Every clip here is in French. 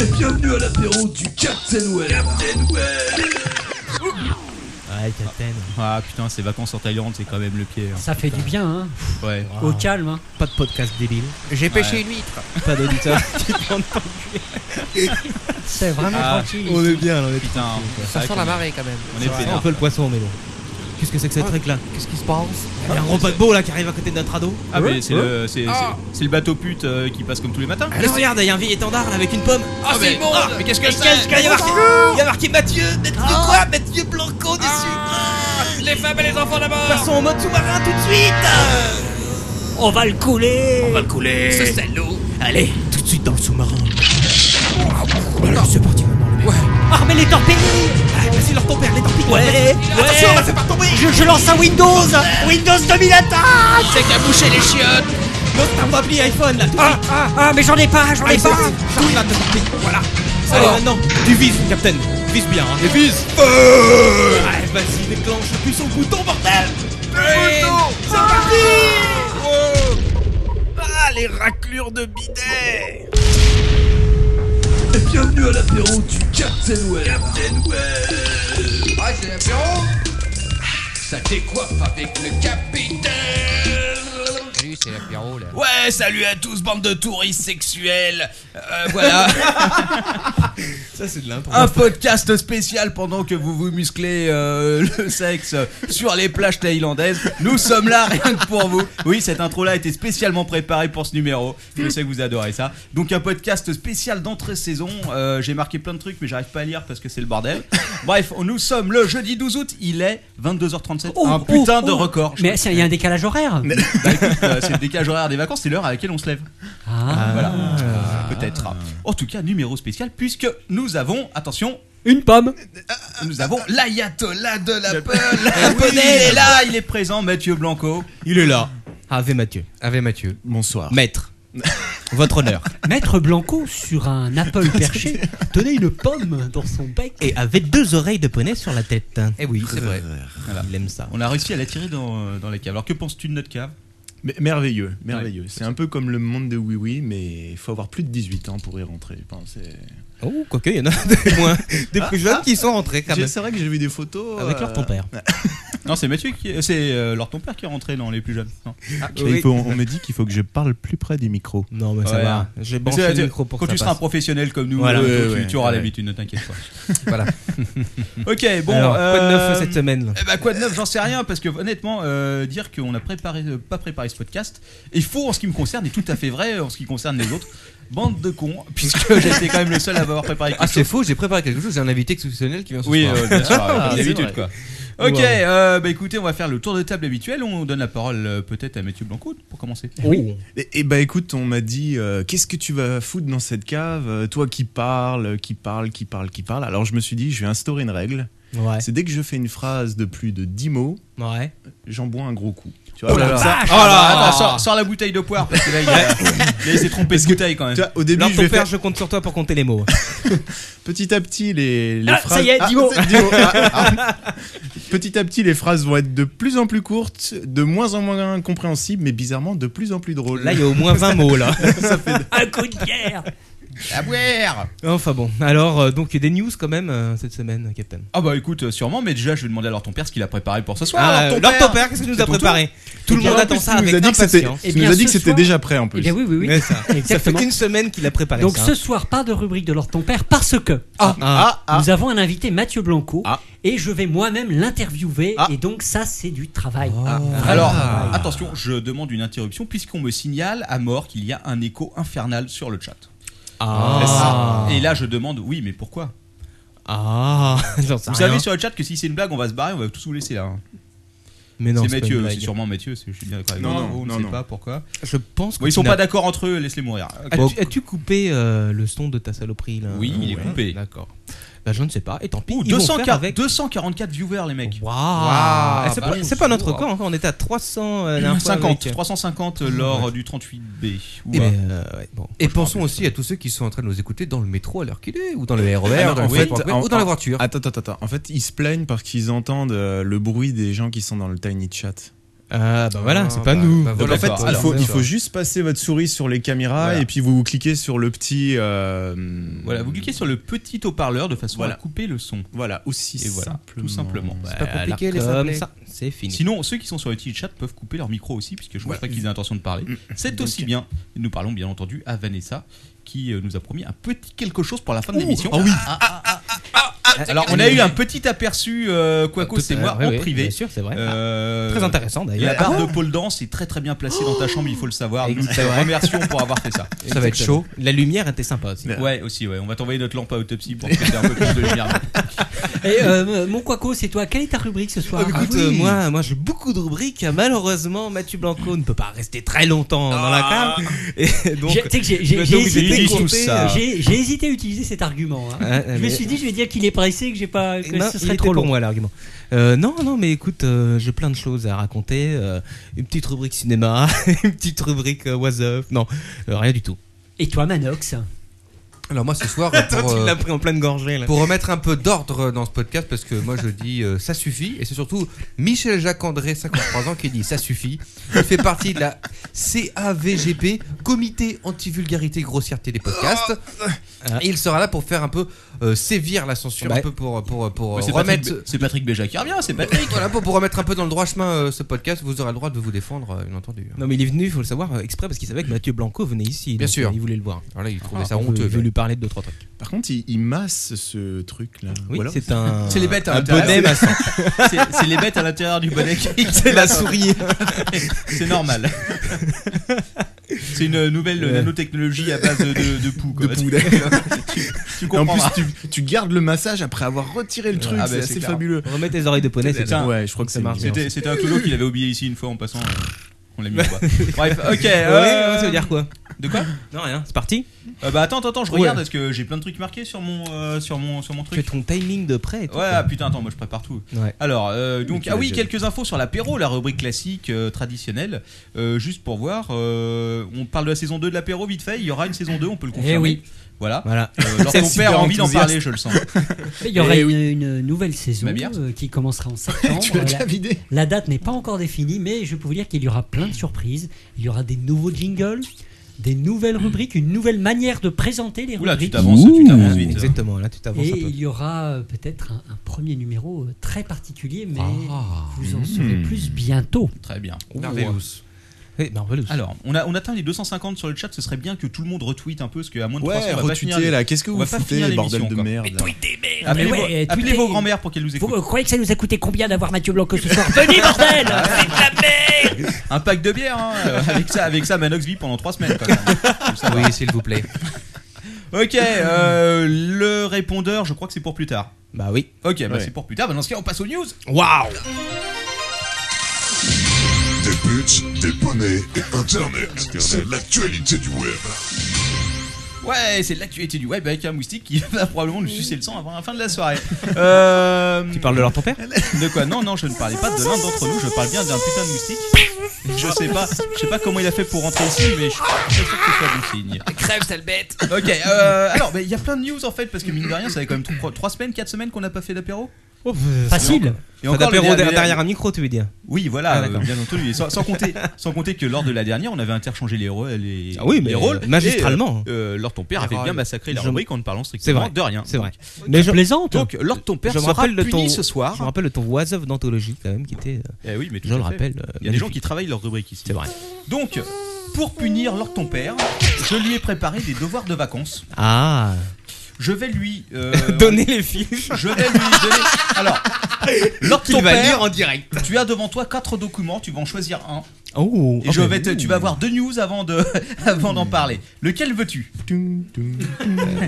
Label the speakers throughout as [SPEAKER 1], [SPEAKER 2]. [SPEAKER 1] Et bienvenue à l'apéro du Captain Well. Captain
[SPEAKER 2] Ouais, Captain.
[SPEAKER 3] Ah putain, ces vacances en Thaïlande, c'est quand même le pied. hein.
[SPEAKER 4] Ça fait du bien, hein.
[SPEAKER 3] Ouais.
[SPEAKER 4] Au calme, hein.
[SPEAKER 2] Pas de podcast débile,
[SPEAKER 5] J'ai pêché
[SPEAKER 3] Ouais.
[SPEAKER 5] une huître.
[SPEAKER 2] pas d'auditeur.
[SPEAKER 4] C'est vraiment
[SPEAKER 3] Ah.
[SPEAKER 4] tranquille.
[SPEAKER 2] on est bien, là, on est
[SPEAKER 3] Putain, on- c'est
[SPEAKER 5] Ça sent
[SPEAKER 3] vrai
[SPEAKER 5] la
[SPEAKER 3] qu'on-
[SPEAKER 5] marée quand même.
[SPEAKER 3] On
[SPEAKER 2] C'est
[SPEAKER 3] est
[SPEAKER 2] vrai,
[SPEAKER 3] pénard.
[SPEAKER 2] un peu le poisson, mais bon. Qu'est-ce que c'est que cette
[SPEAKER 5] Ah.
[SPEAKER 2] truc là
[SPEAKER 5] Qu'est-ce qui se passe
[SPEAKER 2] Il y a un repas de beau là qui arrive à côté de notre radeau.
[SPEAKER 3] Ah, mais c'est
[SPEAKER 2] Ouais.
[SPEAKER 3] le, c'est,
[SPEAKER 5] Ah.
[SPEAKER 3] c'est- c'est le bateau pute euh, qui passe comme tous les matins.
[SPEAKER 2] Là, Ah, regarde, il y a un vieil étendard là avec une pomme.
[SPEAKER 5] Ah,
[SPEAKER 3] mais-
[SPEAKER 5] c'est bon
[SPEAKER 3] ah, mais qu'est-ce que c'est
[SPEAKER 2] Il y a marqué, il y a marqué Mathieu, Mathieu quoi Mathieu Blanco dessus.
[SPEAKER 5] Les femmes et les enfants d'abord
[SPEAKER 2] Passons en mode sous-marin tout de suite.
[SPEAKER 4] On va le couler. On va le couler.
[SPEAKER 5] Ce salaud
[SPEAKER 2] Allez, tout de suite dans le sous-marin. Alors c'est parti maintenant. le mec.
[SPEAKER 4] Ah, mais les torpilles.
[SPEAKER 2] Ah, Vas-y, leur ton père, les torpilles.
[SPEAKER 4] Ouais,
[SPEAKER 2] Attention, on va
[SPEAKER 4] ouais.
[SPEAKER 2] se faire tomber.
[SPEAKER 4] Je, je lance un Windows. Windows 2000 attaque.
[SPEAKER 5] C'est qu'à boucher les chiottes
[SPEAKER 2] L'autre t'as pas appelé iPhone là. tout de
[SPEAKER 4] Ah, ah, ah, mais j'en ai pas, j'en ai
[SPEAKER 2] suite.
[SPEAKER 4] pas. Oh.
[SPEAKER 2] Charge là, ton père. Voilà. Allez, maintenant, tu vises, Captain. Vise bien. Hein.
[SPEAKER 3] Et vise
[SPEAKER 4] Ah,
[SPEAKER 2] Ouais, vas-y, déclenche, appuie sur le bouton, bordel.
[SPEAKER 1] Ah, les raclures de bidet. Et bienvenue à l'apéro du Captain Well. Captain Well. Ah, c'est l'apéro Ça décoiffe avec le capitaine.
[SPEAKER 5] Salut, c'est l'apéro là.
[SPEAKER 1] Ouais, salut à tous, bande de touristes sexuels. Euh, voilà.
[SPEAKER 2] Ça, c'est de l'impro.
[SPEAKER 1] Un podcast spécial pendant que vous vous musclez euh, le sexe sur les plages thaïlandaises.
[SPEAKER 3] Nous sommes là rien que pour vous. Oui, cette intro là a été spécialement préparée pour ce numéro. Je sais que vous adorez ça. Donc un podcast spécial d'entrée-saison. Euh, J'ai marqué plein de trucs mais j'arrive pas à lire parce que c'est le bordel. Bref, on- nous sommes le jeudi 12 août, il est 22h37.
[SPEAKER 4] Oh,
[SPEAKER 3] un
[SPEAKER 4] oh,
[SPEAKER 3] putain de
[SPEAKER 4] oh.
[SPEAKER 3] record.
[SPEAKER 4] Mais c'est- il y a un décalage horaire.
[SPEAKER 3] Bah, écoute, euh, c'est le décalage horaire des vacances, c'est l'heure à laquelle on se lève.
[SPEAKER 4] Ah.
[SPEAKER 3] Voilà, Euh, peut-être. En tout cas, numéro spécial puisque nous avons, attention,
[SPEAKER 4] Une pomme.
[SPEAKER 3] nous avons Eh
[SPEAKER 1] L'ayatollah de la peur.
[SPEAKER 3] la il est là, il est présent, Mathieu Blanco.
[SPEAKER 2] Il est là. Ave Mathieu.
[SPEAKER 5] Avec Mathieu.
[SPEAKER 2] Bonsoir. Maître. Votre honneur.
[SPEAKER 4] Maître Blanco sur un apple perché tenait une pomme dans son bec.
[SPEAKER 2] Et avait deux oreilles de poney sur la tête.
[SPEAKER 5] Eh oui, c'est vrai.
[SPEAKER 2] Il aime ça.
[SPEAKER 3] On a réussi à l'attirer dans, euh, dans la cave. Alors que penses-tu de notre cave
[SPEAKER 6] Mais merveilleux, merveilleux. c'est un peu comme le monde de Oui Oui, mais il faut avoir plus de 18 ans pour y rentrer. Enfin, c'est-
[SPEAKER 2] Oh, quoique, il y en a des moins. Des plus jeunes qui sont rentrés quand
[SPEAKER 6] J'ai-
[SPEAKER 2] même.
[SPEAKER 6] c'est vrai que j'ai vu des photos.
[SPEAKER 2] Avec
[SPEAKER 6] euh,
[SPEAKER 2] leur ton père.
[SPEAKER 3] Non, c'est Mathieu qui. C'est euh, Laure, ton père qui est rentré dans les plus jeunes. Non.
[SPEAKER 6] et il faut- on me dit qu'il faut que je parle plus près du micro.
[SPEAKER 2] Non, mais ça
[SPEAKER 3] Ouais.
[SPEAKER 2] va. J'ai
[SPEAKER 3] C'est-
[SPEAKER 2] branché
[SPEAKER 3] c'est-
[SPEAKER 2] le micro pour
[SPEAKER 3] quand
[SPEAKER 2] que
[SPEAKER 3] tu
[SPEAKER 2] ça
[SPEAKER 3] seras un
[SPEAKER 2] passe.
[SPEAKER 3] professionnel comme nous,
[SPEAKER 2] Voilà.
[SPEAKER 3] euh,
[SPEAKER 6] Ouais,
[SPEAKER 3] tu-
[SPEAKER 6] ouais,
[SPEAKER 3] tu auras
[SPEAKER 6] ouais.
[SPEAKER 3] l'habitude, ne t'inquiète pas.
[SPEAKER 5] Voilà.
[SPEAKER 3] ok, bon.
[SPEAKER 2] Alors, quoi de
[SPEAKER 3] euh,
[SPEAKER 2] neuf cette semaine là
[SPEAKER 3] eh ben, quoi de neuf J'en sais rien parce que honnêtement, euh, dire qu'on n'a préparé, euh, pas préparé ce podcast est faux en ce qui me concerne et tout à fait vrai en ce qui concerne les autres. Bande de cons, puisque j'étais quand même le seul à avoir préparé. quelque
[SPEAKER 5] Ah, c'est
[SPEAKER 3] chose.
[SPEAKER 5] faux, j'ai préparé quelque chose, j'ai un invité exceptionnel qui vient ce
[SPEAKER 3] Oui,
[SPEAKER 5] soir.
[SPEAKER 3] euh, bien sûr, euh, comme
[SPEAKER 6] c'est
[SPEAKER 3] d'habitude
[SPEAKER 6] vrai.
[SPEAKER 3] quoi. Ok,
[SPEAKER 2] Wow.
[SPEAKER 3] euh, bah écoutez, on va faire le tour de table habituel. On donne la parole euh, peut-être à Mathieu Blanco pour commencer.
[SPEAKER 2] Oui.
[SPEAKER 6] Et, et bah écoute, on m'a dit euh, qu'est-ce que tu vas foutre dans cette cave Euh, Toi qui parles, qui parles, qui parles, qui parles. Alors je me suis dit, je vais instaurer une règle.
[SPEAKER 2] Ouais.
[SPEAKER 6] C'est dès que je fais une phrase de plus de 10 mots,
[SPEAKER 2] Ouais.
[SPEAKER 6] j'en bois un gros coup. Tu
[SPEAKER 3] Oh
[SPEAKER 6] vois,
[SPEAKER 3] là
[SPEAKER 6] comme
[SPEAKER 3] là.
[SPEAKER 6] ça.
[SPEAKER 3] Oh là là, attends, sors, sors la bouteille de poire parce que là il, a- là, il s'est trompé de bouteille quand même.
[SPEAKER 6] Tu vois, au début,
[SPEAKER 2] Alors,
[SPEAKER 6] Eh je
[SPEAKER 2] ton
[SPEAKER 6] vais
[SPEAKER 2] père,
[SPEAKER 6] faire
[SPEAKER 2] je compte sur toi pour compter les mots.
[SPEAKER 6] petit à petit les, les
[SPEAKER 4] Ah,
[SPEAKER 6] phrases.
[SPEAKER 4] ça y est,
[SPEAKER 6] Ah,
[SPEAKER 4] dix mots.
[SPEAKER 6] c'est- dix mots. Ah, ah. Petit à petit, les phrases vont être de plus en plus courtes, de moins en moins compréhensibles, mais bizarrement de plus en plus drôles.
[SPEAKER 2] Là, il y a au moins 20 mots là.
[SPEAKER 4] Un coup de pierre.
[SPEAKER 3] La bière
[SPEAKER 2] Enfin bon. Alors, euh, donc, des news quand même euh, cette semaine, Captain.
[SPEAKER 3] Ah bah écoute, euh, sûrement, mais déjà je vais demander alors ton père ce qu'il a préparé pour ce soir.
[SPEAKER 2] Ah,
[SPEAKER 3] alors, ton
[SPEAKER 2] alors,
[SPEAKER 3] père.
[SPEAKER 2] ton père, qu'est-ce que tu nous
[SPEAKER 3] C'est
[SPEAKER 2] as
[SPEAKER 3] ton tour.
[SPEAKER 2] préparé Tout le
[SPEAKER 6] Et
[SPEAKER 2] monde
[SPEAKER 6] en
[SPEAKER 2] attend
[SPEAKER 6] plus,
[SPEAKER 2] ça
[SPEAKER 6] il nous
[SPEAKER 2] avec
[SPEAKER 6] a dit que c'était,
[SPEAKER 2] impatience.
[SPEAKER 4] Eh
[SPEAKER 6] il nous
[SPEAKER 4] bien,
[SPEAKER 6] a dit
[SPEAKER 4] ce
[SPEAKER 6] que c'était
[SPEAKER 4] soir-
[SPEAKER 6] déjà prêt en plus.
[SPEAKER 4] Eh bien oui, oui, oui.
[SPEAKER 2] Ouais, ça. Ça fait
[SPEAKER 4] Exactement.
[SPEAKER 2] qu'une semaine qu'il a préparé
[SPEAKER 4] Donc
[SPEAKER 2] ça.
[SPEAKER 4] ce soir, pas de rubrique de l'ordre de ton père parce que
[SPEAKER 2] Ah, ah,
[SPEAKER 4] nous avons un invité, Mathieu Blanco,
[SPEAKER 6] Ah.
[SPEAKER 4] et je vais moi-même l'interviewer,
[SPEAKER 2] Ah.
[SPEAKER 4] et donc ça, c'est du travail.
[SPEAKER 2] Oh.
[SPEAKER 3] Ah. Alors, attention, je demande une interruption puisqu'on me signale à mort qu'il y a un écho infernal sur le chat.
[SPEAKER 2] Ah.
[SPEAKER 3] Et là je demande, oui, mais pourquoi
[SPEAKER 2] Ah, j'en sais
[SPEAKER 3] Vous
[SPEAKER 2] rien.
[SPEAKER 3] savez sur le chat que si c'est une blague, on va se barrer, on va tous vous laisser là. hein.
[SPEAKER 2] Mais non,
[SPEAKER 3] c'est
[SPEAKER 2] pas une
[SPEAKER 3] Mathieu,
[SPEAKER 2] blague.
[SPEAKER 3] c'est sûrement Mathieu, c'est- je suis bien d'accord avec
[SPEAKER 6] Non,
[SPEAKER 3] toi.
[SPEAKER 6] non,
[SPEAKER 3] Oh, on ne
[SPEAKER 6] non,
[SPEAKER 3] sait
[SPEAKER 6] non.
[SPEAKER 3] pas pourquoi.
[SPEAKER 2] Je pense
[SPEAKER 3] Bon, ils
[SPEAKER 2] que
[SPEAKER 3] sont
[SPEAKER 2] tu
[SPEAKER 3] pas
[SPEAKER 2] n'as-
[SPEAKER 3] d'accord entre eux, laisse-les mourir.
[SPEAKER 2] As-tu as-tu coupé euh, le son de ta saloperie là
[SPEAKER 3] Oui, il est
[SPEAKER 2] Ouais,
[SPEAKER 3] coupé.
[SPEAKER 2] D'accord. Bah, je ne sais pas. Et tant pis.
[SPEAKER 3] Ouh,
[SPEAKER 2] ils vont
[SPEAKER 3] 240
[SPEAKER 2] faire avec.
[SPEAKER 3] 244 viewers les mecs.
[SPEAKER 2] Waouh.
[SPEAKER 3] Waouh,
[SPEAKER 2] Eh, C'est
[SPEAKER 3] bah
[SPEAKER 2] pas,
[SPEAKER 3] bon,
[SPEAKER 2] c'est pas notre
[SPEAKER 3] waouh.
[SPEAKER 2] record encore. On était à 300. euh, la dernière fois
[SPEAKER 3] 50,
[SPEAKER 2] avec-
[SPEAKER 3] 350 lors du 38B.
[SPEAKER 2] Eh
[SPEAKER 3] Ouah.
[SPEAKER 2] ben, euh, ouais, bon.
[SPEAKER 5] Et pensons aussi à tous ceux qui sont en train de nous écouter dans le métro à l'heure qu'il est, ou dans le E RER,
[SPEAKER 6] Ah non,
[SPEAKER 5] dans
[SPEAKER 6] en
[SPEAKER 5] le
[SPEAKER 6] fait,
[SPEAKER 5] métro, ou
[SPEAKER 6] en-
[SPEAKER 5] dans la
[SPEAKER 6] en-
[SPEAKER 5] voiture.
[SPEAKER 6] Attends, attends, attends. En fait, ils se plaignent parce qu'ils entendent euh, le bruit des gens qui sont dans le tiny chat.
[SPEAKER 2] Ah bah voilà,
[SPEAKER 5] Ah,
[SPEAKER 2] c'est pas
[SPEAKER 5] bah,
[SPEAKER 2] nous.
[SPEAKER 5] bah,
[SPEAKER 6] Donc
[SPEAKER 5] voilà.
[SPEAKER 6] en fait,
[SPEAKER 5] d'accord.
[SPEAKER 6] il,
[SPEAKER 5] Alors,
[SPEAKER 6] faut, il
[SPEAKER 5] d'accord.
[SPEAKER 6] faut juste passer votre souris sur les caméras
[SPEAKER 3] Voilà.
[SPEAKER 6] et puis vous cliquez sur le petit. euh,
[SPEAKER 3] Voilà, vous cliquez sur le petit haut-parleur de façon
[SPEAKER 6] Voilà.
[SPEAKER 3] à couper le son.
[SPEAKER 6] Voilà, aussi
[SPEAKER 3] Et voilà,
[SPEAKER 6] simplement.
[SPEAKER 3] tout simplement.
[SPEAKER 5] C'est pas compliqué, les
[SPEAKER 2] Comme
[SPEAKER 5] simplets.
[SPEAKER 2] ça, c'est fini.
[SPEAKER 3] Sinon, ceux qui sont sur le petit chat peuvent couper leur micro aussi, puisque je pense
[SPEAKER 6] Voilà.
[SPEAKER 3] pas qu'ils aient intention de parler.
[SPEAKER 2] Mm.
[SPEAKER 3] C'est aussi bien. Nous parlons bien entendu à Vanessa, qui euh, nous a promis un petit quelque chose pour la fin de l'émission. Ah oui
[SPEAKER 2] ah,
[SPEAKER 3] Alors, on a eu un petit aperçu, euh, Quaco,
[SPEAKER 2] Tout-
[SPEAKER 3] c'est
[SPEAKER 2] euh,
[SPEAKER 3] moi,
[SPEAKER 2] oui,
[SPEAKER 3] en
[SPEAKER 2] oui,
[SPEAKER 3] privé.
[SPEAKER 2] Bien sûr, c'est vrai.
[SPEAKER 3] Euh,
[SPEAKER 2] Ah, Très intéressant Ah
[SPEAKER 3] La
[SPEAKER 2] d'ailleurs.
[SPEAKER 3] barre de pôle danse est très très bien placée dans ta chambre, il faut le savoir. Nous te remercions pour avoir fait ça.
[SPEAKER 2] Ça va être chaud. La lumière était sympa aussi.
[SPEAKER 3] Ouais, aussi, ouais. On va t'envoyer notre lampe à autopsie pour que t'aies un peu plus de lumière.
[SPEAKER 4] Et, euh, mon Quaco, c'est toi. Quelle est ta rubrique ce
[SPEAKER 3] oh,
[SPEAKER 4] soir Ah,
[SPEAKER 2] Écoute, euh, moi, moi j'ai beaucoup de rubriques. Malheureusement, Mathieu Blanco ne peut pas rester très longtemps dans la
[SPEAKER 3] Ah.
[SPEAKER 2] cave. Et donc,
[SPEAKER 4] J'ai- tu sais que j'ai- j'ai-
[SPEAKER 2] donc,
[SPEAKER 4] j'ai
[SPEAKER 2] il
[SPEAKER 4] hésité,
[SPEAKER 2] utilise tout ça.
[SPEAKER 4] j'ai- j'ai hésité à utiliser cet argument. hein.
[SPEAKER 2] Ah,
[SPEAKER 4] je me
[SPEAKER 2] mais-
[SPEAKER 4] suis dit, je vais dire qu'il est pressé, que j'ai pas, que
[SPEAKER 2] Non,
[SPEAKER 4] ce
[SPEAKER 2] il
[SPEAKER 4] serait
[SPEAKER 2] était
[SPEAKER 4] trop long.
[SPEAKER 2] pour moi l'argument. Euh, non, non, mais écoute, euh, j'ai plein de choses à raconter. euh, une petite rubrique cinéma, une petite rubrique euh, What's Up. Non, euh, rien du tout.
[SPEAKER 4] Et toi, Manox
[SPEAKER 5] Alors moi ce soir, pour,
[SPEAKER 2] Attends, tu
[SPEAKER 5] euh,
[SPEAKER 2] l'as pris en pleine gorgée là.
[SPEAKER 5] pour remettre un peu d'ordre dans ce podcast, parce que moi je dis euh, ça suffit, et c'est surtout Michel Jacques André, 53 ans, qui dit ça suffit. Il fait partie de la CAVGP, Comité Anti-Vulgarité et Grossièreté des podcasts. Et il sera là pour faire un peu euh, sévir la censure,
[SPEAKER 2] Bah,
[SPEAKER 5] un peu pour, pour, pour,
[SPEAKER 3] Mais
[SPEAKER 5] euh,
[SPEAKER 3] C'est
[SPEAKER 5] remettre.
[SPEAKER 3] Patrick, c'est Patrick Béja qui revient, c'est Patrick.
[SPEAKER 5] Voilà, pour, pour remettre un peu dans le droit chemin euh, ce podcast, vous aurez le droit de vous défendre, euh, bien entendu.
[SPEAKER 2] Non, mais il est venu, il faut le savoir, euh, exprès parce qu'il savait que Mathieu Blanco venait ici.
[SPEAKER 5] Bien
[SPEAKER 2] donc,
[SPEAKER 5] sûr.
[SPEAKER 2] euh, Il voulait le voir.
[SPEAKER 5] Alors là, il trouvait
[SPEAKER 2] Ah,
[SPEAKER 5] ça
[SPEAKER 2] il veut-
[SPEAKER 5] honteux.
[SPEAKER 2] Il veut lui parler de deux, trois trucs.
[SPEAKER 6] Par contre, il, il masse ce truc-là.
[SPEAKER 2] Oui,
[SPEAKER 6] Ou alors-
[SPEAKER 2] c'est un.
[SPEAKER 3] C'est les bêtes à
[SPEAKER 2] Un
[SPEAKER 3] l'intérieur.
[SPEAKER 2] bonnet maçon.
[SPEAKER 3] C'est c'est les bêtes à l'intérieur du bonnet qui-
[SPEAKER 2] C'est la souris.
[SPEAKER 3] C'est normal. C'est une nouvelle
[SPEAKER 2] Ouais.
[SPEAKER 3] nanotechnologie à base de, de, de poux. quoi.
[SPEAKER 6] De
[SPEAKER 3] Tu-
[SPEAKER 6] poudre.
[SPEAKER 3] Tu
[SPEAKER 6] Et en plus,
[SPEAKER 3] comprends.
[SPEAKER 6] tu, tu gardes le massage après avoir retiré le truc,
[SPEAKER 3] Ah bah,
[SPEAKER 6] c'est
[SPEAKER 3] c'est
[SPEAKER 6] assez
[SPEAKER 3] clair.
[SPEAKER 6] fabuleux.
[SPEAKER 2] Remets tes oreilles de poney, c'est
[SPEAKER 3] Putain.
[SPEAKER 2] ça.
[SPEAKER 6] Ouais, je crois que
[SPEAKER 2] Ça
[SPEAKER 6] c'est
[SPEAKER 2] marche
[SPEAKER 6] bien.
[SPEAKER 3] C'était c'était un culot qu'il avait oublié ici une fois en passant. euh, On l'a mis ou pas. Bref, ok. euh,
[SPEAKER 2] Ouais, ouais, ça veut dire quoi
[SPEAKER 3] De quoi
[SPEAKER 2] Non, rien, c'est parti.
[SPEAKER 3] Euh, Bah attends, attends, attends, je regarde parce que j'ai plein de trucs marqués sur mon, euh, sur mon, sur mon
[SPEAKER 2] Tu fais
[SPEAKER 3] truc.
[SPEAKER 2] ton timing de près et tout.
[SPEAKER 3] Ouais, ah, putain, attends, moi je prépare tout.
[SPEAKER 2] Ouais.
[SPEAKER 3] Alors, euh, donc,
[SPEAKER 2] tu
[SPEAKER 3] ah
[SPEAKER 2] l'as
[SPEAKER 3] oui,
[SPEAKER 2] déjà
[SPEAKER 3] quelques infos sur l'apéro, la rubrique classique euh, traditionnelle. Euh, juste pour voir, euh, on parle de la saison 2 de l'apéro vite fait. Il y aura une saison 2, on peut le confirmer.
[SPEAKER 4] Eh oui.
[SPEAKER 3] Voilà.
[SPEAKER 2] Voilà.
[SPEAKER 3] Euh, alors,
[SPEAKER 2] C'est
[SPEAKER 3] ton
[SPEAKER 2] super
[SPEAKER 3] père a envie d'en
[SPEAKER 2] enthousiaste.
[SPEAKER 3] parler, je le sens.
[SPEAKER 4] Il y aura
[SPEAKER 3] Eh
[SPEAKER 4] une, une nouvelle saison
[SPEAKER 3] Ma bière.
[SPEAKER 4] euh, qui commencera en septembre.
[SPEAKER 6] Tu l'as
[SPEAKER 4] la,
[SPEAKER 6] déjà vidé
[SPEAKER 4] la date n'est pas encore définie, mais je peux vous dire qu'il y aura plein de surprises. Il y aura des nouveaux jingles, des nouvelles rubriques, une nouvelle manière de présenter les
[SPEAKER 3] Oula, tu
[SPEAKER 4] rubriques.
[SPEAKER 3] t'avances, tu t'avances vite.
[SPEAKER 2] Exactement, là tu t'avances
[SPEAKER 4] Et
[SPEAKER 2] un peu.
[SPEAKER 4] il y aura euh, peut-être un, un premier numéro euh, très particulier, mais
[SPEAKER 5] Ah.
[SPEAKER 4] vous
[SPEAKER 2] Hmm.
[SPEAKER 4] en saurez plus bientôt.
[SPEAKER 3] Très bien.
[SPEAKER 5] Merveilleux.
[SPEAKER 2] hein. Oui, merveilleux.
[SPEAKER 3] Alors, on, a, on atteint les 250 sur le chat, ce serait bien que tout le monde retweete un peu, parce qu'à moins de 300,
[SPEAKER 6] Ouais,
[SPEAKER 3] on va pas finir
[SPEAKER 6] retweeter
[SPEAKER 3] les-
[SPEAKER 6] là, qu'est-ce que
[SPEAKER 3] on
[SPEAKER 6] vous
[SPEAKER 3] va pas finir
[SPEAKER 6] foutez,
[SPEAKER 3] l'émission,
[SPEAKER 6] bordel de
[SPEAKER 3] quoi.
[SPEAKER 6] merde là.
[SPEAKER 3] Appelez,
[SPEAKER 4] Mais
[SPEAKER 3] vos-
[SPEAKER 4] ouais, euh,
[SPEAKER 3] appelez
[SPEAKER 4] tweeter-
[SPEAKER 3] vos grands-mères pour qu'elles nous
[SPEAKER 4] Vous
[SPEAKER 3] écoutent.
[SPEAKER 4] vous croyez que ça nous a coûté combien d'avoir Mathieu Blanco ce soir Venez bordel
[SPEAKER 2] Ah,
[SPEAKER 3] Un pack de bière, hein, euh, avec ça, avec ça, Manox vit pendant 3 semaines. quand même.
[SPEAKER 5] Oui, s'il vous plaît.
[SPEAKER 3] ok, euh, le répondeur, je crois que c'est pour plus tard.
[SPEAKER 2] Bah oui.
[SPEAKER 3] Ok, bah
[SPEAKER 6] Ouais.
[SPEAKER 3] c'est pour plus tard. Bah dans ce cas, on passe aux news.
[SPEAKER 2] Waouh
[SPEAKER 7] Des putes, des poneys et Internet. C'est l'actualité du web.
[SPEAKER 3] Ouais, c'est l'actualité du web avec un moustique qui va probablement nous sucer le sang avant la fin de la soirée. Euh,
[SPEAKER 2] Tu parles de leur ton père
[SPEAKER 3] De quoi Non, non, je ne parlais pas de l'un d'entre nous, je parle bien d'un putain de moustique. Je sais pas, je sais pas comment il a fait pour rentrer ici, mais je suis pas sûr que ce soit bon signe. Crève, sale bête Ok, euh, alors, mais il y a plein de news en fait, parce que mine de rien, ça fait quand même 3, semaines, 4 semaines qu'on n'a pas fait d'apéro.
[SPEAKER 4] Facile
[SPEAKER 3] Et
[SPEAKER 2] Enfin,
[SPEAKER 3] le
[SPEAKER 2] d'apéro
[SPEAKER 3] dernier-
[SPEAKER 2] derrière, derrière un micro, tu veux dire
[SPEAKER 3] Oui, voilà,
[SPEAKER 2] Ah, d'accord.
[SPEAKER 3] euh, bien entendu. Et sans, sans compter, sans compter que lors de la dernière, on avait interchangé les, rôles- les,
[SPEAKER 2] Ah oui, mais
[SPEAKER 3] les rôles.
[SPEAKER 2] magistralement. hein.
[SPEAKER 3] Et, euh, euh, Lord ton père avait
[SPEAKER 5] Ah,
[SPEAKER 3] bien
[SPEAKER 5] oui.
[SPEAKER 3] massacré la
[SPEAKER 2] Je-
[SPEAKER 3] rubrique en ne parlant
[SPEAKER 2] C'est
[SPEAKER 3] strictement
[SPEAKER 2] vrai.
[SPEAKER 3] de rien.
[SPEAKER 2] C'est vrai. Mais je,
[SPEAKER 4] Plaisante
[SPEAKER 3] Donc, Lord ton père
[SPEAKER 2] je me
[SPEAKER 3] sera
[SPEAKER 2] rappelle de
[SPEAKER 3] puni
[SPEAKER 2] ton-
[SPEAKER 3] ce
[SPEAKER 2] je me
[SPEAKER 3] soir.
[SPEAKER 2] rappelle de ton was of d'anthologie quand même qui était, euh,
[SPEAKER 3] Eh oui, mais tout
[SPEAKER 2] je
[SPEAKER 3] à
[SPEAKER 2] le
[SPEAKER 3] fait.
[SPEAKER 2] rappelle, euh,
[SPEAKER 3] Il y a des gens
[SPEAKER 2] magnifique.
[SPEAKER 3] qui travaillent leur rubrique ici.
[SPEAKER 2] c'est vrai.
[SPEAKER 3] Donc, pour punir Lord ton père, je lui ai préparé des devoirs de vacances.
[SPEAKER 2] Ah
[SPEAKER 3] Je vais lui euh,
[SPEAKER 2] Donner les fiches
[SPEAKER 3] Je vais lui donner. Alors, Lord
[SPEAKER 2] qu'il
[SPEAKER 3] ton
[SPEAKER 2] va
[SPEAKER 3] père,
[SPEAKER 2] lire en direct.
[SPEAKER 3] tu as devant toi quatre documents. Tu vas en choisir un.
[SPEAKER 2] Oh,
[SPEAKER 3] Et je vais te- tu vas avoir deux news avant de, avant d'en parler. Lequel veux-tu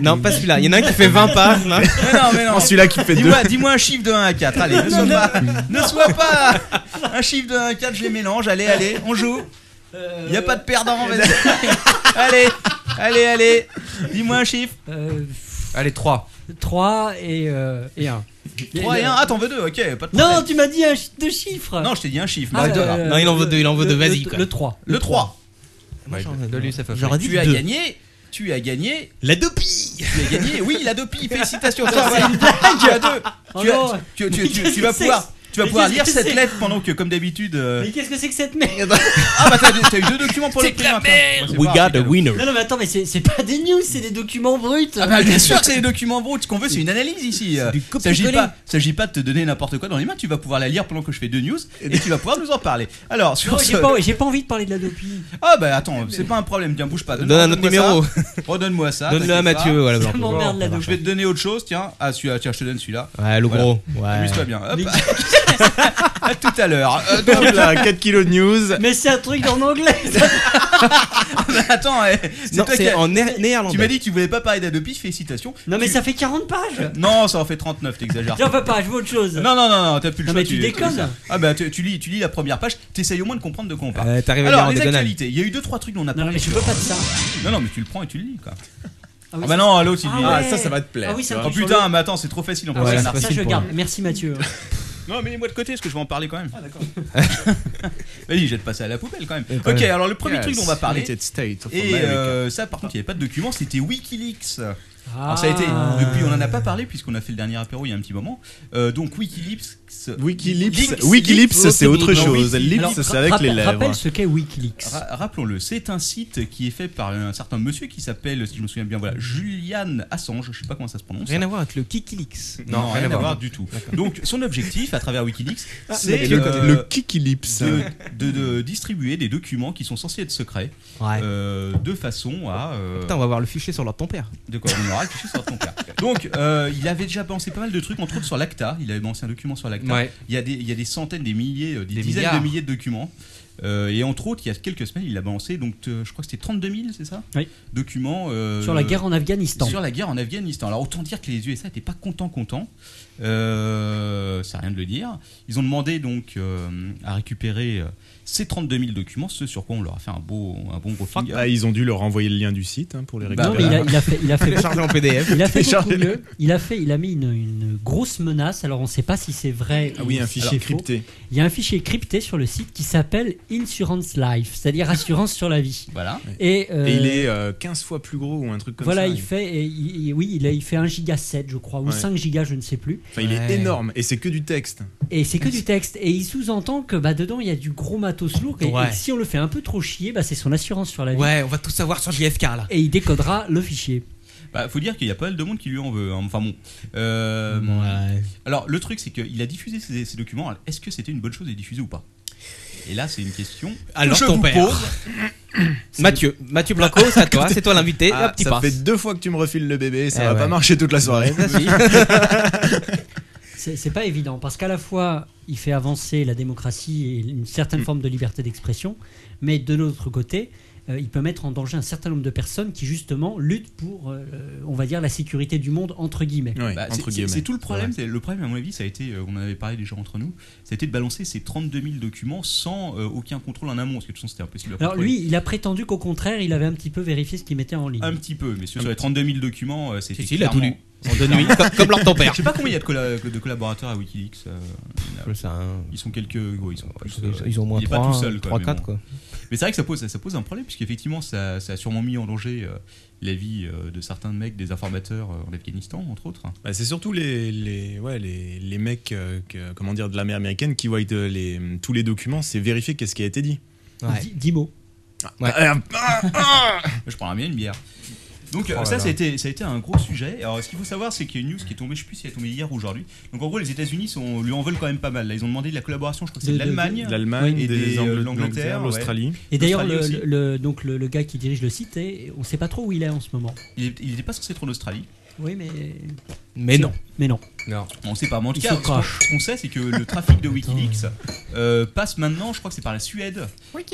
[SPEAKER 2] Non, pas celui-là. Il y en a un qui fait 20 pages là.
[SPEAKER 3] Mais non, mais non.
[SPEAKER 6] Oh, celui-là qui fait deux.
[SPEAKER 3] Dis-moi dis-moi un chiffre de 1 à 4. Allez, ne sois pas, ne sois pas un chiffre de 1 à 4. Je les mélange. Allez, allez, on joue.
[SPEAKER 2] Euh,
[SPEAKER 3] Il n'y a pas de perdant. vas-y. allez, allez, allez. Dis-moi un chiffre.
[SPEAKER 2] Euh,
[SPEAKER 5] Allez, 3.
[SPEAKER 4] 3 et, euh, et 1.
[SPEAKER 3] 3 et 1. Ah, t'en veux deux. Ok, pas de problème.
[SPEAKER 4] Non, tu m'as dit un chi- deux chiffres
[SPEAKER 3] Non, je t'ai dit un chiffre.
[SPEAKER 4] Ah,
[SPEAKER 3] mais c'est pas
[SPEAKER 4] euh,
[SPEAKER 3] grave.
[SPEAKER 2] Non, il en veut
[SPEAKER 4] le-
[SPEAKER 2] deux, il en veut
[SPEAKER 4] le-
[SPEAKER 2] deux,
[SPEAKER 4] le-
[SPEAKER 2] vas-y,
[SPEAKER 4] Le,
[SPEAKER 2] quoi.
[SPEAKER 4] 3.
[SPEAKER 3] le 3.
[SPEAKER 5] Ouais,
[SPEAKER 2] J'aurais-
[SPEAKER 5] de lui, ça fait
[SPEAKER 2] J'aurais dit
[SPEAKER 3] Tu as
[SPEAKER 2] deux.
[SPEAKER 3] gagné. Tu as gagné.
[SPEAKER 2] La dopie
[SPEAKER 3] Tu as gagné. Oui, il a deux filles. Félicitations. toi, voilà. Tu as deux.
[SPEAKER 4] Oh
[SPEAKER 3] tu, as-
[SPEAKER 4] non.
[SPEAKER 3] tu- tu-
[SPEAKER 4] Mais
[SPEAKER 3] tu- tu
[SPEAKER 4] qu'est-ce
[SPEAKER 3] vas
[SPEAKER 4] que c'est
[SPEAKER 3] pouvoir.
[SPEAKER 4] que
[SPEAKER 3] Tu tu vas
[SPEAKER 4] Mais
[SPEAKER 3] pouvoir
[SPEAKER 4] qu'est-ce
[SPEAKER 3] lire
[SPEAKER 4] que
[SPEAKER 3] cette
[SPEAKER 4] c'est
[SPEAKER 3] lettre pendant que, comme d'habitude. euh,
[SPEAKER 4] Mais qu'est-ce que c'est que cette merde
[SPEAKER 3] Ah bah t'as t'as eu deux documents pour le prix. Martin. Ouais, c'est pas-
[SPEAKER 2] winner.
[SPEAKER 4] Non, non, mais attends, mais c'est c'est pas des news, c'est des documents bruts.
[SPEAKER 3] Ah bah bien sûr que c'est des documents bruts. Ce qu'on veut, c'est une analyse ici.
[SPEAKER 2] du
[SPEAKER 3] Euh,
[SPEAKER 2] copier-coller.
[SPEAKER 3] S'agit pas, s'agit pas de te donner n'importe quoi dans les mains. Tu vas pouvoir la lire pendant que je fais deux news et tu vas pouvoir nous en parler. Alors
[SPEAKER 4] Non,
[SPEAKER 3] sur
[SPEAKER 4] Oh, J'ai
[SPEAKER 3] ce,
[SPEAKER 4] pas, j'ai pas envie de parler de la dopi.
[SPEAKER 3] ah bah attends, c'est pas un problème. Tiens, bouge pas.
[SPEAKER 2] Donne
[SPEAKER 3] Donne-moi-
[SPEAKER 2] un autre
[SPEAKER 3] donne-moi
[SPEAKER 2] numéro.
[SPEAKER 3] ça. Redonne-moi ça.
[SPEAKER 2] Donne-le à
[SPEAKER 3] t'inquiète pas.
[SPEAKER 2] Mathieu. Voilà,
[SPEAKER 4] Ça
[SPEAKER 2] voilà.
[SPEAKER 4] m'emmerde la dopi.
[SPEAKER 3] Je vais te donner autre chose. Tiens, ah celui-là. Tiens, je te donne celui-là.
[SPEAKER 2] Ouais, le gros. Ouais.
[SPEAKER 3] Amuse-toi bien. Hop. à tout à l'heure. Euh, donc,
[SPEAKER 6] Là, 4 kilos de news.
[SPEAKER 4] Mais c'est un truc en anglais.
[SPEAKER 3] attends, eh, c'est
[SPEAKER 2] Non,
[SPEAKER 3] toi qui
[SPEAKER 2] c'est
[SPEAKER 3] a-
[SPEAKER 2] en néer-
[SPEAKER 3] Tu m'as
[SPEAKER 2] néerlandais.
[SPEAKER 3] dit que tu voulais pas parler d'Adopi, félicitations.
[SPEAKER 4] Non, mais
[SPEAKER 3] Tu-
[SPEAKER 4] ça fait 40 pages.
[SPEAKER 3] Non, ça en fait 39, t'exagères.
[SPEAKER 4] Tiens, papa, je veux autre chose.
[SPEAKER 3] Non, non, non, non, t'as plus le
[SPEAKER 4] Non,
[SPEAKER 3] choix.
[SPEAKER 4] mais tu déconnes.
[SPEAKER 3] ça. Ah bah tu, tu lis, tu lis la première page, t'essayes au moins de comprendre de quoi on parle.
[SPEAKER 2] Euh, T'arrives à lire
[SPEAKER 3] Alors
[SPEAKER 2] en
[SPEAKER 3] les
[SPEAKER 2] diagonale.
[SPEAKER 3] actualités, il y a eu deux trois trucs dont on a
[SPEAKER 4] Non,
[SPEAKER 3] parlé.
[SPEAKER 4] mais je veux pas de ça.
[SPEAKER 3] Non, non, mais tu le prends et tu le lis quoi.
[SPEAKER 4] oui,
[SPEAKER 3] Ah bah non, l'autre il
[SPEAKER 4] Ah
[SPEAKER 3] lit.
[SPEAKER 4] ouais.
[SPEAKER 6] Ah, ça, ça va te plaire.
[SPEAKER 4] Ah oui, ça
[SPEAKER 6] tu
[SPEAKER 4] me
[SPEAKER 3] Oh
[SPEAKER 6] vois.
[SPEAKER 4] touche.
[SPEAKER 3] putain, mais attends, c'est trop facile, on peut
[SPEAKER 2] Ouais,
[SPEAKER 3] faire
[SPEAKER 2] c'est
[SPEAKER 3] un
[SPEAKER 4] Ça,
[SPEAKER 2] facile
[SPEAKER 4] je
[SPEAKER 2] pour
[SPEAKER 4] garde. Merci, Mathieu.
[SPEAKER 3] Non, mais mets-moi de côté parce que je vais en parler quand même. Ah d'accord. Vas-y, je vais te passer à la poubelle quand même.
[SPEAKER 2] quand
[SPEAKER 3] ok,
[SPEAKER 2] même.
[SPEAKER 3] alors le premier truc dont on va parler.
[SPEAKER 6] United States of
[SPEAKER 3] Et
[SPEAKER 6] America.
[SPEAKER 3] euh, ça, par contre, il n'y avait pas de document, c'était Wikileaks. Alors, ça a été. Depuis, on n'en a pas parlé, puisqu'on a fait le dernier apéro il y a un petit moment. Euh, donc, Wikileaks.
[SPEAKER 6] Wikileaks,
[SPEAKER 3] Leaks-
[SPEAKER 6] Wikileaks, c'est autre
[SPEAKER 3] Non,
[SPEAKER 6] chose.
[SPEAKER 3] Wiki-
[SPEAKER 6] Lips,
[SPEAKER 4] Alors,
[SPEAKER 6] c'est avec
[SPEAKER 4] rappe-
[SPEAKER 6] les lèvres. hein.
[SPEAKER 4] Rappelle ce qu'est Wikileaks.
[SPEAKER 3] Ra- Rappelons-le, c'est un site qui est fait par un certain monsieur qui s'appelle, si je me souviens bien, voilà, Julian Assange, je sais pas comment ça se prononce.
[SPEAKER 2] Rien à voir avec le Kikilix.
[SPEAKER 3] non, rien, à voir du tout. Donc son objectif à travers Wikileaks, c'est
[SPEAKER 6] Le,
[SPEAKER 3] euh,
[SPEAKER 6] le Kikilips.
[SPEAKER 3] de, de- de distribuer des documents qui sont censés être secrets
[SPEAKER 2] Ouais.
[SPEAKER 3] euh, de façon à euh,
[SPEAKER 2] Putain, on va voir le fichier sur l'ordre de ton père.
[SPEAKER 3] De quoi On aura le fichier sur ton père. Donc, euh, il avait déjà pensé pas mal de trucs, entre autres sur l'ACTA. Il avait lancé un document sur l'ACTA.
[SPEAKER 5] Ouais.
[SPEAKER 3] Il, y a des, il y a des centaines, des milliers, euh, des,
[SPEAKER 5] Des
[SPEAKER 3] dizaines
[SPEAKER 5] milliards.
[SPEAKER 3] de milliers de documents. Euh, et entre autres, il y a quelques semaines, il a balancé, donc euh, je crois que c'était 32 000, c'est ça
[SPEAKER 4] Oui.
[SPEAKER 3] Documents. euh,
[SPEAKER 4] Sur la guerre en Afghanistan.
[SPEAKER 3] Sur la guerre en Afghanistan. Alors autant dire que les USA n'étaient pas contents, contents. Euh, c'est rien de le dire. Ils ont demandé donc euh, à récupérer euh, ces 32 000 documents, ce sur quoi on leur a fait un, beau, un bon gros finger.
[SPEAKER 6] Ah, ils ont dû leur envoyer le lien du site hein, pour les
[SPEAKER 3] Bah,
[SPEAKER 4] non, mais
[SPEAKER 6] récupérer.
[SPEAKER 4] il a, il a fait, il a fait,
[SPEAKER 2] Chargé en PDF.
[SPEAKER 4] il a fait beaucoup
[SPEAKER 6] Charles-
[SPEAKER 4] mieux. Il a fait, il a mis une, une grosse menace. Alors, on ne sait pas si c'est vrai.
[SPEAKER 6] Ah
[SPEAKER 4] ou
[SPEAKER 6] oui, un
[SPEAKER 4] si
[SPEAKER 6] fichier
[SPEAKER 4] c'est faux.
[SPEAKER 6] crypté.
[SPEAKER 4] Il y a un fichier crypté sur le site qui s'appelle Insurance Life, c'est-à-dire assurance sur la vie.
[SPEAKER 3] Voilà.
[SPEAKER 4] Et, euh,
[SPEAKER 6] Et il est euh, 15 fois plus gros ou un truc comme
[SPEAKER 4] voilà,
[SPEAKER 6] ça.
[SPEAKER 4] il fait, et il- il- oui, il, a- il fait 1 giga 7, je crois, ou
[SPEAKER 6] Ouais.
[SPEAKER 4] 5 giga, je ne sais plus.
[SPEAKER 6] Enfin, il
[SPEAKER 2] Ouais.
[SPEAKER 6] est énorme et c'est que du texte.
[SPEAKER 4] Et c'est que du texte. Et il sous-entend que bah, dedans, il y a du gros matos lourd. Et, et
[SPEAKER 2] Ouais.
[SPEAKER 4] si on le fait un peu trop chier, bah, c'est son assurance sur la vie.
[SPEAKER 2] Ouais, on va tout savoir sur JFK là.
[SPEAKER 4] Et il décodera le fichier.
[SPEAKER 3] Bah, faut dire qu'il y a pas mal de monde qui lui en veut. hein. Enfin bon. Euh,
[SPEAKER 2] Ouais.
[SPEAKER 3] Alors, le truc, c'est qu'il a diffusé ces, ces documents. Alors, Est-ce que c'était une bonne chose de les diffuser ou pas Et là, c'est une question.
[SPEAKER 2] Alors
[SPEAKER 3] que je
[SPEAKER 2] ton
[SPEAKER 3] vous
[SPEAKER 2] père.
[SPEAKER 3] pose.
[SPEAKER 2] Mathieu, Mathieu Blanco, c'est à toi, c'est toi l'invité,
[SPEAKER 6] Ah,
[SPEAKER 2] hop, tu
[SPEAKER 6] ça
[SPEAKER 2] passes.
[SPEAKER 6] fait deux fois que tu me refiles le bébé, ça
[SPEAKER 2] Eh
[SPEAKER 6] va
[SPEAKER 2] ouais.
[SPEAKER 6] pas marcher toute la soirée.
[SPEAKER 4] C'est c'est pas évident parce qu'à la fois il fait avancer la démocratie et une
[SPEAKER 6] Mm.
[SPEAKER 4] certaine forme de liberté d'expression, mais de l'autre côté, euh, il peut mettre en danger un certain nombre de personnes qui justement luttent pour, euh, on va dire, la sécurité du monde entre guillemets.
[SPEAKER 6] Ouais,
[SPEAKER 3] Bah, c'est-
[SPEAKER 6] entre
[SPEAKER 3] c'est
[SPEAKER 6] guillemets.
[SPEAKER 3] c'est tout le problème. c'est- Le problème, à mon avis, ça a été, euh, on en avait parlé déjà entre nous, ça a été de balancer ces 32 000 documents sans euh, aucun contrôle en amont, parce que de toute façon, c'était impossible à
[SPEAKER 4] Alors
[SPEAKER 3] contrôler.
[SPEAKER 4] lui, il a prétendu qu'au contraire, il avait un petit peu vérifié ce qu'il mettait en ligne.
[SPEAKER 3] Un petit peu, mais sur sur les 32 000 documents, euh, c'était.
[SPEAKER 2] Si, si, il a tout lu.
[SPEAKER 3] clairement-
[SPEAKER 2] De nuit, comme, comme l'ordre de ton père.
[SPEAKER 3] Je sais pas combien il y a de, colla- de collaborateurs à Wikileaks. euh, ils sont quelques. ouais, ils, sont plus, euh,
[SPEAKER 2] Ils ont au moins
[SPEAKER 3] hein. il est pas tout seul, quoi, mais
[SPEAKER 2] 3-4
[SPEAKER 3] bon.
[SPEAKER 2] quoi.
[SPEAKER 3] Mais c'est vrai que ça pose, ça pose un problème, puisqu'effectivement, ça, ça a sûrement mis en danger euh, la vie euh, de certains mecs, des informateurs euh, en Afghanistan, entre autres.
[SPEAKER 6] Bah, c'est surtout les, les, ouais, les, les mecs euh, que- comment dire, de l'armée américaine qui voient de- les, euh, tous les documents, c'est vérifier qu'est-ce qui a été dit. Ah, hum,
[SPEAKER 2] Ouais.
[SPEAKER 4] Dix- dix mots.
[SPEAKER 3] Je prends la mienne, une bière. Donc euh, ça, ça a, été, ça a été un gros sujet. Alors ce qu'il faut savoir, c'est qu'il y a une news qui est tombée, je sais plus si elle est tombée hier ou aujourd'hui. Donc en gros, les États-Unis sont- lui en veulent quand même pas mal. Là, ils ont demandé de la collaboration, je crois que c'est de
[SPEAKER 4] De- de-
[SPEAKER 3] l'Allemagne.
[SPEAKER 6] De L'Allemagne,
[SPEAKER 3] et
[SPEAKER 6] des
[SPEAKER 3] des, euh,
[SPEAKER 6] Angl-
[SPEAKER 3] l'Angleterre,
[SPEAKER 6] l'Angleterre,
[SPEAKER 3] ouais.
[SPEAKER 6] l'Australie.
[SPEAKER 4] Et d'ailleurs, le,
[SPEAKER 3] L'Australie aussi.
[SPEAKER 4] le- donc le, le gars qui dirige le site, est, on sait pas trop où il est en ce moment.
[SPEAKER 3] Il est- Il n'était pas censé être en Australie.
[SPEAKER 4] Oui, mais
[SPEAKER 2] Mais non.
[SPEAKER 4] mais non.
[SPEAKER 3] On sait pas. Mais en tout
[SPEAKER 4] Il
[SPEAKER 3] cas,
[SPEAKER 4] se
[SPEAKER 3] ce qu'on-
[SPEAKER 4] cache.
[SPEAKER 3] ce qu'on sait, c'est que le trafic de Wikileaks euh, passe maintenant, je crois que c'est par la Suède.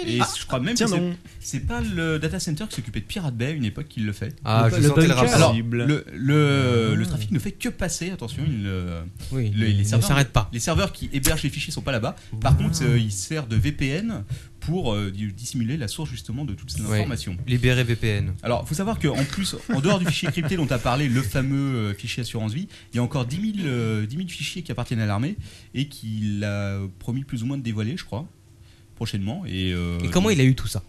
[SPEAKER 3] Et je crois même
[SPEAKER 6] Tiens
[SPEAKER 3] que c'est-
[SPEAKER 6] donc.
[SPEAKER 3] c'est pas le data center qui s'occupait de Pirate Bay à une époque qui le fait.
[SPEAKER 5] Ah,
[SPEAKER 4] Le-
[SPEAKER 5] je
[SPEAKER 4] le
[SPEAKER 5] sentais le
[SPEAKER 4] bunker.
[SPEAKER 5] rapport.
[SPEAKER 3] Alors,
[SPEAKER 6] Cible.
[SPEAKER 3] le, le, le trafic ne fait que passer, attention, il, ne-
[SPEAKER 2] Oui,
[SPEAKER 3] Le- il est
[SPEAKER 2] il ne
[SPEAKER 3] certain.
[SPEAKER 2] s'arrête pas.
[SPEAKER 3] les serveurs qui hébergent les fichiers sont pas là-bas. Par contre, euh, il sert de VPN pour euh, di- dissimuler la source justement de toutes ces
[SPEAKER 5] Ouais.
[SPEAKER 3] informations.
[SPEAKER 5] Libérer VPN.
[SPEAKER 3] Alors, faut savoir qu'en plus, en dehors du fichier crypté dont tu as parlé, le fameux euh, fichier assurance vie, il y a encore 10 000, euh, 10 000 fichiers qui appartiennent à l'armée et qu'il a promis plus ou moins de dévoiler, je crois, prochainement. Et, euh,
[SPEAKER 2] Et comment
[SPEAKER 3] donc-
[SPEAKER 2] il a eu tout ça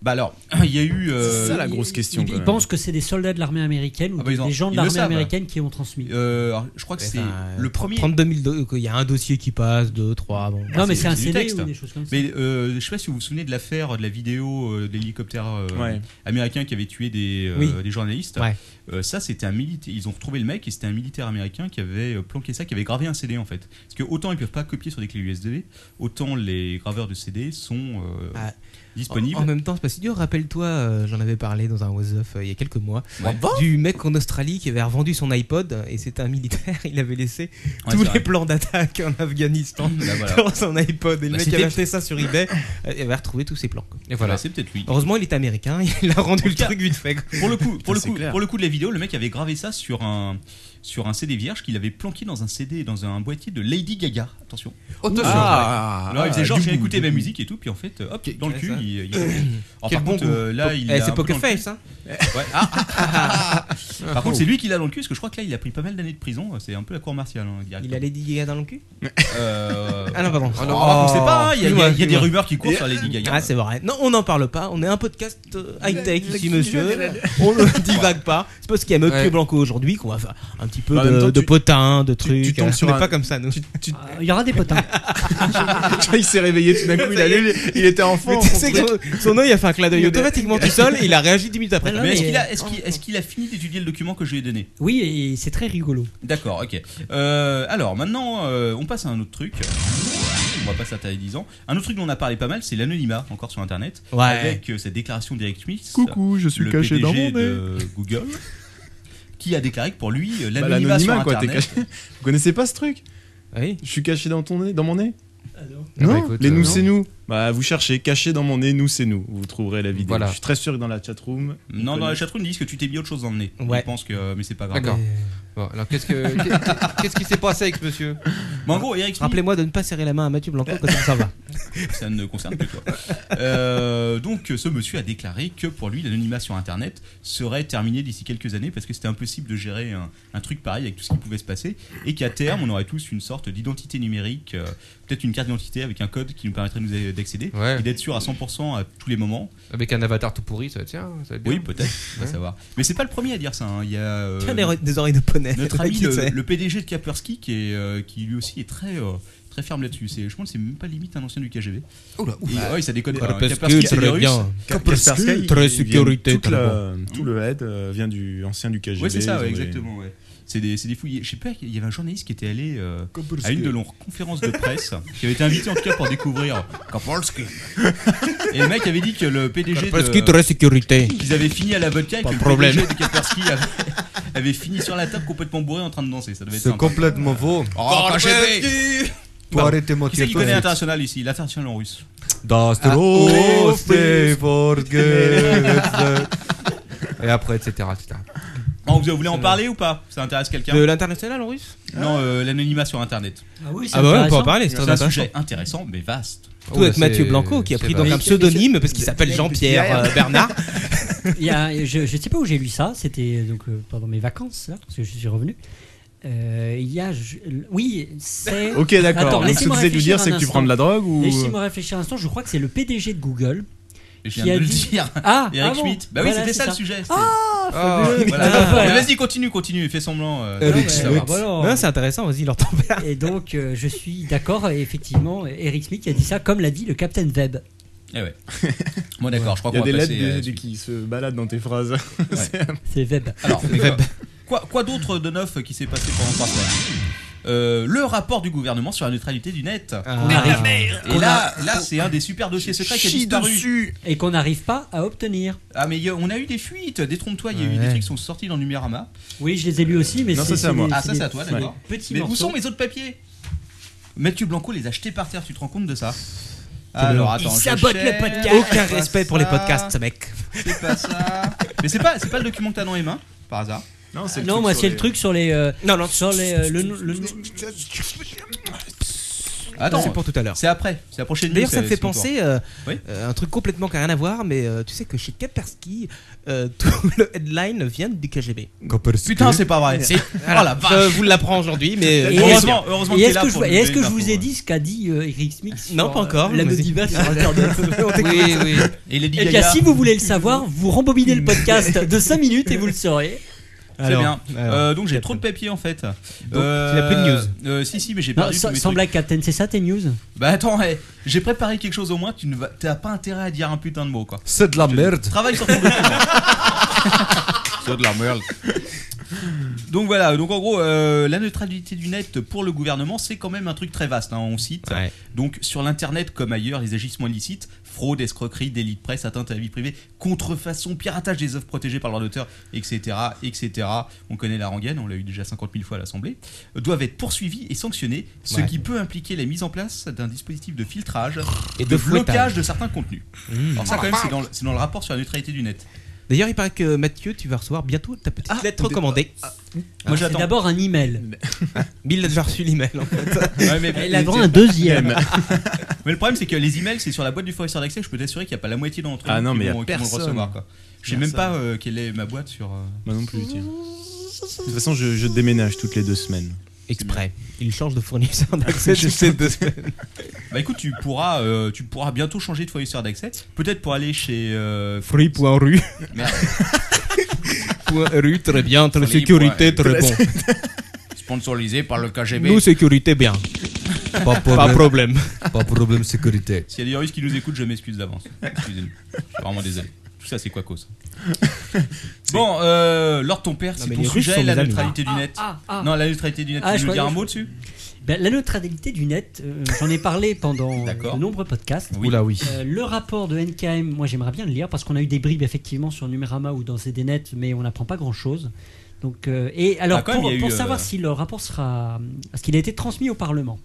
[SPEAKER 3] Bah alors, il y a eu. euh,
[SPEAKER 6] C'est ça la grosse question.
[SPEAKER 4] Ils,
[SPEAKER 6] quand
[SPEAKER 4] ils
[SPEAKER 6] même.
[SPEAKER 4] pensent que c'est des soldats de l'armée américaine ou
[SPEAKER 3] Ah bah, ils
[SPEAKER 4] des
[SPEAKER 3] en-
[SPEAKER 4] gens
[SPEAKER 3] ils
[SPEAKER 4] de
[SPEAKER 3] le
[SPEAKER 4] l'armée
[SPEAKER 3] savent.
[SPEAKER 4] américaine qui ont transmis.
[SPEAKER 3] euh, alors, je crois que c'est
[SPEAKER 2] Enfin,
[SPEAKER 3] le premier.
[SPEAKER 2] 32 000, do- euh, qu'il y a un dossier qui passe, 2, 3, bon.
[SPEAKER 4] non, mais
[SPEAKER 3] c'est-
[SPEAKER 4] c'est
[SPEAKER 3] c'est
[SPEAKER 4] un
[SPEAKER 3] du
[SPEAKER 4] CD
[SPEAKER 3] texte.
[SPEAKER 4] ou des choses comme ça.
[SPEAKER 3] Mais euh, je sais pas si vous vous souvenez de l'affaire euh, de la vidéo euh, d'hélicoptère euh,
[SPEAKER 6] Ouais.
[SPEAKER 3] américain qui avait tué des, euh,
[SPEAKER 2] Oui.
[SPEAKER 3] des journalistes.
[SPEAKER 2] Ouais.
[SPEAKER 3] Euh, ça, c'était un militaire. Ils ont retrouvé le mec et c'était un militaire américain qui avait euh, planqué ça, qui avait gravé un CD en fait. Parce que autant ils peuvent pas copier sur des clés USB, autant les graveurs de CD sont euh,
[SPEAKER 2] Ah.
[SPEAKER 3] disponibles.
[SPEAKER 2] En, en même temps, c'est pas si dur. Rappelle-toi, euh, j'en avais parlé dans un Was Up euh, il y a quelques mois,
[SPEAKER 3] Ouais. Ah
[SPEAKER 2] du mec en Australie qui avait revendu son iPod et c'était un militaire. Il avait laissé
[SPEAKER 3] Ouais,
[SPEAKER 2] tous
[SPEAKER 3] c'est
[SPEAKER 2] les
[SPEAKER 3] vrai.
[SPEAKER 2] plans d'attaque en Afghanistan
[SPEAKER 3] Là, voilà.
[SPEAKER 2] dans son iPod. Et le
[SPEAKER 3] Bah,
[SPEAKER 2] mec
[SPEAKER 3] c'était-
[SPEAKER 2] avait acheté ça sur eBay euh, et avait retrouvé tous ses plans. quoi.
[SPEAKER 5] Et voilà.
[SPEAKER 3] Bah, c'est peut-être lui.
[SPEAKER 2] Heureusement, il est américain. Il a rendu
[SPEAKER 3] En
[SPEAKER 2] le
[SPEAKER 3] tout cas-
[SPEAKER 2] truc vite fait. quoi.
[SPEAKER 3] pour le coup, pour le
[SPEAKER 6] c'est
[SPEAKER 3] coup,
[SPEAKER 6] clair.
[SPEAKER 3] pour le coup de la vidéo, le mec avait gravé ça sur un sur un CD vierge qu'il avait planqué dans un CD dans un boîtier de Lady Gaga. Attention.
[SPEAKER 5] Attention.
[SPEAKER 6] Ah,
[SPEAKER 3] Alors il faisait genre
[SPEAKER 6] du
[SPEAKER 3] j'ai
[SPEAKER 6] goût,
[SPEAKER 3] écouté
[SPEAKER 6] du
[SPEAKER 3] ma
[SPEAKER 6] goût.
[SPEAKER 3] musique et tout, puis en fait, euh, hop,
[SPEAKER 5] Quel-
[SPEAKER 3] dans le cul.
[SPEAKER 5] quel-
[SPEAKER 3] Il, il-
[SPEAKER 2] Quel
[SPEAKER 3] Alors, par
[SPEAKER 2] bon
[SPEAKER 3] contre,
[SPEAKER 2] goût.
[SPEAKER 3] euh, là, il
[SPEAKER 2] Eh,
[SPEAKER 3] a un
[SPEAKER 2] c'est
[SPEAKER 3] peu
[SPEAKER 2] Poker
[SPEAKER 3] dans le cul.
[SPEAKER 2] Face, hein
[SPEAKER 3] Ouais. Ah, ah, ah, ah, ah. Par contre, c'est lui qui l'a dans le cul, parce que je crois que là, il a pris pas mal d'années de prison. euh, C'est un peu la cour martiale. hein, direct.
[SPEAKER 2] Il a Lady Gaga dans le cul
[SPEAKER 3] Euh,
[SPEAKER 2] Ah non, pardon.
[SPEAKER 5] Oh,
[SPEAKER 3] alors, on sait pas. hein, Il y a- il y a, il y a des
[SPEAKER 2] Excuse-moi.
[SPEAKER 3] rumeurs qui courent sur hein. Lady Gaga.
[SPEAKER 2] Ah, c'est vrai. Non, on n'en parle pas. On est un podcast euh, high-tech ici, monsieur. On ne divague pas. C'est parce qu'il y a Mathieu
[SPEAKER 5] Ouais.
[SPEAKER 2] Blanco aujourd'hui qu'on va faire un petit peu
[SPEAKER 6] Bah, en
[SPEAKER 2] de,
[SPEAKER 6] même temps,
[SPEAKER 2] de
[SPEAKER 6] tu-
[SPEAKER 2] potin, de
[SPEAKER 6] tu-
[SPEAKER 2] trucs.
[SPEAKER 6] tu tombes
[SPEAKER 2] hein.
[SPEAKER 6] sur
[SPEAKER 2] on n'est
[SPEAKER 6] un-
[SPEAKER 2] pas comme ça, nous.
[SPEAKER 4] Ah, Il y aura des potins.
[SPEAKER 6] il s'est réveillé tout d'un coup, il, allait- il était enfant.
[SPEAKER 2] Mais tu sais que son- son œil a fait un clin d'œil automatiquement tout seul et il a réagi 10 minutes après.
[SPEAKER 4] Mais non,
[SPEAKER 3] Mais est-ce
[SPEAKER 4] mais-
[SPEAKER 3] qu'il a, est-ce qu'il- est-ce qu'il a fini d'étudier le document que je lui ai donné
[SPEAKER 4] Oui, et c'est très rigolo.
[SPEAKER 3] D'accord, ok. Euh, alors maintenant, euh, on passe à un autre truc. On va pas s'attarder 10 ans. Un autre truc dont on a parlé pas mal, c'est l'anonymat, encore sur Internet,
[SPEAKER 2] Ouais.
[SPEAKER 3] avec euh, cette déclaration d'Eric Schmidt.
[SPEAKER 6] Coucou, je suis
[SPEAKER 3] le
[SPEAKER 6] caché
[SPEAKER 3] PDG
[SPEAKER 6] dans mon nez.
[SPEAKER 3] de Google, qui a déclaré que pour lui, euh,
[SPEAKER 6] Bah,
[SPEAKER 3] l'anonymat sur
[SPEAKER 6] L'anonymat, quoi.
[SPEAKER 3] Internet.
[SPEAKER 6] t'es caché. Vous connaissez pas ce truc
[SPEAKER 2] Oui.
[SPEAKER 6] Je suis caché dans ton nez, dans mon nez
[SPEAKER 5] Ah bah écoute,
[SPEAKER 6] les
[SPEAKER 5] euh,
[SPEAKER 6] nous
[SPEAKER 5] non.
[SPEAKER 6] c'est nous. Bah vous cherchez caché dans mon nez nous c'est nous. Vous trouverez la vidéo.
[SPEAKER 5] Voilà.
[SPEAKER 6] Je suis très sûr que dans la chatroom. ils
[SPEAKER 3] Non, dans la
[SPEAKER 6] connaissent.
[SPEAKER 3] chatroom, ils disent que tu t'es mis autre chose dans le nez.
[SPEAKER 2] Ouais.
[SPEAKER 3] Ils pensent que, mais c'est pas grave.
[SPEAKER 5] D'accord.
[SPEAKER 2] Euh,
[SPEAKER 5] Bon, alors qu'est-ce que qu'est-ce qui s'est passé avec ce monsieur
[SPEAKER 3] Mais en gros, Eric Schmidt,
[SPEAKER 2] Rappelez-moi de ne pas serrer la main à Mathieu Blanco quand ça va.
[SPEAKER 3] ça ne concerne que toi. Euh, donc, ce monsieur a déclaré que pour lui, l'anonymat sur Internet serait terminé d'ici quelques années parce que c'était impossible de gérer un, un truc pareil avec tout ce qui pouvait se passer et qu'à terme, on aurait tous une sorte d'identité numérique, euh, peut-être une carte d'identité avec un code qui nous permettrait de nous- d'accéder
[SPEAKER 5] Ouais.
[SPEAKER 3] et d'être sûr à 100% à tous les moments.
[SPEAKER 5] Avec un avatar tout pourri, ça va être- tiens, ça va être bien.
[SPEAKER 3] Oui, peut-être, on va
[SPEAKER 5] Ouais.
[SPEAKER 3] savoir. Mais c'est pas le premier à dire ça. hein. Il y a euh,
[SPEAKER 2] Tiens, des, oreilles- des oreilles de poney.
[SPEAKER 3] notre ami
[SPEAKER 2] Qui
[SPEAKER 3] le,
[SPEAKER 2] sait
[SPEAKER 3] le PDG de Kaspersky qui, est, euh, qui lui aussi est très euh, très ferme là-dessus. C'est, je pense que c'est même pas limite un ancien du KGB.
[SPEAKER 5] Oula,
[SPEAKER 3] Et, ouais, ça déconne pas. hein.
[SPEAKER 2] Kaspersky,
[SPEAKER 3] Kaspersky, c'est
[SPEAKER 2] très
[SPEAKER 3] des Russes.
[SPEAKER 2] bien.
[SPEAKER 6] Ka- Kaspersky,
[SPEAKER 2] Kaspersky,
[SPEAKER 6] il-
[SPEAKER 2] très
[SPEAKER 6] il vient-
[SPEAKER 2] sécurité,
[SPEAKER 6] toute
[SPEAKER 2] très
[SPEAKER 6] la- Tout le head euh, vient du ancien du KGB.
[SPEAKER 3] Ouais, c'est ça,
[SPEAKER 6] ils
[SPEAKER 3] ouais,
[SPEAKER 6] ont des-
[SPEAKER 3] exactement. ouais. C'est des, c'est des fouilles. Je sais pas, il y avait un journaliste qui était allé euh, à une de leurs conférences de presse, qui avait été invité en tout cas pour découvrir Kaspersky. Et le mec avait dit que le PDG
[SPEAKER 2] Parce qu'il
[SPEAKER 3] de,
[SPEAKER 2] te reste sécurité.
[SPEAKER 3] qu'ils avaient fini à la vodka et que
[SPEAKER 2] Pas de
[SPEAKER 3] le
[SPEAKER 2] problème.
[SPEAKER 3] PDG de Kaspersky avait, avait fini sur la table complètement bourré en train de danser. Ça devait être
[SPEAKER 8] C'est
[SPEAKER 3] sympa.
[SPEAKER 8] complètement faux.
[SPEAKER 3] Oh, KGB.
[SPEAKER 8] Pour
[SPEAKER 3] Bah,
[SPEAKER 8] arrêter mon
[SPEAKER 3] Qui c'est qui connaît
[SPEAKER 8] tir.
[SPEAKER 3] l'international ici L'international en russe.
[SPEAKER 8] Das
[SPEAKER 6] Ah,
[SPEAKER 5] Ah, oh,
[SPEAKER 4] Oh,
[SPEAKER 8] Droste Vorgesetze.
[SPEAKER 5] Et après, etc. etc.
[SPEAKER 3] Oh, vous voulez en parler ou pas Ça intéresse
[SPEAKER 2] De
[SPEAKER 3] quelqu'un
[SPEAKER 2] l'international en russe
[SPEAKER 3] Non, euh, l'anonymat sur Internet.
[SPEAKER 4] Ah oui,
[SPEAKER 2] Ah bah ouais, on peut en parler, c'est
[SPEAKER 3] C'est
[SPEAKER 2] très
[SPEAKER 3] un
[SPEAKER 2] intéressant.
[SPEAKER 3] sujet intéressant mais vaste.
[SPEAKER 2] Tout avec Mathieu Blanco qui a pris donc
[SPEAKER 4] vrai.
[SPEAKER 2] un pseudonyme parce qu'il s'appelle Jean-Pierre euh, Bernard.
[SPEAKER 4] Il y a- je, je sais pas où j'ai lu ça, c'était donc euh, pendant mes vacances, là, parce que je suis revenu. Euh, Il y a. je- oui, c'est.
[SPEAKER 6] Ok
[SPEAKER 4] Attends,
[SPEAKER 6] d'accord. Donc ce que
[SPEAKER 4] laissez-moi
[SPEAKER 6] vous allez nous
[SPEAKER 4] réfléchir
[SPEAKER 6] dire c'est
[SPEAKER 4] un
[SPEAKER 6] que tu
[SPEAKER 4] instant.
[SPEAKER 6] prends de la drogue ou
[SPEAKER 4] Laissez-moi réfléchir un instant, je crois que c'est le PDG de Google.
[SPEAKER 3] Et je
[SPEAKER 4] Qui
[SPEAKER 3] viens
[SPEAKER 4] a
[SPEAKER 3] de le
[SPEAKER 4] dit-
[SPEAKER 3] dire.
[SPEAKER 4] Ah,
[SPEAKER 3] Eric
[SPEAKER 4] ah bon,
[SPEAKER 3] Schmidt. Bah oui,
[SPEAKER 4] voilà,
[SPEAKER 3] c'était
[SPEAKER 4] c'est
[SPEAKER 3] ça, le sujet. c'était-
[SPEAKER 2] Oh,
[SPEAKER 5] Ah,
[SPEAKER 3] Voilà.
[SPEAKER 4] Voilà.
[SPEAKER 3] Mais Vas-y, continue, continue, fais semblant. euh,
[SPEAKER 4] Ah ouais,
[SPEAKER 2] Eric Schmidt.
[SPEAKER 4] ah bah alors.
[SPEAKER 2] Non, c'est intéressant, vas-y, leur tomber.
[SPEAKER 4] Et donc, euh, je suis d'accord, et effectivement, Eric Schmidt a dit ça, comme l'a dit le Captain Webb.
[SPEAKER 3] Eh ouais. Bon d'accord, je crois
[SPEAKER 6] Il y a
[SPEAKER 3] qu'on va
[SPEAKER 6] des lettres
[SPEAKER 3] passer.
[SPEAKER 6] des-
[SPEAKER 3] euh,
[SPEAKER 6] des- qui se baladent dans tes phrases.
[SPEAKER 4] C'est Webb.
[SPEAKER 3] Alors, euh, quoi, quoi d'autre de neuf qui s'est passé pendant trois semaines Euh, le rapport du gouvernement sur la neutralité du net.
[SPEAKER 4] On
[SPEAKER 2] Ah.
[SPEAKER 4] arrive-
[SPEAKER 3] Et là, là c'est un des super dossiers secrets qui a disparu.
[SPEAKER 4] Et qu'on n'arrive pas à obtenir.
[SPEAKER 3] Ah, mais il y a- on a eu des fuites, détrompe-toi, il y a eu des trucs qui sont sortis dans Numérama.
[SPEAKER 4] Oui, je les ai lus aussi, mais
[SPEAKER 6] Non, ça,
[SPEAKER 4] c'est
[SPEAKER 6] c'est à moi.
[SPEAKER 4] des-
[SPEAKER 3] Ah, ça,
[SPEAKER 4] des
[SPEAKER 3] c'est à toi,
[SPEAKER 4] petits-
[SPEAKER 3] d'accord.
[SPEAKER 4] des petits
[SPEAKER 3] Mais où
[SPEAKER 4] morceaux.
[SPEAKER 3] sont mes autres papiers Mathieu Blanco les a jetés par terre, tu te rends compte de ça alors, attends, je cherche.
[SPEAKER 2] Aucun respect pour les
[SPEAKER 3] Ça,
[SPEAKER 2] podcasts, ce mec.
[SPEAKER 3] C'est pas ça. Mais c'est pas, c'est pas le document que t'as dans les mains, par hasard.
[SPEAKER 6] Non, c'est
[SPEAKER 2] Ah,
[SPEAKER 4] Non, moi, c'est le truc sur les. euh,
[SPEAKER 2] Non, non,
[SPEAKER 4] Sur les, euh, le, le-
[SPEAKER 3] Attends,
[SPEAKER 2] c'est pour tout à l'heure.
[SPEAKER 3] C'est après, c'est la prochaine
[SPEAKER 2] D'ailleurs,
[SPEAKER 3] news,
[SPEAKER 2] ça me
[SPEAKER 3] c'est-
[SPEAKER 2] fait
[SPEAKER 3] c'est ton
[SPEAKER 2] penser
[SPEAKER 3] tour.
[SPEAKER 2] euh,
[SPEAKER 3] Oui.
[SPEAKER 2] euh, un truc complètement qui n'a rien à voir, mais euh, tu sais que chez Kaspersky, euh, tout le headline vient du KGB.
[SPEAKER 8] Kaspersky
[SPEAKER 3] Putain, c'est pas vrai.
[SPEAKER 2] Si.
[SPEAKER 3] Oh la
[SPEAKER 2] Voilà,
[SPEAKER 3] vache.
[SPEAKER 2] je vous l'apprends aujourd'hui, mais
[SPEAKER 3] Et heureusement, heureusement
[SPEAKER 4] Et
[SPEAKER 3] que t'es
[SPEAKER 4] est-ce
[SPEAKER 3] là
[SPEAKER 4] que, je,
[SPEAKER 3] pour
[SPEAKER 4] et
[SPEAKER 3] nous
[SPEAKER 4] est-ce que
[SPEAKER 3] donner
[SPEAKER 4] je
[SPEAKER 3] une
[SPEAKER 4] vous ai
[SPEAKER 3] info.
[SPEAKER 4] dit ce qu'a dit euh, Eric Smith sur,
[SPEAKER 2] Non, pas encore,
[SPEAKER 4] euh, La
[SPEAKER 2] vas-y.
[SPEAKER 4] Godiva sur Internet.
[SPEAKER 2] Oui, oui.
[SPEAKER 3] Et Lady
[SPEAKER 4] Eh bien,
[SPEAKER 3] Gaga.
[SPEAKER 4] si vous voulez le savoir, vous rembobinez le podcast de 5 minutes et vous le saurez.
[SPEAKER 3] C'est
[SPEAKER 2] Alors,
[SPEAKER 3] bien.
[SPEAKER 2] alors.
[SPEAKER 3] Euh, donc j'ai trop de papier en fait.
[SPEAKER 2] tu n'as plus de
[SPEAKER 3] news. si si, mais j'ai
[SPEAKER 4] Non,
[SPEAKER 3] perdu tous
[SPEAKER 4] sans
[SPEAKER 3] mes
[SPEAKER 4] sans
[SPEAKER 3] trucs.
[SPEAKER 4] blague, Captain, c'est ça tes news
[SPEAKER 3] Bah attends, hé, j'ai préparé quelque chose au moins. Tu ne vas- t'as pas intérêt à dire un putain de mot quoi.
[SPEAKER 8] C'est de la merde.
[SPEAKER 3] Travaille sur ton document.
[SPEAKER 6] C'est de la merde.
[SPEAKER 3] Donc voilà. Donc en gros, euh, la neutralité du net pour le gouvernement, c'est quand même un truc très vaste. hein, on cite.
[SPEAKER 2] Ouais.
[SPEAKER 3] Donc sur l'internet comme ailleurs, les agissements illicites, fraude, escroquerie, délit de presse, atteinte à la vie privée, contrefaçon, piratage des œuvres protégées par leur d'auteur, etc., etc. On connaît la rengaine, on l'a eu déjà 50 000 fois à l'Assemblée, euh, doivent être poursuivis et sanctionnés, ce
[SPEAKER 2] Ouais.
[SPEAKER 3] qui peut impliquer la mise en place d'un dispositif de filtrage
[SPEAKER 2] Et
[SPEAKER 3] et
[SPEAKER 2] de
[SPEAKER 3] de, blocage
[SPEAKER 2] fouettage.
[SPEAKER 3] de certains contenus. Alors
[SPEAKER 4] Ah,
[SPEAKER 3] ça quand même, c'est dans, le- c'est dans le rapport sur la neutralité du net.
[SPEAKER 2] D'ailleurs, il paraît que Mathieu, tu vas recevoir bientôt ta petite
[SPEAKER 3] Ah,
[SPEAKER 2] lettre recommandée.
[SPEAKER 3] Moi
[SPEAKER 4] Ah, C'est
[SPEAKER 3] j'attends.
[SPEAKER 4] d'abord un email.
[SPEAKER 2] Mais il a déjà reçu l'email. en fait.
[SPEAKER 3] Ouais, mais,
[SPEAKER 4] Elle a vraiment un deuxième.
[SPEAKER 3] mais le problème c'est que les emails c'est sur la boîte du fournisseur d'accès, je peux t'assurer qu'il n'y a pas la moitié d'entre eux
[SPEAKER 6] Ah non,
[SPEAKER 3] qui
[SPEAKER 6] mais y a
[SPEAKER 3] vont, qui vont le
[SPEAKER 6] personne.
[SPEAKER 3] recevoir. quoi. Je sais même pas euh, quelle est ma boîte sur... euh,
[SPEAKER 6] Moi non plus, tiens. De toute façon, je, je déménage toutes les deux semaines.
[SPEAKER 2] Exprès. Il change de fournisseur d'accès toutes les deux semaines.
[SPEAKER 3] Bah écoute, tu pourras, euh, tu pourras bientôt changer de fournisseur d'accès. Peut-être pour aller chez. euh,
[SPEAKER 2] Free.ru.
[SPEAKER 3] Merde.
[SPEAKER 2] Point .ru, très bien. Très
[SPEAKER 3] Free
[SPEAKER 2] sécurité, très bon.
[SPEAKER 3] sponsorisé par le KGB.
[SPEAKER 2] Nous, sécurité, bien.
[SPEAKER 8] Pas
[SPEAKER 2] Pas
[SPEAKER 8] problème.
[SPEAKER 2] problème.
[SPEAKER 8] Pas problème sécurité.
[SPEAKER 3] S'il y a des Russes qui nous écoutent, je m'excuse d'avance. Excusez-nous. Je suis vraiment désolé. Tout ça, c'est quoi cause Bon, euh, Lord ton père, c'est
[SPEAKER 2] mais
[SPEAKER 3] ton
[SPEAKER 2] les Russes sont
[SPEAKER 3] sujet, la
[SPEAKER 2] mes amis.
[SPEAKER 3] neutralité du net.
[SPEAKER 4] Ah, ah.
[SPEAKER 3] Non, la neutralité du net,
[SPEAKER 4] Ah,
[SPEAKER 3] tu
[SPEAKER 4] je
[SPEAKER 3] veux nous
[SPEAKER 4] croyais-
[SPEAKER 3] dire un mot dessus
[SPEAKER 4] Ben, la neutralité du net, euh, j'en ai parlé pendant euh,
[SPEAKER 3] D'accord.
[SPEAKER 4] de nombreux podcasts.
[SPEAKER 3] Oui.
[SPEAKER 2] Oula, oui.
[SPEAKER 4] Euh, le rapport de NKM, moi j'aimerais bien le lire parce qu'on a eu des bribes effectivement sur Numérama ou dans CDNet, mais on n'apprend pas grand chose. Donc, euh, et alors,
[SPEAKER 3] Ah, quand
[SPEAKER 4] pour,
[SPEAKER 3] même, il y a
[SPEAKER 4] pour
[SPEAKER 3] eu,
[SPEAKER 4] savoir
[SPEAKER 3] euh,
[SPEAKER 4] si le rapport sera. Parce qu'il a été transmis au Parlement.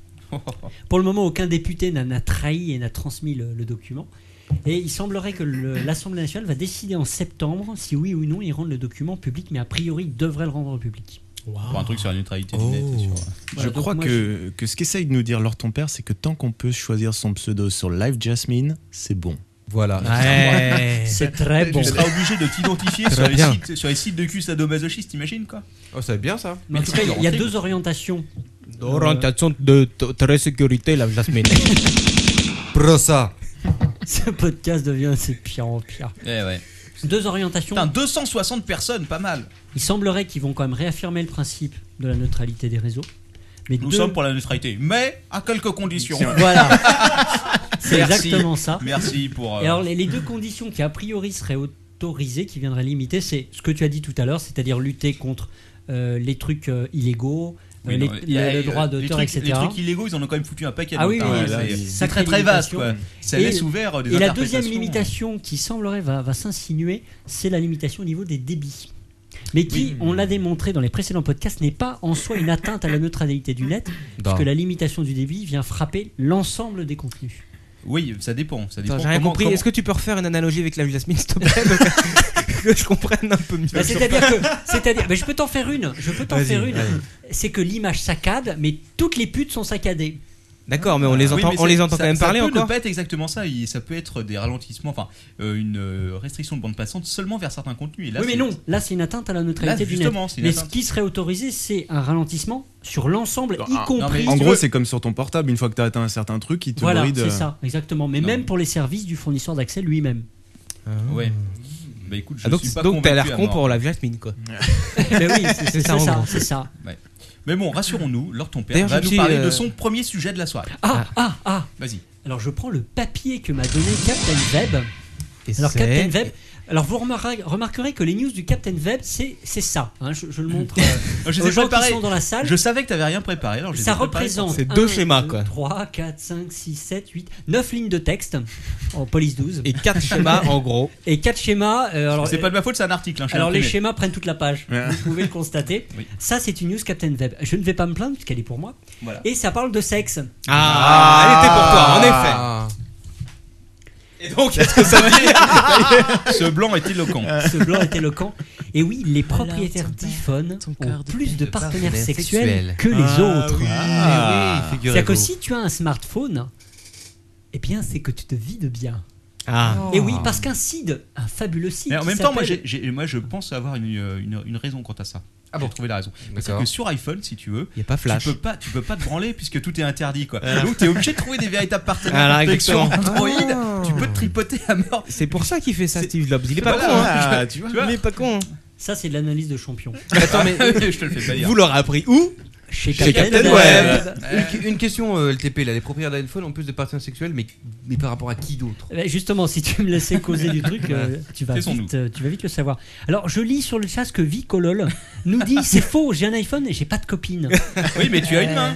[SPEAKER 4] Pour le moment, aucun député n'a n'a trahi et n'a transmis le, le document. Et il semblerait que le- l'Assemblée nationale va décider en septembre si oui ou non ils rendent le document public, mais a priori ils devraient le rendre public.
[SPEAKER 2] Ah.
[SPEAKER 3] Pour un truc sur la neutralité du net. c'est sûr.
[SPEAKER 4] Voilà,
[SPEAKER 6] je
[SPEAKER 4] donc
[SPEAKER 6] crois
[SPEAKER 4] moi,
[SPEAKER 6] que, que ce qu'essaye de nous dire Lord ton père, c'est que tant qu'on peut choisir son pseudo sur Live Jasmine, c'est bon.
[SPEAKER 8] Voilà.
[SPEAKER 2] Ouais.
[SPEAKER 4] C'est très
[SPEAKER 2] Eh
[SPEAKER 4] bon.
[SPEAKER 3] Tu seras obligé de t'identifier
[SPEAKER 2] Très
[SPEAKER 3] sur, les
[SPEAKER 2] bien.
[SPEAKER 3] sites- sur les sites de cul sadomasochiste, t'imagines quoi
[SPEAKER 5] Oh, c'est bien ça.
[SPEAKER 4] Mais en tout cas, il y a deux orientations.
[SPEAKER 2] Orientation de de- très sécurité, la Jasmine.
[SPEAKER 8] Prosa.
[SPEAKER 4] Ce podcast devient c'est de pire en pire.
[SPEAKER 3] Eh ouais.
[SPEAKER 4] Deux orientations.
[SPEAKER 3] Putain, 260 personnes, pas mal.
[SPEAKER 4] Il semblerait qu'ils vont quand même réaffirmer le principe de la neutralité des réseaux. Mais
[SPEAKER 3] Nous
[SPEAKER 4] deux-
[SPEAKER 3] sommes pour la neutralité, mais à quelques conditions.
[SPEAKER 4] Voilà. C'est
[SPEAKER 3] Merci.
[SPEAKER 4] exactement ça.
[SPEAKER 3] Merci pour. euh,
[SPEAKER 4] Et alors, les, les deux conditions qui a priori seraient autorisées, qui viendraient limiter, c'est ce que tu as dit tout à l'heure, c'est-à-dire lutter contre euh, les trucs euh, illégaux, euh,
[SPEAKER 3] Oui,
[SPEAKER 4] les-
[SPEAKER 3] non, il y a,
[SPEAKER 4] le, le
[SPEAKER 3] euh,
[SPEAKER 4] droit
[SPEAKER 3] les
[SPEAKER 4] d'auteur,
[SPEAKER 3] trucs-
[SPEAKER 4] etc.
[SPEAKER 3] Les trucs illégaux, ils en ont quand même foutu un paquet.
[SPEAKER 4] Ah
[SPEAKER 3] donc,
[SPEAKER 4] oui,
[SPEAKER 3] hein,
[SPEAKER 4] oui,
[SPEAKER 3] c'est-
[SPEAKER 4] oui.
[SPEAKER 3] c'est
[SPEAKER 4] Sacrée
[SPEAKER 3] très très vaste. Quoi.
[SPEAKER 4] limitation.
[SPEAKER 3] Ça
[SPEAKER 4] Et-
[SPEAKER 3] laisse ouvert euh, des
[SPEAKER 4] Et la deuxième
[SPEAKER 3] interprétations.
[SPEAKER 4] limitation qui semblerait va, va s'insinuer, c'est la limitation au niveau des débits. Mais qui, on l'a démontré dans les précédents podcasts, n'est pas en soi une atteinte à la neutralité du net,
[SPEAKER 3] Ah.
[SPEAKER 4] puisque
[SPEAKER 2] Bah.
[SPEAKER 4] la limitation du débit vient frapper l'ensemble des contenus.
[SPEAKER 3] Oui, ça dépend. Ça dépend
[SPEAKER 2] Attends, J'ai rien
[SPEAKER 3] comment-
[SPEAKER 2] compris.
[SPEAKER 3] comment-
[SPEAKER 2] Est-ce que tu peux refaire une analogie avec la Jasmine, s'il te plaît donc, Que je comprenne un peu mieux.
[SPEAKER 4] Bah, c'est-à-dire que, c'est-à-dire, mais je peux t'en faire une. Je peux t'en
[SPEAKER 2] Vas-y,
[SPEAKER 4] faire une.
[SPEAKER 2] vas-y.
[SPEAKER 4] C'est que l'image saccade, mais toutes les putes sont saccadées.
[SPEAKER 2] D'accord, mais on les
[SPEAKER 3] Oui,
[SPEAKER 2] entend,
[SPEAKER 3] mais
[SPEAKER 2] on
[SPEAKER 3] c'est-
[SPEAKER 2] les entend
[SPEAKER 3] ça-
[SPEAKER 2] quand même parler
[SPEAKER 3] Ça peut ne
[SPEAKER 2] encore.
[SPEAKER 3] pas être exactement ça. il- Ça peut être des ralentissements, enfin euh, une euh, restriction de bande passante seulement vers certains contenus. Et là,
[SPEAKER 4] oui, mais
[SPEAKER 3] c'est-
[SPEAKER 4] non. Là, c'est une atteinte à la neutralité
[SPEAKER 3] Là,
[SPEAKER 4] du net.
[SPEAKER 3] justement, c'est une
[SPEAKER 4] Mais ce
[SPEAKER 3] atteinte.
[SPEAKER 4] qui serait autorisé, c'est un ralentissement sur l'ensemble,
[SPEAKER 6] Non,
[SPEAKER 4] y
[SPEAKER 6] ah,
[SPEAKER 4] compris.
[SPEAKER 3] Si
[SPEAKER 6] en
[SPEAKER 3] tu
[SPEAKER 6] gros,
[SPEAKER 3] veux-
[SPEAKER 6] c'est comme sur ton portable, une fois que t'as atteint un certain truc, il te
[SPEAKER 4] voilà,
[SPEAKER 6] bride.
[SPEAKER 4] c'est
[SPEAKER 6] euh,
[SPEAKER 4] ça, exactement. Mais
[SPEAKER 3] Non.
[SPEAKER 4] même pour les services du fournisseur d'accès lui-même.
[SPEAKER 3] Ouais. Bah écoute, je
[SPEAKER 2] Ah, donc
[SPEAKER 3] suis pas
[SPEAKER 2] donc t'as l'air
[SPEAKER 3] convaincu à
[SPEAKER 2] con
[SPEAKER 3] mort.
[SPEAKER 2] pour la Jasmine, quoi.
[SPEAKER 4] Mais oui, c'est- c'est
[SPEAKER 2] ça, en
[SPEAKER 4] ça,
[SPEAKER 2] gros.
[SPEAKER 4] c'est ça.
[SPEAKER 3] Mais bon, rassurons-nous, Lord ton père
[SPEAKER 2] D'ailleurs,
[SPEAKER 3] va
[SPEAKER 2] je
[SPEAKER 3] nous
[SPEAKER 2] suis,
[SPEAKER 3] parler
[SPEAKER 2] euh,
[SPEAKER 3] de son premier sujet de la soirée.
[SPEAKER 4] Ah, ah, ah.
[SPEAKER 3] Vas-y.
[SPEAKER 4] Alors, je prends le papier que m'a donné Captain Web.
[SPEAKER 2] Et
[SPEAKER 4] Alors
[SPEAKER 2] c'est-
[SPEAKER 4] Captain Web, alors vous remarquerez, remarquerez que les news du Captain Web, c'est c'est ça. hein, je, je le montre euh,
[SPEAKER 3] Je les ai
[SPEAKER 4] aux gens qui
[SPEAKER 3] préparés.
[SPEAKER 4] sont dans la salle.
[SPEAKER 3] Je savais que t'avais rien préparé. Alors je les
[SPEAKER 4] ça
[SPEAKER 3] ai préparés pour
[SPEAKER 4] représente
[SPEAKER 2] c'est deux schémas, quoi.
[SPEAKER 4] 3, 4, 5, 6, 7, 8, 9 lignes de texte en police 12
[SPEAKER 2] Et quatre schémas, en gros.
[SPEAKER 4] et 4 schémas. euh, alors, euh,
[SPEAKER 3] C'est pas de ma faute, c'est un article. hein, je l'ai
[SPEAKER 4] alors les
[SPEAKER 3] imprimé.
[SPEAKER 4] schémas prennent toute la page, vous pouvez le constater.
[SPEAKER 3] Oui.
[SPEAKER 4] Ça c'est une news Captain Web. Je ne vais pas me plaindre puisqu'elle est pour moi.
[SPEAKER 3] Voilà.
[SPEAKER 4] Et ça parle de sexe.
[SPEAKER 2] Ah, elle était pour toi, en effet.
[SPEAKER 3] Et donc, est-ce que ça veut dire Ce blanc est éloquent.
[SPEAKER 4] Euh, Ce blanc est éloquent. Et oui, les
[SPEAKER 2] Alors,
[SPEAKER 4] propriétaires
[SPEAKER 2] ton père,
[SPEAKER 4] d'iPhone
[SPEAKER 2] ton
[SPEAKER 4] ont
[SPEAKER 2] corps de
[SPEAKER 4] plus de
[SPEAKER 2] père,
[SPEAKER 4] partenaires
[SPEAKER 2] partenaires
[SPEAKER 4] sexuels
[SPEAKER 2] sexuels.
[SPEAKER 4] que les autres.
[SPEAKER 5] Ah, oui,
[SPEAKER 4] C'est-à-dire que
[SPEAKER 5] figurez-vous.
[SPEAKER 4] si tu as un smartphone, eh bien, c'est que tu te vides bien.
[SPEAKER 2] Ah.
[SPEAKER 4] Et oui, parce qu'un CID, un fabuleux CID.
[SPEAKER 3] Mais en
[SPEAKER 4] qui
[SPEAKER 3] même temps, moi,
[SPEAKER 4] s'appelle-
[SPEAKER 3] j'ai- j'ai- moi, je pense avoir une, euh, une- une raison quant à ça. Ah bon trouver la raison. Parce
[SPEAKER 5] D'accord.
[SPEAKER 3] que sur iPhone, si tu veux,
[SPEAKER 2] Il n'y a pas flash.
[SPEAKER 3] tu peux pas, tu peux pas te branler puisque tout est interdit, quoi. Donc t'es obligé de trouver des véritables partenaires.
[SPEAKER 2] Voilà,
[SPEAKER 3] Dès que sur
[SPEAKER 2] exactement.
[SPEAKER 3] Android, tu peux te tripoter à mort.
[SPEAKER 2] C'est pour ça qu'il fait ça, Steve Jobs. Il est pas con, hein.
[SPEAKER 6] Voilà, tu vois.
[SPEAKER 3] Tu vois
[SPEAKER 2] Il est pas con. hein.
[SPEAKER 4] Ça, c'est de l'analyse de champion.
[SPEAKER 5] Attends, mais
[SPEAKER 3] je te le fais pas dire.
[SPEAKER 2] Vous l'aurez appris où
[SPEAKER 4] Chez
[SPEAKER 5] Chez
[SPEAKER 4] Captain
[SPEAKER 5] Captain
[SPEAKER 4] Web.
[SPEAKER 5] une, une question, euh, LTP, là, les propriétaires d'iPhone ont plus de partenaires sexuels, mais, mais par rapport à qui d'autre
[SPEAKER 4] Eh ben, Justement, si tu me laissais causer du truc, euh, tu, vas
[SPEAKER 3] Faisons-nous.
[SPEAKER 4] vite, euh, tu vas vite le savoir. Alors, je lis sur le chat ce que Vicolol nous dit c'est faux, j'ai un iPhone et j'ai pas de copine.
[SPEAKER 3] Oui, mais tu as une main.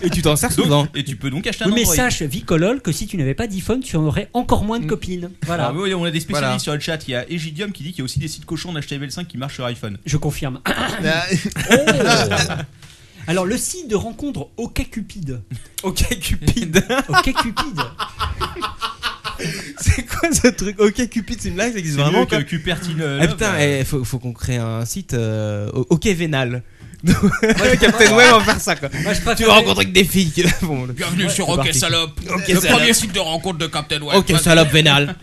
[SPEAKER 2] Et tu t'en sers souvent.
[SPEAKER 3] Et tu peux donc acheter un
[SPEAKER 4] Oui, mais
[SPEAKER 3] Android.
[SPEAKER 4] sache, Vicolol, que si tu n'avais pas d'iPhone, tu en aurais encore moins de copines. Voilà.
[SPEAKER 3] Ah, oui, on a des spécialistes
[SPEAKER 5] Voilà.
[SPEAKER 3] sur le chat. Il y a Egidium qui dit qu'il y a aussi des sites cochons d'HTML5 qui marchent sur iPhone.
[SPEAKER 4] Je confirme. Oh. Alors, le site de rencontre OkCupid.
[SPEAKER 2] Ok Cupid.
[SPEAKER 4] OkCupid.
[SPEAKER 2] c'est quoi ce truc Ok Cupid, c'est une blague, ça existe vraiment quoi.
[SPEAKER 3] que Cupertino.
[SPEAKER 2] Ah putain, eh, faut, faut qu'on crée un site euh, o- Ok Vénal. Captain Web va faire ça quoi.
[SPEAKER 4] Moi, je
[SPEAKER 2] Tu
[SPEAKER 4] préfère-
[SPEAKER 2] vas rencontrer que des filles. Bon, le-
[SPEAKER 1] Bienvenue sur
[SPEAKER 2] c'est
[SPEAKER 1] Ok
[SPEAKER 2] parti.
[SPEAKER 1] Salope,
[SPEAKER 2] Ok,
[SPEAKER 1] le
[SPEAKER 2] salope.
[SPEAKER 1] premier site de rencontre de Captain Web.
[SPEAKER 2] Ok, salope Vénal.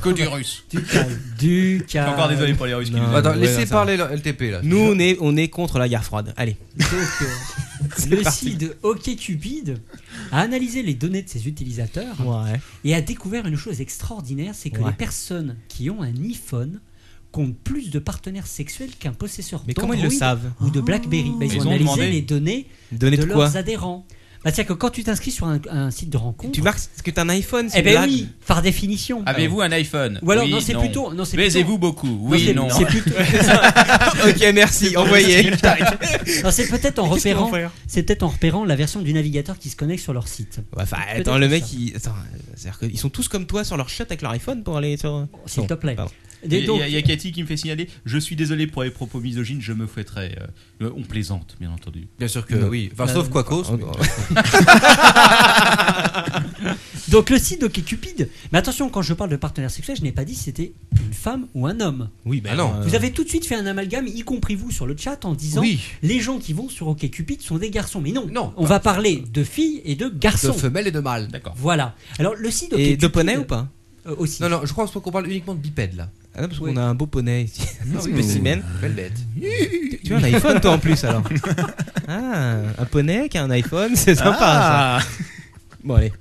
[SPEAKER 1] Que du russe.
[SPEAKER 4] Du calme. Du calme.
[SPEAKER 3] Encore désolé pour les Russes qui
[SPEAKER 2] Non.
[SPEAKER 3] nous
[SPEAKER 5] Attends,
[SPEAKER 2] ouais,
[SPEAKER 5] laissez
[SPEAKER 2] là, ça
[SPEAKER 5] parler là, LTP là.
[SPEAKER 2] Nous, on est, on est contre la guerre froide. Allez.
[SPEAKER 4] Donc, euh, le site de OkCupid a analysé les données de ses utilisateurs
[SPEAKER 2] Ouais.
[SPEAKER 4] et a découvert une chose extraordinaire c'est que
[SPEAKER 2] Ouais.
[SPEAKER 4] les personnes qui ont un iPhone comptent plus de partenaires sexuels qu'un possesseur
[SPEAKER 2] Mais comment
[SPEAKER 4] d'Android
[SPEAKER 2] ils le savent
[SPEAKER 4] ou de BlackBerry. Bah, ils,
[SPEAKER 3] Ils ont
[SPEAKER 4] ont analysé
[SPEAKER 3] demandé.
[SPEAKER 4] les données
[SPEAKER 2] Donner
[SPEAKER 4] de
[SPEAKER 2] de, quoi
[SPEAKER 4] leurs adhérents. Bah, C'est-à-dire que quand tu t'inscris sur un, un site de rencontre,
[SPEAKER 2] Tu marques ce que t'as un iPhone c'est
[SPEAKER 4] eh ben
[SPEAKER 2] blague.
[SPEAKER 4] oui, par définition.
[SPEAKER 3] Avez-vous un iPhone
[SPEAKER 4] Ou alors,
[SPEAKER 3] Ah, Oui,
[SPEAKER 4] non, c'est plutôt. Non, c'est
[SPEAKER 3] Baisez-vous beaucoup.
[SPEAKER 4] plutôt-
[SPEAKER 3] Oui,
[SPEAKER 4] c'est-
[SPEAKER 3] non.
[SPEAKER 4] C'est plutôt-
[SPEAKER 2] Ok, merci, envoyez.
[SPEAKER 4] non, c'est peut-être en
[SPEAKER 2] Qu'est-ce qu'ils vont
[SPEAKER 4] repérant.
[SPEAKER 2] faire
[SPEAKER 4] C'est peut-être en repérant la version du navigateur qui se connecte sur leur site.
[SPEAKER 2] Ouais, Enfin,
[SPEAKER 4] Peut-être
[SPEAKER 2] attends, le
[SPEAKER 4] que
[SPEAKER 2] mec,
[SPEAKER 4] ça.
[SPEAKER 2] il... attends, euh, c'est-à-dire qu'ils sont tous comme toi sur leur shot avec leur iPhone pour aller sur.
[SPEAKER 4] S'il
[SPEAKER 2] Bon,
[SPEAKER 4] te plaît.
[SPEAKER 2] pardon.
[SPEAKER 3] Il
[SPEAKER 4] Des-
[SPEAKER 3] y,
[SPEAKER 4] donc-
[SPEAKER 3] a- il y a Cathy qui me fait signaler Je suis désolé pour les propos misogynes, je me fouetterai. Euh, on plaisante, bien entendu.
[SPEAKER 5] Bien sûr que oui. Enfin, sauf quoi cause.
[SPEAKER 2] Oh,
[SPEAKER 4] Donc le site OK Cupid. Mais attention, quand je parle de partenaire sexuel, je n'ai pas dit si c'était une femme ou un homme.
[SPEAKER 2] Oui, bah
[SPEAKER 5] Ah non.
[SPEAKER 2] euh,
[SPEAKER 4] Vous avez tout de suite fait un amalgame, y compris vous sur le chat, en disant
[SPEAKER 5] Oui.
[SPEAKER 4] les gens qui vont sur OK Cupid sont des garçons. Mais non,
[SPEAKER 5] Non,
[SPEAKER 4] on va parler de filles et de garçons.
[SPEAKER 5] De femelle et de mâle.
[SPEAKER 3] D'accord.
[SPEAKER 4] Voilà. Alors le site OK
[SPEAKER 2] Et
[SPEAKER 4] Cupid,
[SPEAKER 2] de poney ou pas
[SPEAKER 4] euh, Aussi.
[SPEAKER 5] Non, non, je crois qu'on parle uniquement de bipède là.
[SPEAKER 2] Ah non, parce
[SPEAKER 4] Oui.
[SPEAKER 2] qu'on a un beau poney ici. Un spécimen.
[SPEAKER 5] Belle bête.
[SPEAKER 2] Tu- Tu as un iPhone toi en plus alors. Ah, un poney qui a un iPhone, c'est sympa ça. Bon, allez.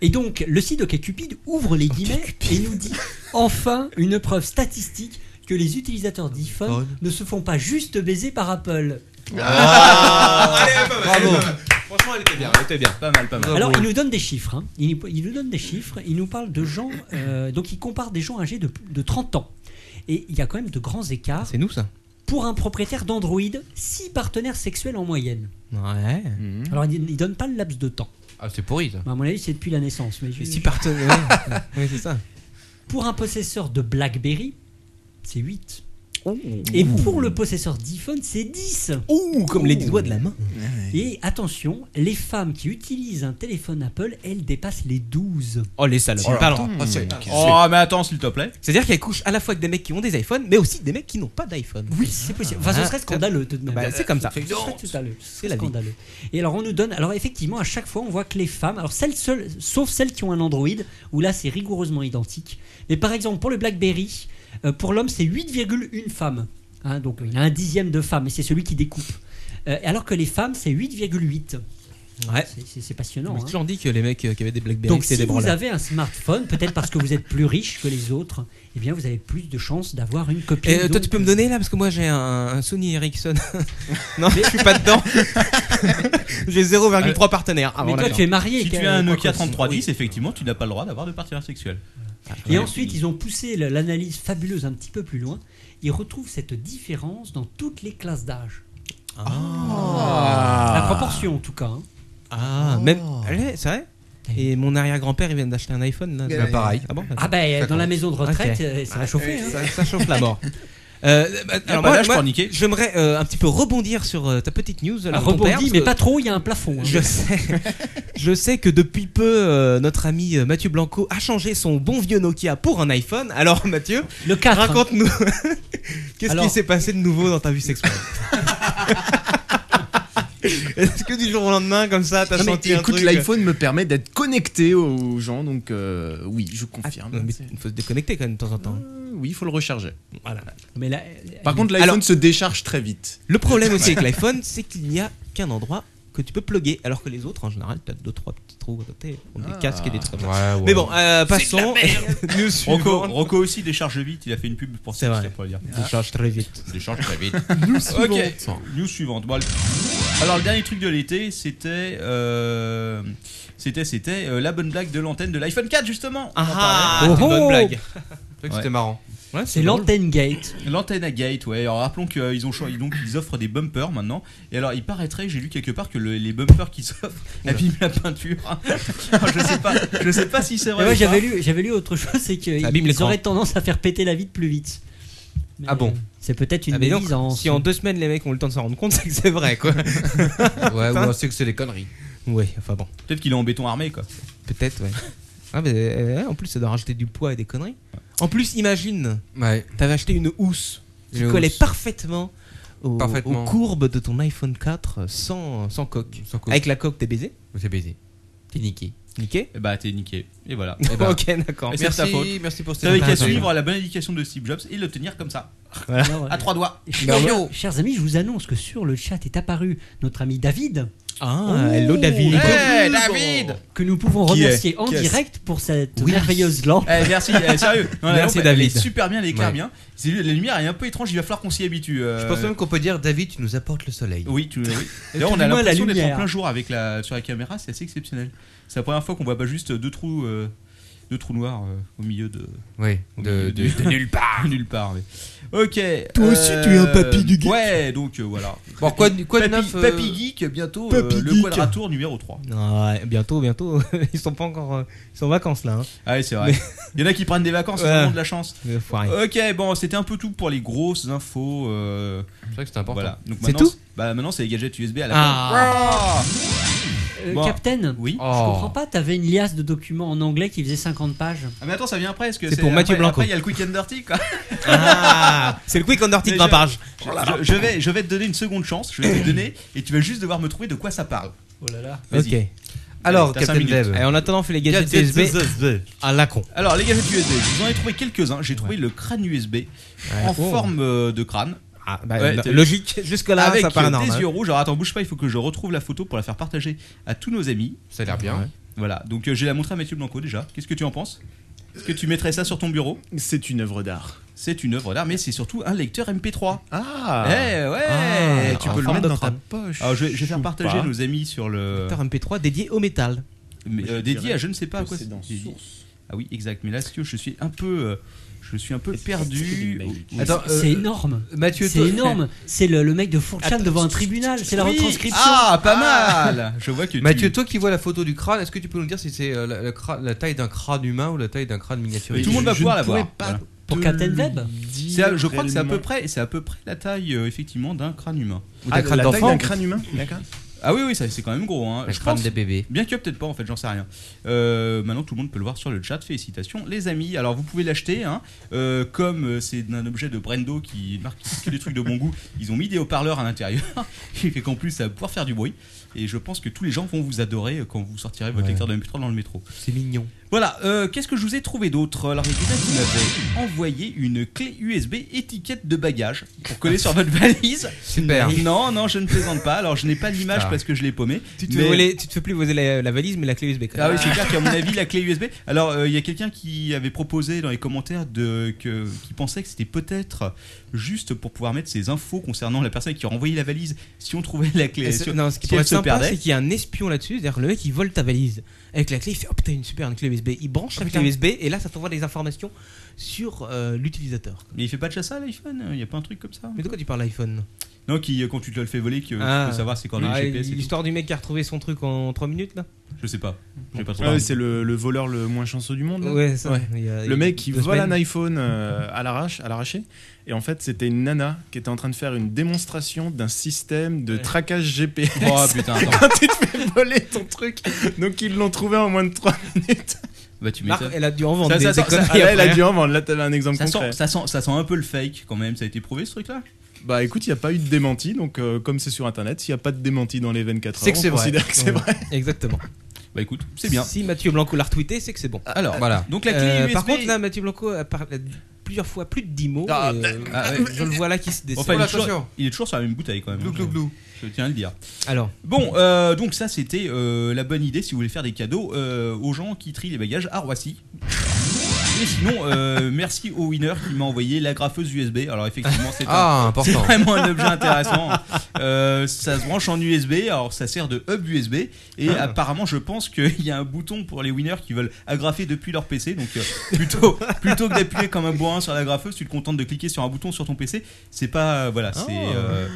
[SPEAKER 4] Et donc le site OK Cupid ouvre
[SPEAKER 2] Oh,
[SPEAKER 4] les guillemets et nous dit enfin une preuve statistique que les utilisateurs d'iPhone ne se font pas juste baiser par Apple.
[SPEAKER 5] Bravo.
[SPEAKER 2] Franchement, elle était bien, elle était bien.
[SPEAKER 3] Pas mal, pas
[SPEAKER 2] Ah
[SPEAKER 3] mal.
[SPEAKER 4] Alors, il nous donne des chiffres. hein. Il, il nous donne des chiffres. Il nous parle de gens. euh, donc, il compare des gens âgés de, de 30 ans. Et il y a quand même de grands écarts.
[SPEAKER 2] C'est nous ça
[SPEAKER 4] Pour un propriétaire d'Android, 6 partenaires sexuels en moyenne.
[SPEAKER 2] Ouais.
[SPEAKER 4] Alors, il ne donne pas le laps de temps.
[SPEAKER 5] Ah, c'est pourri ça.
[SPEAKER 4] À mon avis, c'est depuis la naissance. Mais je-
[SPEAKER 2] Et si partenaire. oui, c'est ça.
[SPEAKER 4] Pour un possesseur de BlackBerry, c'est 8. Et pour le possesseur d'iPhone, c'est 10.
[SPEAKER 2] Ouh, comme les doigts de la main.
[SPEAKER 4] Et attention, les femmes qui utilisent un téléphone Apple, elles dépassent les 12.
[SPEAKER 2] Oh, les salopes.
[SPEAKER 6] Oh là,
[SPEAKER 2] Pardon.
[SPEAKER 5] Hmm. Ah,
[SPEAKER 6] attends, qu'est-ce que
[SPEAKER 3] Oh, mais attends, s'il te plaît.
[SPEAKER 2] C'est-à-dire qu'elle couche à la fois avec des mecs qui ont des iPhones, mais aussi des mecs qui n'ont pas d'iPhone.
[SPEAKER 4] Oui, c'est possible. Enfin, ce serait scandaleux tout de même.
[SPEAKER 2] Ah, Bah, c'est comme ça.
[SPEAKER 4] Ce serait scandaleux. Ce serait
[SPEAKER 2] la vie.
[SPEAKER 4] scandaleux. Et alors on nous donne, alors effectivement à chaque fois on voit que les femmes, alors celles seules, sauf celles qui ont un Android, où là c'est rigoureusement identique. Mais par exemple pour le BlackBerry, euh, pour l'homme c'est 8,1 femmes. Hein, donc il a un dixième de femme et c'est celui qui découpe. Euh, alors que les femmes c'est 8,8.
[SPEAKER 2] Ouais.
[SPEAKER 4] C'est- C'est c'est passionnant.
[SPEAKER 2] On m'a
[SPEAKER 4] hein.
[SPEAKER 2] toujours dit que les mecs euh, qui avaient des Blackberry,
[SPEAKER 4] Donc
[SPEAKER 2] c'était
[SPEAKER 4] si
[SPEAKER 2] des
[SPEAKER 4] vous
[SPEAKER 2] branleurs.
[SPEAKER 4] avez un smartphone, peut-être parce que vous êtes plus riche que les autres, eh bien vous avez plus de chances d'avoir une copine.
[SPEAKER 2] Et euh, toi,
[SPEAKER 4] Donc,
[SPEAKER 2] tu peux me donner là parce que moi j'ai un, un Sony Ericsson. non, je suis pas dedans. j'ai 0,3 partenaires. Ah,
[SPEAKER 4] Mais
[SPEAKER 2] bon,
[SPEAKER 4] toi
[SPEAKER 2] d'accord.
[SPEAKER 4] tu es marié.
[SPEAKER 3] Si tu
[SPEAKER 4] Karine,
[SPEAKER 3] as un E
[SPEAKER 4] quoi
[SPEAKER 3] Nokia
[SPEAKER 4] qu'on-
[SPEAKER 3] 3310, effectivement, tu n'as pas le droit d'avoir de partenaire sexuel.
[SPEAKER 4] Et ensuite, ils ont poussé le- l'analyse fabuleuse un petit peu plus loin. Ils retrouvent cette différence dans toutes les classes d'âge.
[SPEAKER 3] Ah.
[SPEAKER 4] La proportion, en tout cas. hein.
[SPEAKER 2] Ah, même.
[SPEAKER 4] Oh.
[SPEAKER 2] Allez, c'est vrai Et mon arrière-grand-père, il vient d'acheter un iPhone là.
[SPEAKER 5] Bah, pareil.
[SPEAKER 2] Ah bon
[SPEAKER 4] Ah ben, dans la maison de retraite,
[SPEAKER 2] Ok. Ah,
[SPEAKER 4] euh, ça va chauffer. hein.
[SPEAKER 2] ça, ça chauffe la mort. Euh, bah, alors,
[SPEAKER 3] bah,
[SPEAKER 2] moi,
[SPEAKER 3] là, je
[SPEAKER 2] moi,
[SPEAKER 3] peux en niquer.
[SPEAKER 2] j'aimerais euh, un petit peu rebondir sur euh, ta petite news. là, de ton père,
[SPEAKER 4] Ah, Rebondis,
[SPEAKER 2] parce
[SPEAKER 4] mais
[SPEAKER 2] que
[SPEAKER 4] pas trop, il y a un plafond. hein.
[SPEAKER 2] Je sais, Je sais que depuis peu, euh, notre ami euh, Mathieu Blanco a changé son bon vieux Nokia pour un iPhone. Alors Mathieu,
[SPEAKER 4] Le hein. 4.
[SPEAKER 2] raconte-nous qu'est-ce
[SPEAKER 4] Ah. Alors-
[SPEAKER 2] qui s'est passé de nouveau dans ta vie sexuelle. Est-ce que du jour au lendemain, comme ça, t'as
[SPEAKER 6] Non, mais
[SPEAKER 2] senti un
[SPEAKER 6] écoute,
[SPEAKER 2] truc
[SPEAKER 6] l'iPhone me permet d'être connecté aux gens, donc euh, oui, je confirme.
[SPEAKER 2] Non, mais
[SPEAKER 6] C'est-
[SPEAKER 2] Il faut se déconnecter quand même de temps en temps.
[SPEAKER 6] Euh, Oui, il faut le recharger.
[SPEAKER 2] Voilà.
[SPEAKER 4] Mais là,
[SPEAKER 6] Par contre,
[SPEAKER 2] Alors-
[SPEAKER 6] l'iPhone se décharge très vite.
[SPEAKER 2] Le problème aussi avec l'iPhone, c'est qu'il n'y a qu'un endroit que tu peux plugger, alors que les autres, en général, t'as deux trois petits trous à côté, on des casques et des trucs comme ça.
[SPEAKER 5] Ah.
[SPEAKER 2] Mais bon, euh, passons. News
[SPEAKER 3] Rocco,
[SPEAKER 2] suivante.
[SPEAKER 3] Rocco aussi décharge vite, il a fait une pub pour
[SPEAKER 2] C'est
[SPEAKER 3] ça,
[SPEAKER 2] vrai.
[SPEAKER 3] c'est pour le dire.
[SPEAKER 2] Décharge très vite.
[SPEAKER 3] Décharge très vite. ok, news suivante. Bon, le- alors le dernier truc de l'été, c'était, euh, c'était, c'était euh, la bonne blague de l'antenne de l'iPhone 4 justement. On en
[SPEAKER 2] Ah, ah
[SPEAKER 4] Oh,
[SPEAKER 2] c'est une bonne
[SPEAKER 4] oh.
[SPEAKER 2] blague.
[SPEAKER 5] C'est vrai que C'était marrant.
[SPEAKER 4] c'est l'antenne gate.
[SPEAKER 3] L'antenne à gate, ouais. Alors rappelons qu'ils ont choisi, donc ils offrent des bumpers maintenant. Et alors il paraîtrait, j'ai lu quelque part que le- les bumpers qu'ils offrent abîment la peinture. Alors, je sais pas, je sais pas si c'est vrai.
[SPEAKER 4] Ouais,
[SPEAKER 3] ou pas.
[SPEAKER 4] j'avais lu, j'avais lu autre chose, c'est
[SPEAKER 2] abîme
[SPEAKER 4] qu'ils
[SPEAKER 2] l'écran.
[SPEAKER 4] auraient tendance à faire péter la vitre plus vite. Mais,
[SPEAKER 2] Ah bon
[SPEAKER 4] euh, C'est peut-être une
[SPEAKER 2] Ah, mais donc,
[SPEAKER 4] bêtise en.
[SPEAKER 2] si en deux semaines les mecs ont eu le temps de s'en rendre compte, c'est que c'est vrai quoi.
[SPEAKER 5] Ouais, ou on sait que c'est des conneries.
[SPEAKER 2] Oui, enfin bon,
[SPEAKER 3] Peut-être qu'il est en béton armé, quoi.
[SPEAKER 2] peut-être, ouais. Ah, mais euh, en plus, ça doit rajouter du poids et des conneries. En plus, imagine,
[SPEAKER 5] Ouais.
[SPEAKER 2] t'avais acheté une housse qui
[SPEAKER 5] Une
[SPEAKER 2] collait
[SPEAKER 5] housse.
[SPEAKER 2] parfaitement, au-
[SPEAKER 5] Parfaitement.
[SPEAKER 2] aux courbes de ton iPhone 4 sans, sans coque.
[SPEAKER 5] Sans cause.
[SPEAKER 2] Avec la coque, t'es baisé,
[SPEAKER 5] C'est baisé. T'es niqué.
[SPEAKER 2] niqué.
[SPEAKER 3] Et bah t'es niqué. Et voilà.
[SPEAKER 5] Eh ben.
[SPEAKER 2] ok, d'accord.
[SPEAKER 3] Et c'est de ta faute.
[SPEAKER 5] Merci, merci pour cette
[SPEAKER 3] T'avais qu'à
[SPEAKER 5] information.
[SPEAKER 3] suivre la bonne indication de Steve Jobs et l'obtenir comme ça,
[SPEAKER 4] Alors,
[SPEAKER 3] à trois doigts.
[SPEAKER 4] Ah,
[SPEAKER 2] Bah,
[SPEAKER 4] chers, chers amis, je vous annonce que sur le chat est apparu notre ami David,
[SPEAKER 2] Ah, hello David.
[SPEAKER 3] Hey, Eh, David
[SPEAKER 4] que nous pouvons
[SPEAKER 6] Qui est-
[SPEAKER 4] remercier en
[SPEAKER 6] qui est-
[SPEAKER 4] direct pour cette merveilleuse lampe.
[SPEAKER 3] Eh, merci, eh, sérieux. Non, la
[SPEAKER 2] Merci,
[SPEAKER 3] lampe, elle est
[SPEAKER 2] David.
[SPEAKER 3] super bien, elle éclaire
[SPEAKER 5] Ouais.
[SPEAKER 3] bien. C'est- La lumière elle est un peu étrange, il va falloir qu'on s'y habitue. euh,
[SPEAKER 5] Je pense même qu'on peut dire David, tu nous apportes le soleil.
[SPEAKER 3] Oui, tu, oui. D'ailleurs, on
[SPEAKER 4] Excusez-moi,
[SPEAKER 3] a
[SPEAKER 4] la
[SPEAKER 3] l'impression d'être en
[SPEAKER 4] lumière.
[SPEAKER 3] plein jour avec la, sur la caméra, c'est assez exceptionnel. C'est la première fois qu'on voit pas juste deux trous, euh, deux trous noirs euh, au milieu de,
[SPEAKER 5] Ouais.
[SPEAKER 3] au
[SPEAKER 5] De,
[SPEAKER 3] milieu
[SPEAKER 5] de-
[SPEAKER 3] nulle part. nulle part. oui. Ok. euh,
[SPEAKER 9] Toi aussi, tu es un papy du geek.
[SPEAKER 3] Ouais, donc euh, voilà.
[SPEAKER 5] Bon, quoi, de- quoi de
[SPEAKER 3] papy,
[SPEAKER 5] neuf euh,
[SPEAKER 3] Papy geek bientôt euh,
[SPEAKER 9] Papy
[SPEAKER 3] le
[SPEAKER 9] geek.
[SPEAKER 3] quadratour numéro 3
[SPEAKER 2] Ah, ouais, bientôt, bientôt. Ils sont pas encore. euh, Ils sont en vacances là. Hein.
[SPEAKER 3] Ah ouais, c'est vrai. Il y en a qui prennent des vacances, ils
[SPEAKER 2] Ouais.
[SPEAKER 3] ont de la chance.
[SPEAKER 2] Le foiré.
[SPEAKER 3] Ok, bon, c'était un peu tout pour les grosses infos. euh,
[SPEAKER 5] C'est vrai que c'est important.
[SPEAKER 3] voilà. Donc
[SPEAKER 2] C'est
[SPEAKER 3] maintenant,
[SPEAKER 2] tout
[SPEAKER 3] Bah maintenant c'est les gadgets USB à la
[SPEAKER 2] Ah.
[SPEAKER 4] Euh,
[SPEAKER 3] Bon.
[SPEAKER 4] Captain,
[SPEAKER 3] Oui.
[SPEAKER 5] Oh.
[SPEAKER 4] je comprends pas, t'avais une liasse de documents en anglais qui faisait 50 pages.
[SPEAKER 3] Ah mais attends, ça vient après, est-ce que
[SPEAKER 2] C'est pour Mathieu
[SPEAKER 3] après-
[SPEAKER 2] Blanco.
[SPEAKER 3] Après, il y a le quick and dirty, quoi.
[SPEAKER 2] Ah, c'est le quick on dirty de
[SPEAKER 3] Déjà.
[SPEAKER 2] 20 pages.
[SPEAKER 3] Je, je vais, je vais te donner une seconde chance, je vais te le donner, et tu vas juste devoir me trouver de quoi ça parle.
[SPEAKER 4] Oh là là.
[SPEAKER 3] Vas-y.
[SPEAKER 2] Ok.
[SPEAKER 5] Alors,
[SPEAKER 3] T'as cinq
[SPEAKER 5] Captain
[SPEAKER 3] minutes.
[SPEAKER 5] Dave.
[SPEAKER 2] Et en attendant, on fait les gadgets USB à la con.
[SPEAKER 3] Alors, les gadgets USB, je vous en ai trouvé quelques-uns. J'ai trouvé le crâne USB en
[SPEAKER 2] oh.
[SPEAKER 3] forme euh, de crâne,
[SPEAKER 2] Ah, bah,
[SPEAKER 3] Ouais,
[SPEAKER 2] non,
[SPEAKER 3] t'es-
[SPEAKER 2] logique, jusque-là,
[SPEAKER 3] avec
[SPEAKER 2] ça paraît
[SPEAKER 3] euh,
[SPEAKER 2] normal.
[SPEAKER 3] des yeux rouges. Alors, attends, bouge pas, il faut que je retrouve la photo pour la faire partager à tous nos amis.
[SPEAKER 5] Ça a l'air bien.
[SPEAKER 3] Voilà, donc euh, je vais la montrer à Mathieu Blanco déjà. Qu'est-ce que tu en penses Est-ce que tu mettrais ça sur ton bureau
[SPEAKER 6] C'est une œuvre d'art.
[SPEAKER 3] C'est une œuvre d'art, mais c'est surtout un lecteur MP3. Eh
[SPEAKER 6] Ah
[SPEAKER 3] ouais
[SPEAKER 5] Eh,
[SPEAKER 2] Ah,
[SPEAKER 3] Tu
[SPEAKER 2] en
[SPEAKER 3] peux le
[SPEAKER 2] forme
[SPEAKER 3] mettre
[SPEAKER 2] de
[SPEAKER 3] dans ta
[SPEAKER 2] crâne.
[SPEAKER 6] Poche.
[SPEAKER 3] Alors, je vais, je vais faire
[SPEAKER 6] Ou
[SPEAKER 3] partager
[SPEAKER 6] pas.
[SPEAKER 3] nos amis sur le.
[SPEAKER 2] Lecteur MP3 dédié au métal.
[SPEAKER 3] mais,
[SPEAKER 6] Je
[SPEAKER 3] euh, dédié
[SPEAKER 6] dirais
[SPEAKER 3] à je ne sais pas à
[SPEAKER 6] que
[SPEAKER 3] quoi
[SPEAKER 6] c'est dans
[SPEAKER 3] dédié.
[SPEAKER 6] Source.
[SPEAKER 3] Ah oui, exact. Mais là, si tu veux, je suis un peu, euh, je suis un peu perdu.
[SPEAKER 5] Attends, euh,
[SPEAKER 4] C'est énorme.
[SPEAKER 5] Mathieu,
[SPEAKER 4] C'est
[SPEAKER 5] toi-
[SPEAKER 4] énorme. C'est le, le mec de Fourchan
[SPEAKER 2] Attends.
[SPEAKER 4] devant un tribunal. C'est la
[SPEAKER 3] Oui.
[SPEAKER 4] retranscription.
[SPEAKER 3] Ah, pas mal. Je vois que tu-
[SPEAKER 5] Mathieu, toi qui vois la photo du crâne, est-ce que tu peux nous dire si c'est euh, la, la cra- la taille d'un crâne humain ou la taille d'un crâne miniaturisé
[SPEAKER 3] tout le monde va
[SPEAKER 6] je
[SPEAKER 3] pouvoir
[SPEAKER 6] ne
[SPEAKER 3] la voir.
[SPEAKER 6] pourrais pas
[SPEAKER 3] Voilà.
[SPEAKER 4] Pour
[SPEAKER 6] de
[SPEAKER 4] Captain
[SPEAKER 6] le
[SPEAKER 4] Web
[SPEAKER 6] dire
[SPEAKER 3] C'est à- je crois que c'est à peu
[SPEAKER 6] réellement.
[SPEAKER 3] près, c'est à peu près la taille euh, effectivement d'un crâne humain.
[SPEAKER 5] Ou
[SPEAKER 6] Ah,
[SPEAKER 5] d'un crâne
[SPEAKER 6] la taille
[SPEAKER 5] d'enfant
[SPEAKER 6] d'un crâne humain D'accord.
[SPEAKER 3] Ah oui, oui, ça, c'est quand même gros. hein.
[SPEAKER 5] Un
[SPEAKER 3] Je
[SPEAKER 5] crâne
[SPEAKER 3] pense-
[SPEAKER 5] de bébé.
[SPEAKER 3] Bien que peut-être pas en fait, j'en sais rien. Euh, maintenant tout le monde peut le voir sur le chat, félicitations les amis. Alors vous pouvez l'acheter, hein. Euh, comme euh, c'est un objet de Brendo qui marque que des trucs de bon goût, ils ont mis des haut-parleurs à l'intérieur, qui fait qu'en plus ça va pouvoir faire du bruit. Et je pense que tous les gens vont vous adorer euh, quand vous sortirez votre lecteur de MP3 dans le métro.
[SPEAKER 5] C'est mignon.
[SPEAKER 3] Voilà, euh, qu'est-ce que je vous ai trouvé d'autre Alors, il y a quelqu'un qui m'avait envoyé une clé USB étiquette de bagage pour coller sur votre valise.
[SPEAKER 5] Super.
[SPEAKER 3] Non, non, je ne plaisante pas. Alors, je n'ai pas l'image parce que je l'ai paumée.
[SPEAKER 2] Tu te,
[SPEAKER 3] mais-
[SPEAKER 2] fais voler- tu te fais plus voler la, la valise, mais la clé USB quand même.
[SPEAKER 3] Ah oui, c'est clair qu'à mon avis, la clé USB. Alors, euh, il y a quelqu'un qui avait proposé dans les commentaires de, que, qui pensait que c'était peut-être juste pour pouvoir mettre ses infos concernant la personne qui a renvoyé la valise si on trouvait la clé.
[SPEAKER 2] Et ce-
[SPEAKER 3] Si-
[SPEAKER 2] non, ce qui
[SPEAKER 3] si
[SPEAKER 2] pourrait
[SPEAKER 3] elle
[SPEAKER 2] être
[SPEAKER 3] se
[SPEAKER 2] sympa,
[SPEAKER 3] perdait.
[SPEAKER 2] c'est qu'il y a un espion là-dessus, c'est-à-dire le mec il vole ta valise avec la clé, il fait oh putain une super une clé USB, il branche la clé USB et là ça t'envoie des informations sur euh, l'utilisateur.
[SPEAKER 3] Mais il fait pas de chasse à l'iPhone Il n'y a pas un truc comme ça
[SPEAKER 2] Mais de quoi tu parles l'iPhone
[SPEAKER 3] Non, qui, euh, quand tu te le fais voler, que
[SPEAKER 2] Ah.
[SPEAKER 3] tu peux savoir c'est quand
[SPEAKER 2] Ah,
[SPEAKER 3] GPS. et tout.
[SPEAKER 2] L'histoire du mec qui a retrouvé son truc en 3 minutes là
[SPEAKER 3] Je sais pas. J'ai pas trop.
[SPEAKER 6] Ah oui, c'est le, le voleur le moins chanceux du monde. là.
[SPEAKER 2] Ouais, ça.
[SPEAKER 6] Ouais.
[SPEAKER 2] il y a- il y
[SPEAKER 6] Le
[SPEAKER 2] a
[SPEAKER 6] mec qui
[SPEAKER 2] deux
[SPEAKER 6] vole
[SPEAKER 2] semaines.
[SPEAKER 6] un iPhone euh, à l'arrache, à l'arraché, et en fait c'était une nana qui était en train de faire une démonstration d'un système de
[SPEAKER 2] Ouais.
[SPEAKER 6] traquage GPS.
[SPEAKER 3] Oh putain, attends.
[SPEAKER 6] Quand tu te fais voler ton truc, donc ils l'ont trouvé en moins de 3 minutes.
[SPEAKER 3] Bah, tu
[SPEAKER 2] Marc,
[SPEAKER 3] m'étonnes.
[SPEAKER 2] elle a dû en vendre.
[SPEAKER 3] Ça,
[SPEAKER 2] des-
[SPEAKER 3] ça,
[SPEAKER 2] des
[SPEAKER 3] ça, ça,
[SPEAKER 2] conneries
[SPEAKER 6] Ah, là, il a
[SPEAKER 2] après.
[SPEAKER 6] dû en vendre. Là, t'avais un exemple
[SPEAKER 3] Ça
[SPEAKER 6] concret.
[SPEAKER 3] sent, ça, sent, ça sent un peu le fake quand même. Ça a été prouvé ce truc-là
[SPEAKER 6] Bah écoute, il n'y a pas eu de démenti, donc euh, comme c'est sur internet, s'il n'y a pas de démenti dans les 24 heures,
[SPEAKER 2] C'est que c'est
[SPEAKER 6] on
[SPEAKER 2] vrai.
[SPEAKER 6] considère que c'est
[SPEAKER 2] Ouais.
[SPEAKER 6] vrai.
[SPEAKER 2] Exactement.
[SPEAKER 3] Bah écoute, c'est bien.
[SPEAKER 2] Si Mathieu Blanco l'a retweeté, c'est que c'est bon.
[SPEAKER 3] Alors,
[SPEAKER 5] Voilà.
[SPEAKER 3] donc la clé
[SPEAKER 2] Euh,
[SPEAKER 3] USB.
[SPEAKER 2] Par contre, là, Mathieu Blanco a parlé plusieurs fois plus de 10 mots.
[SPEAKER 6] Ah,
[SPEAKER 2] et, euh,
[SPEAKER 3] ah, ouais.
[SPEAKER 2] Je le vois là qui se dessine.
[SPEAKER 3] Enfin, il est,
[SPEAKER 5] Attention.
[SPEAKER 3] toujours, il est toujours sur la même bouteille quand même. hein,
[SPEAKER 5] Glou, glou, glou.
[SPEAKER 3] Je tiens à le dire.
[SPEAKER 2] Alors,
[SPEAKER 3] Bon, euh, donc ça c'était euh, la bonne idée si vous voulez faire des cadeaux euh, aux gens qui trient les bagages à Roissy. Et sinon, euh, merci au winner qui m'a envoyé la graffeuse USB. Alors effectivement, c'est un-
[SPEAKER 5] Ah,
[SPEAKER 3] c'est
[SPEAKER 5] important.
[SPEAKER 3] vraiment un objet intéressant. Euh, ça se branche en USB, alors ça sert de hub USB. Et
[SPEAKER 5] Ah.
[SPEAKER 3] apparemment, je pense qu'il y a un bouton pour les winners qui veulent agrafer depuis leur PC. Donc euh, plutôt, plutôt que d'appuyer comme un bourrin sur l'agrafeuse, tu te contentes de cliquer sur un bouton sur ton PC. C'est pas. euh, voilà, c'est. euh,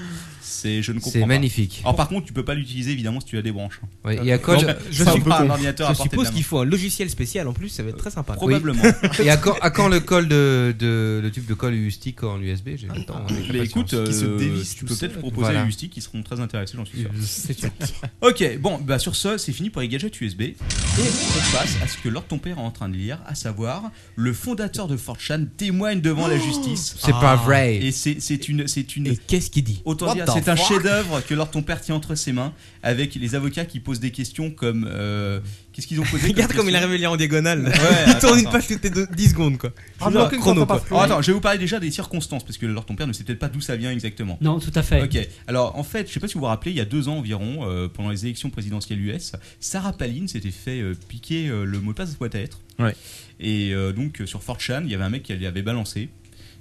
[SPEAKER 3] c'est je ne comprends
[SPEAKER 5] Ah. C'est
[SPEAKER 3] pas.
[SPEAKER 5] magnifique.
[SPEAKER 3] Alors Ah, par contre, tu peux pas l'utiliser évidemment si tu as des branches.
[SPEAKER 5] Ouais, et à quoi je-
[SPEAKER 3] je
[SPEAKER 6] suis un peu
[SPEAKER 3] pas un
[SPEAKER 6] con.
[SPEAKER 3] ordinateur à
[SPEAKER 2] je
[SPEAKER 3] portée de
[SPEAKER 2] suppose
[SPEAKER 3] la
[SPEAKER 2] qu'il
[SPEAKER 3] main.
[SPEAKER 2] faut un logiciel spécial en plus, ça va être très sympa.
[SPEAKER 3] probablement.
[SPEAKER 5] Et à quand, à quand le col de, de- le tube de colle stick en USB J'ai le temps. avec la
[SPEAKER 3] Mais
[SPEAKER 5] patience.
[SPEAKER 3] écoute,
[SPEAKER 6] Qui se
[SPEAKER 3] euh,
[SPEAKER 6] dévisse
[SPEAKER 3] tu
[SPEAKER 6] tout
[SPEAKER 3] peux
[SPEAKER 6] seul.
[SPEAKER 3] peut-être proposer
[SPEAKER 5] Voilà.
[SPEAKER 3] à Usti qui seront très intéressés, j'en suis sûr.
[SPEAKER 5] c'est sûr.
[SPEAKER 3] Ok, bon, bah sur ce, c'est fini pour les gadgets USB. Et on passe à ce que Lord ton père est en train de lire, à savoir le fondateur de Fortune témoigne devant la justice. Ah.
[SPEAKER 5] C'est pas vrai.
[SPEAKER 3] Et c'est c'est une, c'est une.
[SPEAKER 2] Et qu'est-ce qu'il dit
[SPEAKER 3] Autant
[SPEAKER 5] What
[SPEAKER 3] dire,
[SPEAKER 5] the
[SPEAKER 3] c'est un
[SPEAKER 5] fuck
[SPEAKER 3] chef-d'œuvre que Lord ton père tient entre ses mains, avec les avocats qui posent des questions comme euh, qu'est-ce qu'ils ont posé
[SPEAKER 2] Regarde comme il a
[SPEAKER 3] question
[SPEAKER 2] révélé en diagonale. il
[SPEAKER 3] Ouais,
[SPEAKER 2] tourne
[SPEAKER 3] attends,
[SPEAKER 2] une page toutes les deux- 10 secondes quoi.
[SPEAKER 5] Ah,
[SPEAKER 3] Ah, Je vous
[SPEAKER 2] Aucune chrono, quoi.
[SPEAKER 3] Oh, attends, je vais vous parler déjà des circonstances, parce que alors ton père ne sait peut-être pas d'où ça vient exactement.
[SPEAKER 4] Non, tout à fait.
[SPEAKER 3] Ok, alors en fait, je sais pas si vous vous rappelez, il y a deux ans environ, euh, pendant les élections présidentielles US, Sarah Palin s'était fait euh, piquer euh, le mot de passe de boîte à être.
[SPEAKER 6] Ouais.
[SPEAKER 3] Et euh, donc euh, sur 4chan, il y avait un mec qui l'avait balancé,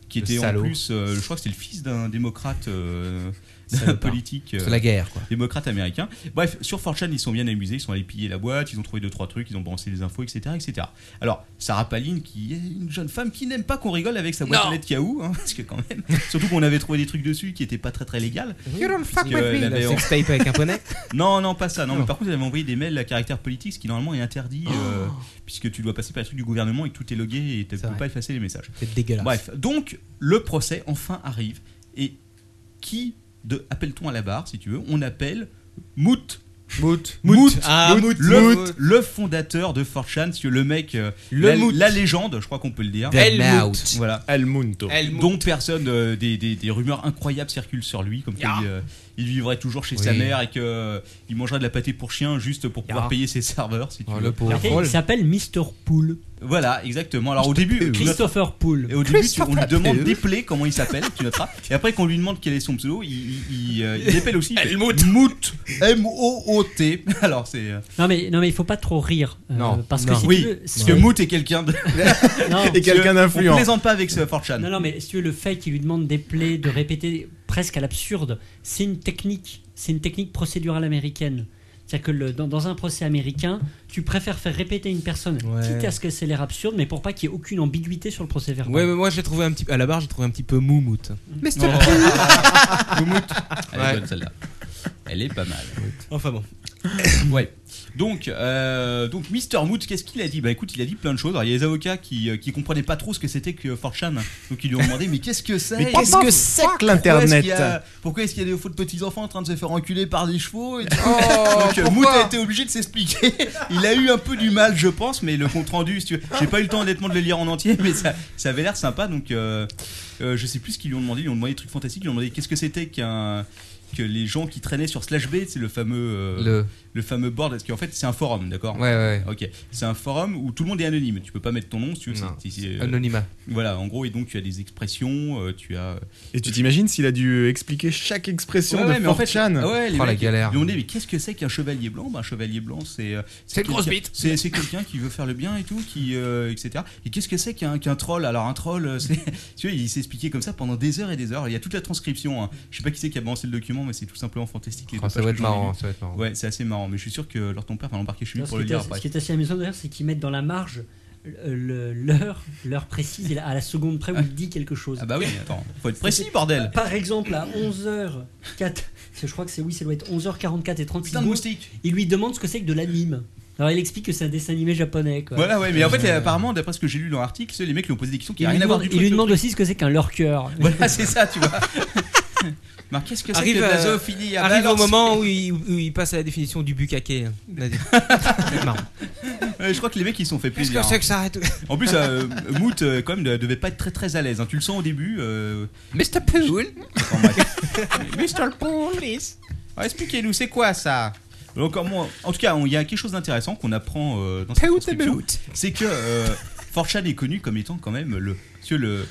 [SPEAKER 3] qui
[SPEAKER 5] Le
[SPEAKER 3] était en
[SPEAKER 5] salaud.
[SPEAKER 3] plus, euh, je crois que c'était le fils d'un démocrate euh,
[SPEAKER 5] Salopard.
[SPEAKER 3] politique. euh,
[SPEAKER 5] C'est la guerre, quoi.
[SPEAKER 3] démocrate américain. Bref, sur 4chan, ils sont bien amusés, ils sont allés piller la boîte, ils ont trouvé deux trois trucs, ils ont balancé des infos, etc., etc. Alors, Sarah Palin, qui est une jeune femme qui n'aime pas qu'on rigole avec sa boîte aux lettres Yahoo, hein, parce que quand même, surtout qu'on avait trouvé des trucs dessus qui n'étaient pas très très légales. Parce que, euh, elle avait-
[SPEAKER 2] La sextape avec un poney.
[SPEAKER 3] Non, non, pas ça. Non, mais par contre, elle avait envoyé des mails à caractère politique, ce qui normalement est interdit, euh, puisque tu dois passer par les trucs du gouvernement et que tout est logué et tu ne
[SPEAKER 2] Oh. C'est
[SPEAKER 3] peux
[SPEAKER 2] vrai.
[SPEAKER 3] pas effacer les messages.
[SPEAKER 2] C'est dégueulasse.
[SPEAKER 3] Bref, donc le procès enfin arrive. Et qui de appelle-t-on à la barre, si tu veux On appelle Mout.
[SPEAKER 5] Mout.
[SPEAKER 3] Mout,
[SPEAKER 2] Ah, Mout.
[SPEAKER 3] le,
[SPEAKER 2] Mout.
[SPEAKER 3] le fondateur de 4chan, parce que le mec, euh,
[SPEAKER 2] Le
[SPEAKER 3] la,
[SPEAKER 2] Mout.
[SPEAKER 3] la légende, je crois qu'on peut le dire.
[SPEAKER 5] Dead
[SPEAKER 2] Elle
[SPEAKER 5] Mout.
[SPEAKER 3] Voilà.
[SPEAKER 6] El Munto.
[SPEAKER 2] Elle
[SPEAKER 3] Dont personne, euh, des, des- des rumeurs incroyables circulent sur lui, comme quoi il, euh, il vivrait toujours chez sa
[SPEAKER 5] Oui.
[SPEAKER 3] mère et qu'il mangerait de la pâté pour chien juste pour pouvoir
[SPEAKER 2] Ya.
[SPEAKER 3] payer ses serveurs, si tu
[SPEAKER 5] Oh,
[SPEAKER 3] veux.
[SPEAKER 5] le pauvre.
[SPEAKER 4] Et Il s'appelle Mister Pool.
[SPEAKER 3] Voilà, exactement. Alors au début,
[SPEAKER 4] Christopher Pool.
[SPEAKER 3] et au début, tu- on lui demande d'épler comment il s'appelle, tu noteras. Et après, qu'on lui demande quel est son pseudo, il, il, il, euh, il épelle aussi. il fait Mout. M-O-O-T. Alors, c'est. euh,
[SPEAKER 4] Non mais non mais il faut pas trop rire euh,
[SPEAKER 5] Non.
[SPEAKER 4] parce que si
[SPEAKER 3] oui,
[SPEAKER 4] tu veux,
[SPEAKER 3] parce que Mout est quelqu'un de.
[SPEAKER 4] non,
[SPEAKER 6] Et quelqu'un
[SPEAKER 3] On
[SPEAKER 6] d'influent.
[SPEAKER 3] plaisante pas avec euh, ce Fortran.
[SPEAKER 4] non, non, mais si tu veux, le fait qu'il lui demande des plaies, de répéter presque à l'absurde, c'est une technique, c'est une technique procédurale américaine. C'est-à-dire que le- dans, dans un procès américain, tu préfères faire répéter une personne,
[SPEAKER 2] Ouais.
[SPEAKER 4] quitte à ce que c'est l'air absurde, mais pour pas qu'il y ait aucune ambiguïté sur le procès verbal.
[SPEAKER 2] Ouais, mais moi j'ai trouvé un petit à la barre, j'ai trouvé un petit peu moumoute.
[SPEAKER 3] Elle est bonne celle-là. Elle est pas mal.
[SPEAKER 2] Enfin bon.
[SPEAKER 3] Ouais. Donc, euh, donc Mr. Moot, qu'est-ce qu'il a dit Bah écoute, il a dit plein de choses. Alors, il y a les avocats qui, euh, qui comprenaient pas trop ce que c'était que Fortran. Donc, ils lui ont demandé Mais qu'est-ce que c'est
[SPEAKER 6] Mais qu'est-ce que c'est que l'internet
[SPEAKER 3] Pourquoi est-ce qu'il y a- Pourquoi est-ce qu'il y a des faux de petits enfants en train de se faire enculer par des chevaux et tout Donc euh, Mout a été obligé de s'expliquer. Il a eu un peu du mal, je pense, mais le compte rendu, si tu veux- j'ai pas eu le temps honnêtement de le lire en entier, mais ça, ça avait l'air sympa. Donc euh, euh, je sais plus ce qu'ils lui ont demandé. Ils lui ont demandé des trucs fantastiques. Ils lui ont demandé qu'est-ce que c'était qu'un que les gens qui traînaient sur Slash B, c'est le fameux euh, le...
[SPEAKER 5] Le.
[SPEAKER 3] fameux board, parce qu'en fait c'est un forum, d'accord
[SPEAKER 5] Ouais, ouais.
[SPEAKER 3] Ok, c'est un forum où tout le monde est anonyme. Tu peux pas mettre ton nom si tu veux.
[SPEAKER 5] Non.
[SPEAKER 3] c'est- c'est- euh,
[SPEAKER 5] Anonymat.
[SPEAKER 3] voilà, en gros, et donc tu as des expressions, euh, tu as
[SPEAKER 6] Et tu t'imagines s'il a dû expliquer chaque expression
[SPEAKER 3] Ouais, ouais,
[SPEAKER 6] de
[SPEAKER 3] mais en fait,
[SPEAKER 6] 4chan
[SPEAKER 3] ah ouais, les
[SPEAKER 5] Oh, la
[SPEAKER 3] mecs, ils-
[SPEAKER 5] galère.
[SPEAKER 3] Ils ont dit, mais qu'est-ce que c'est qu'un chevalier blanc Bah, Un chevalier blanc, c'est. euh, C'est une grosse bite C'est c'est quelqu'un qui veut faire le bien et tout, qui, euh, etc. Et qu'est-ce que c'est qu'un qu'un troll Alors, un troll, euh, c'est. Tu vois, il s'est expliqué comme ça pendant des heures et des heures. Il y a toute la transcription. hein. Je sais pas qui c'est qui a balancé le document, mais c'est tout simplement fantastique. les
[SPEAKER 5] Oh,
[SPEAKER 3] deux
[SPEAKER 5] ça
[SPEAKER 3] pages
[SPEAKER 5] va
[SPEAKER 3] que
[SPEAKER 5] être
[SPEAKER 3] j'en ai
[SPEAKER 5] marrant.
[SPEAKER 3] lues.
[SPEAKER 5] Ça va être marrant.
[SPEAKER 3] Ouais, c'est assez marrant, mais je suis sûr que leur ton père va l'embarquer chez lui
[SPEAKER 4] Alors, ce,
[SPEAKER 3] pour
[SPEAKER 4] qui
[SPEAKER 3] le
[SPEAKER 4] est
[SPEAKER 3] lire
[SPEAKER 4] assez,
[SPEAKER 3] après.
[SPEAKER 4] ce qui est assez amusant d'ailleurs, c'est qu'ils mettent dans la marge le- l'heure l'heure précise et la- à la seconde près où il dit quelque chose.
[SPEAKER 3] Ah bah oui, attends, faut être précis, bordel.
[SPEAKER 4] Par exemple, à 11h4, je crois que c'est oui, ça doit être 11h44 et 36
[SPEAKER 3] Putain de
[SPEAKER 4] secondes,
[SPEAKER 3] moustique.
[SPEAKER 4] il lui demande ce que c'est que de l'anime. Alors il explique que c'est un dessin animé japonais. Quoi.
[SPEAKER 3] Voilà, ouais, mais en fait, apparemment, d'après ce que j'ai lu dans l'article, c'est les mecs qui lui ont posé des questions qui
[SPEAKER 4] il
[SPEAKER 3] n'ont
[SPEAKER 4] lui
[SPEAKER 3] rien à voir
[SPEAKER 4] demande,
[SPEAKER 3] du tout.
[SPEAKER 4] il lui
[SPEAKER 3] avec le
[SPEAKER 4] demande
[SPEAKER 3] truc.
[SPEAKER 4] aussi ce que c'est qu'un lurker.
[SPEAKER 3] Voilà, c'est ça, tu vois. Marc, qu'est-ce que c'est
[SPEAKER 2] Arrive
[SPEAKER 3] que de
[SPEAKER 2] à-
[SPEAKER 3] la zoophilie Ah bah
[SPEAKER 2] Arrive au
[SPEAKER 3] alors,
[SPEAKER 2] moment où il, où il passe à la définition du bukake. Vas-y. C'est marrant.
[SPEAKER 3] c'est- Euh, Je crois que les mecs, ils se sont fait
[SPEAKER 2] Qu'est-ce
[SPEAKER 3] plaisir.
[SPEAKER 2] que c'est que ça arrête
[SPEAKER 3] hein. En plus, euh, Moot, euh, quand même, ne- devait pas être très très à l'aise. hein. Tu le sens au début. euh,
[SPEAKER 2] Mr. Pool
[SPEAKER 3] Enfin, bref. Mr. Police Ah, Expliquez-nous, c'est quoi ça Encore moins. En tout cas, on- il y a quelque chose d'intéressant qu'on apprend euh, dans cette construction, c'est que euh, Fortran est connu comme étant quand même le, monsieur, le,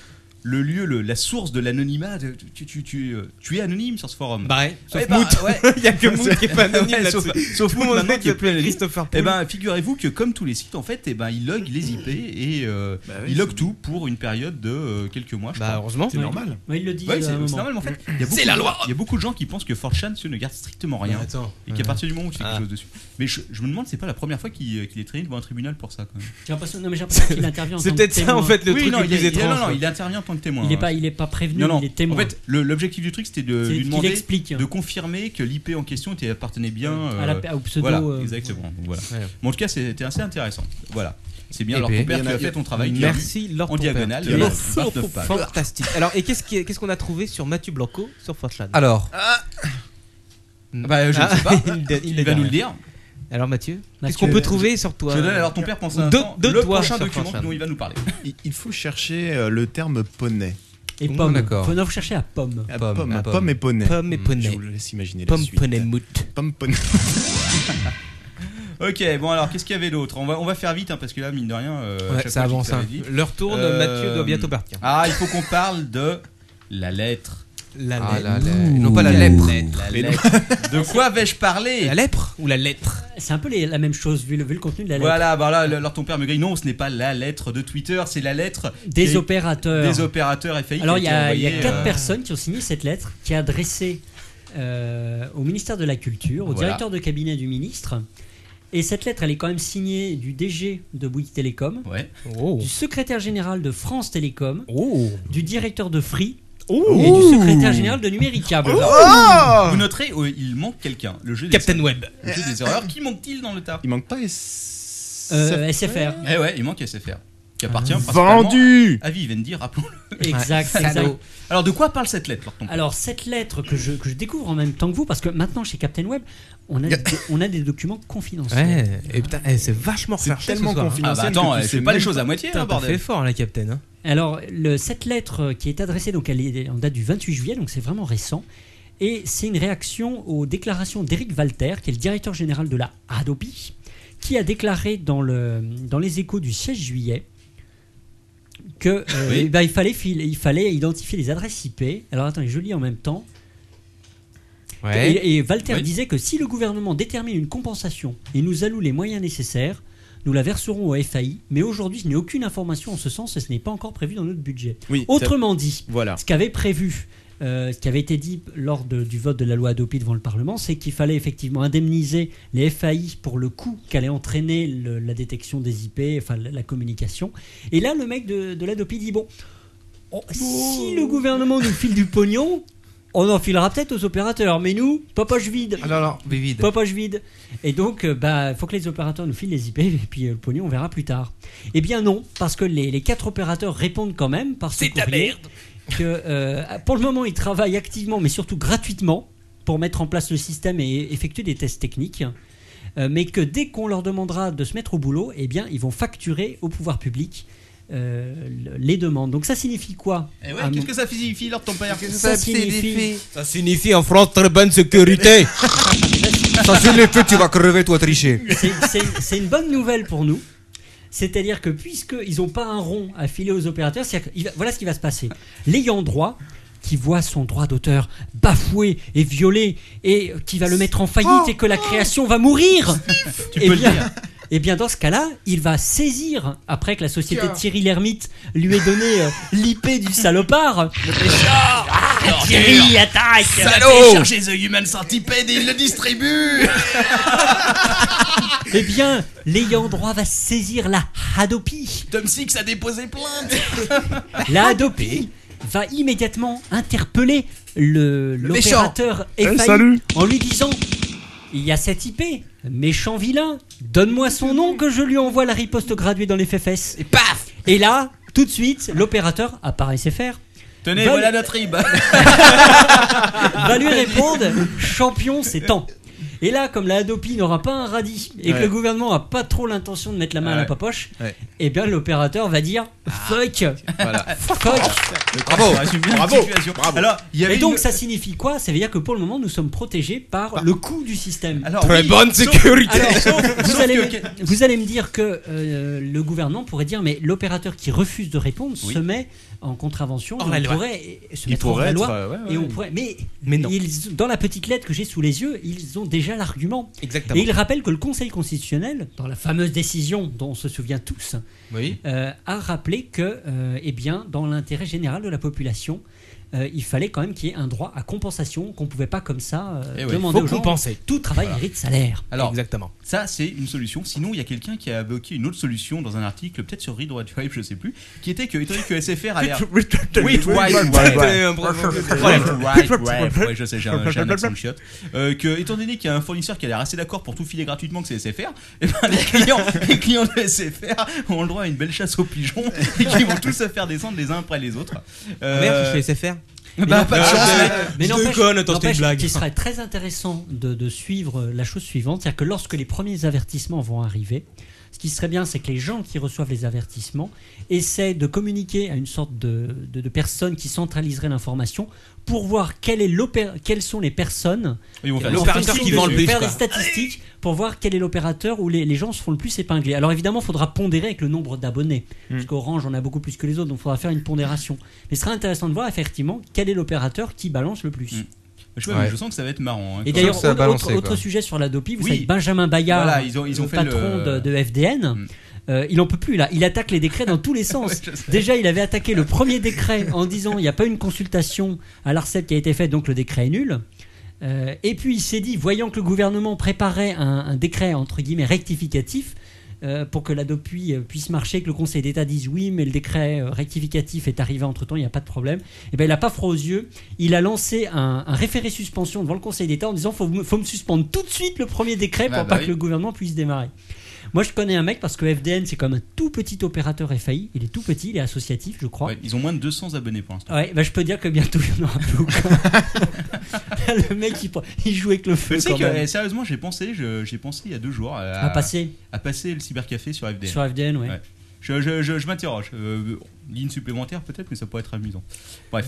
[SPEAKER 3] le lieu, le- la source de l'anonymat. de- Tu, tu, tu, euh, tu es anonyme sur ce forum.
[SPEAKER 2] Bah ouais, sauf
[SPEAKER 3] Eh ben,
[SPEAKER 2] Moot.
[SPEAKER 3] ouais.
[SPEAKER 2] Il y a que Moot qui est pas anonyme
[SPEAKER 3] Ouais,
[SPEAKER 2] là-dessus.
[SPEAKER 3] sauf, sauf Moot maintenant qui est plus anonyme.
[SPEAKER 2] Christopher
[SPEAKER 3] Eh
[SPEAKER 2] Pool.
[SPEAKER 3] ben, figurez-vous que comme tous les sites, en fait, eh ben, ils logent les IP et euh,
[SPEAKER 6] Bah oui,
[SPEAKER 3] ils logent tout pour une période de euh, quelques mois. je
[SPEAKER 2] Bah heureusement.
[SPEAKER 6] C'est normal.
[SPEAKER 4] Ouais, il le dit. euh,
[SPEAKER 3] Ouais,
[SPEAKER 4] à
[SPEAKER 3] c'est
[SPEAKER 4] un moment.
[SPEAKER 3] c'est normal, mais en fait, il y a beaucoup-
[SPEAKER 1] la loi
[SPEAKER 3] Il y a beaucoup de gens qui pensent que 4chan ce, ne garde strictement rien.
[SPEAKER 4] Bah,
[SPEAKER 2] Attends.
[SPEAKER 3] et qu'à partir du moment où tu fais
[SPEAKER 2] Ah.
[SPEAKER 3] quelque chose dessus. Mais je, je me demande, c'est pas la première fois qu'il qu'il est traîné devant un tribunal pour ça quand même.
[SPEAKER 4] J'ai l'impression non, mais j'ai l'impression qu'il intervient. en
[SPEAKER 2] C'est
[SPEAKER 4] tant que
[SPEAKER 2] peut-être ça en
[SPEAKER 4] témoin.
[SPEAKER 2] fait le
[SPEAKER 3] Oui,
[SPEAKER 2] truc
[SPEAKER 3] non,
[SPEAKER 2] le
[SPEAKER 3] il,
[SPEAKER 2] plus
[SPEAKER 3] est- il est- non,
[SPEAKER 2] étrange.
[SPEAKER 3] non,
[SPEAKER 2] quoi.
[SPEAKER 3] il intervient en tant que témoin.
[SPEAKER 4] Il n'est
[SPEAKER 3] hein.
[SPEAKER 4] pas, il est pas prévenu,
[SPEAKER 3] Non, non.
[SPEAKER 4] il est témoin.
[SPEAKER 3] En fait, le- l'objectif du truc c'était de
[SPEAKER 4] C'est
[SPEAKER 3] lui
[SPEAKER 4] qu'il
[SPEAKER 3] demander
[SPEAKER 4] explique hein,
[SPEAKER 3] de confirmer que l'IP en question était, appartenait bien.
[SPEAKER 4] à
[SPEAKER 3] euh,
[SPEAKER 4] la, au pseudo.
[SPEAKER 3] voilà,
[SPEAKER 4] euh,
[SPEAKER 3] exactement. donc voilà.
[SPEAKER 2] Ouais.
[SPEAKER 3] Mais en tout cas, c'était assez intéressant. Voilà. C'est bien.
[SPEAKER 5] Eh
[SPEAKER 3] Alors,
[SPEAKER 5] ben,
[SPEAKER 3] ton père,
[SPEAKER 6] il y en
[SPEAKER 3] tu
[SPEAKER 6] a-
[SPEAKER 3] as fait ton travail. tu as lu
[SPEAKER 2] Merci Lord
[SPEAKER 3] En
[SPEAKER 2] ton père.
[SPEAKER 3] diagonale.
[SPEAKER 6] Merci,
[SPEAKER 3] euh,
[SPEAKER 2] Lord
[SPEAKER 3] 29 pages.
[SPEAKER 2] Fantastique. Alors, et qu'est-ce qui- qu'est-ce qu'on a trouvé sur Mathieu Blanco sur Fortran
[SPEAKER 3] Ah.
[SPEAKER 5] Alors,
[SPEAKER 3] Bah, je ne sais pas.
[SPEAKER 2] il, ne- il ne
[SPEAKER 3] Il va
[SPEAKER 2] dit
[SPEAKER 3] nous le
[SPEAKER 2] rien.
[SPEAKER 3] dire.
[SPEAKER 2] Alors Mathieu, euh, qu'est-ce
[SPEAKER 4] Mathieu,
[SPEAKER 2] qu'on peut trouver sur toi
[SPEAKER 3] Je donne alors ton père pense à un
[SPEAKER 2] Deux-
[SPEAKER 3] instant,
[SPEAKER 2] deux
[SPEAKER 3] le
[SPEAKER 2] doigts
[SPEAKER 3] prochain
[SPEAKER 2] sur
[SPEAKER 3] document
[SPEAKER 2] Franchman.
[SPEAKER 3] dont il va nous parler.
[SPEAKER 6] Il- Il faut chercher euh, le terme poney.
[SPEAKER 4] Et
[SPEAKER 5] Bon,
[SPEAKER 4] pomme.
[SPEAKER 5] d'accord.
[SPEAKER 4] Faut non, faut chercher à pomme.
[SPEAKER 6] Ah,
[SPEAKER 5] Pomme,
[SPEAKER 6] Pomme,
[SPEAKER 5] ah,
[SPEAKER 6] ah,
[SPEAKER 5] pomme.
[SPEAKER 6] pomme et poney.
[SPEAKER 2] Pomme et
[SPEAKER 6] Je
[SPEAKER 2] poney.
[SPEAKER 6] vous laisse imaginer la
[SPEAKER 2] euh, Pomme
[SPEAKER 6] suite.
[SPEAKER 2] poney mout.
[SPEAKER 3] Euh,
[SPEAKER 6] Pomme poney.
[SPEAKER 3] Ok, bon alors qu'est-ce qu'il y avait d'autre on va, on va faire vite hein, parce que là, mine de rien, euh, à chaque
[SPEAKER 2] Ouais, ça
[SPEAKER 3] fois, je
[SPEAKER 2] avance.
[SPEAKER 3] fais
[SPEAKER 2] hein.
[SPEAKER 3] vite.
[SPEAKER 2] L'heure tourne,
[SPEAKER 3] Euh,
[SPEAKER 2] Mathieu doit bientôt partir.
[SPEAKER 3] Ah, il faut qu'on parle de la lettre.
[SPEAKER 2] La
[SPEAKER 5] ah,
[SPEAKER 2] lettre.
[SPEAKER 5] la lèpre. non pas la lèpre.
[SPEAKER 3] La lettre. De quoi vais-je parler
[SPEAKER 2] La lèpre ou la lettre
[SPEAKER 4] C'est un peu les- la même chose vu le, vu le contenu de la lettre.
[SPEAKER 3] Voilà, bah là, alors ton père me grille. Non, ce n'est pas la lettre de Twitter, c'est la lettre
[SPEAKER 4] Des
[SPEAKER 3] des-
[SPEAKER 4] opérateurs.
[SPEAKER 3] des opérateurs FAI. qui
[SPEAKER 4] Alors il
[SPEAKER 3] été
[SPEAKER 4] y a, il y a
[SPEAKER 3] envoyée,
[SPEAKER 4] quatre
[SPEAKER 3] euh,
[SPEAKER 4] personnes qui ont signé cette lettre qui est adressée euh, au ministère de la Culture, au
[SPEAKER 3] Voilà.
[SPEAKER 4] directeur de cabinet du ministre. Et cette lettre, elle est quand même signée du DG de Bouygues Télécom,
[SPEAKER 3] Ouais.
[SPEAKER 2] Oh.
[SPEAKER 4] du secrétaire général de France Télécom,
[SPEAKER 2] Oh.
[SPEAKER 4] du directeur de Free et du secrétaire général de hein, Numéricable.
[SPEAKER 3] Vous noterez, oh, il manque quelqu'un. Le jeu des,
[SPEAKER 2] Captain Web.
[SPEAKER 3] le jeu des erreurs. Euh, Qui manque-t-il dans le tas
[SPEAKER 6] Il manque pas S-
[SPEAKER 4] Euh, SFR.
[SPEAKER 3] Eh ouais, il manque SFR. Qui appartient principalement
[SPEAKER 6] Vendu
[SPEAKER 3] à Vivendi, rappelons-le.
[SPEAKER 4] Exact, exact.
[SPEAKER 2] Salaud.
[SPEAKER 3] Alors de quoi parle cette lettre, Ah, alors ton père
[SPEAKER 4] Alors cette lettre que je, que je découvre en même temps que vous, parce que maintenant chez Captain Web, on a, des, on a des documents confidentiels.
[SPEAKER 2] Ouais. Et putain, eh, c'est vachement
[SPEAKER 6] C'est
[SPEAKER 2] recherché
[SPEAKER 6] tellement
[SPEAKER 2] ce soir, hein.
[SPEAKER 6] confident.
[SPEAKER 3] Ah bah attends,
[SPEAKER 6] que tu
[SPEAKER 3] je
[SPEAKER 6] sais
[SPEAKER 3] fais pas les
[SPEAKER 6] même
[SPEAKER 3] choses à moitié, hein,
[SPEAKER 2] Putain, t'as fait
[SPEAKER 3] bordel.
[SPEAKER 2] fort là, Captain. hein.
[SPEAKER 4] Alors le- cette lettre qui est adressée, donc elle est en date du 28 juillet, donc c'est vraiment récent, et c'est une réaction aux déclarations d'Eric Walter, qui est le directeur général de la Adobe, qui a déclaré dans, le, dans les échos du 16 juillet que euh, eh ben, il, fallait, fil- il fallait identifier les adresses IP. Alors attendez, je lis en même temps. Et, et Walter
[SPEAKER 3] Oui.
[SPEAKER 4] disait que si le gouvernement détermine une compensation et nous alloue les moyens nécessaires, nous la verserons au FAI, mais aujourd'hui je n'ai aucune information en ce sens et ce n'est pas encore prévu dans notre budget.
[SPEAKER 6] Oui,
[SPEAKER 4] Autrement dit,
[SPEAKER 6] Voilà.
[SPEAKER 4] ce qu'avait prévu, euh, ce qui avait été dit lors de- du vote de la loi Adopi devant le Parlement, c'est qu'il fallait effectivement indemniser les FAI pour le coût qu'allait entraîner le- la détection des IP, enfin la, la communication. Et là, le mec de, de l'Adopi dit bon, on- si le gouvernement nous file du pognon, on en filera peut-être aux opérateurs, mais nous, pas poche vide.
[SPEAKER 5] Alors, alors, vivide.
[SPEAKER 4] Pas poche vide. Et donc, euh, bah, faut que les opérateurs nous filent les IP, et puis euh, le pognon, on verra plus tard. Eh bien non, parce que les, les quatre opérateurs répondent quand même par ce courrier que euh, pour le moment, ils travaillent activement, mais surtout gratuitement, pour mettre en place le système et effectuer des tests techniques. Euh, mais que dès qu'on leur demandera de se mettre au boulot, eh bien, ils vont facturer au pouvoir public euh, le- les demandes. Donc ça signifie quoi
[SPEAKER 3] Eh
[SPEAKER 4] Ah,
[SPEAKER 3] ouais, qu'est-ce que ça signifie, alors ton père
[SPEAKER 4] ça signifie
[SPEAKER 5] Ça signifie en France très bonne sécurité. ça signifie tu vas crever toi tricher.
[SPEAKER 4] C'est- c'est- C'est une bonne nouvelle pour nous. C'est-à-dire que puisqu'ils n'ont pas un rond à filer aux opérateurs, c'est-à-dire que il va- voilà ce qui va se passer. L'ayant droit qui voit son droit d'auteur bafoué et violé et qui va le mettre en faillite et que la création va mourir,
[SPEAKER 3] Tu
[SPEAKER 4] eh
[SPEAKER 3] peux le
[SPEAKER 4] bien,
[SPEAKER 3] dire.
[SPEAKER 4] eh bien dans ce cas-là, il va saisir, après que la société de Thierry Lhermitte lui ait donné euh, l'IP du salopard, Ah Thierry, attaque
[SPEAKER 3] Téléchargez The Human Centipede et il le distribue
[SPEAKER 4] Eh bien, l'ayant droit va saisir la Hadopi.
[SPEAKER 3] Tom Six a déposé plainte
[SPEAKER 4] La Hadopi va immédiatement interpeller le l'opérateur
[SPEAKER 6] Eh,
[SPEAKER 4] FAI
[SPEAKER 6] salut.
[SPEAKER 4] en lui disant il y a cet IP, méchant vilain, donne-moi son nom que je lui envoie la riposte graduée dans les FFS.
[SPEAKER 3] Et paf
[SPEAKER 4] Et là, tout de suite, l'opérateur, à part SFR,
[SPEAKER 3] Tenez,
[SPEAKER 4] Bon.
[SPEAKER 3] voilà notre rib
[SPEAKER 4] va
[SPEAKER 6] Ah.
[SPEAKER 4] lui répondre champion, c'est temps. Et là, comme la Hadopi n'aura pas un radis et que
[SPEAKER 6] Ouais.
[SPEAKER 4] le gouvernement a pas trop l'intention de mettre la main à la
[SPEAKER 3] Ouais.
[SPEAKER 4] papoche,
[SPEAKER 6] Ouais. Ah.
[SPEAKER 4] eh bien l'opérateur va dire fuck,
[SPEAKER 6] Voilà.
[SPEAKER 4] fuck.
[SPEAKER 3] Bravo Bravo Alors, il y avait
[SPEAKER 4] Et donc
[SPEAKER 3] une-
[SPEAKER 4] ça signifie quoi Ça veut dire que pour le moment, nous sommes protégés par le coût du système.
[SPEAKER 3] Alors, Très bonne sécurité
[SPEAKER 4] Alors, vous,
[SPEAKER 3] sauf
[SPEAKER 4] allez,
[SPEAKER 3] que-
[SPEAKER 4] me- vous allez me dire que euh, le gouvernement pourrait dire mais l'opérateur qui refuse de répondre se met en contravention
[SPEAKER 2] Hors la
[SPEAKER 4] et on
[SPEAKER 2] loi.
[SPEAKER 4] pourrait euh, se
[SPEAKER 6] Il
[SPEAKER 4] mettre hors
[SPEAKER 6] pourrait
[SPEAKER 4] la
[SPEAKER 6] être,
[SPEAKER 4] loi
[SPEAKER 6] euh, ouais,
[SPEAKER 4] et
[SPEAKER 6] ouais.
[SPEAKER 4] on pourrait mais,
[SPEAKER 2] Mais non.
[SPEAKER 4] ils- dans la petite lettre que j'ai sous les yeux ils ont déjà l'argument
[SPEAKER 2] Exactement.
[SPEAKER 4] et il rappelle que le Conseil constitutionnel dans la fameuse décision dont on se souvient tous
[SPEAKER 5] Oui.
[SPEAKER 4] euh, a rappelé que, euh, eh bien, dans l'intérêt général de la population, euh, il fallait quand même qu'il y ait un droit à compensation qu'on pouvait pas comme ça euh,
[SPEAKER 3] Eh oui,
[SPEAKER 4] demander
[SPEAKER 2] faut
[SPEAKER 4] aux gens.
[SPEAKER 2] compenser.
[SPEAKER 4] Tout travail mérite salaire.
[SPEAKER 3] Alors,
[SPEAKER 2] Exactement.
[SPEAKER 3] ça, c'est une solution. Sinon, il y a quelqu'un qui a évoqué une autre solution dans un article, peut-être sur Read Right Wave, je sais plus, qui était que, étant donné que SFR a l'air. Read Right Wave. Ouais, ouais, ouais, ouais, je sais, j'ai un, j'ai un accent de chiotte. Euh, que, étant donné qu'il y a un fournisseur qui a l'air assez d'accord pour tout filer gratuitement que c'est SFR, eh ben, les, clients, les clients de SFR ont le droit à une belle chasse aux pigeons et qui vont tous se faire descendre les uns après les autres. Euh,
[SPEAKER 2] Merde, je suis chez SFR.
[SPEAKER 3] bah, pas de chance.
[SPEAKER 4] Mais
[SPEAKER 2] Je
[SPEAKER 4] n'empêche,
[SPEAKER 2] déconne, attends, c'était une
[SPEAKER 4] n'empêche
[SPEAKER 2] blague.
[SPEAKER 4] qu'il serait très intéressant de, de suivre la chose suivante, c'est-à-dire que lorsque les premiers avertissements vont arriver, ce qui serait bien, c'est que les gens qui reçoivent les avertissements essaient de communiquer à une sorte de, de, de personne qui centraliserait l'information pour voir quelle est l'opé- quelles sont les personnes
[SPEAKER 3] Ils vont faire
[SPEAKER 4] En
[SPEAKER 2] l'opérateur
[SPEAKER 4] fonction
[SPEAKER 2] qui
[SPEAKER 4] de-
[SPEAKER 2] vend le bif,
[SPEAKER 4] Faire
[SPEAKER 2] quoi.
[SPEAKER 4] des statistiques pour voir quel est l'opérateur où les, les gens se font le plus épingler. Alors évidemment, il faudra pondérer avec le nombre d'abonnés.
[SPEAKER 2] Hmm.
[SPEAKER 4] Parce qu'Orange en a beaucoup plus que les autres, donc il faudra faire une pondération. Mais ce sera intéressant de voir effectivement quel est l'opérateur qui balance le plus.
[SPEAKER 3] Mm. Je, sais pas, mais
[SPEAKER 5] Ouais.
[SPEAKER 3] je sens que ça va être marrant. hein,
[SPEAKER 4] Et
[SPEAKER 3] quand-
[SPEAKER 4] d'ailleurs,
[SPEAKER 5] que ça a
[SPEAKER 4] autre,
[SPEAKER 5] balancé,
[SPEAKER 4] autre- autre
[SPEAKER 5] quoi.
[SPEAKER 4] sujet sur la DOPI, vous
[SPEAKER 3] Oui.
[SPEAKER 4] savez, Benjamin Bayard,
[SPEAKER 3] Voilà, ils ont- ils ont
[SPEAKER 4] le
[SPEAKER 3] fait
[SPEAKER 4] patron
[SPEAKER 3] le-
[SPEAKER 4] de, de FDN,
[SPEAKER 3] Mm.
[SPEAKER 4] euh, il en peut plus là, il attaque les décrets dans tous les
[SPEAKER 3] Ouais,
[SPEAKER 4] sens.
[SPEAKER 3] je sais.
[SPEAKER 4] Déjà, il avait attaqué le premier décret en disant il n'y a pas une consultation à l'ARCEP qui a été faite, donc le décret est nul. Euh, et puis il s'est dit, voyant que le gouvernement préparait un, un décret entre guillemets rectificatif euh, pour que la DOPUI euh, puisse marcher, que le Conseil d'État dise oui, mais le décret euh, rectificatif est arrivé entre temps, il n'y a pas de problème. Et ben il n'a pas froid aux yeux. Il a lancé un, un référé suspension devant le Conseil d'État en disant faut, me- faut me suspendre tout de suite le premier décret pour
[SPEAKER 3] Ah bah
[SPEAKER 4] pas
[SPEAKER 3] oui.
[SPEAKER 4] que le gouvernement puisse démarrer. Moi, je connais un mec parce que FDN, c'est comme un tout petit opérateur FAI. Il est tout petit, il est associatif, je crois.
[SPEAKER 3] Ouais, ils ont moins de 200 abonnés pour l'instant.
[SPEAKER 4] Ouais, bah, je peux dire que bientôt, il y en aura plus aucun. le mec, il, prend- il joue avec le feu
[SPEAKER 3] Tu sais
[SPEAKER 4] quand
[SPEAKER 3] que, eh,
[SPEAKER 4] même.
[SPEAKER 3] sérieusement, j'ai pensé, je- j'ai pensé il y a deux jours à,
[SPEAKER 2] Ah,
[SPEAKER 4] À passer
[SPEAKER 3] à passer le cybercafé sur FDN.
[SPEAKER 4] sur FDN, ouais.
[SPEAKER 3] Ouais. Je, je- je- je m'interroge. Euh, ligne supplémentaire peut-être, mais ça pourrait être amusant.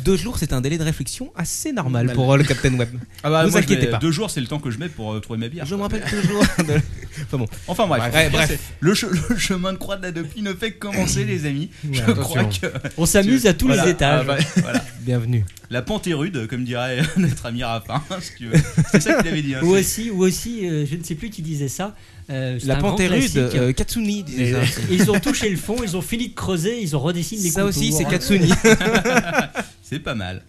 [SPEAKER 2] Deux jours, c'est un délai de réflexion assez normal
[SPEAKER 3] Mal.
[SPEAKER 2] pour euh, le Captain Web.
[SPEAKER 3] Ah bah,
[SPEAKER 2] Vous
[SPEAKER 3] moi, je
[SPEAKER 2] inquiétez
[SPEAKER 3] mets-
[SPEAKER 2] pas.
[SPEAKER 3] Deux jours, c'est le temps que je mets pour euh, trouver ma bière.
[SPEAKER 2] Je me rappelle toujours. de- Enfin bon.
[SPEAKER 3] Enfin bref.
[SPEAKER 2] Ouais, bref.
[SPEAKER 3] C'est- Le, che- le chemin de croix de la Dopi ne fait que commencer, les amis. je crois que.
[SPEAKER 4] On s'amuse à tous
[SPEAKER 3] Voilà.
[SPEAKER 4] les étages.
[SPEAKER 3] Ah bah, voilà.
[SPEAKER 5] Bienvenue.
[SPEAKER 3] La pente est rude, comme dirait notre ami Rapin. parce que C'est ça qu'il avait dit. hein.
[SPEAKER 4] Ou aussi, ou aussi euh, je ne sais plus qui disait ça. euh, c'est
[SPEAKER 2] La
[SPEAKER 4] un grand
[SPEAKER 2] panthère rude,
[SPEAKER 4] classique.
[SPEAKER 2] euh, Katsuni. disait ça.
[SPEAKER 4] Ils ont touché le fond, ils ont fini de creuser, ils ont redessiné les
[SPEAKER 2] Ça aussi,
[SPEAKER 4] contours.
[SPEAKER 2] c'est Katsuni.
[SPEAKER 3] C'est pas mal.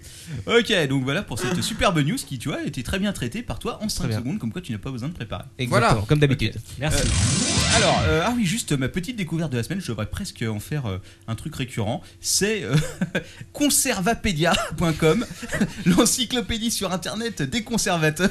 [SPEAKER 3] Ok, donc voilà pour cette superbe news qui, tu vois, a été très bien traitée par toi en 5
[SPEAKER 2] bien.
[SPEAKER 3] secondes, comme quoi tu n'as pas besoin de préparer.
[SPEAKER 2] Exactement,
[SPEAKER 5] Voilà.
[SPEAKER 2] comme d'habitude.
[SPEAKER 4] Merci.
[SPEAKER 3] Alors, euh, ah oui, juste ma petite découverte de la semaine, je devrais presque en faire euh, un truc récurrent, c'est euh, conservapedia.com, l'encyclopédie sur internet des conservateurs.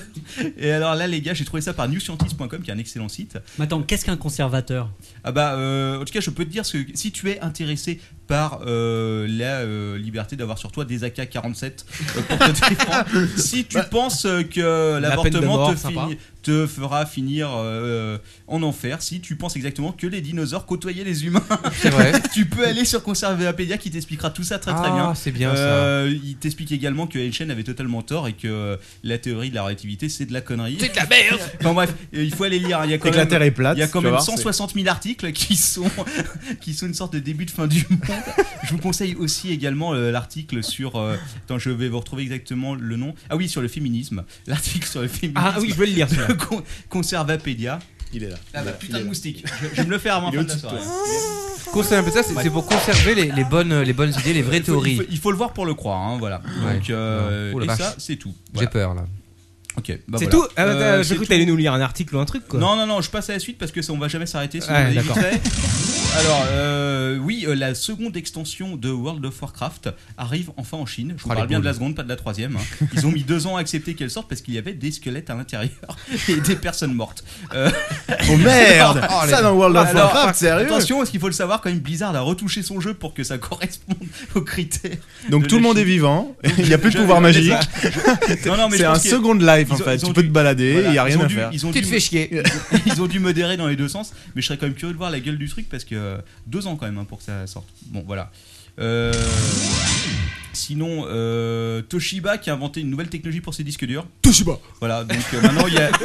[SPEAKER 3] Et alors là, les gars, j'ai trouvé ça par newscientist.com, qui est un excellent site.
[SPEAKER 4] Mais attends, qu'est-ce qu'un conservateur
[SPEAKER 3] Ah bah, euh, en tout cas, je peux te dire, ce que, si tu es intéressé par euh, la euh, liberté d'avoir sur toi des AK-47 euh, pour te défendre, si tu penses euh, que
[SPEAKER 2] peine de
[SPEAKER 3] l'avortement
[SPEAKER 2] mort,
[SPEAKER 3] te,
[SPEAKER 2] sympa.
[SPEAKER 3] fini- te fera finir euh, en enfer, si tu penses exactement que les dinosaures côtoyaient les humains,
[SPEAKER 5] C'est vrai.
[SPEAKER 3] tu peux aller sur Conservéapédia qui t'expliquera tout ça très très bien.
[SPEAKER 5] Ah, c'est bien ça.
[SPEAKER 3] Euh, il t'explique également que Einstein avait totalement tort et que euh, la théorie de la relativité c'est de la connerie. C'est de la merde Enfin bref, euh, il faut aller lire, il y a quand
[SPEAKER 6] Et que la
[SPEAKER 3] même
[SPEAKER 6] Terre est plate.
[SPEAKER 3] il y a quand
[SPEAKER 6] tu
[SPEAKER 3] même
[SPEAKER 6] vas voir,
[SPEAKER 3] 160 000 articles qui sont, qui sont une sorte de début de fin du monde. Je vous conseille aussi également euh, l'article sur. euh, attends, je vais vous retrouver exactement le nom. Ah oui, sur le féminisme. L'article sur le féminisme.
[SPEAKER 2] Ah oui, je vais le lire. celui-là.
[SPEAKER 3] Con- Conservapédia.com
[SPEAKER 6] Il est là.
[SPEAKER 3] Ah bah, putain de moustique. Je, je vais me le faire avant
[SPEAKER 6] Il
[SPEAKER 3] la
[SPEAKER 6] est
[SPEAKER 3] fin de la
[SPEAKER 6] au-dessus de
[SPEAKER 3] soirée.
[SPEAKER 5] Conserver un peu ça, c'est c'est pour conserver les, les bonnes, les bonnes idées, les vraies
[SPEAKER 3] Il faut, il,
[SPEAKER 5] théories.
[SPEAKER 3] faut, il faut le voir pour le croire, hein, voilà.
[SPEAKER 5] Ouais.
[SPEAKER 3] Donc, euh,
[SPEAKER 5] Oh la
[SPEAKER 3] et
[SPEAKER 5] vache.
[SPEAKER 3] ça, c'est tout.
[SPEAKER 5] J'ai
[SPEAKER 3] Voilà.
[SPEAKER 5] peur là.
[SPEAKER 3] Ok, bah
[SPEAKER 2] C'est
[SPEAKER 3] voilà.
[SPEAKER 2] tout Ah, bah,
[SPEAKER 3] Euh,
[SPEAKER 2] J'ai
[SPEAKER 3] c'est
[SPEAKER 2] cru que
[SPEAKER 3] tout.
[SPEAKER 2] t'allais nous lire un article ou un truc quoi.
[SPEAKER 3] Non, non, non, je passe à la suite parce que ça, on va jamais s'arrêter sinon
[SPEAKER 5] Ouais,
[SPEAKER 3] on
[SPEAKER 5] d'accord.
[SPEAKER 3] éviterait. Alors, euh, oui, euh, la seconde extension de World of Warcraft arrive enfin en Chine. Je vous
[SPEAKER 6] Oh,
[SPEAKER 5] Ah, les
[SPEAKER 3] parle bien de la
[SPEAKER 5] boules.
[SPEAKER 3] seconde, pas de la troisième. hein. Ils ont mis deux ans à accepter qu'elle sorte parce qu'il y avait des squelettes à l'intérieur et des personnes mortes. Euh,
[SPEAKER 6] Oh merde
[SPEAKER 5] Oh, les-
[SPEAKER 6] Ça dans World of
[SPEAKER 3] Alors,
[SPEAKER 6] Warcraft, sérieux
[SPEAKER 3] attention, parce qu'il faut le savoir, quand même, Blizzard a retouché son jeu pour que ça corresponde aux critères.
[SPEAKER 6] Donc
[SPEAKER 3] de
[SPEAKER 6] tout le
[SPEAKER 3] la
[SPEAKER 6] monde est
[SPEAKER 3] Chine.
[SPEAKER 6] vivant, il n'y a plus de
[SPEAKER 3] Je-
[SPEAKER 6] pouvoir
[SPEAKER 3] je-
[SPEAKER 6] magique.
[SPEAKER 3] Non, non, mais
[SPEAKER 6] C'est
[SPEAKER 3] je
[SPEAKER 6] un
[SPEAKER 3] pense qu'il y a-
[SPEAKER 6] second life
[SPEAKER 3] ils
[SPEAKER 6] en
[SPEAKER 3] ont-
[SPEAKER 6] fait.
[SPEAKER 3] ils ont
[SPEAKER 6] Tu peux
[SPEAKER 3] dû-
[SPEAKER 6] te balader, il
[SPEAKER 3] Voilà,
[SPEAKER 6] n'y a
[SPEAKER 3] ils
[SPEAKER 6] rien
[SPEAKER 3] ont
[SPEAKER 6] à
[SPEAKER 3] dû-
[SPEAKER 6] faire.
[SPEAKER 3] Ils ont
[SPEAKER 5] Tu te
[SPEAKER 3] dû-
[SPEAKER 5] fais chier.
[SPEAKER 3] ils ont dû modérer dans les deux sens, mais je serais quand même curieux de voir la gueule du truc parce que euh, deux ans quand même hein, pour que ça sorte. Bon, voilà. Euh, sinon, euh, Toshiba qui a inventé une nouvelle technologie pour ses disques durs.
[SPEAKER 8] Toshiba.
[SPEAKER 3] Voilà, donc euh, maintenant il y a.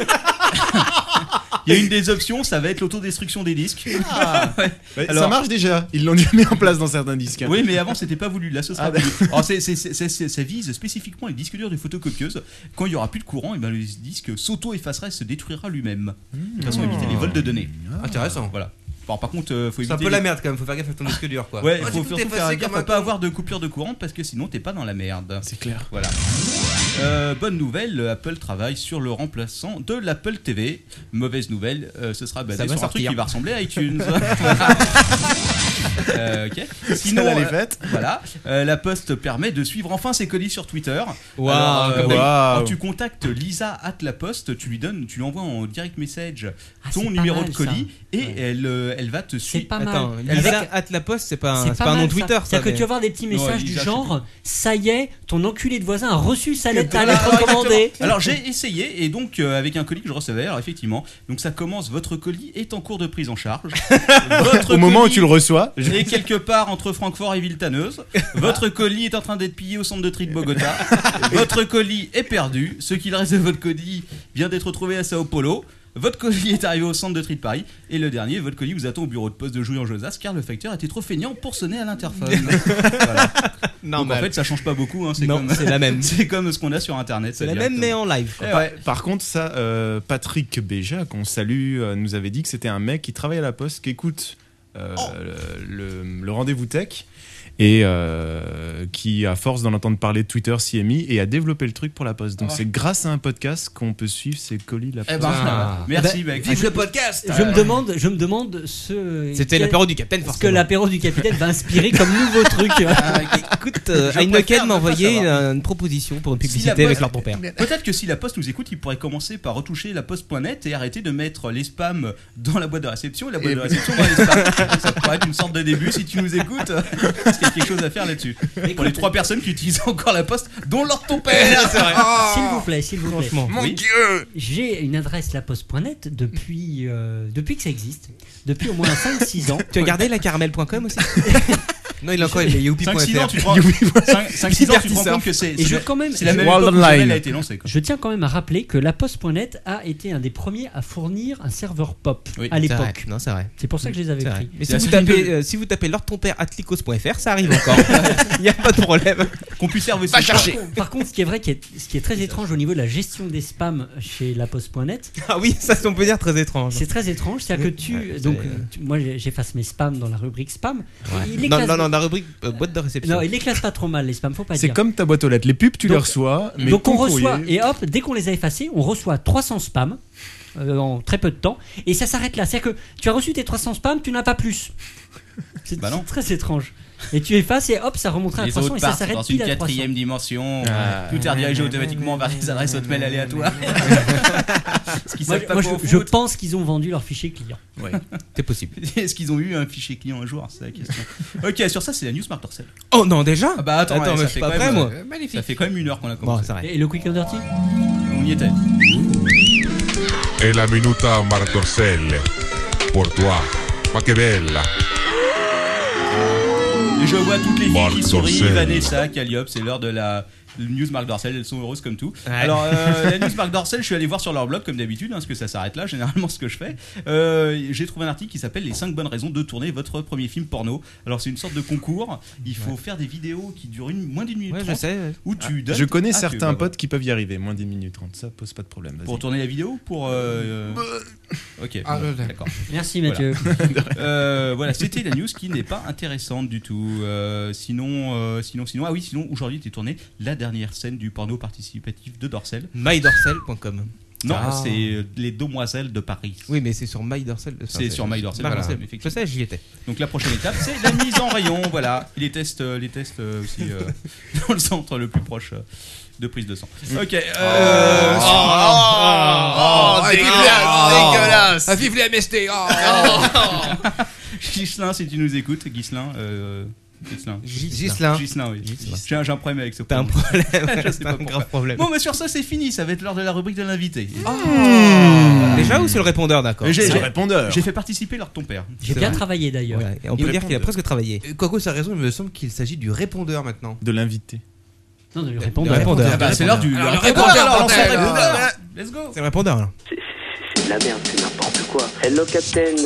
[SPEAKER 3] Il y a une des options, ça va être l'autodestruction des disques. Ah, Ouais.
[SPEAKER 6] Ouais, Ah, Ça
[SPEAKER 3] Alors-
[SPEAKER 6] marche déjà, ils l'ont déjà mis en place dans certains disques.
[SPEAKER 3] Oui, mais avant c'était pas voulu. Là, ce
[SPEAKER 5] Ah,
[SPEAKER 3] sera voulu. Alors, c'est- c'est- c'est- c'est- ça vise spécifiquement les disques durs des photocopieuses. Quand il y aura plus de courant, et ben, le disque s'auto-effacera et se détruira lui-même.
[SPEAKER 5] Mmh.
[SPEAKER 3] De toute façon, éviter les vols de données.
[SPEAKER 5] Intéressant.
[SPEAKER 3] Voilà. Bon, par contre, euh, faut
[SPEAKER 5] Ah. C'est
[SPEAKER 3] éviter.
[SPEAKER 5] un peu la
[SPEAKER 3] les-
[SPEAKER 5] merde quand même, faut faire gaffe à ton disque dur quoi.
[SPEAKER 3] Ouais,
[SPEAKER 5] Oh,
[SPEAKER 3] faut
[SPEAKER 5] j'ai tout
[SPEAKER 3] surtout faire
[SPEAKER 5] effacé
[SPEAKER 3] gaffe
[SPEAKER 5] comme un
[SPEAKER 3] à pas
[SPEAKER 5] con.
[SPEAKER 3] avoir de coupure de courant parce que sinon t'es pas dans la merde.
[SPEAKER 6] C'est clair.
[SPEAKER 3] Voilà. Euh, bonne nouvelle, euh, Apple travaille sur le remplaçant de l'Apple TV. Mauvaise nouvelle, euh, ce sera
[SPEAKER 5] Ça
[SPEAKER 3] basé
[SPEAKER 5] va
[SPEAKER 3] sur un
[SPEAKER 5] sortir.
[SPEAKER 3] truc qui va ressembler à iTunes. Euh, ok. Sinon,
[SPEAKER 6] Sinon, elle est
[SPEAKER 3] euh,
[SPEAKER 6] faite.
[SPEAKER 3] voilà, Euh, la poste permet de suivre enfin ses colis sur Twitter.
[SPEAKER 5] Waouh,
[SPEAKER 3] Alors,
[SPEAKER 5] comme
[SPEAKER 6] d'habitude.
[SPEAKER 3] Quand tu contactes Lisa at la poste, tu lui donnes, tu lui envoies en direct message
[SPEAKER 4] Ah, c'est
[SPEAKER 3] ton
[SPEAKER 4] pas
[SPEAKER 3] numéro
[SPEAKER 4] mal,
[SPEAKER 3] de colis et
[SPEAKER 2] Ouais.
[SPEAKER 3] elle, euh, elle va te
[SPEAKER 4] C'est
[SPEAKER 3] suivre.
[SPEAKER 4] pas
[SPEAKER 2] Attends,
[SPEAKER 4] mal.
[SPEAKER 2] Lisa
[SPEAKER 4] Avec-
[SPEAKER 2] at la poste, c'est pas un,
[SPEAKER 4] C'est
[SPEAKER 2] c'est pas un nom
[SPEAKER 4] mal,
[SPEAKER 2] Twitter ça.
[SPEAKER 4] C'est-à-dire que
[SPEAKER 2] mais-
[SPEAKER 4] tu vas avoir des petits
[SPEAKER 3] Non,
[SPEAKER 4] messages
[SPEAKER 3] Elisa,
[SPEAKER 4] du
[SPEAKER 3] je
[SPEAKER 4] genre ça y est, ton enculé de voisin a reçu sa lettre à
[SPEAKER 3] Voilà,
[SPEAKER 4] lettre recommandée.
[SPEAKER 3] exactement. Alors j'ai essayé et donc euh, avec un colis que je recevais, alors effectivement, donc ça commence, votre colis est en cours de prise en charge. Votre
[SPEAKER 6] Au moment où
[SPEAKER 3] colis
[SPEAKER 6] tu le reçois, je-
[SPEAKER 3] est quelque part entre Francfort et Villetaneuse. Votre colis est en train d'être pillé au centre de tri de Bogota. Votre colis est perdu. Ce qu'il reste de votre colis vient d'être retrouvé à Sao Paulo. Votre colis est arrivé au centre de tri de Paris. Et le dernier, votre colis vous attend au bureau de poste de Jouy en Josas car le facteur était trop feignant pour sonner à l'interphone. Voilà.
[SPEAKER 2] Non,
[SPEAKER 3] Donc en
[SPEAKER 2] mais-
[SPEAKER 3] fait, ça change pas beaucoup. hein, C'est
[SPEAKER 2] Non,
[SPEAKER 3] comme...
[SPEAKER 2] c'est la même.
[SPEAKER 3] C'est comme ce qu'on a sur internet.
[SPEAKER 2] C'est
[SPEAKER 3] ça,
[SPEAKER 2] la même mais
[SPEAKER 3] directement.
[SPEAKER 2] en live. quoi.
[SPEAKER 3] Eh
[SPEAKER 6] Par,
[SPEAKER 3] ouais.
[SPEAKER 6] par contre, ça, euh, Patrick Béja, qu'on salue, euh, nous avait dit que c'était un mec qui travaille à la Poste, qui écoute euh, le, le- le rendez-vous tech et euh, qui, à force d'en entendre parler de Twitter, s'y est mis et a développé le truc pour la Poste. Donc,
[SPEAKER 3] Ah.
[SPEAKER 6] c'est grâce à un podcast qu'on peut suivre ces colis de la
[SPEAKER 3] Eh
[SPEAKER 6] Poste.
[SPEAKER 3] ben,
[SPEAKER 5] Ah.
[SPEAKER 3] merci, mec.
[SPEAKER 5] Vive le podcast
[SPEAKER 4] Je me demande, je me demande ce
[SPEAKER 2] C'était
[SPEAKER 4] quel-
[SPEAKER 2] l'apéro du capitaine,
[SPEAKER 4] ce que
[SPEAKER 2] forcément.
[SPEAKER 4] l'apéro du capitaine va inspirer comme nouveau truc.
[SPEAKER 2] Ah, écoute, euh,
[SPEAKER 3] Je préfère
[SPEAKER 2] Heineken
[SPEAKER 3] ne
[SPEAKER 2] m'a
[SPEAKER 3] pas
[SPEAKER 2] envoyé une,
[SPEAKER 3] savoir.
[SPEAKER 2] une proposition pour une
[SPEAKER 3] Si la
[SPEAKER 2] publicité
[SPEAKER 3] poste-
[SPEAKER 2] avec leur ton père.
[SPEAKER 3] Peut-être que si la poste nous écoute, il pourrait commencer par retoucher la poste.net et arrêter de mettre les spams dans la boîte de réception et la boîte de réception dans les spams. Ça pourrait être une sorte de début si tu nous écoutes. Parce qu'il y a quelque chose à faire là-dessus. Pour les trois personnes qui utilisent encore la poste, dont leur ton père. Ah.
[SPEAKER 4] S'il vous plaît, s'il vous plaît.
[SPEAKER 2] Franchement.
[SPEAKER 5] Mon
[SPEAKER 3] Oui.
[SPEAKER 5] dieu
[SPEAKER 4] J'ai une adresse laposte.net depuis, euh, depuis que ça existe, depuis au moins 5-6 ans.
[SPEAKER 2] Tu as gardé la caramel.com aussi
[SPEAKER 5] Non, il est encore, il est youpi.fr.
[SPEAKER 3] 5-6 ans, tu te rends, cinq- cinq, six ans, tu te rends compte que c'est
[SPEAKER 4] Et
[SPEAKER 3] c'est
[SPEAKER 4] je,
[SPEAKER 3] la-
[SPEAKER 4] quand même,
[SPEAKER 3] c'est la
[SPEAKER 4] je-
[SPEAKER 3] même
[SPEAKER 6] World
[SPEAKER 3] époque où Gmail
[SPEAKER 6] Online.
[SPEAKER 3] a été lancé. quoi.
[SPEAKER 4] je tiens quand même à rappeler que laposte.net a été un des premiers à fournir un serveur pop
[SPEAKER 3] Oui,
[SPEAKER 4] à
[SPEAKER 2] C'est vrai.
[SPEAKER 4] l'époque.
[SPEAKER 2] Non, c'est vrai.
[SPEAKER 4] C'est pour ça que je les avais
[SPEAKER 2] C'est vrai.
[SPEAKER 4] pris.
[SPEAKER 2] Mais si
[SPEAKER 3] La
[SPEAKER 2] vous,
[SPEAKER 3] seule
[SPEAKER 2] tapez,
[SPEAKER 3] idée-
[SPEAKER 2] euh, si vous tapez leur ton père atlicos.fr, ça arrive encore. Il n'y a pas de problème.
[SPEAKER 3] Qu'on puisse servir
[SPEAKER 5] Va
[SPEAKER 3] ce
[SPEAKER 5] chercher
[SPEAKER 4] Par contre, ce qui est vrai, qui est- ce qui est très étrange au niveau de la gestion des spams chez laposte.net,
[SPEAKER 2] Ah oui, ça, c'est- on peut dire très étrange.
[SPEAKER 4] c'est très étrange. C'est-à-dire que tu,
[SPEAKER 2] Ouais,
[SPEAKER 4] donc,
[SPEAKER 2] c'est-
[SPEAKER 4] euh, tu- moi, j'efface mes spams dans la rubrique spam.
[SPEAKER 2] Ouais.
[SPEAKER 4] Il les
[SPEAKER 2] Non,
[SPEAKER 4] classe-
[SPEAKER 2] non, non, la rubrique euh, boîte de réception.
[SPEAKER 4] Non, il les classe pas trop mal les spams, faut pas
[SPEAKER 6] C'est
[SPEAKER 4] dire.
[SPEAKER 6] comme ta boîte aux lettres. Les pubs, tu les
[SPEAKER 4] Donc-
[SPEAKER 6] reçois. Mais
[SPEAKER 4] Donc
[SPEAKER 6] ton
[SPEAKER 4] on reçoit,
[SPEAKER 6] courrier-
[SPEAKER 4] et hop, dès qu'on les a effacés, on reçoit 300 spams euh, en très peu de temps, et ça s'arrête là. C'est-à-dire que tu as reçu tes 300 spams, tu n'as pas plus. C'est
[SPEAKER 3] Bah non.
[SPEAKER 4] c'est très étrange. Et tu effaces, et hop, ça remontera à
[SPEAKER 3] Les
[SPEAKER 4] 300,
[SPEAKER 3] autres
[SPEAKER 4] et ça
[SPEAKER 3] partent
[SPEAKER 4] s'arrête
[SPEAKER 3] dans
[SPEAKER 4] pile
[SPEAKER 3] une
[SPEAKER 4] à 300.
[SPEAKER 3] quatrième dimension. Tout est redirigé automatiquement vers des adresses hotmail aléatoires. Ce qui
[SPEAKER 4] Moi,
[SPEAKER 3] savent pas
[SPEAKER 4] moi,
[SPEAKER 3] quoi en
[SPEAKER 4] je, je
[SPEAKER 3] foutre.
[SPEAKER 4] pense qu'ils ont vendu leur fichier client.
[SPEAKER 2] C'est possible.
[SPEAKER 3] Est-ce qu'ils ont eu un fichier client un jour C'est la question. ok, sur ça, c'est la news Marc Dorcel.
[SPEAKER 2] Oh non, déjà
[SPEAKER 3] bah attends, ouais, ça
[SPEAKER 2] mais je
[SPEAKER 3] fait
[SPEAKER 2] suis pas
[SPEAKER 3] quand
[SPEAKER 2] prêt,
[SPEAKER 3] même, euh,
[SPEAKER 2] moi.
[SPEAKER 3] Ça fait quand même une heure qu'on a
[SPEAKER 2] Bon,
[SPEAKER 3] commencé.
[SPEAKER 2] c'est vrai.
[SPEAKER 4] Et le Quick and Dirty
[SPEAKER 3] On y était.
[SPEAKER 7] Et la minuta Martorcelle. Pour toi. Ma que bella.
[SPEAKER 3] Et je vois toutes les filles
[SPEAKER 7] Marc
[SPEAKER 3] qui sourient
[SPEAKER 7] Dorcel.
[SPEAKER 3] Vanessa, Calliope, c'est l'heure de la Les news Marc Dorcel, elles sont heureuses comme tout.
[SPEAKER 2] Ouais.
[SPEAKER 3] Alors, euh, la news Marc Dorcel, je suis allé voir sur leur blog, comme d'habitude, hein, parce que ça s'arrête là, généralement, ce que je fais. Euh, J'ai trouvé un article qui s'appelle Les 5 bonnes raisons de tourner votre premier film porno. Alors, c'est une sorte de concours. Il faut faire des vidéos qui durent une, moins d'une minute.
[SPEAKER 2] Ouais, je
[SPEAKER 3] trente,
[SPEAKER 2] sais. ouais.
[SPEAKER 3] Où tu donnes.
[SPEAKER 6] Je connais
[SPEAKER 3] Ah, tu-
[SPEAKER 6] certains
[SPEAKER 3] bah,
[SPEAKER 6] potes qui peuvent y arriver, moins 10 minutes 30, ça pose pas de problème. vas-y.
[SPEAKER 3] Pour tourner la vidéo ou Pour. euh,
[SPEAKER 2] Bah.
[SPEAKER 3] Ok,
[SPEAKER 5] Ah,
[SPEAKER 3] bon,
[SPEAKER 5] là, là.
[SPEAKER 3] d'accord.
[SPEAKER 4] Merci Mathieu.
[SPEAKER 3] Euh, voilà, c'était la news qui n'est pas intéressante du tout. Euh, sinon, euh, sinon, sinon, ah oui, sinon, aujourd'hui était tournée la dernière scène du porno participatif de Dorcel.
[SPEAKER 2] MyDorsel.com.
[SPEAKER 3] Non,
[SPEAKER 5] Ah.
[SPEAKER 3] c'est euh, les demoiselles de Paris.
[SPEAKER 2] Oui, mais c'est sur MyDorsel. enfin,
[SPEAKER 3] C'est sur MyDorsel,
[SPEAKER 2] Marc
[SPEAKER 3] voilà,
[SPEAKER 2] Dorcel, Je
[SPEAKER 3] effectivement.
[SPEAKER 2] sais, j'y étais.
[SPEAKER 3] Donc la prochaine étape, c'est la mise en rayon. Voilà, Et les tests, euh, les tests euh, aussi euh, dans le centre le plus proche euh, de prise de sang.
[SPEAKER 2] Mm.
[SPEAKER 3] Ok. euh,
[SPEAKER 1] Oh,
[SPEAKER 2] Ah.
[SPEAKER 5] dégueulasse Ah, vive les MST
[SPEAKER 3] Ghislain, si tu nous écoutes, Ghislain. euh, Ghislain.
[SPEAKER 5] Gislain.
[SPEAKER 3] Ghislain, oui.
[SPEAKER 2] Ghislain.
[SPEAKER 3] J'ai un, j'ai un problème avec ce
[SPEAKER 2] T'as un
[SPEAKER 3] prénom.
[SPEAKER 2] problème.
[SPEAKER 3] Je sais
[SPEAKER 2] T'as
[SPEAKER 3] pas
[SPEAKER 2] un
[SPEAKER 3] pourquoi.
[SPEAKER 2] grave problème.
[SPEAKER 3] Bon, mais sur ça, c'est fini. Ça va être l'heure de la rubrique de l'invité.
[SPEAKER 2] Déjà ou c'est le répondeur, d'accord
[SPEAKER 3] Mais j'ai-
[SPEAKER 6] C'est le répondeur.
[SPEAKER 3] J'ai fait participer l'heure de ton père.
[SPEAKER 4] J'ai
[SPEAKER 2] C'est
[SPEAKER 4] bien
[SPEAKER 2] vrai.
[SPEAKER 4] travaillé d'ailleurs.
[SPEAKER 2] Voilà, et On peut dire qu'il a presque travaillé.
[SPEAKER 3] Euh,
[SPEAKER 5] Quoique, ça a raison, il me semble qu'il s'agit du répondeur maintenant.
[SPEAKER 6] De l'invité.
[SPEAKER 4] Non, de lui
[SPEAKER 2] Le
[SPEAKER 4] répondre.
[SPEAKER 2] répondeur.
[SPEAKER 3] Ah bah, c'est l'heure du.
[SPEAKER 5] Alors, le
[SPEAKER 3] Ah,
[SPEAKER 5] répondeur,
[SPEAKER 3] alors,
[SPEAKER 5] bordel.
[SPEAKER 3] c'est le répondeur. Let's go.
[SPEAKER 2] C'est le répondeur, là.
[SPEAKER 10] C'est- C'est c'est de la merde, c'est n'importe quoi. Hello, Captain.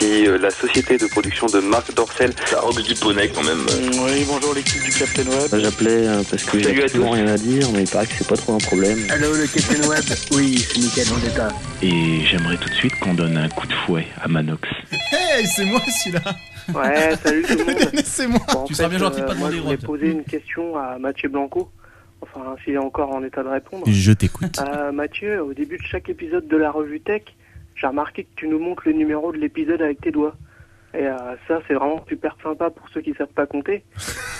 [SPEAKER 10] Ici, la société de production de Marc Dorcel.
[SPEAKER 11] La robe du poney quand même.
[SPEAKER 10] Oui, bonjour, l'équipe du Captain Web.
[SPEAKER 11] J'appelais euh, parce que
[SPEAKER 10] Salut
[SPEAKER 11] j'ai
[SPEAKER 10] à
[SPEAKER 11] absolument
[SPEAKER 10] tous.
[SPEAKER 11] rien à dire, mais il paraît que c'est pas trop un problème.
[SPEAKER 10] Hello, le Captain Web. Oui, c'est Mickaël Vendetta.
[SPEAKER 11] Et j'aimerais tout de suite qu'on donne un coup de fouet à Manox.
[SPEAKER 6] Hey, c'est moi celui-là.
[SPEAKER 10] Ouais, salut tout le monde.
[SPEAKER 6] c'est moi.
[SPEAKER 10] Bon, en euh,
[SPEAKER 3] Tu seras bien gentil de pas
[SPEAKER 10] moi,
[SPEAKER 3] demander,
[SPEAKER 10] Je voulais
[SPEAKER 3] Rod.
[SPEAKER 10] poser une question à Mathieu Blanco. Enfin, s'il est encore en état de répondre.
[SPEAKER 6] Je t'écoute.
[SPEAKER 10] Euh, Mathieu, au début de chaque épisode de la revue Tech, j'ai remarqué que tu nous montres le numéro de l'épisode avec tes doigts. Et euh, ça, c'est vraiment super sympa pour ceux qui savent pas compter.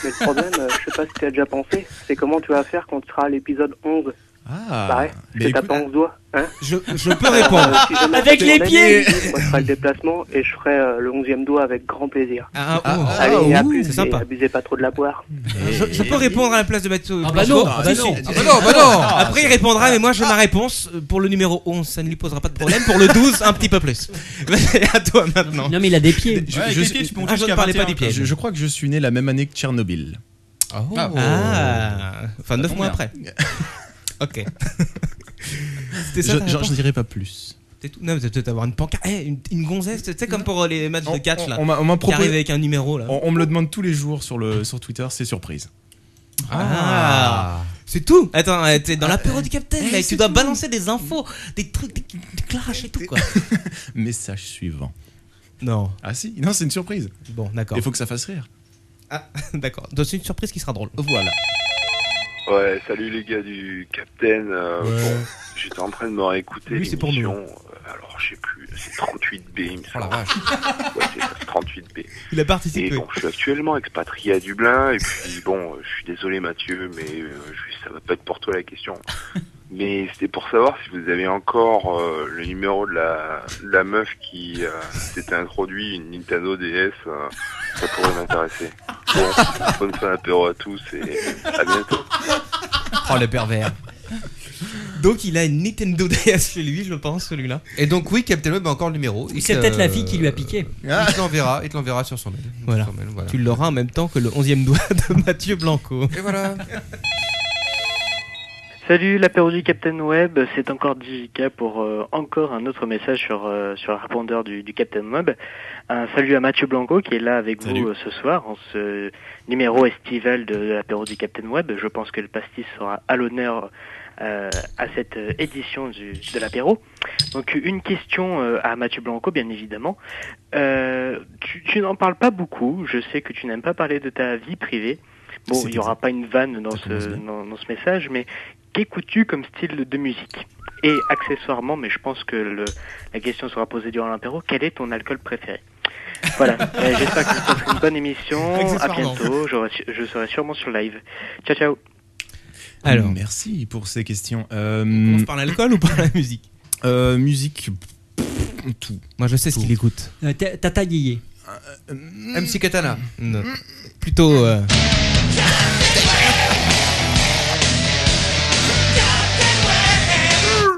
[SPEAKER 10] Mais le problème, euh, je sais pas si tu as déjà pensé, c'est comment tu vas faire quand tu seras à l'épisode 11. Bah
[SPEAKER 6] Ah,
[SPEAKER 10] ouais,
[SPEAKER 6] mais
[SPEAKER 10] c'est
[SPEAKER 6] écoute,
[SPEAKER 10] tapant 11 doigts. Hein Euh,
[SPEAKER 2] Je, je peux répondre.
[SPEAKER 10] Si jamais
[SPEAKER 4] Avec
[SPEAKER 10] tu
[SPEAKER 4] les
[SPEAKER 10] m'aimes,
[SPEAKER 4] pieds
[SPEAKER 10] Moi, je ferai le déplacement et je ferai euh, le 11e doigt avec grand plaisir.
[SPEAKER 2] Ah, oh.
[SPEAKER 10] Allez, à
[SPEAKER 2] ouh,
[SPEAKER 10] plus,
[SPEAKER 2] c'est
[SPEAKER 10] et
[SPEAKER 2] sympa.
[SPEAKER 10] abusez pas trop de la boire.
[SPEAKER 2] Je, je peux répondre à la place de Mathieu.
[SPEAKER 4] Ah bah
[SPEAKER 2] Blanchot
[SPEAKER 4] non, ah bah non.
[SPEAKER 5] Ah, bah non, bah non
[SPEAKER 2] Après, il répondra, mais moi j'ai ma réponse pour le numéro 11. Ça ne lui posera pas de problème. Pour le 12, un petit peu plus. Vas-y, à toi maintenant.
[SPEAKER 4] Non mais il a des pieds.
[SPEAKER 6] je-
[SPEAKER 3] Ouais, avec
[SPEAKER 6] je
[SPEAKER 3] les
[SPEAKER 6] suis-
[SPEAKER 3] pieds, tu peux monter
[SPEAKER 2] Ah, je ne
[SPEAKER 3] jusqu'à
[SPEAKER 2] parlais pas
[SPEAKER 3] 21,
[SPEAKER 2] des pieds.
[SPEAKER 3] quoi.
[SPEAKER 6] je, je crois que je suis né la même année que Tchernobyl. Oh.
[SPEAKER 2] Ah, enfin 9
[SPEAKER 3] tombe
[SPEAKER 2] mois
[SPEAKER 3] bien.
[SPEAKER 2] après. ok. C'était
[SPEAKER 6] Je
[SPEAKER 2] ça ta
[SPEAKER 6] je-
[SPEAKER 2] réponse
[SPEAKER 6] je dirais pas plus.
[SPEAKER 2] C'était tout. Non, mais peut-être avoir une pancarte. Eh, une, une gonzesse, tu sais, comme pour euh, les matchs de catch là.
[SPEAKER 6] on m'a on m'a
[SPEAKER 2] qui hein. arrive
[SPEAKER 6] proposé.
[SPEAKER 2] avec un numéro là.
[SPEAKER 6] On, on me le demande tous les jours sur, le, sur Twitter, c'est surprise.
[SPEAKER 2] Ah. C'est tout Attends, euh, t'es dans l'apéro du capitaine, là, et tu dois balancer des infos, des trucs, des, des clash et tout quoi.
[SPEAKER 6] Message suivant.
[SPEAKER 2] Non.
[SPEAKER 6] Ah si, non, c'est une surprise.
[SPEAKER 2] Bon, d'accord.
[SPEAKER 6] Il faut que ça fasse rire.
[SPEAKER 2] D'accord. Donc c'est une surprise qui sera drôle.
[SPEAKER 6] Voilà.
[SPEAKER 11] Ouais, salut les gars du Captain. euh, bon, j'étais en train de me réécouter
[SPEAKER 2] Lui, c'est pour nous. hein. Oh
[SPEAKER 11] l'émission. euh, Alors, je sais plus, c'est 38B, il me semble. Ouais, c'est ça, c'est 38B.
[SPEAKER 2] Il a
[SPEAKER 11] Et
[SPEAKER 2] participé.
[SPEAKER 11] bon, je suis actuellement expatrié à Dublin, et puis bon, euh, je suis désolé Mathieu, mais euh, je- ça va pas être pour toi la question. Mais c'était pour savoir si vous avez encore euh, le numéro de la, de la meuf qui euh, s'était introduit une Nintendo DS, euh, ça pourrait m'intéresser. Bon, bonne fin d'apéro à tous et à bientôt.
[SPEAKER 5] Oh, le pervers
[SPEAKER 2] Donc il a une Nintendo DS chez lui, je pense, celui-là.
[SPEAKER 5] Et donc, oui, Captain Web a encore le numéro. Il
[SPEAKER 4] C'est
[SPEAKER 5] te-
[SPEAKER 4] peut-être la fille qui lui a piqué.
[SPEAKER 5] Il te l'enverra, il te l'enverra sur son mail.
[SPEAKER 2] Voilà.
[SPEAKER 5] Sur mail, voilà.
[SPEAKER 2] Tu l'auras en même temps que le 11ème doigt de Mathieu Blanco.
[SPEAKER 5] Et voilà
[SPEAKER 10] Salut, l'apéro du Captain Web, c'est encore DJK pour euh, encore un autre message sur, euh, sur le répondeur du, du Captain Web. Un salut à Mathieu Blanco qui est là avec
[SPEAKER 6] Salut.
[SPEAKER 10] vous euh, ce soir en ce numéro estival de, de l'apéro du Captain Web. Je pense que le pastis sera à l'honneur euh, à cette euh, édition du, de l'apéro. Donc une question euh, à Mathieu Blanco, bien évidemment. Euh, tu tu n'en parles pas beaucoup, je sais que tu n'aimes pas parler de ta vie privée. Bon,
[SPEAKER 6] C'est
[SPEAKER 10] il n'y aura pas une vanne dans
[SPEAKER 6] Ça commence
[SPEAKER 10] ce,
[SPEAKER 6] bien.
[SPEAKER 10] dans, dans ce message, mais qu'écoutes-tu comme style de musique Et accessoirement, mais je pense que le, la question sera posée durant l'apéro, quel est ton alcool préféré Voilà, Euh, j'espère que vous passerez une bonne émission, à
[SPEAKER 2] Accessoirement.
[SPEAKER 10] bientôt, je, re- je serai sûrement sur live. Ciao, ciao
[SPEAKER 2] Alors,
[SPEAKER 6] Merci pour ces questions.
[SPEAKER 2] on
[SPEAKER 6] Euh,
[SPEAKER 2] commence par l'alcool ou par la musique
[SPEAKER 6] euh, musique. pff, Tout.
[SPEAKER 2] Moi je sais ce qu'il écoute.
[SPEAKER 4] Euh, t'as- T'as taillé.
[SPEAKER 5] MC Katana.
[SPEAKER 2] Non. Mm. Plutôt. euh,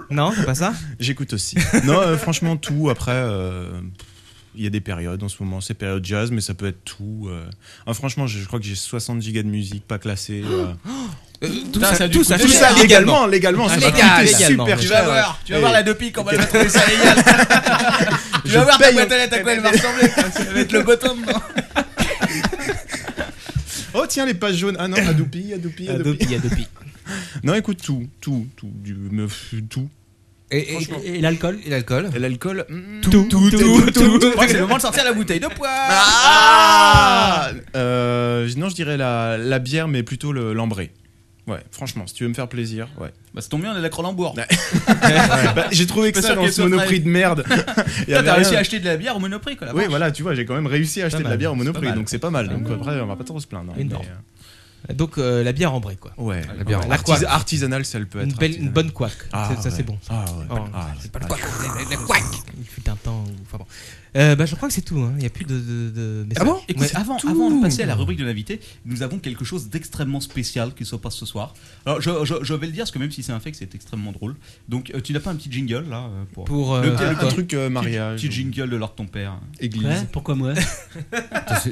[SPEAKER 2] Non, c'est pas ça
[SPEAKER 6] J'écoute aussi. non, euh, franchement, tout. Après, euh, pff, il y a des périodes en ce moment. C'est période jazz, mais ça peut être tout. euh. Ah, franchement, je, je crois que j'ai 60 gigas de musique pas classée. euh.
[SPEAKER 2] Euh,
[SPEAKER 3] Putain, ça a dû coûter
[SPEAKER 2] tout
[SPEAKER 3] cher.
[SPEAKER 2] ça légalement,
[SPEAKER 3] légalement, ça va
[SPEAKER 2] légal,
[SPEAKER 3] coûter
[SPEAKER 2] légalement.
[SPEAKER 3] super
[SPEAKER 2] Tu
[SPEAKER 3] cher,
[SPEAKER 2] vas
[SPEAKER 3] ouais.
[SPEAKER 2] voir, tu vas
[SPEAKER 3] Et-
[SPEAKER 2] voir la deux pics, on va la trouver ça
[SPEAKER 3] légal.
[SPEAKER 2] tu
[SPEAKER 3] Je
[SPEAKER 2] vas voir ta
[SPEAKER 3] paye
[SPEAKER 2] boîte
[SPEAKER 3] en-
[SPEAKER 2] à lettres à quoi elle va ressembler. quoi. Ça va être le bottom.
[SPEAKER 6] Oh tiens les pages jaunes. Ah non, Adopi, Adopi, Adopi.
[SPEAKER 2] Adopi.
[SPEAKER 6] Non, écoute tout, tout, tout, du meuf, tout.
[SPEAKER 5] Et,
[SPEAKER 4] et, l'alcool
[SPEAKER 5] Et l'alcool
[SPEAKER 6] Et l'alcool mm,
[SPEAKER 5] Tout, tout,
[SPEAKER 6] tout, tout.
[SPEAKER 3] Je crois que c'est le moment de sortir la bouteille de poire.
[SPEAKER 1] Ah.
[SPEAKER 6] Ah Euh, non, je dirais la, la bière, mais plutôt le- l'ambré. Ouais, franchement, si tu veux me faire plaisir, ouais.
[SPEAKER 3] Bah, c'est tombé bien, on est la Crolembourg.
[SPEAKER 6] Bah, j'ai trouvé que
[SPEAKER 3] Pas
[SPEAKER 6] ça
[SPEAKER 3] sûr
[SPEAKER 6] dans
[SPEAKER 3] qu'elle
[SPEAKER 6] ce
[SPEAKER 3] soit
[SPEAKER 6] Monoprix
[SPEAKER 3] fraîche.
[SPEAKER 6] de merde. Il y
[SPEAKER 3] Putain,
[SPEAKER 6] avait
[SPEAKER 3] T'as réussi
[SPEAKER 6] rien.
[SPEAKER 3] à acheter de la bière au Monoprix, quoi. la
[SPEAKER 6] Oui,
[SPEAKER 3] vache.
[SPEAKER 6] voilà, tu vois, j'ai quand même réussi à
[SPEAKER 3] C'est
[SPEAKER 6] acheter de
[SPEAKER 3] pas
[SPEAKER 6] la
[SPEAKER 3] mal,
[SPEAKER 6] bière au
[SPEAKER 3] c'est pas
[SPEAKER 6] Monoprix,
[SPEAKER 3] mal.
[SPEAKER 6] donc c'est pas mal.
[SPEAKER 3] C'est
[SPEAKER 6] Donc
[SPEAKER 3] pas mal.
[SPEAKER 6] après, on va pas trop se plaindre. hein,
[SPEAKER 2] Énorme.
[SPEAKER 6] mais, euh,
[SPEAKER 2] Donc euh, la bière ambrée quoi.
[SPEAKER 6] Ouais,
[SPEAKER 2] bière
[SPEAKER 6] la bière
[SPEAKER 2] en
[SPEAKER 6] en
[SPEAKER 2] La
[SPEAKER 6] artis-
[SPEAKER 2] couac.
[SPEAKER 6] artisanale, ça le peut
[SPEAKER 2] Une
[SPEAKER 6] être
[SPEAKER 2] belle-
[SPEAKER 6] artisanale.
[SPEAKER 2] une bonne couac.
[SPEAKER 6] Ah,
[SPEAKER 2] C'est- ça
[SPEAKER 6] ouais.
[SPEAKER 2] c'est bon. ça.
[SPEAKER 6] Ah, ouais,
[SPEAKER 2] Oh,
[SPEAKER 6] pas- ah,
[SPEAKER 2] c'est pas le
[SPEAKER 6] ouais.
[SPEAKER 2] couac. le- le- le couac. Il fut un temps. où- Enfin bon. Euh, bah, je crois que c'est tout. hein. Il n'y a plus de. de, de messages.
[SPEAKER 3] Écoute,
[SPEAKER 2] Ouais.
[SPEAKER 3] avant,
[SPEAKER 2] Tout.
[SPEAKER 3] avant de passer à la rubrique de l'invité, nous avons quelque chose d'extrêmement spécial qui se passe ce soir. Alors, je, je- je vais le dire parce que même si c'est un fake, c'est extrêmement drôle. Donc, euh, tu n'as pas un petit jingle là euh, pour,
[SPEAKER 2] Pour, euh,
[SPEAKER 3] le petit-
[SPEAKER 2] un-
[SPEAKER 3] le
[SPEAKER 2] un
[SPEAKER 3] petit-
[SPEAKER 6] truc, euh,
[SPEAKER 3] petit-
[SPEAKER 6] mariage
[SPEAKER 3] Petit
[SPEAKER 6] ou-
[SPEAKER 3] jingle de l'art de ton père.
[SPEAKER 6] Église.
[SPEAKER 4] Ouais, pourquoi moi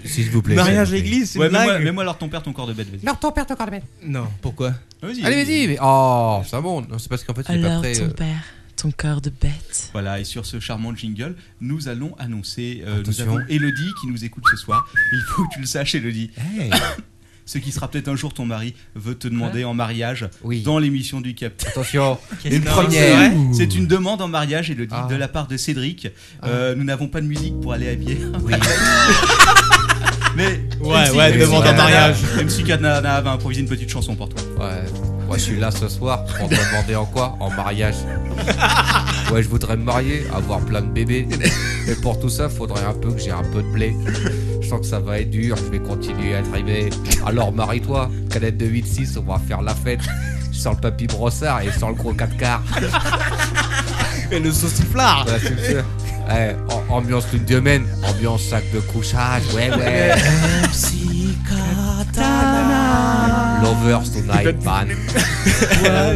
[SPEAKER 8] S'il vous plaît.
[SPEAKER 2] Mariage et église, c'est
[SPEAKER 3] Ouais,
[SPEAKER 2] une
[SPEAKER 3] mets-moi,
[SPEAKER 2] blague.
[SPEAKER 3] mets-moi l'art de ton père, ton corps de bête. vas-y.
[SPEAKER 5] Non, ton père, ton corps de bête. Non, pourquoi
[SPEAKER 3] Vas-y.
[SPEAKER 5] Allez, vas-y, mais. Oh, c'est un bon. Non, C'est parce qu'en fait, il est pas
[SPEAKER 12] Alors,
[SPEAKER 5] prêt.
[SPEAKER 12] ton
[SPEAKER 5] euh,
[SPEAKER 12] père, ton corps de bête.
[SPEAKER 3] Voilà, et sur ce charmant jingle, nous allons annoncer. euh, nous
[SPEAKER 5] Attention.
[SPEAKER 3] avons Elodie qui nous écoute ce soir. Il faut que tu le saches, Elodie. ce qui sera peut-être un jour ton mari veut te demander en mariage dans l'émission du Cap.
[SPEAKER 5] euh, Attention,
[SPEAKER 3] Qu'est-ce
[SPEAKER 5] Hein une
[SPEAKER 3] que-
[SPEAKER 5] première.
[SPEAKER 3] C'est vrai C'est une demande en mariage, Elodie,
[SPEAKER 5] Ah.
[SPEAKER 3] de la part de Cédric. Euh, nous n'avons pas de musique pour aller à Bière. Mais.
[SPEAKER 2] Ouais,
[SPEAKER 3] MC
[SPEAKER 2] ouais,
[SPEAKER 3] MC
[SPEAKER 2] demande en
[SPEAKER 3] Katana-
[SPEAKER 2] mariage.
[SPEAKER 3] MC Katana va improviser une petite chanson pour toi.
[SPEAKER 5] Ouais. Moi, je suis là ce soir. On t'a demandé en quoi En mariage. Ouais, je voudrais me marier, avoir plein de bébés. Mais pour tout ça, faudrait un peu que j'ai un peu de blé. Je sens que ça va être dur, je vais continuer à trimer. Alors marie-toi, canette de 8-6, on va faire la fête. Sans le papy brossard et sans le gros 4 quarts.
[SPEAKER 2] Et le sauciflard
[SPEAKER 5] Ouais, c'est sûr. Ouais, en- ambiance lune de mène, ambiance sac de couchage, ouais, ouais. Lovers tonight, man.
[SPEAKER 2] Ah,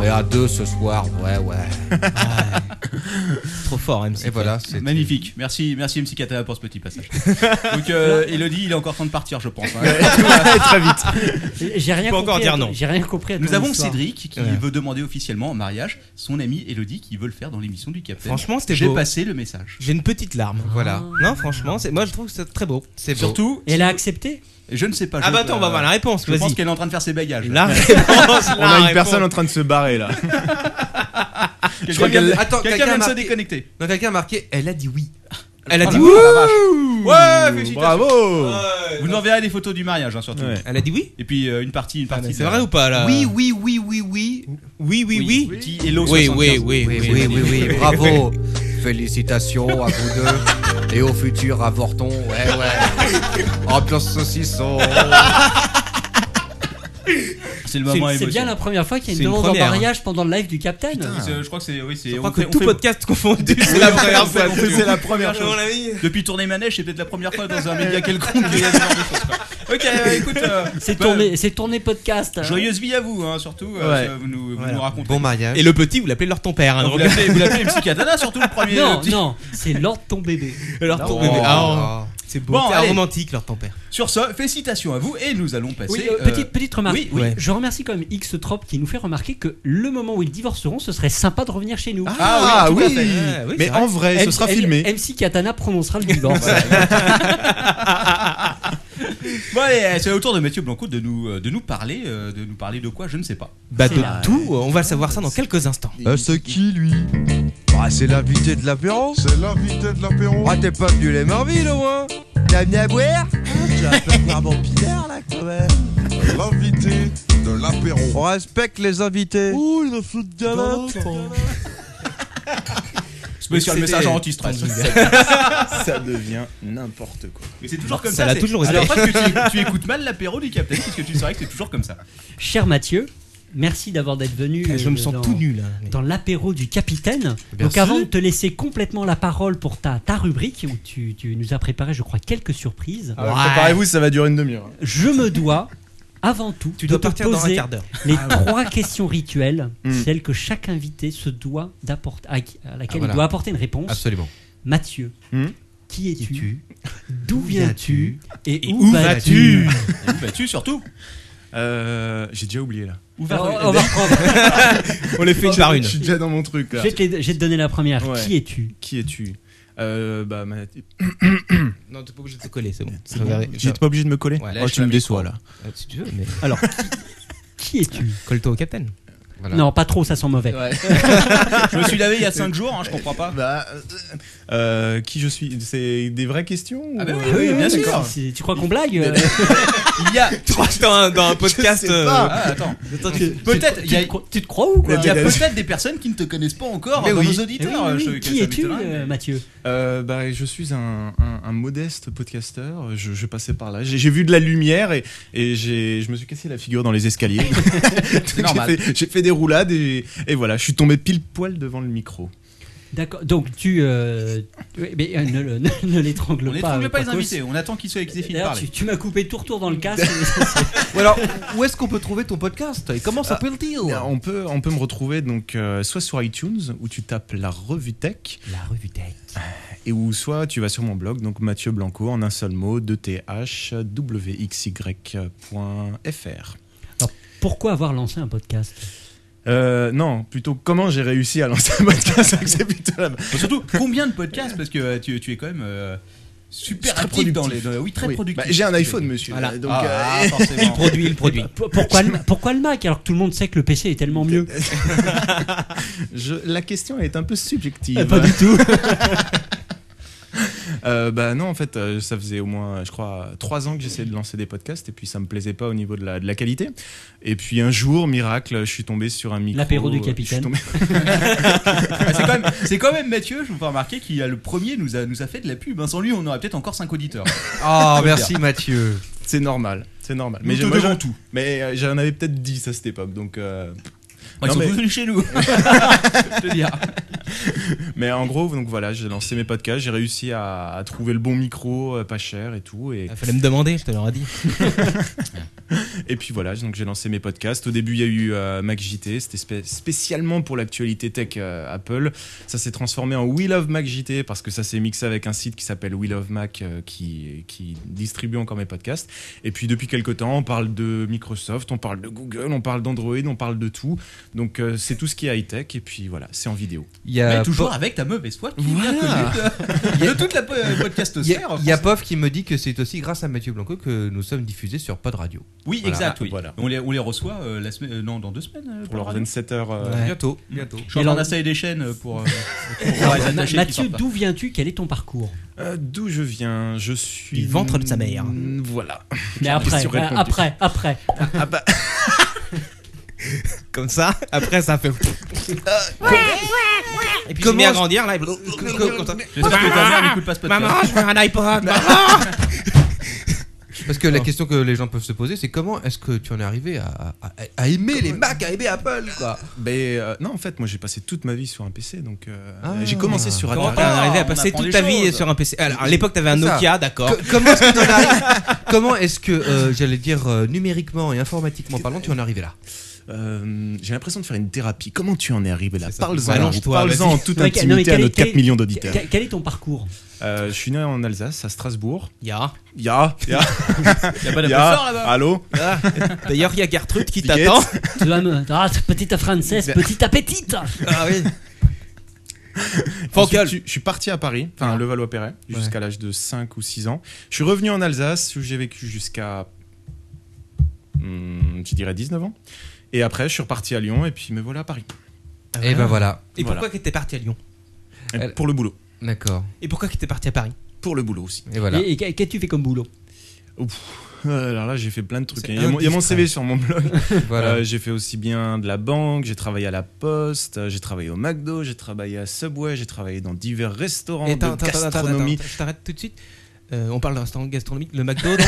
[SPEAKER 5] Mais à deux ce soir, ouais, ouais.
[SPEAKER 2] Trop fort, MC.
[SPEAKER 5] Et voilà, c'est
[SPEAKER 3] Magnifique. Merci, merci MC Katana pour ce petit passage. Donc, euh, Elodie, il est encore temps de partir, je pense. hein.
[SPEAKER 6] Très vite.
[SPEAKER 4] J'ai rien
[SPEAKER 3] Faut
[SPEAKER 4] compris à ton- J'ai rien compris à
[SPEAKER 3] Nous
[SPEAKER 4] ton
[SPEAKER 3] avons
[SPEAKER 4] histoire.
[SPEAKER 3] Cédric qui
[SPEAKER 2] Ouais.
[SPEAKER 3] veut demander officiellement en mariage son amie Elodie qui veut le faire dans l'émission du Capitaine.
[SPEAKER 2] Franchement, c'était
[SPEAKER 3] J'ai
[SPEAKER 2] beau.
[SPEAKER 3] passé le message.
[SPEAKER 2] J'ai une petite larme.
[SPEAKER 5] Voilà.
[SPEAKER 2] Non, franchement, c'est- moi je trouve que c'est très beau.
[SPEAKER 5] C'est beau.
[SPEAKER 3] Surtout.
[SPEAKER 4] Et elle a accepté
[SPEAKER 3] Je ne sais pas.
[SPEAKER 2] Ah
[SPEAKER 3] je-
[SPEAKER 2] bah attends, on va
[SPEAKER 3] euh,
[SPEAKER 2] voir la réponse,
[SPEAKER 3] Je pense
[SPEAKER 2] vas-y.
[SPEAKER 3] qu'elle est en train de faire ses bagages.
[SPEAKER 2] La réponse,
[SPEAKER 6] On a une personne en train de se barrer là.
[SPEAKER 3] Quelqu'un
[SPEAKER 5] Je crois qu'elle-
[SPEAKER 3] vient de-
[SPEAKER 5] Attends,
[SPEAKER 3] quelqu'un
[SPEAKER 5] quelqu'un
[SPEAKER 3] vient
[SPEAKER 5] a
[SPEAKER 3] de se
[SPEAKER 5] marqué-
[SPEAKER 3] déconnecter.
[SPEAKER 5] Non, quelqu'un a marqué, elle a dit oui.
[SPEAKER 2] Elle a dit
[SPEAKER 3] Ah,
[SPEAKER 2] oui.
[SPEAKER 3] Ouais, félicitations.
[SPEAKER 6] Bravo
[SPEAKER 3] Vous nous enverrez les photos du mariage, hein, surtout.
[SPEAKER 6] Ouais.
[SPEAKER 2] Elle a dit oui
[SPEAKER 3] Et puis euh, une partie, une partie.
[SPEAKER 2] Ah, C'est vrai ou pas là
[SPEAKER 5] Oui, oui, oui, oui, oui.
[SPEAKER 2] oui, oui, oui.
[SPEAKER 3] Petit Hello
[SPEAKER 2] Oui,
[SPEAKER 3] 75.
[SPEAKER 2] oui, oui,
[SPEAKER 5] Oui, oui, oui, oui, bravo. Félicitations à vous deux. Et au futur avorton, ouais, ouais. Ambiance saucisson.
[SPEAKER 3] C'est le
[SPEAKER 4] C'est-
[SPEAKER 3] moment
[SPEAKER 4] C'est
[SPEAKER 3] émotion.
[SPEAKER 4] bien la première fois qu'il y a une
[SPEAKER 2] C'est une
[SPEAKER 4] demande
[SPEAKER 2] première,
[SPEAKER 4] en mariage pendant le live du Captain.
[SPEAKER 3] C'est- Je crois que c'est. Oui, c'est.
[SPEAKER 2] Je
[SPEAKER 3] on
[SPEAKER 2] crois que
[SPEAKER 3] fait- on
[SPEAKER 2] tout
[SPEAKER 3] fait-
[SPEAKER 2] podcast confondu, c'est la première fois.
[SPEAKER 6] on fait- c'est la première chose.
[SPEAKER 2] On l'a mis.
[SPEAKER 3] Depuis tourner manège, c'est peut-être la première fois dans un média quelconque. qu'il y a ce genre de choses, quoi. Ok, euh, écoute. euh,
[SPEAKER 4] C'est
[SPEAKER 3] bah,
[SPEAKER 4] tourné, c'est tourné podcast.
[SPEAKER 3] Joyeuse vie à vous, hein, surtout. euh,
[SPEAKER 6] Ouais.
[SPEAKER 3] ça, vous nous, vous
[SPEAKER 2] Voilà.
[SPEAKER 3] nous racontez.
[SPEAKER 5] Bon mariage.
[SPEAKER 2] Et le petit, vous l'appelez leur ton père. hein,
[SPEAKER 3] Vous
[SPEAKER 2] regardez.
[SPEAKER 3] l'appelez vous l'appelez MC Katana, surtout le premier. le
[SPEAKER 4] Non,
[SPEAKER 3] petit-
[SPEAKER 4] non, c'est l'ordre de ton bébé.
[SPEAKER 2] Leur ton bébé. Ah, oh. C'est beau.
[SPEAKER 3] Bon,
[SPEAKER 2] C'est
[SPEAKER 3] allez.
[SPEAKER 2] romantique leur ton père.
[SPEAKER 3] Sur ce, félicitations à vous et nous allons passer.
[SPEAKER 4] Oui, euh,
[SPEAKER 3] euh,
[SPEAKER 4] petite, petite remarque.
[SPEAKER 3] oui, oui.
[SPEAKER 4] Ouais. Je remercie quand même X Trop qui nous fait remarquer que le moment où ils divorceront, ce serait sympa de revenir chez nous.
[SPEAKER 6] Ah,
[SPEAKER 2] oui, tout à
[SPEAKER 6] oui,
[SPEAKER 2] fait. Ouais, oui,
[SPEAKER 6] Mais
[SPEAKER 2] c'est
[SPEAKER 6] en vrai,
[SPEAKER 4] M-
[SPEAKER 6] ce sera
[SPEAKER 4] M-
[SPEAKER 6] filmé.
[SPEAKER 4] MC Katana prononcera le divorce.
[SPEAKER 3] Bon allez, c'est au tour de Mathieu Blanco de nous, euh, de nous parler, euh, de nous parler de quoi, je ne sais pas.
[SPEAKER 2] Bah de
[SPEAKER 4] là.
[SPEAKER 2] tout, on va savoir ça dans quelques instants.
[SPEAKER 8] Euh, c'est qui lui Bah, c'est l'invité de l'apéro.
[SPEAKER 7] C'est l'invité de l'apéro.
[SPEAKER 8] Ah, t'es pas venu les Marville au moins Ah, T'as venu à boire
[SPEAKER 7] tu vas faire un vampire là quand même. L'invité de l'apéro.
[SPEAKER 8] On respecte les invités.
[SPEAKER 7] Ouh, il a fait de galette.
[SPEAKER 3] Spécial
[SPEAKER 2] C'était-
[SPEAKER 3] message en anti-stress.
[SPEAKER 6] Ça devient n'importe quoi.
[SPEAKER 3] Mais c'est toujours comme
[SPEAKER 2] Ça
[SPEAKER 3] ça.
[SPEAKER 2] l'a
[SPEAKER 3] c'est-
[SPEAKER 2] toujours été.
[SPEAKER 3] Alors, pas que tu, tu écoutes mal l'apéro du Capitaine, parce que tu sais que c'est toujours comme ça.
[SPEAKER 4] Cher Mathieu, merci d'avoir d'être venu.
[SPEAKER 2] Je
[SPEAKER 4] euh,
[SPEAKER 2] me sens
[SPEAKER 4] dans-
[SPEAKER 2] tout nul. hein.
[SPEAKER 4] Dans l'apéro du capitaine.
[SPEAKER 5] Bien
[SPEAKER 4] Donc
[SPEAKER 5] sûr.
[SPEAKER 4] avant de te laisser complètement la parole pour ta, ta rubrique où tu, tu nous as préparé, je crois, quelques surprises,
[SPEAKER 6] Ah ouais, Préparez-vous, ça va durer une demi-heure.
[SPEAKER 4] je me dois avant tout
[SPEAKER 2] Tu
[SPEAKER 4] de
[SPEAKER 2] dois
[SPEAKER 4] te
[SPEAKER 2] partir dans un
[SPEAKER 4] poser
[SPEAKER 2] quart d'heure.
[SPEAKER 4] les trois questions rituelles,
[SPEAKER 6] Hmm.
[SPEAKER 4] celles que chaque invité se doit d'apporter, à, à laquelle
[SPEAKER 5] voilà.
[SPEAKER 4] il doit apporter une réponse.
[SPEAKER 5] Absolument.
[SPEAKER 4] Mathieu,
[SPEAKER 6] Hmm.
[SPEAKER 4] Qui es-tu D'où
[SPEAKER 6] Où
[SPEAKER 4] viens-tu Et,
[SPEAKER 6] Et
[SPEAKER 4] où vas-tu
[SPEAKER 6] Et Où vas-tu surtout Euh, J'ai déjà oublié là.
[SPEAKER 4] Où va- On va reprendre.
[SPEAKER 6] On les fait une
[SPEAKER 4] Je-
[SPEAKER 6] par une. Je suis déjà dans mon truc là.
[SPEAKER 4] Je vais te, les- je vais te donner la première.
[SPEAKER 6] Ouais.
[SPEAKER 4] Qui es-tu
[SPEAKER 6] Qui es-tu Euh, bah, ma-
[SPEAKER 2] Non, t'es pas obligé de te coller, c'est bon.
[SPEAKER 6] C'est bon. J'étais pas obligé de me coller
[SPEAKER 2] Ouais,
[SPEAKER 6] Oh,
[SPEAKER 2] lâche
[SPEAKER 6] tu
[SPEAKER 2] la
[SPEAKER 6] me déçois
[SPEAKER 2] micro.
[SPEAKER 6] là.
[SPEAKER 2] Euh, si tu veux, mais-
[SPEAKER 4] Alors, qui, qui es-tu
[SPEAKER 2] Colle-toi au capitaine.
[SPEAKER 4] Non, pas trop, ça sent mauvais.
[SPEAKER 3] Je me suis lavé il y a 5 jours, hein, je comprends pas.
[SPEAKER 6] Bah, Euh, qui je suis C'est des vraies questions
[SPEAKER 3] Ah bah
[SPEAKER 6] ou-
[SPEAKER 3] oui, oui, oui, bien sûr.
[SPEAKER 6] d'accord.
[SPEAKER 3] C'est-
[SPEAKER 4] Tu crois qu'on blague euh
[SPEAKER 3] Il y a.
[SPEAKER 2] dans un, dans un podcast.
[SPEAKER 3] Je sais
[SPEAKER 2] euh,
[SPEAKER 3] pas. Ah, attends.
[SPEAKER 2] attends, tu-
[SPEAKER 3] Tu- Peut-être.
[SPEAKER 2] tu-
[SPEAKER 3] il y a-
[SPEAKER 2] tu te crois- tu te crois ou quoi
[SPEAKER 3] Il y a
[SPEAKER 2] Mais
[SPEAKER 3] peut-être des personnes qui ne te connaissent pas encore
[SPEAKER 6] Mais
[SPEAKER 3] dans
[SPEAKER 6] oui.
[SPEAKER 3] nos auditeurs. euh,
[SPEAKER 6] Eh oui, oui,
[SPEAKER 3] je-
[SPEAKER 6] oui.
[SPEAKER 3] que
[SPEAKER 6] Qui
[SPEAKER 3] ça
[SPEAKER 6] es-tu,
[SPEAKER 3] m'étonnerait, mais-
[SPEAKER 4] euh, Mathieu
[SPEAKER 6] Euh, bah, je suis un, un- un modeste podcasteur. Je, je passais par là. J'ai j'ai vu de la lumière et, et j'ai- je me suis cassé la figure dans les escaliers. Donc,
[SPEAKER 4] normal.
[SPEAKER 6] J'ai fait, j'ai fait des roulades et, et voilà, je suis tombé pile poil devant le micro.
[SPEAKER 4] D'accord. Donc tu. euh, ouais, mais, euh, ne, le- ne- ne l'étrangle
[SPEAKER 3] On
[SPEAKER 4] pas.
[SPEAKER 3] n'étrangle
[SPEAKER 4] euh,
[SPEAKER 3] pas les
[SPEAKER 4] Pacos.
[SPEAKER 3] invités, on attend qu'ils soient- qu'ils aient fini de
[SPEAKER 4] D'ailleurs,
[SPEAKER 3] parler.
[SPEAKER 4] Tu, tu m'as coupé tout retour dans le casque. mais ça, c'est-
[SPEAKER 5] Ou alors, où est-ce qu'on peut trouver ton podcast Et comment
[SPEAKER 6] Ah,
[SPEAKER 5] s'appelle-t-il
[SPEAKER 6] On peut, on peut me retrouver donc euh, soit sur iTunes où tu tapes la revue tech.
[SPEAKER 2] La revue tech.
[SPEAKER 6] Et ou soit tu vas sur mon blog, donc Mathieu Blanco en un seul mot, 2thwxy.fr.
[SPEAKER 4] Alors, pourquoi avoir lancé un podcast
[SPEAKER 6] Euh, non, plutôt comment j'ai réussi à lancer un podcast, c'est plutôt la-
[SPEAKER 3] Bon, surtout, combien de podcasts Parce que euh, tu, tu es quand même euh, super
[SPEAKER 6] Très
[SPEAKER 3] actif dans les.
[SPEAKER 6] productif.
[SPEAKER 3] dans- oui, très
[SPEAKER 6] Oui.
[SPEAKER 3] productif.
[SPEAKER 6] Bah, j'ai un iPhone, monsieur.
[SPEAKER 3] Voilà.
[SPEAKER 6] Donc,
[SPEAKER 3] Ah,
[SPEAKER 6] euh,
[SPEAKER 3] forcément.
[SPEAKER 6] il produit, il produit.
[SPEAKER 4] Et Eh ben, pour- Pourquoi le, pourquoi le Mac alors que tout le monde sait que le PC est tellement mieux
[SPEAKER 6] euh, Je- la question est un peu
[SPEAKER 3] Ah,
[SPEAKER 6] subjective.
[SPEAKER 4] Pas du tout.
[SPEAKER 6] Euh, bah non, en fait, euh, ça faisait au moins, je crois, trois ans que j'essayais de lancer des podcasts et puis ça me plaisait pas au niveau de la, de la qualité. Et puis un jour, miracle, je suis tombé sur un micro.
[SPEAKER 4] L'apéro du
[SPEAKER 6] euh, je suis
[SPEAKER 4] capitaine.
[SPEAKER 6] tombé-
[SPEAKER 3] Ah, c'est quand même- c'est quand, même Mathieu, je vous fais remarquer, qui a le premier nous a, nous a fait de la pub. hein. Sans lui, on aurait peut-être encore 5 auditeurs.
[SPEAKER 5] Ah,
[SPEAKER 6] Faut le
[SPEAKER 5] merci
[SPEAKER 6] dire.
[SPEAKER 5] Mathieu.
[SPEAKER 6] C'est normal, c'est normal.
[SPEAKER 3] Nous te
[SPEAKER 6] j'ai- moi,
[SPEAKER 3] devons
[SPEAKER 6] j'en-
[SPEAKER 3] tout.
[SPEAKER 6] Mais euh, j'en avais peut-être 10 à cette époque, donc. euh,
[SPEAKER 3] Ils
[SPEAKER 6] non,
[SPEAKER 3] sont
[SPEAKER 6] mais-
[SPEAKER 3] tous venus chez nous. Je te dire.
[SPEAKER 6] Mais en gros, donc voilà, j'ai lancé mes podcasts, j'ai réussi à, à trouver le bon micro, euh, pas cher et tout. Et...
[SPEAKER 2] Il fallait me demander, je te l'aurais dit.
[SPEAKER 6] Et puis voilà, donc j'ai lancé mes podcasts. Au début, il y a eu euh, MacJT, c'était spé- spécialement pour l'actualité tech euh, Apple. Ça s'est transformé en We Love MacJT parce que ça s'est mixé avec un site qui s'appelle We Love Mac euh, qui, qui distribue encore mes podcasts. Et puis depuis quelques temps, on parle de Microsoft, on parle de Google, on parle d'Android, on parle de tout. Donc euh, c'est tout ce qui est high-tech et puis voilà, c'est en vidéo.
[SPEAKER 5] Il y a
[SPEAKER 3] Mais toujours
[SPEAKER 5] Po-
[SPEAKER 3] avec ta mauvaise foi qui
[SPEAKER 5] Euh, Voilà.
[SPEAKER 3] est bien connue de, de toute la po- euh,
[SPEAKER 5] Il y
[SPEAKER 3] podcastosphère.
[SPEAKER 5] a- il y, a Pof qui me dit que c'est aussi grâce à Mathieu Blanco que nous sommes diffusés sur Pod Radio.
[SPEAKER 3] Oui,
[SPEAKER 5] Voilà.
[SPEAKER 3] exact. Oui.
[SPEAKER 5] Voilà.
[SPEAKER 3] On, les, on les reçoit euh, la semaine, euh, non, dans deux semaines. euh,
[SPEAKER 6] Pour leur
[SPEAKER 3] radio.
[SPEAKER 6] 27 heures, euh,
[SPEAKER 5] Ouais. bientôt, bientôt.
[SPEAKER 3] Je suis en train
[SPEAKER 5] Et alors-
[SPEAKER 3] d'installer des chaînes euh, pour. euh, pour
[SPEAKER 4] Alors,
[SPEAKER 3] pouvoir les attacher, qu'ils
[SPEAKER 4] Mathieu,
[SPEAKER 3] sortent pas.
[SPEAKER 4] d'où viens-tu Quel est ton parcours
[SPEAKER 6] Euh, D'où je viens Je suis.
[SPEAKER 4] Du ventre de sa mère.
[SPEAKER 6] Voilà.
[SPEAKER 4] Mais après, euh,
[SPEAKER 6] Question répondue.
[SPEAKER 4] après, après.
[SPEAKER 6] Ah bah.
[SPEAKER 2] Comme ça, après ça fait. Et puis
[SPEAKER 5] Comment
[SPEAKER 2] je mets à
[SPEAKER 5] je-
[SPEAKER 2] grandir là. et-
[SPEAKER 5] J'espère que ta mère n'écoute pas ce podcast.
[SPEAKER 2] Maman, je veux un iPod. Bah, maman.
[SPEAKER 5] Parce que la question que les gens peuvent se poser, c'est comment est-ce que tu en es arrivé à, à- à- à aimer les Mac, à aimer Apple, quoi
[SPEAKER 6] Mais euh, non, en fait, moi j'ai passé toute ma vie sur un PC, donc euh,
[SPEAKER 5] Ah.
[SPEAKER 6] j'ai commencé sur
[SPEAKER 2] Comment
[SPEAKER 6] Atari.
[SPEAKER 2] t'en es arrivé à passer toute ta vie sur un PC Alors à l'époque t'avais un
[SPEAKER 5] C'est ça.
[SPEAKER 2] Nokia, d'accord.
[SPEAKER 5] Que- Comment est-ce que t'en arrives Comment est-ce que, euh, j'allais dire, euh, numériquement et informatiquement parlant, tu en es arrivé là
[SPEAKER 6] Euh, j'ai l'impression de faire une thérapie. Comment tu en es arrivé là Parle-en,
[SPEAKER 5] Allonge-toi,
[SPEAKER 6] parle-en
[SPEAKER 5] vas-y.
[SPEAKER 6] en toute
[SPEAKER 5] Ouais,
[SPEAKER 4] quel- non, mais
[SPEAKER 6] intimité
[SPEAKER 4] quel
[SPEAKER 6] à
[SPEAKER 4] est-
[SPEAKER 6] nos 4
[SPEAKER 4] quel-
[SPEAKER 6] millions d'auditeurs.
[SPEAKER 4] Quel, quel est ton parcours
[SPEAKER 6] Euh, je suis né en Alsace, à Strasbourg.
[SPEAKER 2] Ya.
[SPEAKER 6] Ya.
[SPEAKER 2] Y
[SPEAKER 6] Ya.
[SPEAKER 2] a pas
[SPEAKER 6] Ya.
[SPEAKER 2] d'appel-sort, là-bas
[SPEAKER 6] Allô
[SPEAKER 2] Ah. D'ailleurs, il y a Gertrude qui
[SPEAKER 6] Piquette.
[SPEAKER 2] t'attend.
[SPEAKER 4] Tu vas me- Ah, petite française, petite appétite
[SPEAKER 2] Ah oui.
[SPEAKER 6] Ensuite, je, je suis parti à Paris, enfin Levallois-Perret, jusqu'à l'âge de 5 ou 6 ans. Je suis revenu en Alsace où j'ai vécu jusqu'à, hmm, je dirais 19 ans. Et après, je suis reparti à Lyon et puis me voilà à Paris. Ah
[SPEAKER 5] Et ben voilà.
[SPEAKER 2] Et pourquoi que t'es parti à Lyon
[SPEAKER 6] Et Pour le boulot.
[SPEAKER 5] D'accord.
[SPEAKER 2] Et pourquoi que t'es parti à Paris
[SPEAKER 6] Pour le boulot aussi.
[SPEAKER 5] Et
[SPEAKER 4] Et, et qu'est- qu'as-tu fait comme boulot
[SPEAKER 6] Ouf. Euh, Alors là, j'ai fait plein de trucs.
[SPEAKER 5] C'est
[SPEAKER 6] Il y, a mon- il y a mon CV sur mon blog.
[SPEAKER 5] Voilà.
[SPEAKER 6] Euh, j'ai fait aussi bien de la banque, j'ai travaillé à la poste, euh, j'ai travaillé au McDo, j'ai travaillé à Subway, j'ai travaillé dans divers restaurants
[SPEAKER 2] Et attends,
[SPEAKER 6] de
[SPEAKER 2] attends, attends, attends, attends,
[SPEAKER 6] gastronomie.
[SPEAKER 2] je t'arrête tout de suite. Euh, on parle d'un restaurant gastronomique, le McDo. donc.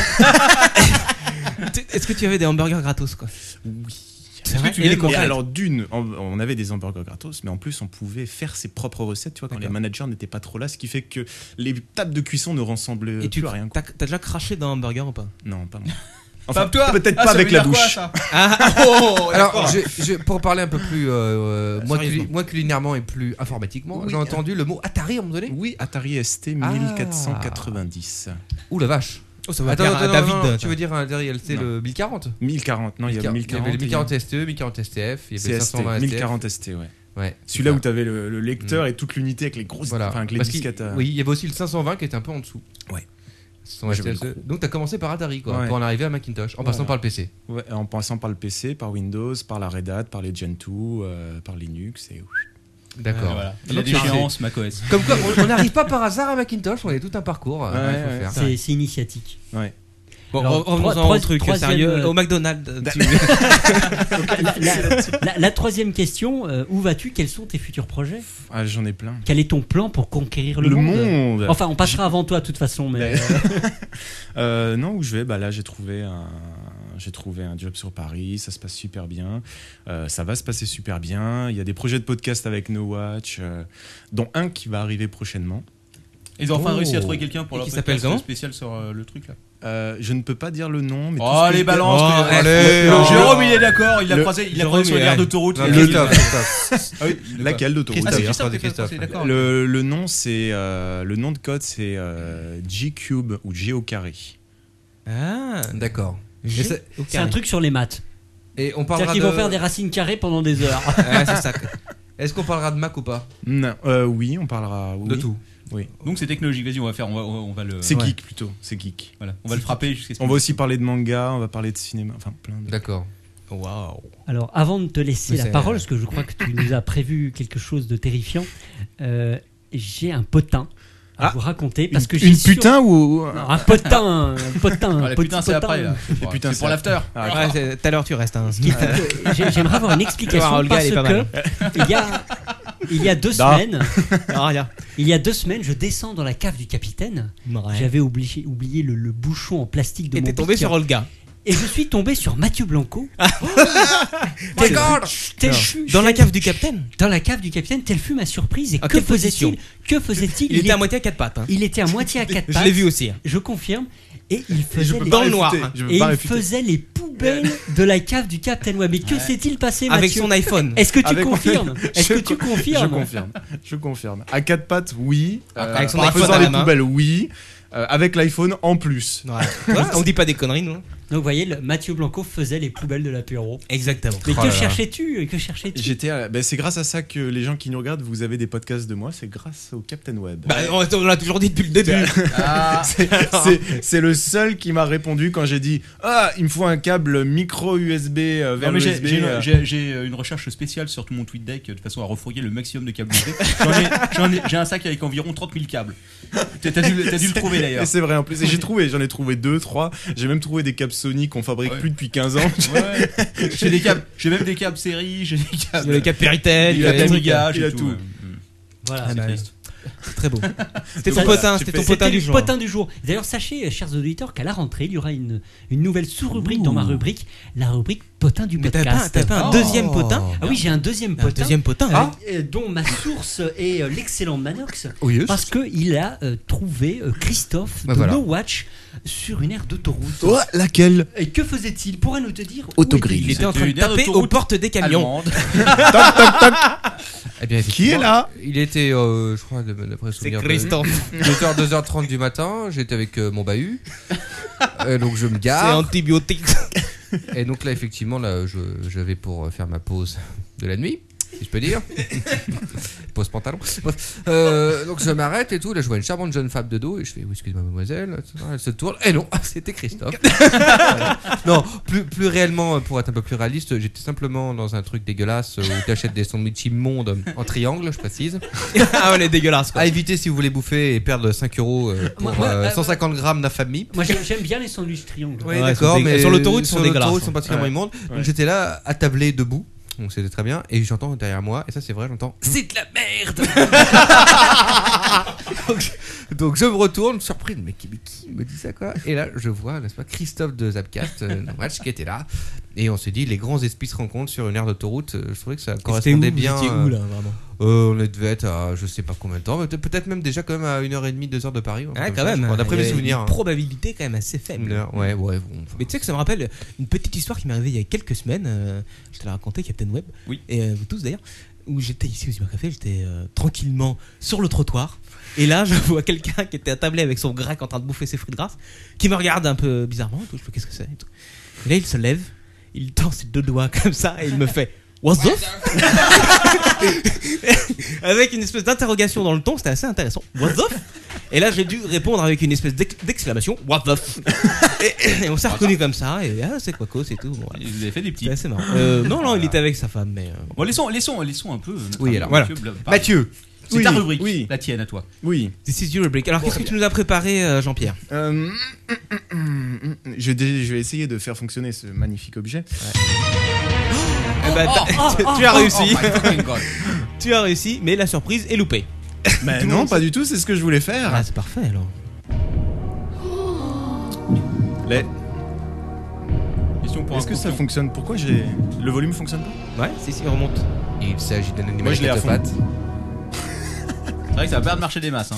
[SPEAKER 2] Tu- Est-ce que tu avais des hamburgers gratos quoi
[SPEAKER 6] Oui.
[SPEAKER 2] C'est vrai.
[SPEAKER 6] Et
[SPEAKER 2] Et les
[SPEAKER 6] les
[SPEAKER 2] cocktails
[SPEAKER 6] alors d'une, on- on avait des hamburgers gratos, mais en plus on pouvait faire ses propres recettes, tu vois, quand les managers n'étaient pas trop là, ce qui fait que les tables de cuisson ne ressemblaient
[SPEAKER 2] Et tu
[SPEAKER 6] plus à rien. quoi.
[SPEAKER 2] t'as t'as déjà craché dans un hamburger ou pas
[SPEAKER 6] Non, pas moi.
[SPEAKER 5] Enfin,
[SPEAKER 3] Toi
[SPEAKER 5] peut-être
[SPEAKER 3] Ah,
[SPEAKER 5] pas
[SPEAKER 3] ça
[SPEAKER 5] avec
[SPEAKER 3] veut
[SPEAKER 5] la
[SPEAKER 3] dire
[SPEAKER 5] bouche.
[SPEAKER 3] quoi, ça Ah, oh,
[SPEAKER 5] Alors,
[SPEAKER 3] d'accord.
[SPEAKER 5] je- je- pour parler un peu plus, euh, euh, moins,
[SPEAKER 6] Sérieusement.
[SPEAKER 5] culi- moins culinairement et plus informatiquement,
[SPEAKER 6] Oui,
[SPEAKER 5] j'ai
[SPEAKER 6] euh,
[SPEAKER 5] entendu le mot Atari à un moment donné
[SPEAKER 6] Oui, Atari ST 1490.
[SPEAKER 5] Ouh la vache.
[SPEAKER 6] Oh, ça va
[SPEAKER 5] attends,
[SPEAKER 6] plaire à
[SPEAKER 5] attends,
[SPEAKER 6] David,
[SPEAKER 5] non, non,
[SPEAKER 6] attends.
[SPEAKER 5] tu veux dire un Atari LT,
[SPEAKER 6] Non.
[SPEAKER 5] le 1040
[SPEAKER 6] 1040, non, il y avait 1040,
[SPEAKER 5] Il y avait le
[SPEAKER 6] il y a-
[SPEAKER 5] 1040 STE, 1040 STF, il y avait
[SPEAKER 6] CST,
[SPEAKER 5] 520 STF.
[SPEAKER 6] 1040 ST, ouais.
[SPEAKER 5] Ouais,
[SPEAKER 6] Celui-là
[SPEAKER 5] c'est
[SPEAKER 6] où t'avais le, le lecteur et toute l'unité avec les
[SPEAKER 5] Mm.
[SPEAKER 6] grosses,
[SPEAKER 5] Voilà.
[SPEAKER 6] enfin avec les
[SPEAKER 5] Parce qu'il-
[SPEAKER 6] disquettes. à-
[SPEAKER 5] Oui, il y avait aussi le 520 qui était un peu en dessous.
[SPEAKER 6] Ouais.
[SPEAKER 5] Son
[SPEAKER 6] J'avais le
[SPEAKER 5] STL. Donc t'as commencé par Atari quoi,
[SPEAKER 6] Ouais.
[SPEAKER 5] pour en arriver à Macintosh, en passant
[SPEAKER 6] Voilà.
[SPEAKER 5] par le PC.
[SPEAKER 6] Ouais, en passant par le PC, par Windows, par la Red Hat, par les Gentoo, euh, par Linux et.
[SPEAKER 5] D'accord.
[SPEAKER 3] La
[SPEAKER 5] Donc, c'est-
[SPEAKER 3] déchéance
[SPEAKER 5] c'est-
[SPEAKER 3] macOS.
[SPEAKER 5] Comme quoi, on- on n'arrive pas par hasard à Macintosh, on a tout un parcours. euh,
[SPEAKER 6] Ouais,
[SPEAKER 5] il faut
[SPEAKER 6] ouais,
[SPEAKER 5] faire.
[SPEAKER 4] C'est c'est initiatique.
[SPEAKER 6] Ouais.
[SPEAKER 2] Bon,
[SPEAKER 4] Alors,
[SPEAKER 2] re- revenons-en
[SPEAKER 4] trois-
[SPEAKER 2] au truc
[SPEAKER 4] troisième,
[SPEAKER 2] sérieux.
[SPEAKER 4] euh,
[SPEAKER 2] Au McDonald's. tu-
[SPEAKER 4] la, la- la- la troisième question, euh, où vas-tu Quels sont tes futurs projets
[SPEAKER 6] Ah, j'en ai plein.
[SPEAKER 4] Quel est ton plan pour conquérir le,
[SPEAKER 6] Le monde.
[SPEAKER 4] Enfin, on passera avant toi de toute façon, mais
[SPEAKER 6] Euh, non, où je vais bah Là, j'ai trouvé un. J'ai trouvé un job sur Paris, ça se passe super bien. Euh, ça va se passer super bien. Il y a des projets de podcast avec No Watch, euh, dont un qui va arriver prochainement.
[SPEAKER 3] Ils ont enfin réussi à trouver quelqu'un pour
[SPEAKER 6] Oh. Et
[SPEAKER 3] leur
[SPEAKER 6] qui s'appelle
[SPEAKER 3] podcast
[SPEAKER 6] comment
[SPEAKER 3] spécial sur euh, le truc là.
[SPEAKER 6] Euh, je ne peux pas dire le nom, mais.
[SPEAKER 3] Oh,
[SPEAKER 6] tout ce que
[SPEAKER 3] les
[SPEAKER 6] je-
[SPEAKER 3] balances, Oh, que- allez, oh. Jérôme, il est d'accord, il l'a croisé- il l'a croisé sur les aires d'autoroute,
[SPEAKER 6] Non,
[SPEAKER 3] il a
[SPEAKER 6] le
[SPEAKER 3] dit-
[SPEAKER 6] top,
[SPEAKER 3] le top.
[SPEAKER 6] Ah oui,
[SPEAKER 3] Le
[SPEAKER 6] laquelle
[SPEAKER 3] top.
[SPEAKER 6] d'autoroute
[SPEAKER 3] Ah, c'est hein.
[SPEAKER 6] d'ailleurs
[SPEAKER 3] Christophe qui a fait le procès, d'accord.
[SPEAKER 6] Le, le nom, c'est euh, le nom de code, c'est euh, G cube ou G au carré.
[SPEAKER 2] Ah,
[SPEAKER 5] d'accord.
[SPEAKER 4] G au C'est carré. un truc sur les maths.
[SPEAKER 5] Et on
[SPEAKER 4] c'est-à-dire
[SPEAKER 5] parlera
[SPEAKER 4] qu'ils
[SPEAKER 5] de...
[SPEAKER 4] vont faire des racines carrées pendant des heures.
[SPEAKER 2] Ah,
[SPEAKER 5] Ouais, c'est ça. Est-ce qu'on parlera de Mac ou pas
[SPEAKER 6] Non, euh, oui, on parlera oui.
[SPEAKER 5] De tout.
[SPEAKER 6] Oui.
[SPEAKER 3] Donc c'est technologique, vas-y, on va faire,
[SPEAKER 1] oh,
[SPEAKER 3] on va, on va le.
[SPEAKER 6] C'est
[SPEAKER 3] Ouais.
[SPEAKER 6] geek plutôt, c'est geek.
[SPEAKER 3] Voilà, on va le
[SPEAKER 6] C'est
[SPEAKER 3] frapper
[SPEAKER 6] geek.
[SPEAKER 3] jusqu'à ce
[SPEAKER 1] Mm.
[SPEAKER 6] On
[SPEAKER 3] qu'il-
[SPEAKER 6] va aussi parler de manga, on va parler de cinéma, enfin plein de.
[SPEAKER 5] D'accord.
[SPEAKER 1] Oh,
[SPEAKER 6] Waouh.
[SPEAKER 4] Alors, avant de te laisser
[SPEAKER 6] Mais
[SPEAKER 4] la
[SPEAKER 6] c'est-
[SPEAKER 4] parole, parce que je crois que tu nous as prévu quelque chose de terrifiant, euh, j'ai un potin à
[SPEAKER 6] Ah.
[SPEAKER 4] vous raconter parce que
[SPEAKER 6] Une-
[SPEAKER 4] j'ai
[SPEAKER 6] une
[SPEAKER 4] sûr-
[SPEAKER 6] putain ou-
[SPEAKER 4] Non, un potin, un potin,
[SPEAKER 2] Ah,
[SPEAKER 4] un
[SPEAKER 2] les
[SPEAKER 4] petit
[SPEAKER 2] putains, c'est
[SPEAKER 4] potin.
[SPEAKER 2] après, là. C'est pour- c'est pour l'after. Ah, d'accord. Ouais, c'est- tout à l'heure, tu restes, hein.
[SPEAKER 4] Ce qui fait que j'ai- j'aimerais avoir une explication
[SPEAKER 2] Ah, Olga,
[SPEAKER 4] parce
[SPEAKER 2] elle est pas
[SPEAKER 4] que
[SPEAKER 2] mal.
[SPEAKER 4] il y a il y a deux
[SPEAKER 2] Non.
[SPEAKER 4] semaines,
[SPEAKER 2] Ah,
[SPEAKER 4] il y a deux semaines, je descends dans la cave du capitaine.
[SPEAKER 2] Ouais.
[SPEAKER 4] J'avais oublié, oublié le, le bouchon en plastique de
[SPEAKER 2] Et
[SPEAKER 4] mon
[SPEAKER 2] t'es tombé
[SPEAKER 4] piqueur.
[SPEAKER 2] sur Olga.
[SPEAKER 4] Et je suis tombé sur Mathieu Blanco.
[SPEAKER 2] My God. Non. Dans la cave du capitaine
[SPEAKER 4] Dans la cave du capitaine, telle fut ma surprise. Et
[SPEAKER 2] En
[SPEAKER 4] que
[SPEAKER 2] quelle position
[SPEAKER 4] faisait-il Que faisait-il
[SPEAKER 2] Il était à moitié à quatre pattes, hein.
[SPEAKER 4] Il était à moitié à quatre
[SPEAKER 2] Je
[SPEAKER 4] pattes.
[SPEAKER 2] l'ai vu aussi, hein.
[SPEAKER 4] Je confirme. Et il
[SPEAKER 2] peux
[SPEAKER 4] faisait
[SPEAKER 2] pas
[SPEAKER 4] les-
[SPEAKER 2] Dans
[SPEAKER 6] Ah,
[SPEAKER 2] le noir, réfuter, hein. je peux
[SPEAKER 4] Et
[SPEAKER 2] pas
[SPEAKER 4] il
[SPEAKER 2] réfuter.
[SPEAKER 4] faisait les poubelles de la cave du Captain Web. Mais que
[SPEAKER 6] Ouais.
[SPEAKER 4] s'est-il passé,
[SPEAKER 6] Avec
[SPEAKER 4] Mathieu
[SPEAKER 6] son iPhone.
[SPEAKER 4] Est-ce que tu
[SPEAKER 6] Avec-
[SPEAKER 4] confirmes Est-ce
[SPEAKER 6] Je
[SPEAKER 4] que tu
[SPEAKER 6] co-
[SPEAKER 4] confirmes
[SPEAKER 6] Je confirme. Je confirme. À quatre pattes, oui. Euh,
[SPEAKER 2] Avec son
[SPEAKER 6] en
[SPEAKER 2] iPhone à
[SPEAKER 6] faisant
[SPEAKER 2] la
[SPEAKER 6] les
[SPEAKER 2] main.
[SPEAKER 6] poubelles, oui. Euh, avec l'iPhone en plus.
[SPEAKER 2] On dit pas des conneries, nous. hein.
[SPEAKER 4] Donc vous voyez, le- Mathieu Blanco faisait les poubelles de l'apéro.
[SPEAKER 2] Exactement.
[SPEAKER 4] Mais
[SPEAKER 6] Oh
[SPEAKER 4] que
[SPEAKER 6] là là.
[SPEAKER 4] cherchais-tu euh, Que cherchais-tu
[SPEAKER 6] J'étais. à- ben, c'est grâce à ça que les gens qui nous regardent, vous avez des podcasts de moi. C'est grâce au Captain Web.
[SPEAKER 2] Bah, on on l'a toujours dit depuis le début.
[SPEAKER 6] Ah. C'est- c'est- C'est le seul qui m'a répondu quand j'ai dit Ah, il me faut un câble micro USB euh, vers
[SPEAKER 3] Non, mais j'ai-
[SPEAKER 6] USB.
[SPEAKER 3] j'ai une-
[SPEAKER 6] euh.
[SPEAKER 3] j'ai- j'ai euh, une recherche spéciale sur tout mon tweet deck de façon à refourguer le maximum de câbles USB. J'en ai- j'en ai- J'ai un sac avec environ 30 000 câbles. T'as t'as dû, t'as dû le
[SPEAKER 6] C'est-
[SPEAKER 3] trouver d'ailleurs.
[SPEAKER 6] Et c'est vrai en plus. Et j'ai trouvé, j'en ai trouvé deux, trois. J'ai même trouvé des câbles Sony qu'on fabrique plus depuis 15 ans.
[SPEAKER 3] Ouais. J'ai des câbles, j'ai même des câbles série, j'ai des câbles.
[SPEAKER 6] Le câble Péritel,
[SPEAKER 3] il a
[SPEAKER 6] il a
[SPEAKER 3] tout,
[SPEAKER 6] tout,
[SPEAKER 3] il a
[SPEAKER 6] il a
[SPEAKER 3] tout.
[SPEAKER 6] tout.
[SPEAKER 3] ouais.
[SPEAKER 4] Voilà.
[SPEAKER 3] C'est
[SPEAKER 4] Ah bah,
[SPEAKER 3] triste.
[SPEAKER 2] Très beau. C'était
[SPEAKER 4] Ça-
[SPEAKER 2] ton potin, c'était ton
[SPEAKER 4] C'était
[SPEAKER 2] potin
[SPEAKER 4] le
[SPEAKER 2] du jour.
[SPEAKER 4] potin du jour. D'ailleurs, sachez, euh, chers auditeurs, qu'à la rentrée, il y aura une, une nouvelle sous-rubrique dans ma rubrique, la rubrique potin du
[SPEAKER 2] Mais t'as
[SPEAKER 4] podcast.
[SPEAKER 2] pas- t'as pas un
[SPEAKER 4] Oh.
[SPEAKER 2] deuxième potin
[SPEAKER 4] Ah oui, j'ai un deuxième
[SPEAKER 2] Un
[SPEAKER 4] potin.
[SPEAKER 2] deuxième Ah. potin. hein.
[SPEAKER 4] euh, euh, dont ma source est euh, l'excellent Manox.
[SPEAKER 2] Oui, yes.
[SPEAKER 4] parce qu'il a euh, trouvé euh, Christophe
[SPEAKER 6] Bah
[SPEAKER 4] de
[SPEAKER 6] voilà.
[SPEAKER 4] No Watch sur une aire d'autoroute.
[SPEAKER 6] Oh, laquelle
[SPEAKER 4] Et que faisait-il Pourrait nous te dire où
[SPEAKER 6] Autogrill.
[SPEAKER 4] était-il
[SPEAKER 6] Il était en train de
[SPEAKER 4] Une aire
[SPEAKER 2] taper
[SPEAKER 4] d'autoroute
[SPEAKER 2] aux portes
[SPEAKER 1] Ah,
[SPEAKER 2] des camions.
[SPEAKER 4] allemande.
[SPEAKER 2] Toc, toc, toc.
[SPEAKER 5] Eh bien,
[SPEAKER 2] Qui est là
[SPEAKER 5] Il était, euh, je crois, de- d'après souvenir.
[SPEAKER 2] Christophe.
[SPEAKER 5] 2h, 2h30 du matin, j'étais avec euh, mon bahut. Euh, donc je me gare.
[SPEAKER 2] C'est antibiotique.
[SPEAKER 5] Et donc là, effectivement, là, je, je vais pour euh, faire ma pause de la nuit, si je peux dire. pause pantalon. Bref. Euh, donc je m'arrête et tout. Là, je vois une charmante jeune femme de dos et je fais, oui, excuse-moi, mademoiselle. Elle se tourne. Et non, c'était Christophe. Voilà. non, plus, plus réellement, pour être un peu plus réaliste, j'étais simplement dans un truc dégueulasse où t'achètes des sandwichs immondes en triangle, je précise.
[SPEAKER 2] ah ouais, les dégueulasses.
[SPEAKER 5] À éviter si vous voulez bouffer et perdre 5 euros euh, pour
[SPEAKER 4] Moi, moi,
[SPEAKER 5] euh,
[SPEAKER 4] euh,
[SPEAKER 5] 150 grammes d'infamie.
[SPEAKER 4] Moi j'aime j'aime bien les sandwichs triangles.
[SPEAKER 5] Oui, d'accord, mais
[SPEAKER 2] sur l'autoroute, ils
[SPEAKER 5] sur
[SPEAKER 2] sont dégueulasses,
[SPEAKER 5] l'autoroute, ils
[SPEAKER 2] hein.
[SPEAKER 5] sont particulièrement
[SPEAKER 2] Ouais.
[SPEAKER 5] immondes.
[SPEAKER 2] Ouais.
[SPEAKER 5] Donc j'étais là, attablé, debout. Donc c'était très bien. Et j'entends derrière moi, et ça c'est vrai, j'entends. C'est de la merde donc, donc je me retourne, surpris, mais qui, mais qui me dit ça quoi Et là, je vois, n'est-ce pas, Christophe de Zapcast, euh, dans le match, qui était là. Et on s'est dit, les grands esprits se rencontrent sur une aire d'autoroute. Euh, Je trouvais que ça
[SPEAKER 2] c'était où
[SPEAKER 5] correspondait
[SPEAKER 2] Vous
[SPEAKER 5] bien.
[SPEAKER 2] étiez où,
[SPEAKER 5] euh,
[SPEAKER 2] là, vraiment
[SPEAKER 5] Euh, on devait être à je sais pas combien de temps, mais peut- peut-être même déjà quand même à 1h30, 2h de Paris.
[SPEAKER 2] Ouais, Ah, quand
[SPEAKER 5] D'après
[SPEAKER 2] même.
[SPEAKER 5] D'après
[SPEAKER 2] il y
[SPEAKER 5] mes
[SPEAKER 2] a
[SPEAKER 5] souvenirs. hein.
[SPEAKER 2] Une probabilité quand même assez faible.
[SPEAKER 5] Une heure, ouais, ouais, bon,
[SPEAKER 2] Mais tu sais que ça me rappelle une petite histoire qui m'est arrivée il y a quelques semaines. euh, je te l'ai raconté, Captain Web.
[SPEAKER 3] Oui.
[SPEAKER 2] Et euh, vous tous d'ailleurs. Où j'étais ici au cybercafé, j'étais euh, tranquillement sur le trottoir. Et là, je vois quelqu'un qui était attablé avec son grec en train de bouffer ses fruits de grâce, qui me regarde un peu bizarrement. et tout, Je fais qu'est-ce que c'est et tout. Et là, il se lève, il tend ses deux doigts comme ça et il me fait What's up avec une espèce d'interrogation dans le ton, c'était assez intéressant. What the f- Et là, j'ai dû répondre avec une espèce d'ex- d'exclamation. What the f- et, et on s'est reconnus comme ça. Et ah, c'est quoi c'est tout. Bon, voilà.
[SPEAKER 3] Il avait fait des petits.
[SPEAKER 2] C'était assez marrant. Euh, non, non, il était avec sa femme, mais. euh,
[SPEAKER 3] Bon, laissons, laissons, laissons un peu. euh, notre
[SPEAKER 2] Oui,
[SPEAKER 3] ami
[SPEAKER 2] alors, voilà.
[SPEAKER 3] Mathieu Blum.
[SPEAKER 2] Mathieu.
[SPEAKER 3] c'est
[SPEAKER 2] Oui,
[SPEAKER 3] ta rubrique,
[SPEAKER 2] oui.
[SPEAKER 3] la tienne à toi.
[SPEAKER 6] Oui.
[SPEAKER 2] This is your rubric. Alors, qu'est-ce que tu nous as préparé, euh, Jean-Pierre
[SPEAKER 6] je, vais dé- je vais essayer de faire fonctionner ce magnifique objet.
[SPEAKER 2] Eh ben, t'as-
[SPEAKER 6] oh, oh,
[SPEAKER 2] Tu as
[SPEAKER 6] oh,
[SPEAKER 2] réussi.
[SPEAKER 6] oh my fucking God.
[SPEAKER 2] tu as réussi, mais la surprise est loupée.
[SPEAKER 3] Ah
[SPEAKER 6] Mais non, pas du tout, c'est ce que je voulais faire.
[SPEAKER 2] Ah, c'est parfait alors.
[SPEAKER 6] Les-
[SPEAKER 3] Question pour
[SPEAKER 6] Est-ce
[SPEAKER 3] un
[SPEAKER 6] que ça
[SPEAKER 3] coton.
[SPEAKER 6] fonctionne Pourquoi j'ai. Le volume fonctionne
[SPEAKER 2] pas Ouais, si, si, il remonte.
[SPEAKER 5] Il s'agit d'un animal
[SPEAKER 3] Moi, je l'ai à fond.
[SPEAKER 5] quatre pattes.
[SPEAKER 3] C'est vrai que ça va pas marcher des masses. hein.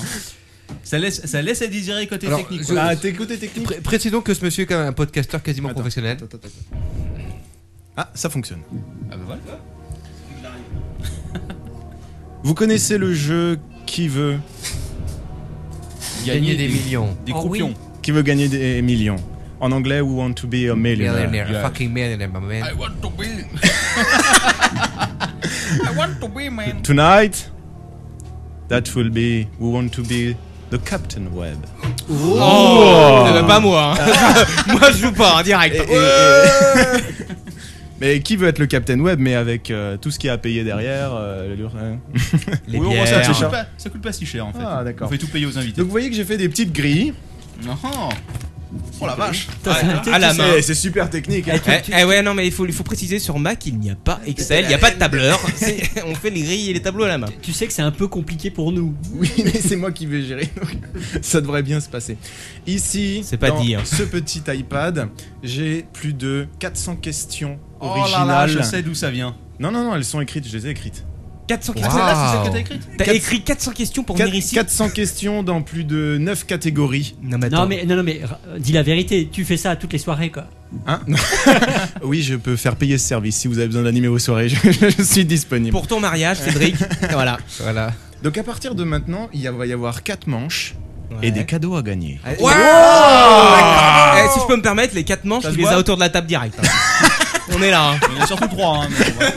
[SPEAKER 3] Ça laisse, ça laisse à désirer côté
[SPEAKER 5] Alors,
[SPEAKER 3] technique.
[SPEAKER 5] je-
[SPEAKER 3] Ah,
[SPEAKER 6] t'es côté technique.
[SPEAKER 5] Pré- Précisons que ce monsieur est quand même un podcasteur quasiment professionnel.
[SPEAKER 6] Ah, ça fonctionne.
[SPEAKER 3] Ah bah voilà.
[SPEAKER 6] Vous connaissez le jeu Qui veut
[SPEAKER 5] Gagner des millions.
[SPEAKER 6] Des
[SPEAKER 5] Oh oui.
[SPEAKER 6] croupions. Qui veut gagner des millions En anglais, we want to be a millionaire.
[SPEAKER 5] Millionaire,
[SPEAKER 6] Yeah.
[SPEAKER 5] fucking millionaire, my man.
[SPEAKER 1] want to be. I want to be, man.
[SPEAKER 6] Tonight, that will be we want to be the Captain Web.
[SPEAKER 2] Oh, Eh ben, pas moi. hein. moi, je joue pas en direct.
[SPEAKER 6] Mais qui veut être le Captain Web, mais avec euh, tout ce qu'il y a à payer derrière euh, le- euh,
[SPEAKER 3] Oui,
[SPEAKER 6] Oui, on
[SPEAKER 3] on voit
[SPEAKER 6] ressent,
[SPEAKER 3] ça,
[SPEAKER 6] c'est
[SPEAKER 3] ça, coûte
[SPEAKER 6] cher.
[SPEAKER 3] pas, ça coûte pas si cher en fait.
[SPEAKER 6] Ah, d'accord.
[SPEAKER 3] On fait tout payer aux invités.
[SPEAKER 6] Donc vous voyez que j'ai fait des petites grilles.
[SPEAKER 3] Oh, oh la vache.
[SPEAKER 2] Putain, c'est Ah, à la main.
[SPEAKER 6] C'est- C'est super technique. hein.
[SPEAKER 2] Eh, eh ouais, non, mais il faut, il faut préciser sur Mac, il n'y a pas Excel, il n'y a pas de tableur. C'est- on fait les grilles et les tableaux à la main.
[SPEAKER 4] Tu sais que c'est un peu compliqué pour nous.
[SPEAKER 6] Oui, mais c'est moi qui vais gérer. donc ça devrait bien se passer. Ici,
[SPEAKER 2] C'est pas
[SPEAKER 6] dans
[SPEAKER 2] dit, hein.
[SPEAKER 6] ce petit iPad, j'ai plus de 400 questions
[SPEAKER 3] Oh
[SPEAKER 6] originales.
[SPEAKER 3] là là, je sais d'où ça vient.
[SPEAKER 6] Non, non, non, elles sont écrites, je les ai écrites.
[SPEAKER 2] 400
[SPEAKER 3] questions. Celle-là, c'est celle que t'as écrite
[SPEAKER 2] T'as
[SPEAKER 6] Quatre-
[SPEAKER 2] écrit 400 questions pour
[SPEAKER 6] Quatre-
[SPEAKER 2] venir ici
[SPEAKER 6] 400 questions dans plus de 9 catégories.
[SPEAKER 2] Non, mais
[SPEAKER 4] Non mais, non, non, mais ra- dis la vérité, tu fais ça à toutes les soirées quoi.
[SPEAKER 6] Hein oui, je peux faire payer ce service. Si vous avez besoin d'un numéro soirée, je, je suis disponible.
[SPEAKER 2] Pour ton mariage, Cédric. voilà.
[SPEAKER 5] Voilà.
[SPEAKER 6] Donc à partir de maintenant, il y a- va y avoir 4 manches
[SPEAKER 2] Ouais.
[SPEAKER 6] et des cadeaux à gagner.
[SPEAKER 2] Eh, eh, si je peux me permettre, les 4 manches,
[SPEAKER 3] Ça
[SPEAKER 2] tu
[SPEAKER 3] se
[SPEAKER 2] les
[SPEAKER 3] voit.
[SPEAKER 2] as autour de la table direct. hein. on est là. hein.
[SPEAKER 3] Il y en a surtout trois. hein, mais voilà.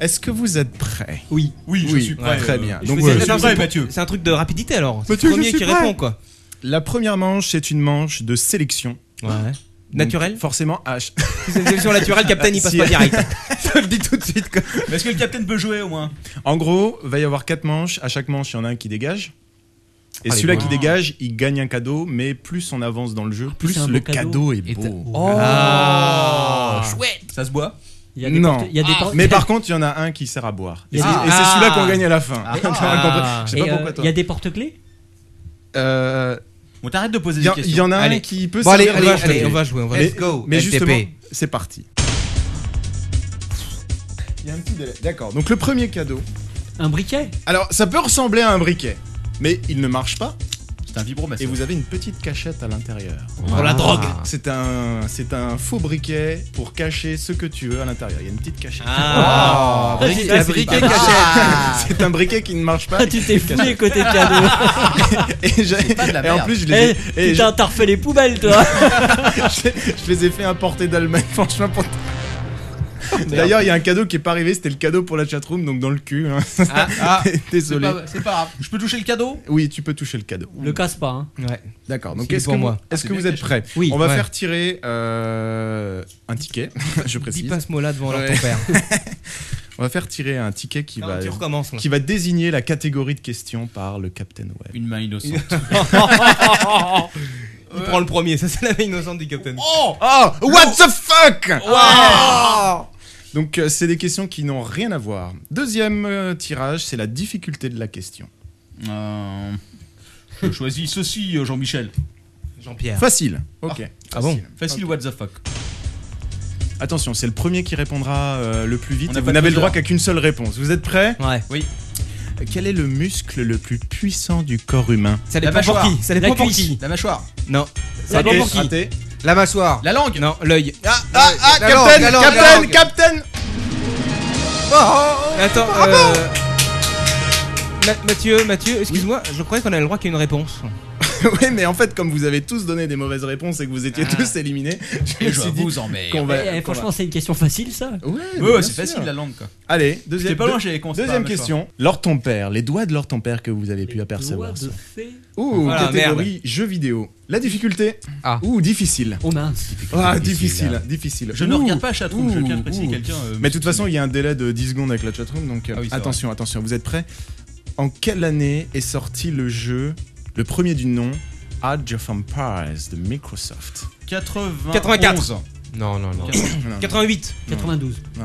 [SPEAKER 6] Est-ce que vous êtes prêts
[SPEAKER 4] Oui.
[SPEAKER 3] Oui, je
[SPEAKER 6] Oui,
[SPEAKER 3] suis prêt.
[SPEAKER 6] très
[SPEAKER 3] euh,
[SPEAKER 6] bien.
[SPEAKER 3] je
[SPEAKER 6] Donc,
[SPEAKER 3] vous
[SPEAKER 6] ouais,
[SPEAKER 3] ai-
[SPEAKER 6] je
[SPEAKER 3] je
[SPEAKER 2] suis
[SPEAKER 3] suis prêt,
[SPEAKER 2] prêt.
[SPEAKER 3] Mathieu.
[SPEAKER 2] C'est un truc de rapidité alors. C'est
[SPEAKER 6] Mathieu,
[SPEAKER 2] le
[SPEAKER 6] je
[SPEAKER 2] premier
[SPEAKER 6] suis
[SPEAKER 2] qui
[SPEAKER 6] prêt.
[SPEAKER 2] répond quoi.
[SPEAKER 6] La première manche, c'est une manche de sélection.
[SPEAKER 2] Ouais.
[SPEAKER 6] Donc,
[SPEAKER 2] Naturel
[SPEAKER 6] Forcément H.
[SPEAKER 2] Si c'est une sélection naturelle, Captain il passe
[SPEAKER 6] Si.
[SPEAKER 2] pas direct.
[SPEAKER 6] Je te le dis tout de suite. quoi.
[SPEAKER 3] Mais Est-ce que le capitaine peut jouer au moins
[SPEAKER 6] En gros, va y avoir quatre manches. À chaque manche, il y en a un qui dégage. Et
[SPEAKER 5] Allez,
[SPEAKER 6] celui-là
[SPEAKER 5] bon.
[SPEAKER 6] qui dégage, il gagne un cadeau, mais plus on avance dans le jeu, plus
[SPEAKER 4] c'est un
[SPEAKER 6] le
[SPEAKER 4] beau
[SPEAKER 6] cadeau,
[SPEAKER 4] cadeau.
[SPEAKER 6] est
[SPEAKER 5] Et t'as-
[SPEAKER 6] beau.
[SPEAKER 2] Oh. Ah.
[SPEAKER 3] Ça se boit
[SPEAKER 4] Il y a des
[SPEAKER 6] Non.
[SPEAKER 4] portes- il y a des portes-
[SPEAKER 6] Mais par contre, il y en a un qui sert à boire.
[SPEAKER 4] Oh. Il
[SPEAKER 6] Et
[SPEAKER 4] y
[SPEAKER 6] c'est
[SPEAKER 4] a
[SPEAKER 2] des-
[SPEAKER 6] et c'est
[SPEAKER 2] Ah.
[SPEAKER 6] celui-là qu'on gagne à la fin.
[SPEAKER 3] Ah.
[SPEAKER 6] T'auras compris. Je sais
[SPEAKER 4] et,
[SPEAKER 6] pas
[SPEAKER 4] euh,
[SPEAKER 6] pourquoi
[SPEAKER 4] Il y
[SPEAKER 6] toi.
[SPEAKER 4] a des porte-clés
[SPEAKER 6] Euh,
[SPEAKER 3] Bon, t'arrêtes de poser
[SPEAKER 6] Il y,
[SPEAKER 3] des
[SPEAKER 6] en- il y
[SPEAKER 3] questions.
[SPEAKER 6] en a un
[SPEAKER 2] Allez.
[SPEAKER 6] qui peut
[SPEAKER 5] Bon, allez,
[SPEAKER 6] servir
[SPEAKER 5] allez,
[SPEAKER 6] à
[SPEAKER 5] allez,
[SPEAKER 6] jouer.
[SPEAKER 5] on va jouer, on va
[SPEAKER 6] Mais-
[SPEAKER 5] jouer. Let's go,
[SPEAKER 6] Mais
[SPEAKER 5] LTP.
[SPEAKER 6] justement, c'est parti. Il y a un petit délai. D'accord. Donc le premier cadeau.
[SPEAKER 4] Un briquet
[SPEAKER 6] Alors, ça peut ressembler à un briquet, mais il ne marche pas.
[SPEAKER 3] C'est un
[SPEAKER 6] Et
[SPEAKER 3] vibromasseur.
[SPEAKER 6] vous avez une petite cachette à l'intérieur.
[SPEAKER 3] Ah.
[SPEAKER 2] Pour la drogue.
[SPEAKER 6] C'est un, c'est un faux briquet pour cacher ce que tu veux à l'intérieur. Il y a une petite cachette.
[SPEAKER 2] Ah.
[SPEAKER 4] Ah, j'ai-
[SPEAKER 5] Un briquet caché.
[SPEAKER 6] C'est un briquet qui ne marche pas.
[SPEAKER 4] Ah, tu t'es foulé côté cadeau.
[SPEAKER 6] Et, j'ai-
[SPEAKER 3] pas de la
[SPEAKER 6] et en
[SPEAKER 3] merde.
[SPEAKER 6] plus, je les,
[SPEAKER 4] Eh,
[SPEAKER 6] ai, et je,
[SPEAKER 4] Putain, t'as refait les poubelles toi.
[SPEAKER 6] je les ai fait importer d'Allemagne, franchement. pour- D'ailleurs, il y a un cadeau qui est pas arrivé. C'était le cadeau pour la chatroom, donc dans le cul. hein.
[SPEAKER 3] Ah, ah, c'est
[SPEAKER 6] Désolé.
[SPEAKER 3] pas, c'est pas grave. Je peux toucher le cadeau
[SPEAKER 6] Oui, tu peux toucher le cadeau.
[SPEAKER 4] Le casse pas. Hein.
[SPEAKER 2] Ouais.
[SPEAKER 6] D'accord. Donc,
[SPEAKER 2] C'est
[SPEAKER 6] est-ce que,
[SPEAKER 2] pour moi.
[SPEAKER 6] vous- est-ce
[SPEAKER 3] Ah,
[SPEAKER 6] que
[SPEAKER 3] c'est
[SPEAKER 6] vous
[SPEAKER 3] bien
[SPEAKER 6] êtes prêts
[SPEAKER 2] Oui,
[SPEAKER 6] On va
[SPEAKER 2] ouais.
[SPEAKER 6] faire tirer euh, un ticket.
[SPEAKER 2] Dis
[SPEAKER 6] je précise.
[SPEAKER 2] pas ce mot-là devant
[SPEAKER 6] Ouais.
[SPEAKER 2] leur ton père.
[SPEAKER 6] On va faire tirer un ticket qui
[SPEAKER 2] Non,
[SPEAKER 6] va
[SPEAKER 2] tu recommences. là.
[SPEAKER 6] qui va désigner la catégorie de questions par le Captain Web.
[SPEAKER 3] Une main innocente.
[SPEAKER 2] Il prend le premier, ça c'est la main innocente du Captain.
[SPEAKER 6] Oh, what the fuck Oh Donc euh, c'est des questions qui n'ont rien à voir. Deuxième euh, tirage, c'est la difficulté de la question.
[SPEAKER 3] Euh, Je choisis ceci, euh, Jean-Michel.
[SPEAKER 2] Jean-Pierre.
[SPEAKER 6] Facile. Ok.
[SPEAKER 2] Ah bon
[SPEAKER 3] Facile, what the fuck.
[SPEAKER 6] Attention, c'est le premier qui répondra euh, le plus
[SPEAKER 3] On
[SPEAKER 6] vite.
[SPEAKER 3] n'a pas
[SPEAKER 6] Et Vous
[SPEAKER 3] de
[SPEAKER 6] n'avez le
[SPEAKER 3] buzzer.
[SPEAKER 6] droit qu'à qu'une seule réponse. Vous êtes prêts
[SPEAKER 2] Ouais.
[SPEAKER 3] Oui.
[SPEAKER 6] Quel est le muscle le plus puissant du corps humain
[SPEAKER 2] Ça dépend pour qui. Ça dépend
[SPEAKER 3] La
[SPEAKER 2] pour
[SPEAKER 3] cuisse.
[SPEAKER 2] qui.
[SPEAKER 3] La mâchoire.
[SPEAKER 2] Non. Ça
[SPEAKER 6] Raté.
[SPEAKER 2] dépend pour qui.
[SPEAKER 6] Raté.
[SPEAKER 5] La mâchoire.
[SPEAKER 3] La langue.
[SPEAKER 2] Non, l'œil.
[SPEAKER 6] Ah, ah, ah,
[SPEAKER 5] La
[SPEAKER 6] Captain,
[SPEAKER 5] langue, la langue,
[SPEAKER 6] Captain,
[SPEAKER 5] la langue.
[SPEAKER 6] Captain
[SPEAKER 2] Attends, euh, Ma- Mathieu, Mathieu, excuse-moi, je croyais qu'on avait le droit qu'il y ait une réponse.
[SPEAKER 6] Oui, mais en fait, comme vous avez tous donné des mauvaises réponses et que vous étiez tous éliminés,
[SPEAKER 3] Ah.
[SPEAKER 6] je,
[SPEAKER 3] Et
[SPEAKER 6] me
[SPEAKER 3] je
[SPEAKER 6] suis dit
[SPEAKER 3] vous emmerde.
[SPEAKER 6] qu'on va-
[SPEAKER 4] Eh,
[SPEAKER 6] qu'on
[SPEAKER 4] franchement,
[SPEAKER 6] va-
[SPEAKER 4] c'est une question facile, ça.
[SPEAKER 6] Ouais, mais
[SPEAKER 3] Ouais, ouais,
[SPEAKER 6] bien
[SPEAKER 3] c'est
[SPEAKER 6] sûr.
[SPEAKER 3] facile la langue quoi.
[SPEAKER 6] Allez, deuxième,
[SPEAKER 3] J'étais pas loin,
[SPEAKER 6] deux-
[SPEAKER 3] j'avais con, c'était
[SPEAKER 6] deuxième
[SPEAKER 3] pas la
[SPEAKER 6] question. Lors ton père, les doigts de l'or ton père que vous avez pu apercevoir. sont- Ouh,
[SPEAKER 2] Voilà,
[SPEAKER 3] Ah,
[SPEAKER 6] catégorie
[SPEAKER 2] merde.
[SPEAKER 6] jeux vidéo. La difficulté
[SPEAKER 2] Ah.
[SPEAKER 6] Ouh, difficile.
[SPEAKER 4] On a un.
[SPEAKER 6] Ah,
[SPEAKER 5] Difficile.
[SPEAKER 6] difficile, difficile.
[SPEAKER 3] Je ne
[SPEAKER 6] Ouh,
[SPEAKER 3] regarde pas chatroom, je
[SPEAKER 6] ouh,
[SPEAKER 3] tiens à préciser
[SPEAKER 6] ouh.
[SPEAKER 3] quelqu'un. euh,
[SPEAKER 6] Mais de toute façon, il y a un délai de 10 secondes avec la chatroom, donc euh,
[SPEAKER 3] Ah oui, c'est
[SPEAKER 6] attention, attention, vous êtes prêts En quelle année est sorti le jeu, le premier du nom, Age of Empires de Microsoft
[SPEAKER 3] 80
[SPEAKER 2] 84.
[SPEAKER 5] Non, non, non.
[SPEAKER 6] Non,
[SPEAKER 2] 88.
[SPEAKER 4] 92.
[SPEAKER 6] non,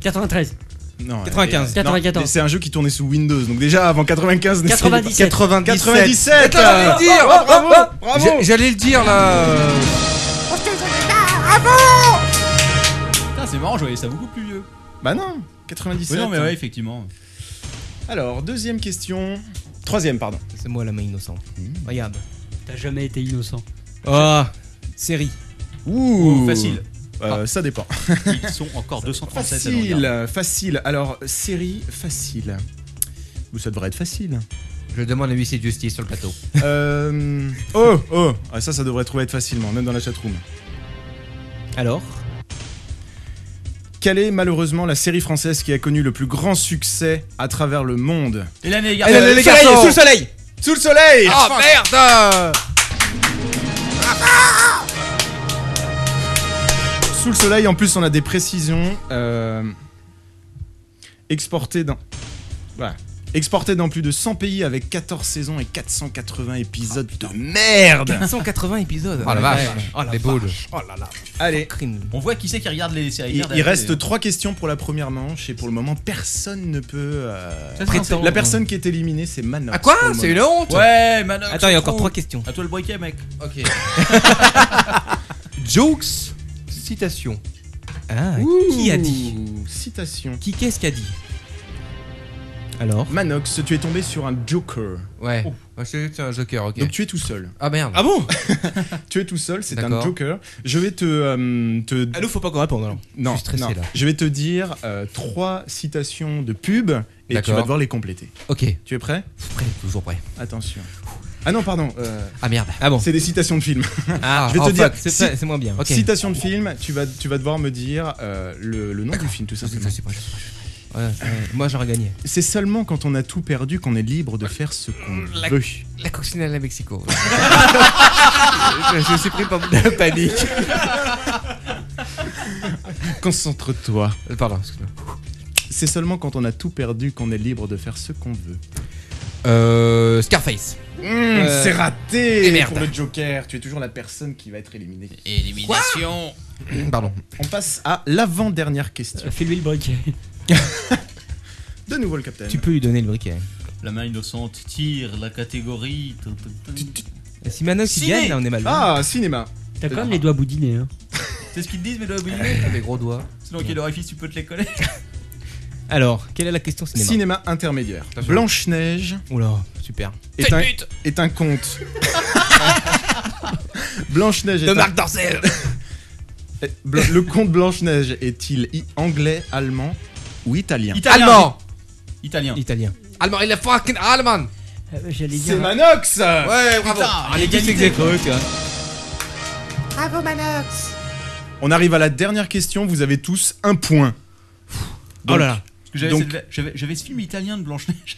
[SPEAKER 4] 93.
[SPEAKER 6] non, non,
[SPEAKER 2] 95.
[SPEAKER 6] non,
[SPEAKER 4] 94.
[SPEAKER 6] mais C'est un jeu qui tournait sous Windows, donc déjà avant 95, n'essayez pas.
[SPEAKER 4] 97.
[SPEAKER 6] 97
[SPEAKER 5] Attends, j'allais le dire.
[SPEAKER 6] Oh, Bravo Bravo
[SPEAKER 5] J'ai- J'allais le dire là. euh,
[SPEAKER 3] Putain, c'est marrant, je voyais ça beaucoup plus vieux.
[SPEAKER 6] Bah non 97
[SPEAKER 3] Oui, non, mais ouais, effectivement.
[SPEAKER 6] Alors, deuxième question. Troisième, pardon.
[SPEAKER 2] C'est moi la main innocente.
[SPEAKER 5] Mmh.
[SPEAKER 2] Regarde.
[SPEAKER 4] T'as jamais été innocent.
[SPEAKER 2] Oh, série.
[SPEAKER 6] Ouh
[SPEAKER 3] facile.
[SPEAKER 6] Euh, Ça dépend.
[SPEAKER 3] Ils sont encore 237 à nous regarder.
[SPEAKER 6] Facile, facile. Alors, série facile. Ou ça devrait être facile.
[SPEAKER 5] Je demande à huissier de justice sur le plateau.
[SPEAKER 6] Euh, Oh, oh Ah, Ça, ça devrait trouver être facilement, même dans la chatroom.
[SPEAKER 2] Alors
[SPEAKER 6] Quelle est malheureusement la série française qui a connu le plus grand succès à travers le monde
[SPEAKER 3] Et l'année, les euh,
[SPEAKER 5] Et
[SPEAKER 3] garçons.
[SPEAKER 2] Le Euh,
[SPEAKER 5] l'année, Eh, les
[SPEAKER 2] soleil,
[SPEAKER 5] garçons.
[SPEAKER 2] sous le soleil
[SPEAKER 6] Sous le soleil
[SPEAKER 5] Oh merde
[SPEAKER 6] Sous le soleil, en plus, on a des précisions euh, exportées dans. Voilà. Exportées dans plus de 100 pays avec 14 saisons et 480 épisodes de merde
[SPEAKER 2] 180 épisodes.
[SPEAKER 5] Oh la vache.
[SPEAKER 2] Oh la
[SPEAKER 5] Les boules.
[SPEAKER 6] Allez,
[SPEAKER 2] crime.
[SPEAKER 3] On voit qui c'est qui regarde les séries.
[SPEAKER 6] il,
[SPEAKER 3] Merde,
[SPEAKER 6] il
[SPEAKER 3] à la
[SPEAKER 6] reste
[SPEAKER 3] télé. hein.
[SPEAKER 6] trois questions pour la première manche et pour le moment, personne ne peut. euh,
[SPEAKER 2] Ça, c'est
[SPEAKER 6] prétendre.
[SPEAKER 2] un
[SPEAKER 6] La
[SPEAKER 2] temps.
[SPEAKER 6] personne qui est éliminée, c'est Manox.
[SPEAKER 5] Ah quoi
[SPEAKER 6] pour le
[SPEAKER 5] C'est
[SPEAKER 6] moment.
[SPEAKER 5] une honte
[SPEAKER 3] Ouais, Manox.
[SPEAKER 2] Attends, il y a encore 3
[SPEAKER 3] Chatroom.
[SPEAKER 2] questions.
[SPEAKER 3] À toi le briquet, mec.
[SPEAKER 5] Ok. Jokes. Citation.
[SPEAKER 2] Ah, qui a dit
[SPEAKER 6] Ouh, Citation.
[SPEAKER 2] Qui qu'est-ce qui a dit Alors
[SPEAKER 6] Manox, tu es tombé sur un joker.
[SPEAKER 5] Ouais. Moi, je suis juste un joker, ok.
[SPEAKER 6] Donc tu es tout seul.
[SPEAKER 5] Ah merde.
[SPEAKER 2] Ah bon
[SPEAKER 6] Tu es tout seul, c'est un
[SPEAKER 5] D'accord.
[SPEAKER 6] joker. Je vais te. euh, te...
[SPEAKER 5] Ah,
[SPEAKER 2] Allô, faut pas qu'on réponde alors.
[SPEAKER 6] Non,
[SPEAKER 5] Je suis stressé,
[SPEAKER 6] non.
[SPEAKER 5] là.
[SPEAKER 6] Je vais te dire euh, trois citations de pub et tu
[SPEAKER 5] D'accord.
[SPEAKER 6] vas devoir les compléter.
[SPEAKER 5] Ok.
[SPEAKER 6] Tu es prêt
[SPEAKER 5] Prêt, toujours prêt.
[SPEAKER 6] Attention. Ah non, pardon. euh,
[SPEAKER 5] Ah merde.
[SPEAKER 2] Ah bon
[SPEAKER 6] c'est des citations de films.
[SPEAKER 2] Ah,
[SPEAKER 6] je vais
[SPEAKER 2] oh,
[SPEAKER 6] te dire,
[SPEAKER 2] fuck, C'est
[SPEAKER 6] si-
[SPEAKER 2] c'est moins bien. Ok.
[SPEAKER 6] Citations de films, tu vas, tu vas devoir me dire euh, le, le nom du film, tout simplement.
[SPEAKER 2] Ouais, ouais, moi j'aurais gagné.
[SPEAKER 6] C'est seulement quand on a tout perdu qu'on est libre de faire ce qu'on
[SPEAKER 5] La-
[SPEAKER 6] veut.
[SPEAKER 5] La coccinelle à Mexico. je, je suis pris par la panique.
[SPEAKER 6] Concentre-toi.
[SPEAKER 5] Euh, Pardon, excuse-moi.
[SPEAKER 6] C'est seulement quand on a tout perdu qu'on est libre de faire ce qu'on veut.
[SPEAKER 5] Euh, Scarface.
[SPEAKER 2] Euh,
[SPEAKER 6] Mmh, C'est raté
[SPEAKER 5] et merde.
[SPEAKER 6] pour le Joker. Tu es toujours la personne qui va être éliminée.
[SPEAKER 5] Élimination. Pardon.
[SPEAKER 6] On passe à l'avant-dernière question.
[SPEAKER 4] Euh, Fais-lui le briquet.
[SPEAKER 6] De nouveau le capitaine.
[SPEAKER 2] Tu peux lui donner le briquet.
[SPEAKER 3] La main innocente tire la catégorie.
[SPEAKER 2] Et Si Manox il
[SPEAKER 3] Ciné.
[SPEAKER 2] gagne, là on est mal.
[SPEAKER 6] Ah, cinéma.
[SPEAKER 4] T'as
[SPEAKER 6] Ah.
[SPEAKER 4] quand même les doigts boudinés. Hein.
[SPEAKER 3] C'est ce qu'ils disent, mais doigts oublier.
[SPEAKER 5] Mes gros doigts.
[SPEAKER 3] Sinon, quel orifice tu peux te les coller
[SPEAKER 2] Alors, quelle est la question cinéma
[SPEAKER 6] Cinéma, intermédiaire.
[SPEAKER 5] Attention.
[SPEAKER 6] Blanche-Neige
[SPEAKER 2] Oula, super.
[SPEAKER 6] est un, est un conte. Blanche-Neige est
[SPEAKER 2] De
[SPEAKER 6] un-
[SPEAKER 2] Marc Dorcel
[SPEAKER 6] Eh, Bla- Le conte Blanche-Neige est-il i- anglais, allemand ou italien
[SPEAKER 3] Italien. Ah.
[SPEAKER 5] Allemand.
[SPEAKER 3] Italien.
[SPEAKER 2] Italien.
[SPEAKER 5] Allemand, il est fucking Allemand.
[SPEAKER 4] Euh, J'allais
[SPEAKER 6] C'est
[SPEAKER 4] dire.
[SPEAKER 6] Manox
[SPEAKER 5] Ouais, bravo.
[SPEAKER 3] Ah, l'égalité.
[SPEAKER 6] On arrive à la dernière question, vous avez tous un point.
[SPEAKER 2] Oh là
[SPEAKER 3] Parce que j'avais
[SPEAKER 6] Donc-
[SPEAKER 3] cette- J'avais j'avais ce film italien de Blanche-Neige.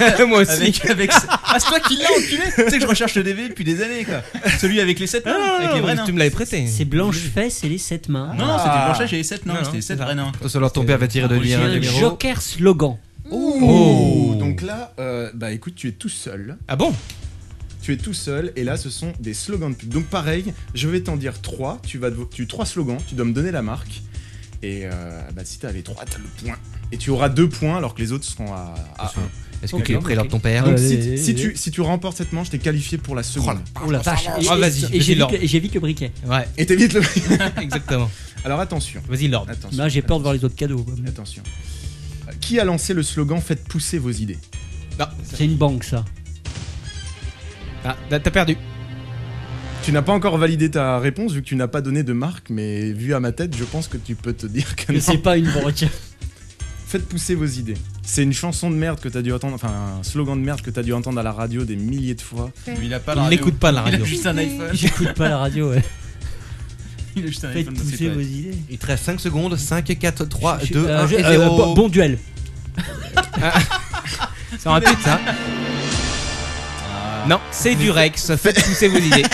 [SPEAKER 2] là. Moi aussi.
[SPEAKER 3] avec, avec... Ah, c'est toi qui l'as enculé Tu sais que je recherche le DVD depuis des années, quoi. Celui avec les 7 nains, avec les vrais nains.
[SPEAKER 2] tu me l'avais prêté.
[SPEAKER 4] C'est Blanche Fesse et les sept mains.
[SPEAKER 6] Ah.
[SPEAKER 3] Non, non, c'était Blanche-Neige et les 7
[SPEAKER 2] Non,
[SPEAKER 3] nains,
[SPEAKER 2] non,
[SPEAKER 3] c'était les 7
[SPEAKER 2] c'est
[SPEAKER 3] vrais nains.
[SPEAKER 5] Alors ton père va tirer de lui
[SPEAKER 4] J'ai
[SPEAKER 5] un
[SPEAKER 4] un
[SPEAKER 5] numéro.
[SPEAKER 4] Joker slogan.
[SPEAKER 6] Ouh. oh.
[SPEAKER 2] Oh.
[SPEAKER 6] Donc là, euh, bah écoute, tu es tout seul.
[SPEAKER 2] Ah bon
[SPEAKER 6] Tu es tout seul et là, ce sont des slogans de pub. Donc pareil, je vais t'en dire trois. Tu vas, devo- tu trois slogans. Tu dois me donner la marque. Et euh, bah, si t'as les trois, t'as le point. Et tu auras deux points alors que les autres seront à, à un.
[SPEAKER 5] Est-ce que tu es prêt lors de ton père
[SPEAKER 6] Donc, si, si tu, si tu remportes cette manche, t'es qualifié pour la seconde.
[SPEAKER 4] Oh la vache. Et- Ah, vas-y, et- et j'évite le- et j'évite le briquet.
[SPEAKER 5] Ouais.
[SPEAKER 6] Et t'évites le
[SPEAKER 5] Exactement.
[SPEAKER 6] Alors attention.
[SPEAKER 5] Vas-y, Lord.
[SPEAKER 4] Là, j'ai peur de voir les autres cadeaux.
[SPEAKER 6] Attention. Qui a lancé le slogan Faites pousser vos idées
[SPEAKER 4] C'est une banque, ça.
[SPEAKER 6] Ah, t'as perdu. Tu n'as pas encore validé ta réponse vu que tu n'as pas donné de marque, mais vu à ma tête, je pense que tu peux te dire que
[SPEAKER 4] Que
[SPEAKER 6] non.
[SPEAKER 4] c'est pas une banque.
[SPEAKER 6] Faites pousser vos idées. C'est une chanson de merde que t'as dû entendre, enfin un slogan de merde que t'as dû entendre à la radio des milliers de fois.
[SPEAKER 3] Mais il a pas la Il radio. n'écoute pas la Il a radio. juste un iPhone. J'écoute pas la radio, ouais. Il a juste un
[SPEAKER 5] Faites
[SPEAKER 3] iPhone dans ses
[SPEAKER 5] pousser
[SPEAKER 3] poches.
[SPEAKER 5] vos idées. Il te reste 5 secondes. 5, 4,
[SPEAKER 2] Ah,
[SPEAKER 5] 3,
[SPEAKER 4] Je-
[SPEAKER 5] 2,
[SPEAKER 4] euh,
[SPEAKER 5] 1,
[SPEAKER 4] je-
[SPEAKER 5] 0.
[SPEAKER 4] euh, bon- bon duel.
[SPEAKER 5] C'est un tweet, ça. Non, c'est du Rex. Faites pousser vos idées.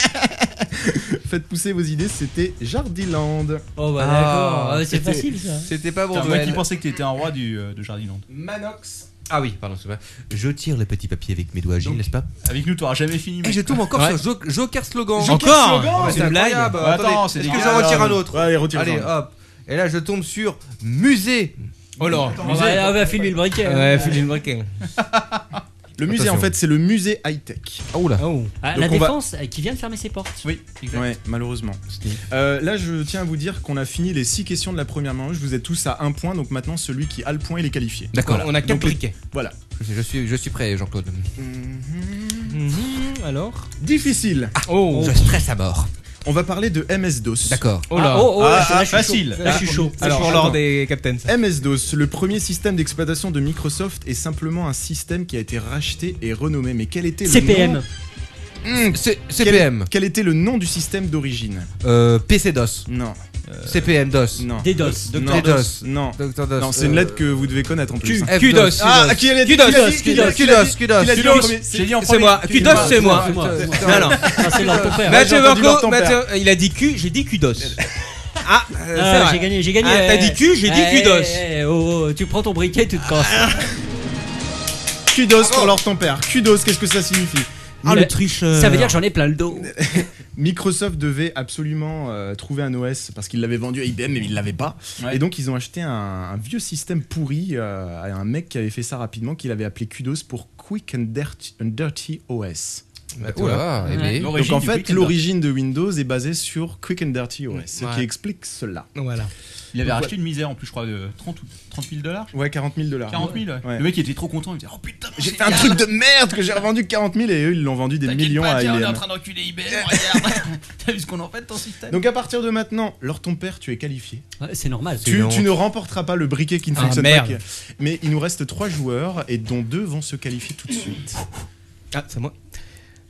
[SPEAKER 6] Faites pousser vos idées, c'était Jardiland.
[SPEAKER 4] Oh
[SPEAKER 3] bah, d'accord. Ah, c'est
[SPEAKER 6] c'était-
[SPEAKER 3] facile, ça.
[SPEAKER 5] C'était pas bon.
[SPEAKER 3] Putain, moi qui
[SPEAKER 5] pensais que tu étais un roi du,
[SPEAKER 3] euh,
[SPEAKER 5] de Jardiland.
[SPEAKER 6] Manox.
[SPEAKER 5] Ah oui, pardon, c'est vrai. Je tire le petit papier avec mes doigts agiles, n'est-ce pas
[SPEAKER 3] Avec nous, t'auras jamais fini.
[SPEAKER 2] Eh,
[SPEAKER 5] Et Eh, je tombe encore
[SPEAKER 3] Ouais.
[SPEAKER 5] sur Jo- Joker Slogan.
[SPEAKER 3] Joker Encore Slogan
[SPEAKER 5] C'est
[SPEAKER 3] Ouais,
[SPEAKER 5] une blague
[SPEAKER 3] incroyable. Attends,
[SPEAKER 5] Attendez,
[SPEAKER 3] c'est
[SPEAKER 5] Est-ce
[SPEAKER 3] des
[SPEAKER 5] que
[SPEAKER 3] gars,
[SPEAKER 6] Ah,
[SPEAKER 5] j'en retire
[SPEAKER 3] là.
[SPEAKER 5] un autre
[SPEAKER 3] Ouais, allez, retire-en.
[SPEAKER 5] Allez, hop. Et là, je tombe sur Musée. Oh là
[SPEAKER 4] On va, on va filer le briquet. hein.
[SPEAKER 5] Ouais, filer le briquet.
[SPEAKER 6] Le musée, en
[SPEAKER 5] Attention.
[SPEAKER 6] fait, c'est le musée high-tech.
[SPEAKER 5] Ah, oula.
[SPEAKER 4] Ah,
[SPEAKER 6] Donc
[SPEAKER 4] la
[SPEAKER 6] on va-
[SPEAKER 4] défense euh, qui vient de fermer ses portes.
[SPEAKER 6] Oui, ouais, malheureusement. Euh, là, je tiens à vous dire qu'on a fini les six questions de la première manche. Vous êtes tous à un point, donc maintenant celui qui a le point, il est qualifié.
[SPEAKER 5] D'accord,
[SPEAKER 6] Voilà.
[SPEAKER 5] on a
[SPEAKER 6] Donc
[SPEAKER 5] 4
[SPEAKER 6] les-
[SPEAKER 5] briquets.
[SPEAKER 6] Voilà.
[SPEAKER 5] Je suis, je suis prêt, Jean-Claude.
[SPEAKER 6] Alors Difficile.
[SPEAKER 5] Oh, je stresse à mort.
[SPEAKER 6] On va parler de MS-DOS.
[SPEAKER 5] D'accord. Oh là. Ah, oh, oh, là, je- là, je suis
[SPEAKER 6] facile.
[SPEAKER 5] chaud. Là, je suis chaud. C'est pour l'ordre des captains, ça.
[SPEAKER 6] MS-DOS, le premier système d'exploitation de Microsoft, est simplement un système qui a été racheté et renommé. Mais quel était le
[SPEAKER 5] CPM.
[SPEAKER 6] nom
[SPEAKER 5] Mmh, C- CPM.
[SPEAKER 6] Quel, quel était le nom du système d'origine
[SPEAKER 5] Euh, PC-DOS.
[SPEAKER 6] Non.
[SPEAKER 5] CPM DOS.
[SPEAKER 6] Non.
[SPEAKER 5] DDoS.
[SPEAKER 6] Non.
[SPEAKER 5] Dr. DOS.
[SPEAKER 6] Non.
[SPEAKER 5] Dr. DOS.
[SPEAKER 6] Non, c'est une
[SPEAKER 5] Euh,
[SPEAKER 6] lettre que vous devez connaître en plus.
[SPEAKER 5] Q-
[SPEAKER 6] hein.
[SPEAKER 5] Qdos.
[SPEAKER 6] Ah, qui est
[SPEAKER 5] Qdos, Qdos, Qdos, Qdos, Qdos. J'ai dit en premier. Qdos, c'est moi. Ah, Non, non. Mathieu Banco, Mathieu, euh, il a dit Q, j'ai dit Qdos. Ah, euh, c'est
[SPEAKER 4] Ah,
[SPEAKER 5] vrai.
[SPEAKER 4] j'ai gagné, j'ai gagné.
[SPEAKER 5] Ah, T'as
[SPEAKER 4] eh,
[SPEAKER 5] dit Q, j'ai dit
[SPEAKER 4] eh,
[SPEAKER 5] Qdos.
[SPEAKER 4] eh, oh, oh, tu prends ton briquet, tu te casses.
[SPEAKER 6] Kudos pour leur tempère. Kudos, qu'est-ce que ça signifie
[SPEAKER 4] Ah, le tricheur.
[SPEAKER 5] euh,
[SPEAKER 2] euh,
[SPEAKER 4] Ça veut dire que j'en ai plein le dos.
[SPEAKER 6] Microsoft devait absolument euh, trouver un OS parce qu'ils l'avaient vendu à IBM mais ils l'avaient pas.
[SPEAKER 3] Ouais.
[SPEAKER 6] Et donc ils ont acheté un, un vieux système pourri euh, à un mec qui avait fait ça rapidement qu'il avait appelé Kudos pour Quick and Dirty, and Dirty OS.
[SPEAKER 5] Bah, tu vois, eh bien.
[SPEAKER 6] Donc
[SPEAKER 5] L'origine
[SPEAKER 6] en
[SPEAKER 5] du
[SPEAKER 6] fait
[SPEAKER 5] Quick and
[SPEAKER 6] l'origine de Windows est basée sur Quick and Dirty OS, ce
[SPEAKER 3] Ouais.
[SPEAKER 6] qui explique cela.
[SPEAKER 5] Voilà.
[SPEAKER 3] Il avait
[SPEAKER 6] Donc,
[SPEAKER 3] racheté une misère en plus, je crois, de 30, ou 30 000 dollars.
[SPEAKER 6] Ouais, 40 000 dollars.
[SPEAKER 3] 40 000, ouais.
[SPEAKER 6] Ah, Ouais.
[SPEAKER 3] Le mec était trop content, il disait Oh putain,
[SPEAKER 6] J'ai fait un truc de merde que j'ai revendu 40 000 et eux ils l'ont vendu des millions
[SPEAKER 3] pas,
[SPEAKER 6] à
[SPEAKER 3] tiens, on est en
[SPEAKER 6] IBM.
[SPEAKER 3] train d'enculer IBM, regarde. T'as vu ce qu'on en fait de ton système
[SPEAKER 6] Donc à partir de maintenant, lors ton père, tu es qualifié.
[SPEAKER 4] c'est normal.
[SPEAKER 6] Tu, tu ne remporteras pas le briquet qui ne
[SPEAKER 5] Ah,
[SPEAKER 6] fonctionne
[SPEAKER 5] merde.
[SPEAKER 6] pas. qui- Mais il nous reste trois joueurs et dont deux vont se qualifier tout de suite.
[SPEAKER 5] Ah, c'est moi.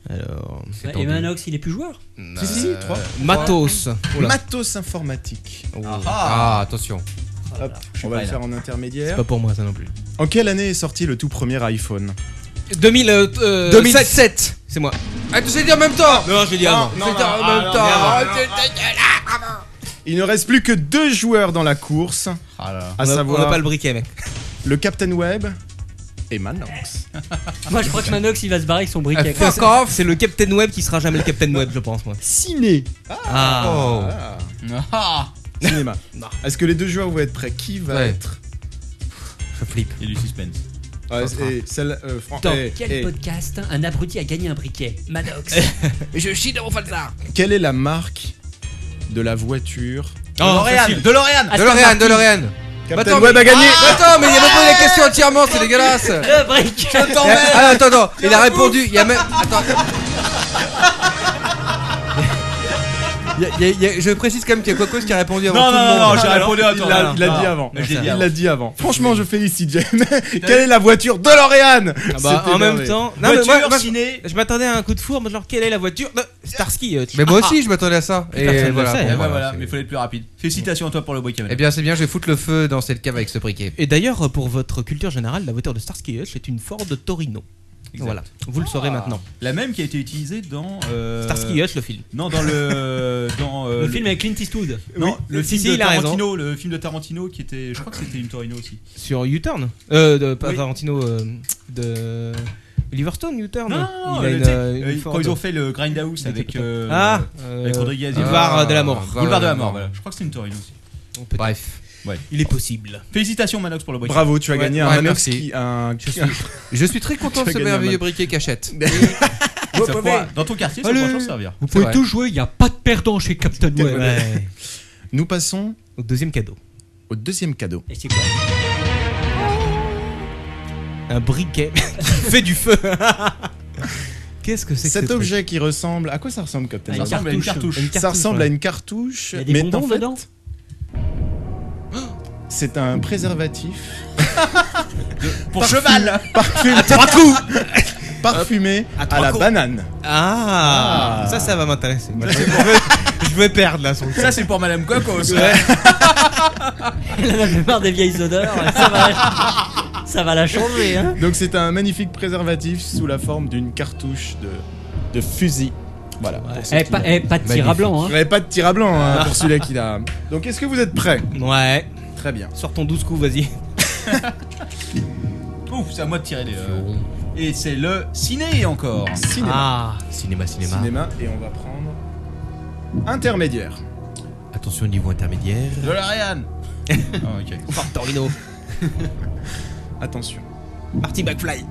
[SPEAKER 5] Alors. c'est
[SPEAKER 4] Et
[SPEAKER 5] tendu.
[SPEAKER 4] Manox, il est plus joueur
[SPEAKER 6] Si, si, si, trois.
[SPEAKER 5] Matos.
[SPEAKER 6] Trois.
[SPEAKER 5] Oh là.
[SPEAKER 6] Euh, Matos informatique.
[SPEAKER 5] Ah, attention.
[SPEAKER 6] Hop,
[SPEAKER 5] suis
[SPEAKER 6] on va
[SPEAKER 5] pas
[SPEAKER 6] le
[SPEAKER 5] là. Oh,
[SPEAKER 6] faire en intermédiaire.
[SPEAKER 5] C'est pas pour moi, ça non plus.
[SPEAKER 6] En quelle année est sorti le tout premier iPhone
[SPEAKER 5] 2000, euh, euh,
[SPEAKER 6] 2007.
[SPEAKER 5] C'est moi. Ah, tu sais dire en même temps Non, j'ai dit avant.
[SPEAKER 6] Non,
[SPEAKER 5] C'est
[SPEAKER 6] non,
[SPEAKER 5] en
[SPEAKER 6] non,
[SPEAKER 5] même
[SPEAKER 6] non,
[SPEAKER 5] temps.
[SPEAKER 6] non,
[SPEAKER 5] Ah,
[SPEAKER 6] non,
[SPEAKER 5] c'est dégueulasse.
[SPEAKER 6] Il ne reste plus que deux joueurs dans la course.
[SPEAKER 5] On
[SPEAKER 6] À
[SPEAKER 5] a- Ah on a
[SPEAKER 6] savoir.
[SPEAKER 5] pas le briquet, mec.
[SPEAKER 6] Le Captain Web et Manox.
[SPEAKER 4] Moi, je crois que Manox, il va se barrer avec son
[SPEAKER 5] Ah,
[SPEAKER 4] briquet.
[SPEAKER 5] fuck off, c'est le Captain Web qui sera jamais le Captain Web, je pense, moi.
[SPEAKER 4] Ciné.
[SPEAKER 5] Ah. Oh.
[SPEAKER 3] Ah.
[SPEAKER 6] Cinéma. Est-ce que les deux joueurs vont être prêts Qui va
[SPEAKER 5] Ouais.
[SPEAKER 6] être
[SPEAKER 5] Je flippe.
[SPEAKER 3] Il y a du suspense.
[SPEAKER 6] Ouais, et celle, euh, Fran-
[SPEAKER 4] Dans
[SPEAKER 6] eh,
[SPEAKER 4] quel
[SPEAKER 6] eh,
[SPEAKER 4] podcast un abruti a gagné un briquet Manox.
[SPEAKER 12] Je chie dans mon falzar.
[SPEAKER 6] Quelle est la marque de la voiture Bah,
[SPEAKER 5] Oh, DeLorean, facile. DeLorean.
[SPEAKER 6] Aston
[SPEAKER 5] DeLorean,
[SPEAKER 6] Martin.
[SPEAKER 5] DeLorean.
[SPEAKER 6] Captain
[SPEAKER 5] Attends,
[SPEAKER 6] Web
[SPEAKER 5] mais-
[SPEAKER 6] a gagné
[SPEAKER 5] Ah, Attends, mais il a pas posé la question entièrement, c'est dégueulasse.
[SPEAKER 4] Le briquet.
[SPEAKER 5] Je t'emmène. Ah, attends, attends, il a répondu, il y a même. Attends. Il y a- il y a- il y a- je précise quand même qu'il y a Quacos qui a répondu avant
[SPEAKER 3] Non,
[SPEAKER 5] tout
[SPEAKER 3] non,
[SPEAKER 5] le
[SPEAKER 3] non,
[SPEAKER 5] monde.
[SPEAKER 3] non, j'ai répondu à toi.
[SPEAKER 6] Il l'a-
[SPEAKER 3] Non,
[SPEAKER 6] il l'a
[SPEAKER 3] non,
[SPEAKER 6] dit
[SPEAKER 3] non,
[SPEAKER 6] avant.
[SPEAKER 3] mais j'ai dit hein.
[SPEAKER 6] Il
[SPEAKER 3] avant.
[SPEAKER 6] l'a dit avant. Franchement, je félicite James. Quelle est la voiture
[SPEAKER 5] Ah
[SPEAKER 6] DeLorean
[SPEAKER 5] bah,
[SPEAKER 6] C'était
[SPEAKER 5] en même
[SPEAKER 6] merveilleux.
[SPEAKER 5] temps,
[SPEAKER 6] Non, mais
[SPEAKER 5] moi- moi, je-
[SPEAKER 6] ciné.
[SPEAKER 5] je m'attendais à un coup de four, mais genre quelle est la voiture Non, Starsky. euh, tu- Ah, ah. Personne ne le sait,
[SPEAKER 3] Ouais,
[SPEAKER 5] hein,
[SPEAKER 3] bah,
[SPEAKER 5] voilà,
[SPEAKER 3] voilà,
[SPEAKER 5] c'est-
[SPEAKER 3] mais il fallait être plus rapide. Félicitations à toi pour le briquet.
[SPEAKER 5] Eh bien, c'est bien, je vais foutre le feu dans cette cave avec ce briquet.
[SPEAKER 2] Et d'ailleurs, pour votre culture générale, la voiture de Starsky et Hutch est une Ford Torino.
[SPEAKER 3] Exact.
[SPEAKER 2] Voilà, vous le saurez
[SPEAKER 3] Ah.
[SPEAKER 2] maintenant.
[SPEAKER 3] La même qui a été utilisée dans. euh,
[SPEAKER 2] Starsky et Hutch, le film.
[SPEAKER 3] Non, dans le. dans, euh,
[SPEAKER 2] Le film avec Clint Eastwood.
[SPEAKER 3] Non,
[SPEAKER 2] Oui.
[SPEAKER 3] le
[SPEAKER 2] Si,
[SPEAKER 3] film
[SPEAKER 2] si,
[SPEAKER 3] de
[SPEAKER 2] il a raison.
[SPEAKER 3] Tarantino. Le film de Tarantino qui était. Je crois que c'était une Torino aussi.
[SPEAKER 2] Sur U-Turn Euh, de, pas
[SPEAKER 3] Oui.
[SPEAKER 2] Tarantino, euh, de. Oliver Stone, U-Turn
[SPEAKER 3] Non, non,
[SPEAKER 2] Oh, Il a
[SPEAKER 3] le-
[SPEAKER 2] une,
[SPEAKER 3] tu sais,
[SPEAKER 2] euh, une
[SPEAKER 3] euh,
[SPEAKER 2] Ford.
[SPEAKER 3] quand ils ont fait le Grindhouse avec, euh,
[SPEAKER 2] Ah,
[SPEAKER 3] avec
[SPEAKER 2] euh,
[SPEAKER 3] Rodriguez.
[SPEAKER 5] Ah,
[SPEAKER 2] Boulevard de la mort.
[SPEAKER 3] Boulevard de la mort, voilà. Je crois que c'est une Torino aussi.
[SPEAKER 5] Bref.
[SPEAKER 2] il est possible.
[SPEAKER 3] Félicitations Manox pour le briquet.
[SPEAKER 6] Bravo, tu as
[SPEAKER 3] Ouais.
[SPEAKER 6] gagné
[SPEAKER 3] Ouais,
[SPEAKER 6] un
[SPEAKER 3] merci.
[SPEAKER 6] Manox qui- un-
[SPEAKER 3] Je suis-
[SPEAKER 5] Je suis très content
[SPEAKER 6] Tu
[SPEAKER 5] de
[SPEAKER 6] as
[SPEAKER 5] ce
[SPEAKER 6] gagné un
[SPEAKER 5] merveilleux
[SPEAKER 6] Manox.
[SPEAKER 5] briquet cachette.
[SPEAKER 3] Ça pourra- dans ton quartier, ça
[SPEAKER 5] Allez.
[SPEAKER 3] pourra toujours servir.
[SPEAKER 4] Vous pouvez tout jouer, il n'y a pas de perdant chez Captain Web.
[SPEAKER 6] Nous passons
[SPEAKER 2] au deuxième cadeau.
[SPEAKER 6] Au deuxième cadeau.
[SPEAKER 4] Et c'est quoi
[SPEAKER 2] Un briquet qui fait du feu. Qu'est-ce que c'est Ah, que
[SPEAKER 6] Cet
[SPEAKER 2] ce
[SPEAKER 6] objet qui ressemble. À quoi ça ressemble, Captain
[SPEAKER 2] À une
[SPEAKER 6] Ça ressemble à une
[SPEAKER 2] cartouche.
[SPEAKER 6] cartouche.
[SPEAKER 2] Une
[SPEAKER 6] Ça
[SPEAKER 2] cartouche,
[SPEAKER 6] ressemble
[SPEAKER 2] ouais.
[SPEAKER 6] à une cartouche.
[SPEAKER 2] Il y a des
[SPEAKER 6] mais
[SPEAKER 2] bonbons
[SPEAKER 6] en fait,
[SPEAKER 2] dedans
[SPEAKER 6] C'est un préservatif.
[SPEAKER 3] pour
[SPEAKER 6] Parfum-
[SPEAKER 3] cheval.
[SPEAKER 6] Parfumé.
[SPEAKER 2] À trois coups.
[SPEAKER 6] Parfumé à,
[SPEAKER 2] trois
[SPEAKER 6] la
[SPEAKER 2] coups.
[SPEAKER 6] banane.
[SPEAKER 2] Ah,
[SPEAKER 6] Ah.
[SPEAKER 2] Ça, ça va m'intéresser. Je vais perdre là. Son
[SPEAKER 3] Ça, c'est pour Madame Coco. ça.
[SPEAKER 4] Elle en avait marre des vieilles odeurs, ça va, ça va la changer. Hein.
[SPEAKER 6] Donc c'est un magnifique préservatif sous la forme d'une cartouche de, de fusil. Voilà. pour ceux
[SPEAKER 4] Eh,
[SPEAKER 6] qui
[SPEAKER 4] pas-
[SPEAKER 6] l'ont.
[SPEAKER 4] eh, pas de tir à
[SPEAKER 6] Magnifique.
[SPEAKER 4] blanc, hein.
[SPEAKER 6] Ouais, pas de tir à blanc hein, pour celui-là qui l'a. Donc est-ce que vous êtes prêts
[SPEAKER 2] Ouais.
[SPEAKER 6] Très bien.
[SPEAKER 2] Sors ton 12 coups, vas-y.
[SPEAKER 3] Ouf, c'est à moi de tirer les. euh, Et c'est le ciné encore.
[SPEAKER 6] Cinéma.
[SPEAKER 2] Ah, cinéma, cinéma.
[SPEAKER 6] Cinéma et on va prendre intermédiaire.
[SPEAKER 2] Attention au niveau intermédiaire.
[SPEAKER 3] De la Ryan. Ah, ok.
[SPEAKER 2] Torino.
[SPEAKER 6] Attention.
[SPEAKER 2] Marty McFly.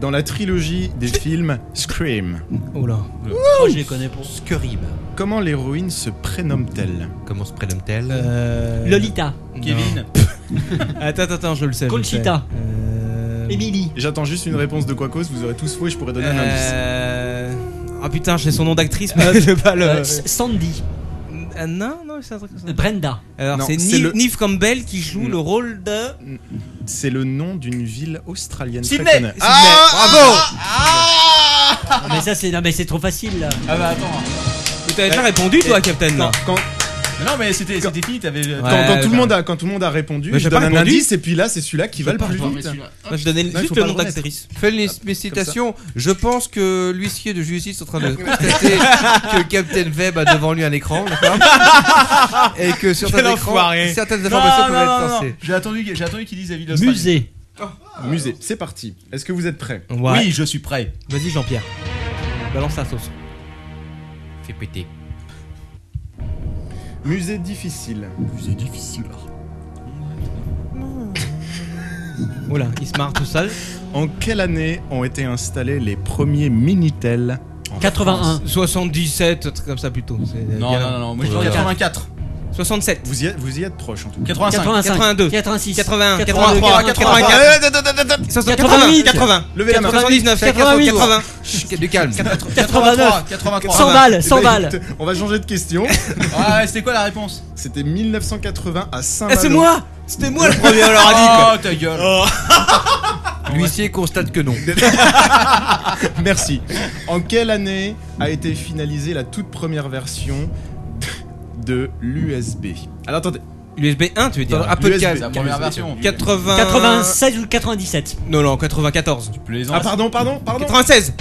[SPEAKER 6] Dans la trilogie des films Scream,
[SPEAKER 2] Oh là.
[SPEAKER 4] Moi, je les connais pour.
[SPEAKER 2] Scurrib.
[SPEAKER 6] comment l'héroïne se prénomme-t-elle
[SPEAKER 5] Comment se prénomme-t-elle
[SPEAKER 2] Euh...
[SPEAKER 4] Lolita,
[SPEAKER 2] non.
[SPEAKER 3] Kevin.
[SPEAKER 2] Attends, attends, attends, je le sais. je le sais.
[SPEAKER 4] Conchita.
[SPEAKER 2] Euh...
[SPEAKER 4] Emily.
[SPEAKER 6] J'attends juste une réponse de Quacos, vous aurez tous faux et je pourrais donner un indice.
[SPEAKER 2] Euh... Ah putain, j'ai son nom d'actrice, mais j'ai pas le.
[SPEAKER 4] euh, S- Sandy,
[SPEAKER 2] Euh, non, non, c'est un truc comme ça.
[SPEAKER 4] euh, Brenda,
[SPEAKER 2] Alors,
[SPEAKER 6] Non,
[SPEAKER 2] c'est
[SPEAKER 6] c'est
[SPEAKER 2] Neve
[SPEAKER 6] le-
[SPEAKER 2] Neve Campbell qui joue
[SPEAKER 6] Mm.
[SPEAKER 2] le rôle de.
[SPEAKER 6] C'est le nom d'une ville australienne. très
[SPEAKER 3] Sydney.
[SPEAKER 6] connue. Ah,
[SPEAKER 2] bravo
[SPEAKER 4] Ah, mais ça c'est non, mais c'est trop facile. Là.
[SPEAKER 3] Ah bah attends.
[SPEAKER 2] Mais t'avais déjà répondu, toi, Captain là.
[SPEAKER 6] quand,
[SPEAKER 3] Mais Non mais c'était c'était fini, t'avais. euh,
[SPEAKER 6] quand-
[SPEAKER 2] Ouais,
[SPEAKER 6] quand tout
[SPEAKER 2] bah.
[SPEAKER 6] le monde a, quand tout le monde a répondu,
[SPEAKER 2] Mais
[SPEAKER 6] je
[SPEAKER 2] j'ai pas
[SPEAKER 6] donne un
[SPEAKER 2] répondu.
[SPEAKER 6] indice et puis là c'est celui-là qui va le plus vite.
[SPEAKER 2] Moi, je donnais
[SPEAKER 6] Non, il
[SPEAKER 2] juste
[SPEAKER 6] faut
[SPEAKER 2] le
[SPEAKER 6] pas
[SPEAKER 2] nom
[SPEAKER 6] le remettre.
[SPEAKER 2] d'actrice.
[SPEAKER 5] Félicitations, je pense que l'huissier de justice est en train de constater que Captain Webb a devant lui un écran, d'accord Et que sur
[SPEAKER 2] Quel
[SPEAKER 5] cet écran,
[SPEAKER 2] enfoiré.
[SPEAKER 5] certaines
[SPEAKER 3] Non,
[SPEAKER 5] informations
[SPEAKER 3] non,
[SPEAKER 5] peuvent
[SPEAKER 3] non,
[SPEAKER 5] être
[SPEAKER 3] non,
[SPEAKER 5] censées.
[SPEAKER 3] J'ai attendu, j'ai attendu qu'il dise la ville d'Australie.
[SPEAKER 4] Musée,
[SPEAKER 6] Musée, c'est parti. Est-ce que vous êtes prêts
[SPEAKER 2] Ouais.
[SPEAKER 3] Oui, je suis prêt.
[SPEAKER 2] Vas-y, Jean-Pierre. Balance la sauce.
[SPEAKER 5] Fais péter.
[SPEAKER 6] Musée difficile.
[SPEAKER 9] C'est difficile.
[SPEAKER 2] Oh là, il se marre tout seul.
[SPEAKER 6] En quelle année ont été installés les premiers Minitel
[SPEAKER 4] 81,
[SPEAKER 2] 77, un truc comme ça plutôt. C'est
[SPEAKER 3] Non,
[SPEAKER 2] bien.
[SPEAKER 3] non, non, non, moi je dis
[SPEAKER 5] Ouais.
[SPEAKER 3] 84.
[SPEAKER 2] 67.
[SPEAKER 6] vous y, êtes, vous y êtes proche en tout cas.
[SPEAKER 3] 85.
[SPEAKER 4] 85,
[SPEAKER 2] 82,
[SPEAKER 4] 86,
[SPEAKER 2] 80,
[SPEAKER 4] 82,
[SPEAKER 2] 83,
[SPEAKER 3] Ah,
[SPEAKER 2] 84, 80,
[SPEAKER 4] 88,
[SPEAKER 2] 80,
[SPEAKER 6] Levez la main.
[SPEAKER 2] 79,
[SPEAKER 4] 88,
[SPEAKER 2] 80,
[SPEAKER 5] Chut, du calme.
[SPEAKER 4] 89,
[SPEAKER 3] 83.
[SPEAKER 4] 100
[SPEAKER 2] Euh,
[SPEAKER 4] balles, 100
[SPEAKER 6] Eh ben,
[SPEAKER 4] balles.
[SPEAKER 6] écoute, On va changer de question.
[SPEAKER 3] Ah, ouais, c'était quoi la réponse
[SPEAKER 6] C'était 1980 à saint
[SPEAKER 2] Eh, c'est moi C'était moi le premier, on leur a dit quoi
[SPEAKER 3] Oh, ta gueule.
[SPEAKER 5] L'huissier constate que non.
[SPEAKER 6] Merci. En quelle année a été finalisée la toute première version de l'USB Alors attendez.
[SPEAKER 2] L'USB 1, tu veux dire
[SPEAKER 5] Un peu de
[SPEAKER 6] USB.
[SPEAKER 2] hein.
[SPEAKER 5] calme.
[SPEAKER 3] La première version.
[SPEAKER 2] 80...
[SPEAKER 4] 96 ou 97.
[SPEAKER 2] Non, non, 94.
[SPEAKER 3] Plaisant.
[SPEAKER 6] Ah pardon, pardon, pardon.
[SPEAKER 2] 96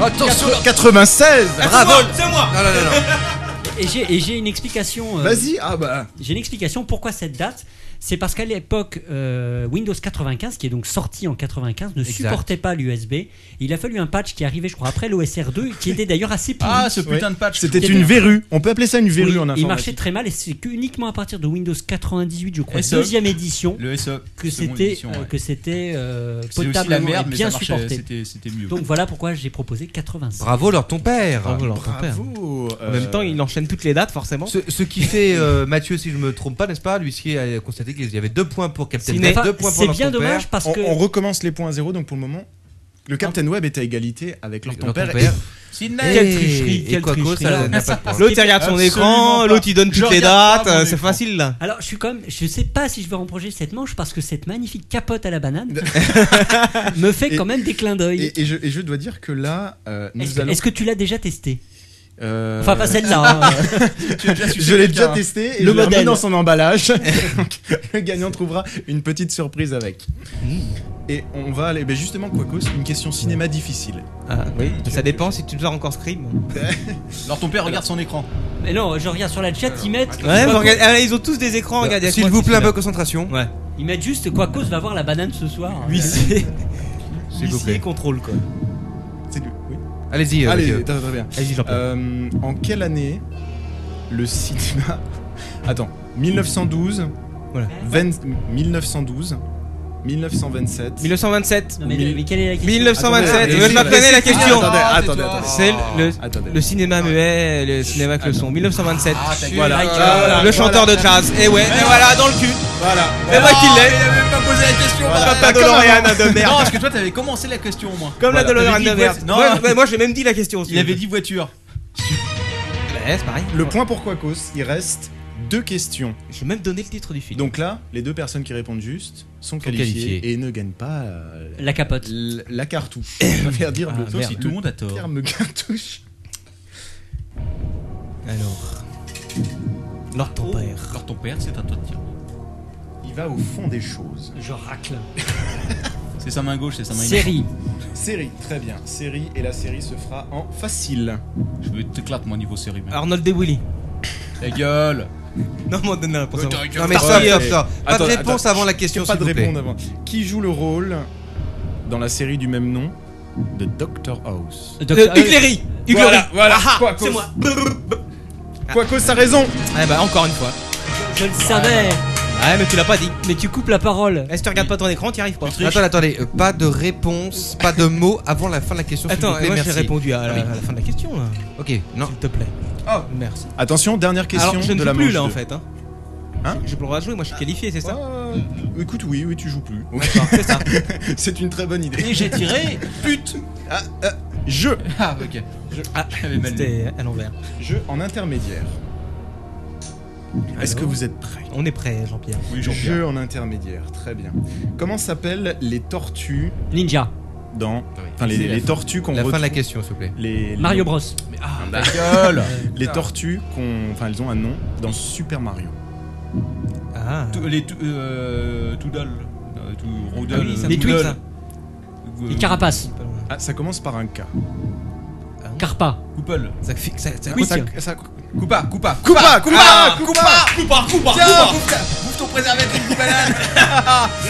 [SPEAKER 5] Attention
[SPEAKER 6] 96
[SPEAKER 5] Bravo
[SPEAKER 2] C'est moi
[SPEAKER 5] Non, non, non, non.
[SPEAKER 4] Et j'ai et j'ai une explication. euh,
[SPEAKER 6] Vas-y, ah bah.
[SPEAKER 4] J'ai une explication pourquoi cette date. C'est parce qu'à l'époque, euh, Windows 95, qui est donc sorti en 95, ne
[SPEAKER 5] Exact.
[SPEAKER 4] supportait pas l'USB. Il a fallu un patch qui arrivait, je crois, après l'OSR2, qui était d'ailleurs assez pourri.
[SPEAKER 3] Ah, ce putain de patch.
[SPEAKER 6] C'était
[SPEAKER 4] C'était-
[SPEAKER 6] une verrue. On peut appeler ça une verrue
[SPEAKER 4] Oui,
[SPEAKER 6] en
[SPEAKER 4] il marchait
[SPEAKER 6] informatique.
[SPEAKER 4] très mal et c'est que uniquement à partir de Windows 98, je crois,
[SPEAKER 3] SE.
[SPEAKER 4] deuxième édition,
[SPEAKER 3] Le SE.
[SPEAKER 4] que
[SPEAKER 3] seconde
[SPEAKER 4] c'était
[SPEAKER 3] édition,
[SPEAKER 4] euh,
[SPEAKER 3] ouais.
[SPEAKER 4] que c'était euh,
[SPEAKER 3] C'est aussi la
[SPEAKER 4] potablement
[SPEAKER 3] merde,
[SPEAKER 4] et
[SPEAKER 3] mais
[SPEAKER 4] bien
[SPEAKER 3] ça marchait,
[SPEAKER 4] supporté.
[SPEAKER 3] c'était- C'était mieux.
[SPEAKER 4] Donc voilà pourquoi j'ai proposé 85.
[SPEAKER 5] Bravo leur ton père.
[SPEAKER 2] Bravo, leur grand-père.
[SPEAKER 6] Bravo.
[SPEAKER 2] En même temps, il enchaîne toutes les dates, forcément.
[SPEAKER 5] Ce, ce qui fait, euh, Mathieu, si je me trompe pas, n'est-ce pas, l'huissier a constaté qu'il y avait deux points pour Captain
[SPEAKER 2] Ciné.
[SPEAKER 5] Webb,
[SPEAKER 4] Enfin,
[SPEAKER 5] deux points pour
[SPEAKER 4] c'est
[SPEAKER 5] leur
[SPEAKER 4] bien
[SPEAKER 5] ton père.
[SPEAKER 4] dommage parce
[SPEAKER 6] on,
[SPEAKER 4] que
[SPEAKER 6] on recommence les points à zéro, donc pour le moment, le Captain Web est à égalité avec leur
[SPEAKER 5] Leur
[SPEAKER 6] ton père.
[SPEAKER 3] Sydney.
[SPEAKER 2] Quelle
[SPEAKER 5] Et-
[SPEAKER 2] tricherie,
[SPEAKER 5] Eh, et
[SPEAKER 2] quelle
[SPEAKER 5] Quacos,
[SPEAKER 2] tricherie.
[SPEAKER 5] ça n'a pas de point.
[SPEAKER 2] L'autre, il regarde son
[SPEAKER 3] Absolument
[SPEAKER 2] écran,
[SPEAKER 3] pas.
[SPEAKER 2] l'autre, il donne
[SPEAKER 3] Je
[SPEAKER 2] toutes les
[SPEAKER 3] regarde
[SPEAKER 2] dates,
[SPEAKER 3] pas mon
[SPEAKER 2] euh, c'est
[SPEAKER 3] écran.
[SPEAKER 2] facile, là.
[SPEAKER 4] alors je suis comme je sais pas si je vais emprocher cette manche parce que cette magnifique capote à la banane me fait quand même des clins d'œil.
[SPEAKER 6] Et, et je, et je dois dire que là, euh, nous
[SPEAKER 4] Est-ce que-
[SPEAKER 6] allons.
[SPEAKER 4] est-ce que tu l'as déjà testé
[SPEAKER 6] euh,
[SPEAKER 4] Enfin pas celle-là. hein.
[SPEAKER 6] je l'ai déjà testé et
[SPEAKER 4] Le
[SPEAKER 6] je l'ai remis
[SPEAKER 4] modèle.
[SPEAKER 6] dans son emballage. Donc, le gagnant trouvera une petite surprise avec.
[SPEAKER 4] Mm.
[SPEAKER 6] Et on va aller. ben justement, Quacos, une question cinéma difficile.
[SPEAKER 2] Ah, oui, ça dépend si tu nous as encore Scream.
[SPEAKER 3] Alors ton père regarde son écran.
[SPEAKER 4] Mais non, je regarde sur la chat, ils mettent
[SPEAKER 2] Ouais,
[SPEAKER 4] quoi-
[SPEAKER 2] vous regardez- ah, ils ont tous des écrans, regardez. à
[SPEAKER 5] S'il
[SPEAKER 2] quoi
[SPEAKER 5] vous plaît, un
[SPEAKER 2] c'est
[SPEAKER 5] peu de concentration.
[SPEAKER 2] celui-là. Ouais.
[SPEAKER 4] ils mettent juste quoi cause va voir la banane ce soir.
[SPEAKER 2] Huissier.
[SPEAKER 5] S'il vous
[SPEAKER 2] Huissier
[SPEAKER 5] plaît.
[SPEAKER 2] contrôle, quoi.
[SPEAKER 6] C'est du. oui.
[SPEAKER 5] Allez-y. euh,
[SPEAKER 6] Allez,
[SPEAKER 5] Mathieu.
[SPEAKER 6] très, très bien.
[SPEAKER 2] Allez-y, Jean-Pierre.
[SPEAKER 6] Euh, en quelle année le cinéma. Attends, 1912,
[SPEAKER 2] Voilà.
[SPEAKER 6] 20 1912. 1927.
[SPEAKER 2] 1927.
[SPEAKER 6] mais- mais quelle est la question
[SPEAKER 2] 1927.
[SPEAKER 6] Attendez,
[SPEAKER 2] je la
[SPEAKER 6] attendez,
[SPEAKER 2] connais la
[SPEAKER 6] attendez,
[SPEAKER 2] question.
[SPEAKER 6] attendez, attendez, attendez.
[SPEAKER 2] C'est le,
[SPEAKER 6] Attendez.
[SPEAKER 2] le cinéma muet, le cinéma avec le son. 1927.
[SPEAKER 6] gueule. Voilà.
[SPEAKER 2] Ah, le
[SPEAKER 6] Voilà.
[SPEAKER 2] chanteur de jazz. Et ouais. Et voilà dans le cul.
[SPEAKER 6] Voilà.
[SPEAKER 2] Mais moi qui l'ai.
[SPEAKER 3] même pas posé la question.
[SPEAKER 2] Voilà.
[SPEAKER 3] papa
[SPEAKER 2] Comme
[SPEAKER 3] DeLorean
[SPEAKER 2] avant.
[SPEAKER 3] de merde.
[SPEAKER 2] Non, parce
[SPEAKER 3] que toi t'avais commencé la question au moins.
[SPEAKER 2] Comme la DeLorean de merde.
[SPEAKER 3] Non,
[SPEAKER 2] Moi, je- moi, j'ai même dit la question.
[SPEAKER 3] Il avait dit voiture.
[SPEAKER 2] c'est pareil.
[SPEAKER 6] Le point pour Quacos, il reste deux questions.
[SPEAKER 2] J'ai même donné le titre du film.
[SPEAKER 6] Donc là, les deux personnes qui répondent juste sont qualifiées,
[SPEAKER 2] qualifiées.
[SPEAKER 6] et ne gagnent pas euh,
[SPEAKER 4] La capote.
[SPEAKER 6] l- la cartouche. On va faire dire
[SPEAKER 3] Ah,
[SPEAKER 6] le,
[SPEAKER 3] sauf si tout le monde a tort.
[SPEAKER 6] terme cartouche.
[SPEAKER 2] Alors. Lord ton père.
[SPEAKER 3] Lord ton père, c'est à toi de dire.
[SPEAKER 6] Il va au fond des choses.
[SPEAKER 4] Je racle.
[SPEAKER 3] C'est sa main gauche, c'est sa main
[SPEAKER 4] Série.
[SPEAKER 6] Série, très bien. Série, et la série se fera en facile.
[SPEAKER 3] Je vais t'éclate mon niveau série. mec.
[SPEAKER 2] Arnold de Willy.
[SPEAKER 3] Ta gueule.
[SPEAKER 2] Non, mais on donne la réponse.
[SPEAKER 3] Attends,
[SPEAKER 2] avant.
[SPEAKER 3] attends,
[SPEAKER 2] Non, mais
[SPEAKER 3] attends,
[SPEAKER 2] stop,
[SPEAKER 3] attends.
[SPEAKER 2] stop, stop. Pas de
[SPEAKER 6] Ah Attends,
[SPEAKER 2] réponse
[SPEAKER 6] attends.
[SPEAKER 2] avant la question.
[SPEAKER 6] Pas de
[SPEAKER 2] s'il vous plaît.
[SPEAKER 6] réponse avant. Qui joue le rôle dans la série du même nom de Doctor House
[SPEAKER 2] Doctor- Euh, Hucklery. Hucklery.
[SPEAKER 6] Voilà, voilà.
[SPEAKER 2] Ah, ah,
[SPEAKER 6] Quacos.
[SPEAKER 2] c'est moi.
[SPEAKER 6] Quacos a raison.
[SPEAKER 2] Ah bah encore une fois.
[SPEAKER 4] Je le savais.
[SPEAKER 2] Ah mais tu l'as pas dit.
[SPEAKER 4] Mais tu coupes la parole.
[SPEAKER 2] Est-ce que tu regardes pas ton écran, t'y arrives pas.
[SPEAKER 5] Attendez, attendez, euh, pas de réponse, pas de mots avant la fin de la question. s'il
[SPEAKER 2] Attends,
[SPEAKER 5] vous plaît,
[SPEAKER 2] moi j'ai
[SPEAKER 5] merci.
[SPEAKER 2] répondu à Ah la,
[SPEAKER 5] Oui.
[SPEAKER 2] à la fin de la question. là.
[SPEAKER 5] Ok, non.
[SPEAKER 2] S'il te plaît.
[SPEAKER 6] Oh,
[SPEAKER 2] merci.
[SPEAKER 6] Attention, dernière question
[SPEAKER 2] Alors je ne
[SPEAKER 6] de
[SPEAKER 2] joue
[SPEAKER 6] la
[SPEAKER 2] plus
[SPEAKER 6] manche
[SPEAKER 2] là en
[SPEAKER 6] deux.
[SPEAKER 2] fait. Hein.
[SPEAKER 6] Hein
[SPEAKER 2] J'ai plus le droit de jouer, moi je suis qualifié, c'est ça
[SPEAKER 6] Euh, Écoute, oui, oui, tu joues plus.
[SPEAKER 2] c'est ça.
[SPEAKER 6] C'est une très bonne idée.
[SPEAKER 3] Et j'ai tiré, pute.
[SPEAKER 6] Ah, ah, je.
[SPEAKER 3] Ah, ok.
[SPEAKER 2] Ah, c'était à l'envers.
[SPEAKER 6] Je en intermédiaire. Est-ce que
[SPEAKER 2] Alors
[SPEAKER 6] vous êtes prêts
[SPEAKER 2] On est prêt, Jean-Pierre.
[SPEAKER 6] Jeu en intermédiaire, très bien. Comment s'appellent les tortues
[SPEAKER 4] Ninja.
[SPEAKER 6] dans. Enfin, les,
[SPEAKER 5] C'est la
[SPEAKER 6] les
[SPEAKER 5] fin.
[SPEAKER 6] tortues qu'on
[SPEAKER 5] La fin de la
[SPEAKER 6] retrouve-
[SPEAKER 5] question, s'il vous plaît.
[SPEAKER 6] Les, les-
[SPEAKER 4] Mario Bros.
[SPEAKER 3] Mais ah,
[SPEAKER 6] Bah,
[SPEAKER 3] gueule.
[SPEAKER 6] les tortues qu'on. Enfin, elles ont un nom dans Super Mario.
[SPEAKER 2] Ah.
[SPEAKER 3] Tout- les tout- euh, Toodle. Euh, tout- Roodle,
[SPEAKER 2] Ah oui, ça me
[SPEAKER 3] Toodle.
[SPEAKER 2] Twix, ça.
[SPEAKER 3] Euh,
[SPEAKER 4] Et Carapace.
[SPEAKER 6] Ah, ça commence par un K.
[SPEAKER 4] Carpa.
[SPEAKER 3] Couple.
[SPEAKER 2] Ça fixe. Ça, ça-
[SPEAKER 4] Oui,
[SPEAKER 2] ça-
[SPEAKER 4] tiens.
[SPEAKER 6] Ça-
[SPEAKER 3] Coupa, coupa,
[SPEAKER 6] Koopa, Koopa,
[SPEAKER 3] Ah,
[SPEAKER 6] Koopa.
[SPEAKER 3] coupa, coupa,
[SPEAKER 6] Tiens,
[SPEAKER 3] coupa.
[SPEAKER 6] bouffe
[SPEAKER 3] ton préservatif de banane.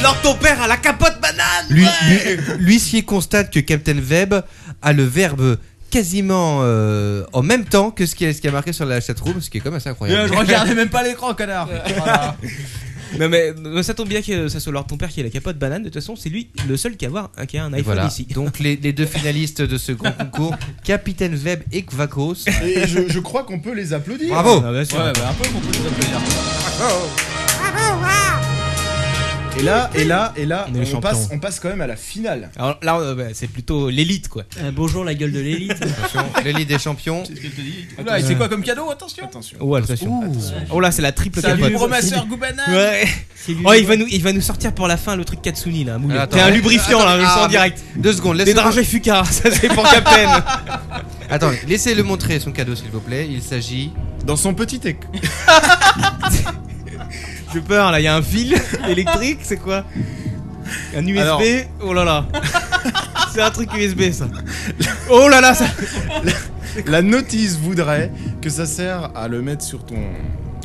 [SPEAKER 2] Lors ton père à la capote banane
[SPEAKER 5] Lui- lui- L'huissier constate que Captain Webb a le verbe quasiment euh, en même temps que ce qui, est- ce qui a marqué sur la chatroom, ce qui est quand même assez
[SPEAKER 3] Euh,
[SPEAKER 5] incroyable.
[SPEAKER 3] Je regardais même pas l'écran, connard. Voilà.
[SPEAKER 2] Non mais euh, ça tombe bien que ça soit Lord ton père qui a la capote banane. De toute façon, c'est lui le seul qui a, avoir, qui a un
[SPEAKER 5] Et
[SPEAKER 2] iPhone
[SPEAKER 5] voilà.
[SPEAKER 2] ici.
[SPEAKER 5] Donc les, les deux finalistes de ce grand concours, Capitaine Webb et Kvakos.
[SPEAKER 6] Et je, je crois qu'on peut les applaudir.
[SPEAKER 5] Bravo
[SPEAKER 2] Ah, bien sûr.
[SPEAKER 3] Ouais, bah, un peu pour que les applaudir.
[SPEAKER 6] Et là, et là, et là,
[SPEAKER 2] On est les
[SPEAKER 6] on,
[SPEAKER 2] champions.
[SPEAKER 6] passe, on passe quand même à la finale.
[SPEAKER 2] Alors là, euh, bah, c'est plutôt l'élite quoi.
[SPEAKER 4] Euh, bonjour la gueule de l'élite.
[SPEAKER 5] Attention, L'élite des champions.
[SPEAKER 3] Qu'est-ce qu'elle te dit Oula, et C'est quoi comme cadeau Attention.
[SPEAKER 6] Attention.
[SPEAKER 2] Oh attention. Oh là, c'est la triple
[SPEAKER 3] Salut,
[SPEAKER 2] capote.
[SPEAKER 3] bromasseur Goubanane.
[SPEAKER 2] Ouais.
[SPEAKER 4] C'est lui.
[SPEAKER 2] Oh, il va, nous, il va nous sortir pour la fin le truc Katsuni là, moulé.
[SPEAKER 5] Ah,
[SPEAKER 2] C'est un
[SPEAKER 5] attends.
[SPEAKER 2] lubrifiant là, je le sens
[SPEAKER 5] Ah,
[SPEAKER 2] en direct.
[SPEAKER 5] Deux secondes,
[SPEAKER 2] Des
[SPEAKER 5] laissez-moi-
[SPEAKER 2] dragées fuca, ça c'est pour Captain.
[SPEAKER 5] Attends, laissez-le montrer son cadeau s'il vous plaît. Il s'agit.
[SPEAKER 6] Dans son petit éc-
[SPEAKER 2] J'ai peur là, il y a un fil électrique, c'est quoi Un USB
[SPEAKER 6] Alors-
[SPEAKER 2] Oh là là. c'est un truc USB ça. Oh là là, ça.
[SPEAKER 6] La notice voudrait que ça sert à le mettre sur ton,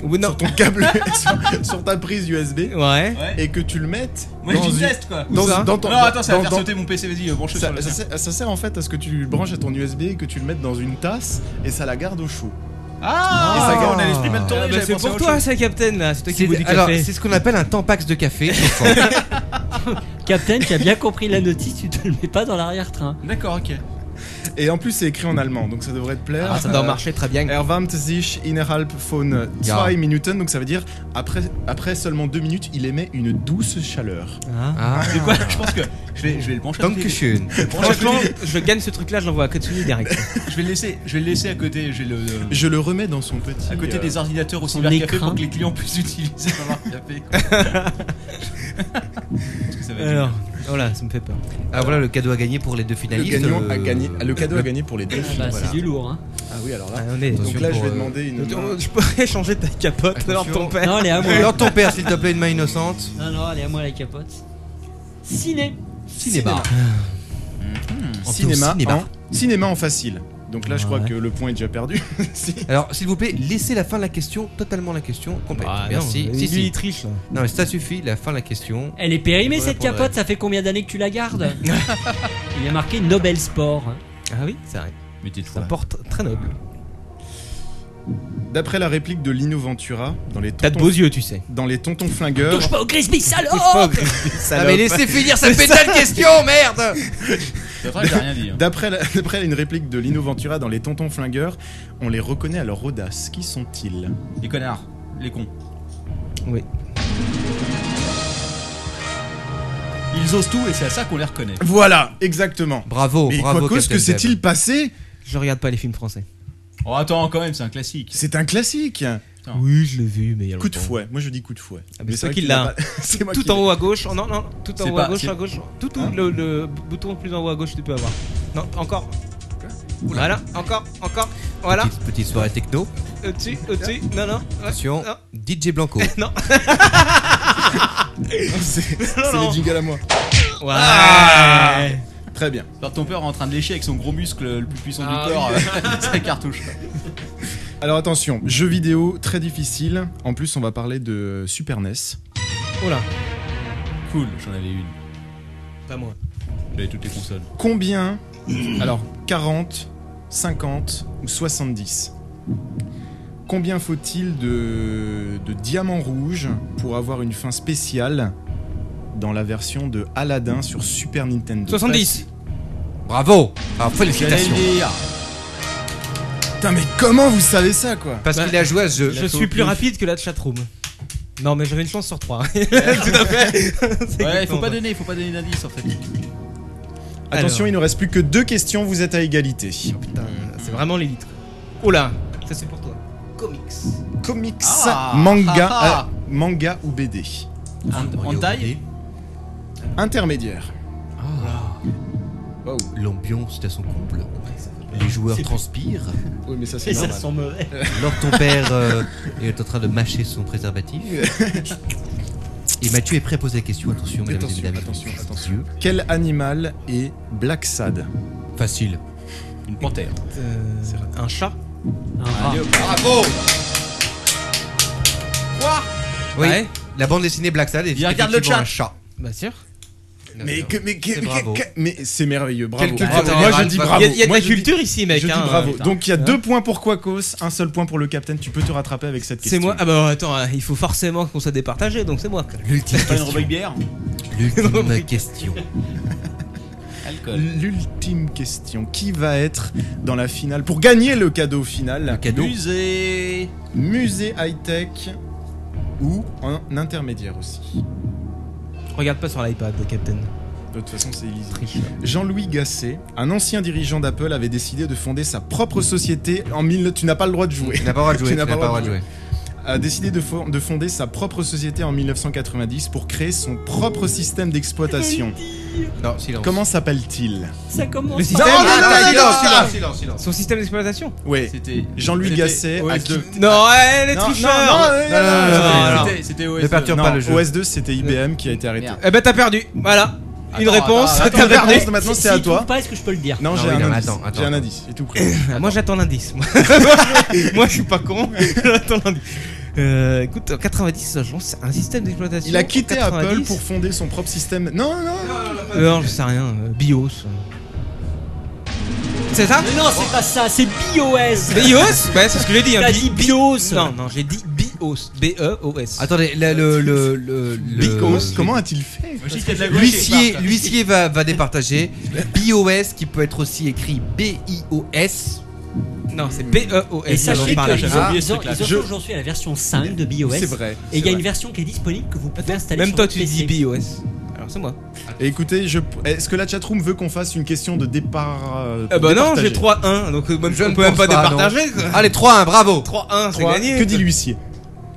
[SPEAKER 2] Ou non.
[SPEAKER 6] sur ton câble, sur, sur ta prise USB,
[SPEAKER 2] Ouais.
[SPEAKER 3] Ouais.
[SPEAKER 6] et que tu le mettes
[SPEAKER 3] Moi,
[SPEAKER 6] dans
[SPEAKER 3] je dis
[SPEAKER 6] une-
[SPEAKER 3] test quoi.
[SPEAKER 6] dans-
[SPEAKER 2] Où ça
[SPEAKER 6] dans ton-
[SPEAKER 3] Non, attends, ça va
[SPEAKER 6] dans-
[SPEAKER 3] faire
[SPEAKER 6] dans-
[SPEAKER 3] sauter mon PC. Vas-y, euh, branche sur
[SPEAKER 6] ça,
[SPEAKER 3] le
[SPEAKER 6] ça
[SPEAKER 3] sien.
[SPEAKER 6] sert- ça sert en fait à ce que tu le branches à ton USB et que tu le mettes dans une tasse et ça la garde au chaud.
[SPEAKER 3] Ah,
[SPEAKER 6] Et ça garde-
[SPEAKER 3] on a l'esprit mal tourné.
[SPEAKER 2] Ah, bah,
[SPEAKER 3] j'avais
[SPEAKER 2] c'est
[SPEAKER 3] pensé à
[SPEAKER 2] pour
[SPEAKER 3] autre
[SPEAKER 2] toi
[SPEAKER 3] chose.
[SPEAKER 2] ça, Captain là. C'est toi qui bois du
[SPEAKER 5] C'est- Alors,
[SPEAKER 2] café.
[SPEAKER 5] c'est ce qu'on appelle un tampax de café.
[SPEAKER 4] Captain, tu as bien compris la notice, tu te le mets pas dans l'arrière-train.
[SPEAKER 3] D'accord, ok.
[SPEAKER 6] Et en plus, c'est écrit en allemand, donc ça devrait te plaire.
[SPEAKER 2] Ah, ça doit
[SPEAKER 6] Euh,
[SPEAKER 2] marcher très bien.
[SPEAKER 6] Erwärmt sich innerhalb von
[SPEAKER 5] Ja.
[SPEAKER 6] zwei Minuten, donc ça veut dire après, après seulement deux minutes, il émet une douce chaleur.
[SPEAKER 2] Ah.
[SPEAKER 5] Ah,
[SPEAKER 3] C'est quoi Je pense que je vais, je vais le brancher. à côté.
[SPEAKER 5] Dankeschön.
[SPEAKER 3] Je vais le brancher à côté.
[SPEAKER 2] Franchement, je gagne ce truc là, je l'envoie à Katsuni direct.
[SPEAKER 3] Je vais le laisser. Je vais le laisser à côté. Je vais le euh,
[SPEAKER 6] Je le remets dans son petit.
[SPEAKER 3] à côté
[SPEAKER 6] euh,
[SPEAKER 3] des ordinateurs au cybercafé
[SPEAKER 4] écran.
[SPEAKER 3] pour que les clients puissent utiliser un cybercafé. quoi. Je pense que ça va être
[SPEAKER 2] Alors,
[SPEAKER 3] génial.
[SPEAKER 2] oh là, ça me fait peur.
[SPEAKER 5] Ah voilà le cadeau à gagner pour les deux
[SPEAKER 6] Le,
[SPEAKER 5] finalistes.
[SPEAKER 6] gagnant
[SPEAKER 5] Euh,
[SPEAKER 6] a gagné, le cadeau a gagné pour les deux.
[SPEAKER 4] Ah bah,
[SPEAKER 5] Voilà.
[SPEAKER 4] C'est du lourd. Hein.
[SPEAKER 6] Ah oui, alors là.
[SPEAKER 2] Ah, on est.
[SPEAKER 6] Donc là, je
[SPEAKER 5] pour,
[SPEAKER 6] vais
[SPEAKER 5] euh,
[SPEAKER 6] demander une. main.
[SPEAKER 2] Je pourrais changer ta capote
[SPEAKER 5] Attention.
[SPEAKER 2] alors ton père.
[SPEAKER 4] Non, elle est à moi.
[SPEAKER 5] Alors ton père, s'il te plaît, une main innocente.
[SPEAKER 4] Non, non, elle est à moi la capote. Ciné.
[SPEAKER 5] Cinéma.
[SPEAKER 6] Cinéma,
[SPEAKER 5] Cinéma.
[SPEAKER 6] En, Ah cinéma en facile. Donc là, je crois
[SPEAKER 2] Ouais.
[SPEAKER 6] que le point est déjà perdu. Si.
[SPEAKER 5] Alors s'il vous plaît, laissez la fin de la question, totalement la question complète.
[SPEAKER 2] Ah, non,
[SPEAKER 5] Merci.
[SPEAKER 2] lui,
[SPEAKER 5] si, si.
[SPEAKER 2] il triche là.
[SPEAKER 5] Non mais ça suffit, la fin de la question.
[SPEAKER 4] Elle est périmée
[SPEAKER 5] Je
[SPEAKER 4] cette
[SPEAKER 5] répondrai.
[SPEAKER 4] capote, ça fait combien d'années que tu la gardes Il y a marqué Nobel Sport.
[SPEAKER 2] Ah oui, c'est vrai.
[SPEAKER 3] Mais t'es trop
[SPEAKER 2] Ça porte très noble.
[SPEAKER 6] D'après la réplique de Lino Ventura, dans les
[SPEAKER 2] T'as de beaux yeux, Oh, tu sais.
[SPEAKER 6] Dans les tontons flingueurs.
[SPEAKER 12] Touche pas au Crispy, salope
[SPEAKER 6] salope.
[SPEAKER 12] Ah, mais laissez finir
[SPEAKER 6] Mais
[SPEAKER 12] cette
[SPEAKER 6] ça-
[SPEAKER 12] pétale question, merde
[SPEAKER 3] vrai, j'ai rien dit, hein.
[SPEAKER 6] D'après la- d'après une réplique de Lino Ventura dans Les Tontons Flingueurs, on les reconnaît à leur audace. Qui sont-ils
[SPEAKER 3] Les connards, les cons.
[SPEAKER 2] Oui.
[SPEAKER 3] Ils osent tout et c'est à ça qu'on les reconnaît.
[SPEAKER 6] Voilà, exactement.
[SPEAKER 2] Bravo,
[SPEAKER 6] Mais
[SPEAKER 2] Oh, bravo.
[SPEAKER 6] quoi cause que
[SPEAKER 2] Captain
[SPEAKER 6] s'est-il
[SPEAKER 2] Web.
[SPEAKER 6] passé
[SPEAKER 2] Je regarde pas les films français.
[SPEAKER 3] Oh, attends, quand même, c'est un classique.
[SPEAKER 6] C'est un classique.
[SPEAKER 2] Oui, je l'ai vu, mais il y a
[SPEAKER 6] Coup de
[SPEAKER 2] longtemps.
[SPEAKER 6] fouet. Moi, je dis coup de fouet.
[SPEAKER 2] Ah, mais c'est
[SPEAKER 6] c'est
[SPEAKER 2] toi
[SPEAKER 6] vrai
[SPEAKER 2] qui
[SPEAKER 6] que tu
[SPEAKER 2] l'as.
[SPEAKER 6] l'as pas- C'est moi
[SPEAKER 2] tout
[SPEAKER 6] qui
[SPEAKER 2] en
[SPEAKER 6] l'ai.
[SPEAKER 2] haut à gauche. Oh, non, non, tout en
[SPEAKER 6] C'est
[SPEAKER 2] haut
[SPEAKER 6] pas-
[SPEAKER 2] à gauche,
[SPEAKER 6] c'est-
[SPEAKER 2] à gauche. Tout, tout le, le bouton plus en haut à gauche, tu peux avoir. Non, encore. Voilà, encore, encore. Voilà.
[SPEAKER 5] Petite, petite soirée techno.
[SPEAKER 2] Au-dessus, au-dessus. Non, non. ouais,
[SPEAKER 5] Attention,
[SPEAKER 2] non.
[SPEAKER 5] DJ Blanco.
[SPEAKER 2] non.
[SPEAKER 6] C'est les jingles à moi.
[SPEAKER 2] Ouais.
[SPEAKER 6] Ah Très bien.
[SPEAKER 3] Alors ton père est en train de lécher avec son gros muscle le plus puissant
[SPEAKER 6] Ah,
[SPEAKER 3] du corps,
[SPEAKER 6] oui.
[SPEAKER 3] euh, sa cartouche.
[SPEAKER 6] Alors attention, jeux vidéo très difficile. En plus, on va parler de Super E NES.
[SPEAKER 2] Oh là.
[SPEAKER 3] Cool, j'en avais une.
[SPEAKER 2] Pas moi.
[SPEAKER 3] J'avais toutes les consoles.
[SPEAKER 6] Combien Alors, 40, 50 ou 70 Combien faut-il de, de diamants rouges pour avoir une fin spéciale dans la version de Aladdin sur Super Nintendo
[SPEAKER 2] 70.
[SPEAKER 5] Bravo Ah,
[SPEAKER 6] félicitations.
[SPEAKER 5] félicitations
[SPEAKER 6] Putain, mais comment vous savez ça, quoi
[SPEAKER 5] Parce
[SPEAKER 2] Bah,
[SPEAKER 5] qu'il a joué à ce jeu.
[SPEAKER 2] Je suis plus rapide que la chatroom. Non, mais j'avais une chance sur trois. Tout à fait. C'est
[SPEAKER 3] Ouais, il faut
[SPEAKER 2] exactement
[SPEAKER 3] pas
[SPEAKER 2] ça.
[SPEAKER 3] donner, il faut pas donner d'indice en fait.
[SPEAKER 6] Attention,
[SPEAKER 2] Alors.
[SPEAKER 6] il ne reste plus que deux questions, vous êtes à égalité.
[SPEAKER 2] Putain, c'est vraiment l'élite. Oh là, ça c'est pour toi. Comics.
[SPEAKER 6] Comics,
[SPEAKER 2] Ah, ah,
[SPEAKER 6] manga,
[SPEAKER 2] ah.
[SPEAKER 6] euh, manga ou BD
[SPEAKER 3] En taille
[SPEAKER 6] Intermédiaire.
[SPEAKER 5] L'ambiance est à son comble. Les joueurs transpirent.
[SPEAKER 6] Oui, mais ça c'est
[SPEAKER 4] Et ça
[SPEAKER 6] normal.
[SPEAKER 4] sent mauvais.
[SPEAKER 5] Alors ton père euh, est en train de mâcher son préservatif. Et Mathieu est prêt à poser la question. Attention, mesdames
[SPEAKER 6] Attention,
[SPEAKER 5] et mesdames.
[SPEAKER 6] attention, attention. Quel animal est Black Sad
[SPEAKER 5] Facile.
[SPEAKER 3] Une panthère.
[SPEAKER 2] Euh, un chat
[SPEAKER 4] Ah,
[SPEAKER 5] Bravo
[SPEAKER 2] Quoi
[SPEAKER 5] Oui.
[SPEAKER 2] Ouais.
[SPEAKER 5] La bande dessinée Black Sad est
[SPEAKER 3] Il regarde le
[SPEAKER 5] effectivement
[SPEAKER 3] chat.
[SPEAKER 5] un chat.
[SPEAKER 2] Bah sûr.
[SPEAKER 6] Mais que, mais que-
[SPEAKER 5] C'est
[SPEAKER 6] mais
[SPEAKER 5] bravo.
[SPEAKER 6] que- mais c'est merveilleux, bravo.
[SPEAKER 5] Quelle culture
[SPEAKER 6] Bravo.
[SPEAKER 5] générale,
[SPEAKER 6] Moi je dis
[SPEAKER 5] bravo.
[SPEAKER 6] bravo.
[SPEAKER 2] Il y a- il y a de
[SPEAKER 6] Moi,
[SPEAKER 2] la
[SPEAKER 6] je dis-
[SPEAKER 2] culture ici, mec,
[SPEAKER 6] Je dis
[SPEAKER 2] hein,
[SPEAKER 6] bravo.
[SPEAKER 2] putain.
[SPEAKER 6] Donc il y a
[SPEAKER 2] Hein.
[SPEAKER 6] deux points pour Quacos, un seul point pour le capitaine. Tu peux te rattraper avec cette question.
[SPEAKER 2] C'est moi. Ah bah attends, hein, il faut forcément qu'on soit départagé, donc c'est moi.
[SPEAKER 5] L'ultime
[SPEAKER 3] Pas une
[SPEAKER 5] question.
[SPEAKER 3] rubrique bière
[SPEAKER 5] L'ultime question.
[SPEAKER 3] Alcool.
[SPEAKER 6] L'ultime question. Qui va être dans la finale pour gagner le cadeau final Le
[SPEAKER 5] cadeau.
[SPEAKER 3] Musée.
[SPEAKER 6] Musée high-tech ou un intermédiaire aussi.
[SPEAKER 2] Regarde pas sur l'iPad, Captain.
[SPEAKER 6] De toute façon, c'est illisible.
[SPEAKER 2] Triche.
[SPEAKER 6] Jean-Louis Gasset, un ancien dirigeant d'Apple, avait décidé de fonder sa propre société en mille... Tu n'as pas le droit de jouer.
[SPEAKER 5] Tu n'as pas le droit de jouer.
[SPEAKER 6] Tu n'as pas le droit
[SPEAKER 5] de
[SPEAKER 6] de
[SPEAKER 5] jouer.
[SPEAKER 6] a décidé de, fo- de fonder sa propre société en 1990 pour créer son propre système d'exploitation.
[SPEAKER 5] Non, silence.
[SPEAKER 6] Comment s'appelle-t-il
[SPEAKER 4] ça commence.
[SPEAKER 2] Le système.
[SPEAKER 3] Eh,
[SPEAKER 4] par-
[SPEAKER 5] Non, non, non,
[SPEAKER 2] Ah,
[SPEAKER 5] silence,
[SPEAKER 2] d'accord.
[SPEAKER 5] silence, silence, silence.
[SPEAKER 2] Son système d'exploitation
[SPEAKER 6] Oui,
[SPEAKER 3] C'était
[SPEAKER 6] Jean-Louis
[SPEAKER 3] c'était
[SPEAKER 6] Gasset a
[SPEAKER 3] OS2.
[SPEAKER 6] quitté-
[SPEAKER 2] Non, ouais, les
[SPEAKER 6] Non,
[SPEAKER 2] tricheurs Euh,
[SPEAKER 6] non, non, non,
[SPEAKER 2] non,
[SPEAKER 5] non,
[SPEAKER 2] non,
[SPEAKER 3] C'était-
[SPEAKER 2] non.
[SPEAKER 3] c'était- C'était OS2.
[SPEAKER 5] Ne perturbe
[SPEAKER 6] Non,
[SPEAKER 5] pas le jeu.
[SPEAKER 6] OS2, c'était IBM qui a été arrêté.
[SPEAKER 3] Merde.
[SPEAKER 2] Eh ben t'as perdu, voilà. Une
[SPEAKER 3] Attends,
[SPEAKER 2] réponse,
[SPEAKER 3] attends, attends,
[SPEAKER 2] t'as
[SPEAKER 6] La
[SPEAKER 2] perdu.
[SPEAKER 6] réponse de maintenant,
[SPEAKER 4] Si-
[SPEAKER 6] c'est à
[SPEAKER 4] s'il
[SPEAKER 6] toi.
[SPEAKER 4] trouve pas, est-ce que je peux le dire
[SPEAKER 6] Non,
[SPEAKER 5] Non,
[SPEAKER 6] j'ai
[SPEAKER 5] oui,
[SPEAKER 6] un
[SPEAKER 5] non,
[SPEAKER 6] indice.
[SPEAKER 5] attends, attends,
[SPEAKER 6] J'ai un
[SPEAKER 5] attends.
[SPEAKER 6] indice, c'est tout.
[SPEAKER 2] Ah, Moi j'attends l'indice. Moi. Moi, je suis pas con. j'attends l'indice. Euh, écoute, en 90, je lance un système d'exploitation.
[SPEAKER 6] Il a quitté
[SPEAKER 2] En 90,
[SPEAKER 6] Apple pour fonder son propre système. Non, non, non.
[SPEAKER 2] Euh, non, je sais rien. euh, BIOS. C'est ça
[SPEAKER 4] Mais non, c'est pas ça, c'est BIOS.
[SPEAKER 2] BIOS Ouais, c'est ce que j'ai dit. hein,
[SPEAKER 4] T'as
[SPEAKER 2] bi-
[SPEAKER 4] dit
[SPEAKER 2] bi-
[SPEAKER 4] BIOS.
[SPEAKER 2] Non, non, j'ai dit BIOS. E B-E-O-S.
[SPEAKER 5] Attendez, là, le. le, le, le-
[SPEAKER 6] Comment- Comment a-t-il fait
[SPEAKER 3] Moi, je dis qu'il y a de la gauche quelque
[SPEAKER 5] L'huissier,
[SPEAKER 3] part,
[SPEAKER 5] l'huissier va, va départager. BIOS qui peut être aussi écrit B-I-O-S.
[SPEAKER 2] Non, c'est E B-E-O-S.
[SPEAKER 4] Et sachez que
[SPEAKER 3] j'avais
[SPEAKER 4] ils ont-
[SPEAKER 3] oublié ce
[SPEAKER 4] ils ont-
[SPEAKER 3] truc-là.
[SPEAKER 4] ils ont
[SPEAKER 3] Je-
[SPEAKER 4] aujourd'hui la version 5 de BIOS.
[SPEAKER 6] C'est vrai.
[SPEAKER 4] Et il y a
[SPEAKER 6] c'est
[SPEAKER 4] une version qui est disponible que vous pouvez installer
[SPEAKER 2] Même
[SPEAKER 4] sur
[SPEAKER 2] toi,
[SPEAKER 4] votre
[SPEAKER 2] tu dis
[SPEAKER 4] PC.
[SPEAKER 2] BIOS. Alors, c'est moi.
[SPEAKER 6] Et écoutez, je... est-ce que la chatroom veut qu'on fasse une question de départ euh,
[SPEAKER 4] Eh ben,
[SPEAKER 2] Ah bah non,
[SPEAKER 6] départagée
[SPEAKER 2] j'ai 3-1, donc euh, même,
[SPEAKER 5] Je
[SPEAKER 2] on
[SPEAKER 5] ne
[SPEAKER 2] peut même pas
[SPEAKER 5] pense pas, non.
[SPEAKER 2] départager. quoi.
[SPEAKER 5] Allez, 3-1, bravo
[SPEAKER 2] 3-1, c'est
[SPEAKER 6] Trois.
[SPEAKER 2] gagné.
[SPEAKER 6] Que dit l'huissier